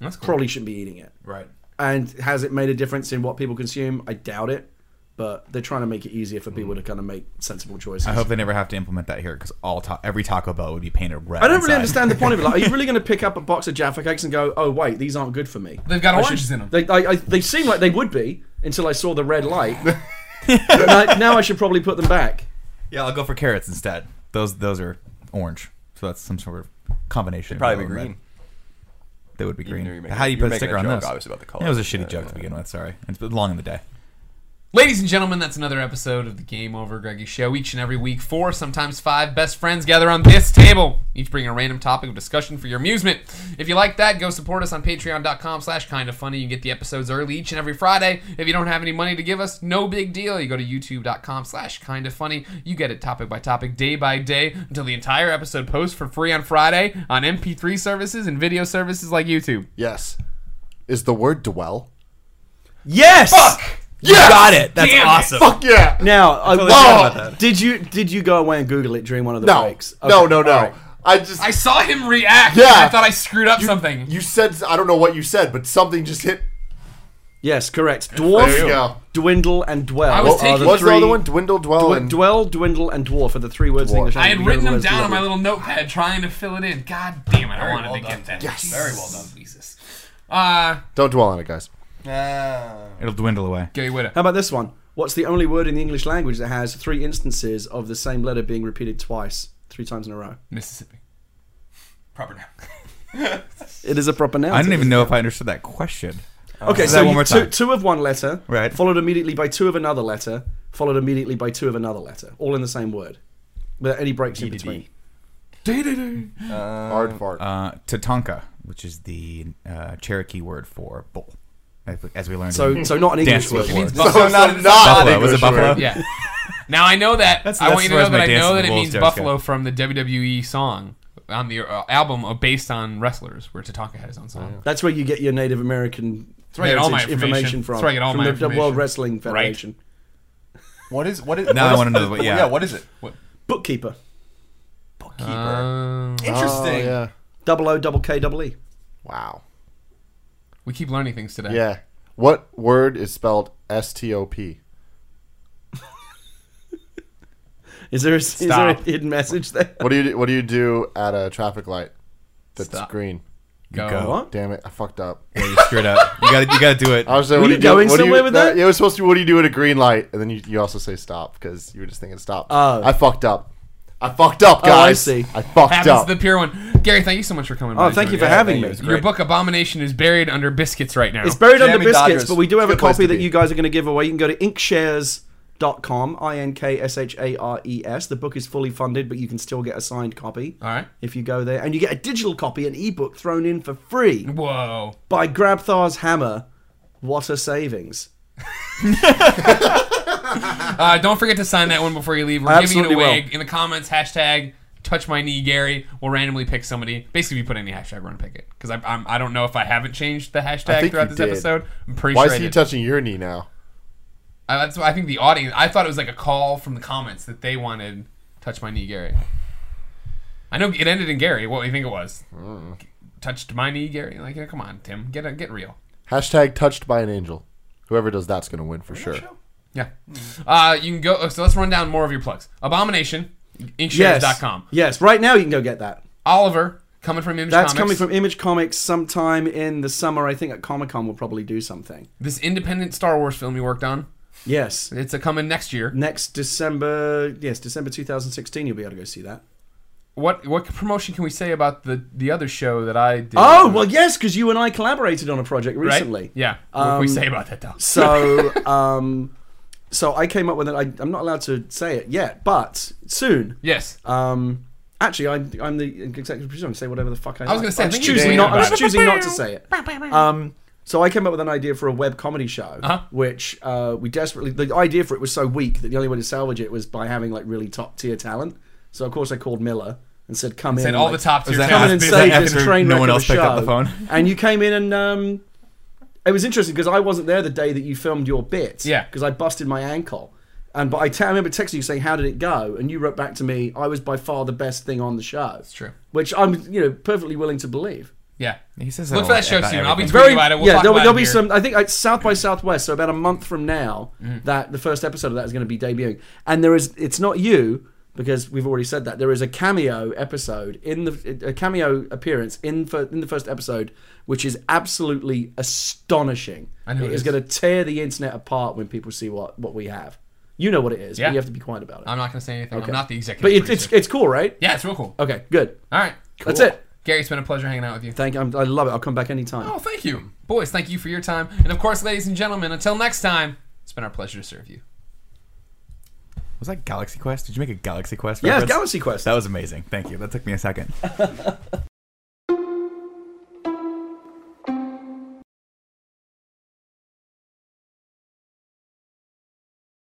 Speaker 1: That's
Speaker 4: probably shouldn't be eating it.
Speaker 2: right.
Speaker 4: And has it made a difference in what people consume? I doubt it. But they're trying to make it easier for people to kind of make sensible choices.
Speaker 2: I
Speaker 1: [LAUGHS]
Speaker 2: hope they never have to implement that here because all ta- every Taco Bell would be painted red.
Speaker 4: I don't really
Speaker 2: inside. [LAUGHS]
Speaker 4: understand the point of it. Like, are you really going to pick up a box of Jaffa cakes and go, "Oh wait, these aren't good for me"?
Speaker 1: They've got
Speaker 4: I should-
Speaker 1: oranges in 'em.
Speaker 4: They, I, I, they seem like they would be until I saw the red light. But I- now I should probably put them back.
Speaker 2: Yeah, I'll go for carrots instead. Those those are orange, so that's some sort of combination. of
Speaker 5: probably be
Speaker 2: yellow and
Speaker 5: green.
Speaker 2: red. They would be green.
Speaker 5: know you're making-
Speaker 2: How do you
Speaker 5: you're
Speaker 2: put a
Speaker 5: making a
Speaker 2: sticker on
Speaker 5: joke,
Speaker 2: those?
Speaker 5: obviously, about the uh,
Speaker 2: It was a
Speaker 5: colours.
Speaker 2: shitty
Speaker 5: Yeah,
Speaker 2: joke
Speaker 5: yeah,
Speaker 2: to begin with. Sorry, it's been long in the day.
Speaker 1: Ladies and gentlemen, that's another episode of the Game Over Greggy Show. Each and every week, four, sometimes five best friends gather on this table, each bringing a random topic of discussion for your amusement. If you like that, go support us on patreon.com slash kind of funny. You get the episodes early each and every Friday. If you don't have any money to give us, no big deal. You go to youtube.com slash kind of funny. You get it topic by topic, day by day, until the entire episode posts for free on Friday on MP3 services and video services like YouTube.
Speaker 3: Yes. Is the word dwell?
Speaker 4: Yes.
Speaker 2: You got it. That's
Speaker 1: Damn it.
Speaker 2: awesome.
Speaker 3: Fuck yeah.
Speaker 4: Now, I,
Speaker 2: forgot about that.
Speaker 4: did you did you go away and Google it during one of the
Speaker 3: No.
Speaker 4: breaks?
Speaker 3: No,
Speaker 4: Okay,
Speaker 3: no, no.
Speaker 4: all right.
Speaker 3: I just
Speaker 1: I saw him react.
Speaker 3: Yeah.
Speaker 1: and I thought I screwed up something.
Speaker 3: you said I don't know what you said, but something just hit.
Speaker 4: Yes, correct. Dwarf,
Speaker 3: There you go.
Speaker 4: dwindle, and dwell.
Speaker 1: I was
Speaker 4: are
Speaker 1: taking-
Speaker 4: the
Speaker 3: What's the
Speaker 4: three-
Speaker 3: other one? Dwindle, dwell,
Speaker 4: Dwe-
Speaker 3: and
Speaker 4: dwell, dwindle, and dwarf are the three words in
Speaker 3: Dwarf.
Speaker 4: English.
Speaker 1: I had
Speaker 4: language.
Speaker 1: written them
Speaker 4: Those
Speaker 1: down
Speaker 4: together.
Speaker 1: on my little notepad trying to fill it in. God damn it, I wanted
Speaker 5: well
Speaker 1: to
Speaker 5: done.
Speaker 1: get that.
Speaker 3: Yes.
Speaker 1: Very well done, Jesus. Uh,
Speaker 3: don't dwell on it, guys.
Speaker 2: It'll dwindle away.
Speaker 1: Gary Witta.
Speaker 4: How about this one? What's the only word in the English language that has three instances of the same letter being repeated twice, three times in a row?
Speaker 1: Mississippi.
Speaker 5: Proper noun.
Speaker 4: It is a proper noun.
Speaker 2: I didn't even know if I understood that question.
Speaker 4: Okay,
Speaker 2: Say
Speaker 4: so
Speaker 2: that
Speaker 4: you-
Speaker 2: one more
Speaker 4: two,
Speaker 2: time.
Speaker 4: two of one letter,
Speaker 2: Right.
Speaker 4: followed immediately by two of another letter, followed immediately by two of another letter, all in the same word, without any breaks
Speaker 2: E
Speaker 4: in
Speaker 5: D to D.
Speaker 4: between.
Speaker 3: Hard fart.
Speaker 2: Uh, Tatanka, which is the uh, Cherokee word for bull, as we- as we learned.
Speaker 4: So,
Speaker 2: in-
Speaker 4: so not an
Speaker 2: Dance
Speaker 4: English
Speaker 2: with
Speaker 4: word.
Speaker 2: words.
Speaker 1: means
Speaker 3: so,
Speaker 1: buffalo.
Speaker 3: so
Speaker 5: [LAUGHS]
Speaker 3: not,
Speaker 2: buffalo.
Speaker 3: English
Speaker 2: was it buffalo?
Speaker 3: word.
Speaker 1: Yeah. Now I know that.
Speaker 2: That's-
Speaker 1: I want
Speaker 2: that's
Speaker 1: you to know
Speaker 2: where's
Speaker 1: that
Speaker 2: my
Speaker 1: I
Speaker 2: Dancing
Speaker 1: know that it
Speaker 2: Wolves
Speaker 1: means
Speaker 2: jokes
Speaker 1: Buffalo
Speaker 2: go.
Speaker 1: from the WWE song on the uh, album uh, based on wrestlers, where Tatanka had his own song.
Speaker 4: That's where you get your Native American
Speaker 1: That's where I get all my
Speaker 4: heritage
Speaker 1: information.
Speaker 4: from.
Speaker 1: That's where I get all
Speaker 4: from
Speaker 1: my
Speaker 4: the, the
Speaker 1: information.
Speaker 4: World Wrestling
Speaker 1: Right.
Speaker 4: Federation.
Speaker 5: What is what is?
Speaker 2: Now
Speaker 5: what
Speaker 2: I
Speaker 5: is-
Speaker 2: wanna know
Speaker 5: [LAUGHS]
Speaker 2: what- yeah.
Speaker 5: What is it?
Speaker 3: Oh,
Speaker 4: Bookkeeper.
Speaker 5: Bookkeeper.
Speaker 1: Um,
Speaker 3: Oh,
Speaker 5: Interesting.
Speaker 3: yeah.
Speaker 4: Double O, double K, double E.
Speaker 3: Wow.
Speaker 1: we keep learning things today.
Speaker 3: Yeah. What word is spelled S T O P?
Speaker 4: Is there a, is there a
Speaker 1: Stop.
Speaker 4: hidden message there?
Speaker 3: What do you What do you do at a traffic light that's
Speaker 1: Stop.
Speaker 3: green?
Speaker 1: Go.
Speaker 2: Go.
Speaker 4: What?
Speaker 3: Damn it! I fucked up.
Speaker 2: Yeah, you screwed up. You got you got to do it.
Speaker 3: I was like,
Speaker 4: Were
Speaker 3: what
Speaker 4: you
Speaker 3: do do-
Speaker 4: going
Speaker 3: what do
Speaker 4: somewhere with that?
Speaker 3: It was supposed to be what do you do at a green light, and then you, you also say stop because you were just thinking stop.
Speaker 4: Oh.
Speaker 3: I fucked up. I fucked up,
Speaker 4: Oh, I
Speaker 3: guys.
Speaker 4: see.
Speaker 3: I fucked
Speaker 1: Happens
Speaker 3: up.
Speaker 1: to the pure one. Gary, thank you so much for coming.
Speaker 4: Oh,
Speaker 1: by.
Speaker 4: thank you for
Speaker 5: Yeah,
Speaker 4: having
Speaker 5: thank you.
Speaker 4: me.
Speaker 5: It was
Speaker 1: Your
Speaker 5: great.
Speaker 1: book Abomination is buried under biscuits right now.
Speaker 4: [LAUGHS] It's buried under
Speaker 5: Jammy
Speaker 4: biscuits,
Speaker 5: Dodgers.
Speaker 4: but we do have a
Speaker 3: Good place
Speaker 4: copy
Speaker 3: to
Speaker 4: that
Speaker 3: be.
Speaker 4: you guys are going to give away. You can go to inkshares.com, I N K S H A R E S. The book is fully funded, but you can still get a signed copy.
Speaker 1: All right.
Speaker 4: If you go there, and you get a digital copy, an ebook thrown in for free
Speaker 1: Whoa.
Speaker 4: by Grabthar's Hammer. What a savings!
Speaker 1: Uh, don't forget to sign that one before you leave. We're
Speaker 4: I
Speaker 1: giving it
Speaker 4: absolutely
Speaker 1: away
Speaker 4: will.
Speaker 1: in the comments. Hashtag touch my knee, Gary. We'll randomly pick somebody. Basically, if you put any hashtag, we're gonna pick it because I, I'm I don't know if I haven't changed the
Speaker 3: I
Speaker 1: hashtag
Speaker 3: think
Speaker 1: throughout
Speaker 3: you
Speaker 1: this
Speaker 3: did.
Speaker 1: episode. I'm pretty
Speaker 3: Why
Speaker 1: sure
Speaker 3: is
Speaker 1: I
Speaker 3: he
Speaker 1: did.
Speaker 3: touching your knee now?
Speaker 1: I, that's why I think the audience. I thought it was like a call from the comments that they wanted touch my knee, Gary. I know it ended in Gary. What do you think it was? Touched my knee, Gary. Like, yeah, come on, Tim, get get real.
Speaker 3: Hashtag touched by an angel. Whoever does that's gonna win for sure.
Speaker 1: Yeah.
Speaker 3: Mm.
Speaker 1: Uh, you can go. oh, So let's run down more of your plugs. Abomination, inkshares.com.
Speaker 4: yes. Right now, you can go get that.
Speaker 1: Oliver, coming from Image
Speaker 4: That's
Speaker 1: Comics.
Speaker 4: coming from Image Comics sometime in the summer. I think at Comic Con we'll probably do something.
Speaker 1: this independent Star Wars film you worked on.
Speaker 4: Yes.
Speaker 1: It's a coming next year.
Speaker 4: Next December, yes, December 2016, you'll be able to go see that.
Speaker 1: What what promotion can we say about the the other show that I did?
Speaker 4: Oh, well, yes, because you and I collaborated on a project
Speaker 1: Right?
Speaker 4: recently.
Speaker 1: Yeah. What can we
Speaker 4: Um,
Speaker 1: say about that though?
Speaker 4: [LAUGHS] So, um, so I came up with it. I, I'm not allowed to say it yet, but soon.
Speaker 1: Yes.
Speaker 4: Um, actually, I'm, I'm the executive producer. I can say whatever the fuck I.
Speaker 1: I was
Speaker 4: like.
Speaker 1: gonna say, I
Speaker 4: I'm
Speaker 1: think you
Speaker 4: choosing
Speaker 1: did
Speaker 4: not. I
Speaker 1: about
Speaker 4: was
Speaker 1: it.
Speaker 4: choosing not to say it.
Speaker 6: Um,
Speaker 4: Um, so I came up with an idea for a web comedy show,
Speaker 1: Uh-huh.
Speaker 4: which uh, we desperately. The idea for it was so weak that the only way to salvage it was by having like really top tier talent. So of course I called Miller and said, "Come in."
Speaker 1: Said
Speaker 4: and,
Speaker 1: all
Speaker 4: like,
Speaker 1: the top tier
Speaker 2: that
Speaker 4: come in
Speaker 1: talent.
Speaker 4: and
Speaker 2: Is
Speaker 4: save
Speaker 2: that
Speaker 4: this
Speaker 2: after
Speaker 4: train
Speaker 2: no
Speaker 4: wreck
Speaker 2: one
Speaker 4: of
Speaker 2: else
Speaker 4: a
Speaker 2: picked up the
Speaker 4: show.
Speaker 2: phone?
Speaker 4: And you came in and um, it was interesting because I wasn't there the day that you filmed your bit.
Speaker 1: Yeah.
Speaker 4: Because I busted my ankle. And but I, te- I remember texting you saying, "How did it go?" And you wrote back to me, "I was by far the best thing on the show." That's
Speaker 1: true.
Speaker 4: Which I'm, you know, perfectly willing to believe.
Speaker 1: Yeah.
Speaker 2: He says that
Speaker 1: Look
Speaker 2: a
Speaker 1: for
Speaker 2: lot
Speaker 1: that show
Speaker 2: about
Speaker 1: soon. I'll be tweeting
Speaker 2: everything.
Speaker 1: [LAUGHS] about it. We'll
Speaker 4: yeah,
Speaker 1: talk
Speaker 4: there'll,
Speaker 1: about it
Speaker 4: there'll be
Speaker 1: here.
Speaker 4: some. I think it's South by Southwest, so about a month from now,
Speaker 1: Mm-hmm.
Speaker 4: that the first episode of that is going to be debuting. And there is, it's not you because we've already said that there is a cameo episode in the a cameo appearance in for, in the first episode, which is absolutely astonishing.
Speaker 1: I know it
Speaker 4: it is,
Speaker 1: is.
Speaker 4: going to tear the internet apart when people see what what we have. You know what it is. but
Speaker 1: Yeah.
Speaker 4: you have to be quiet about it.
Speaker 1: I'm not gonna say anything.
Speaker 4: Okay.
Speaker 1: I'm not the executive.
Speaker 4: but it, it's
Speaker 1: producer.
Speaker 4: it's cool, right?
Speaker 1: yeah, it's real cool.
Speaker 4: Okay, good.
Speaker 1: All right.
Speaker 4: That's it.
Speaker 1: Gary, it's been a pleasure hanging out with you.
Speaker 4: Thank. I'm, I love it. I'll come back anytime.
Speaker 1: Oh, thank you. Boys, thank you for your time. And of course, ladies and gentlemen, until next time, it's been our pleasure to serve you.
Speaker 2: Was that Galaxy Quest? Did you make a Galaxy Quest?
Speaker 4: yeah,
Speaker 2: reference?
Speaker 4: Galaxy Quest.
Speaker 2: That was amazing. Thank you. That took me a second.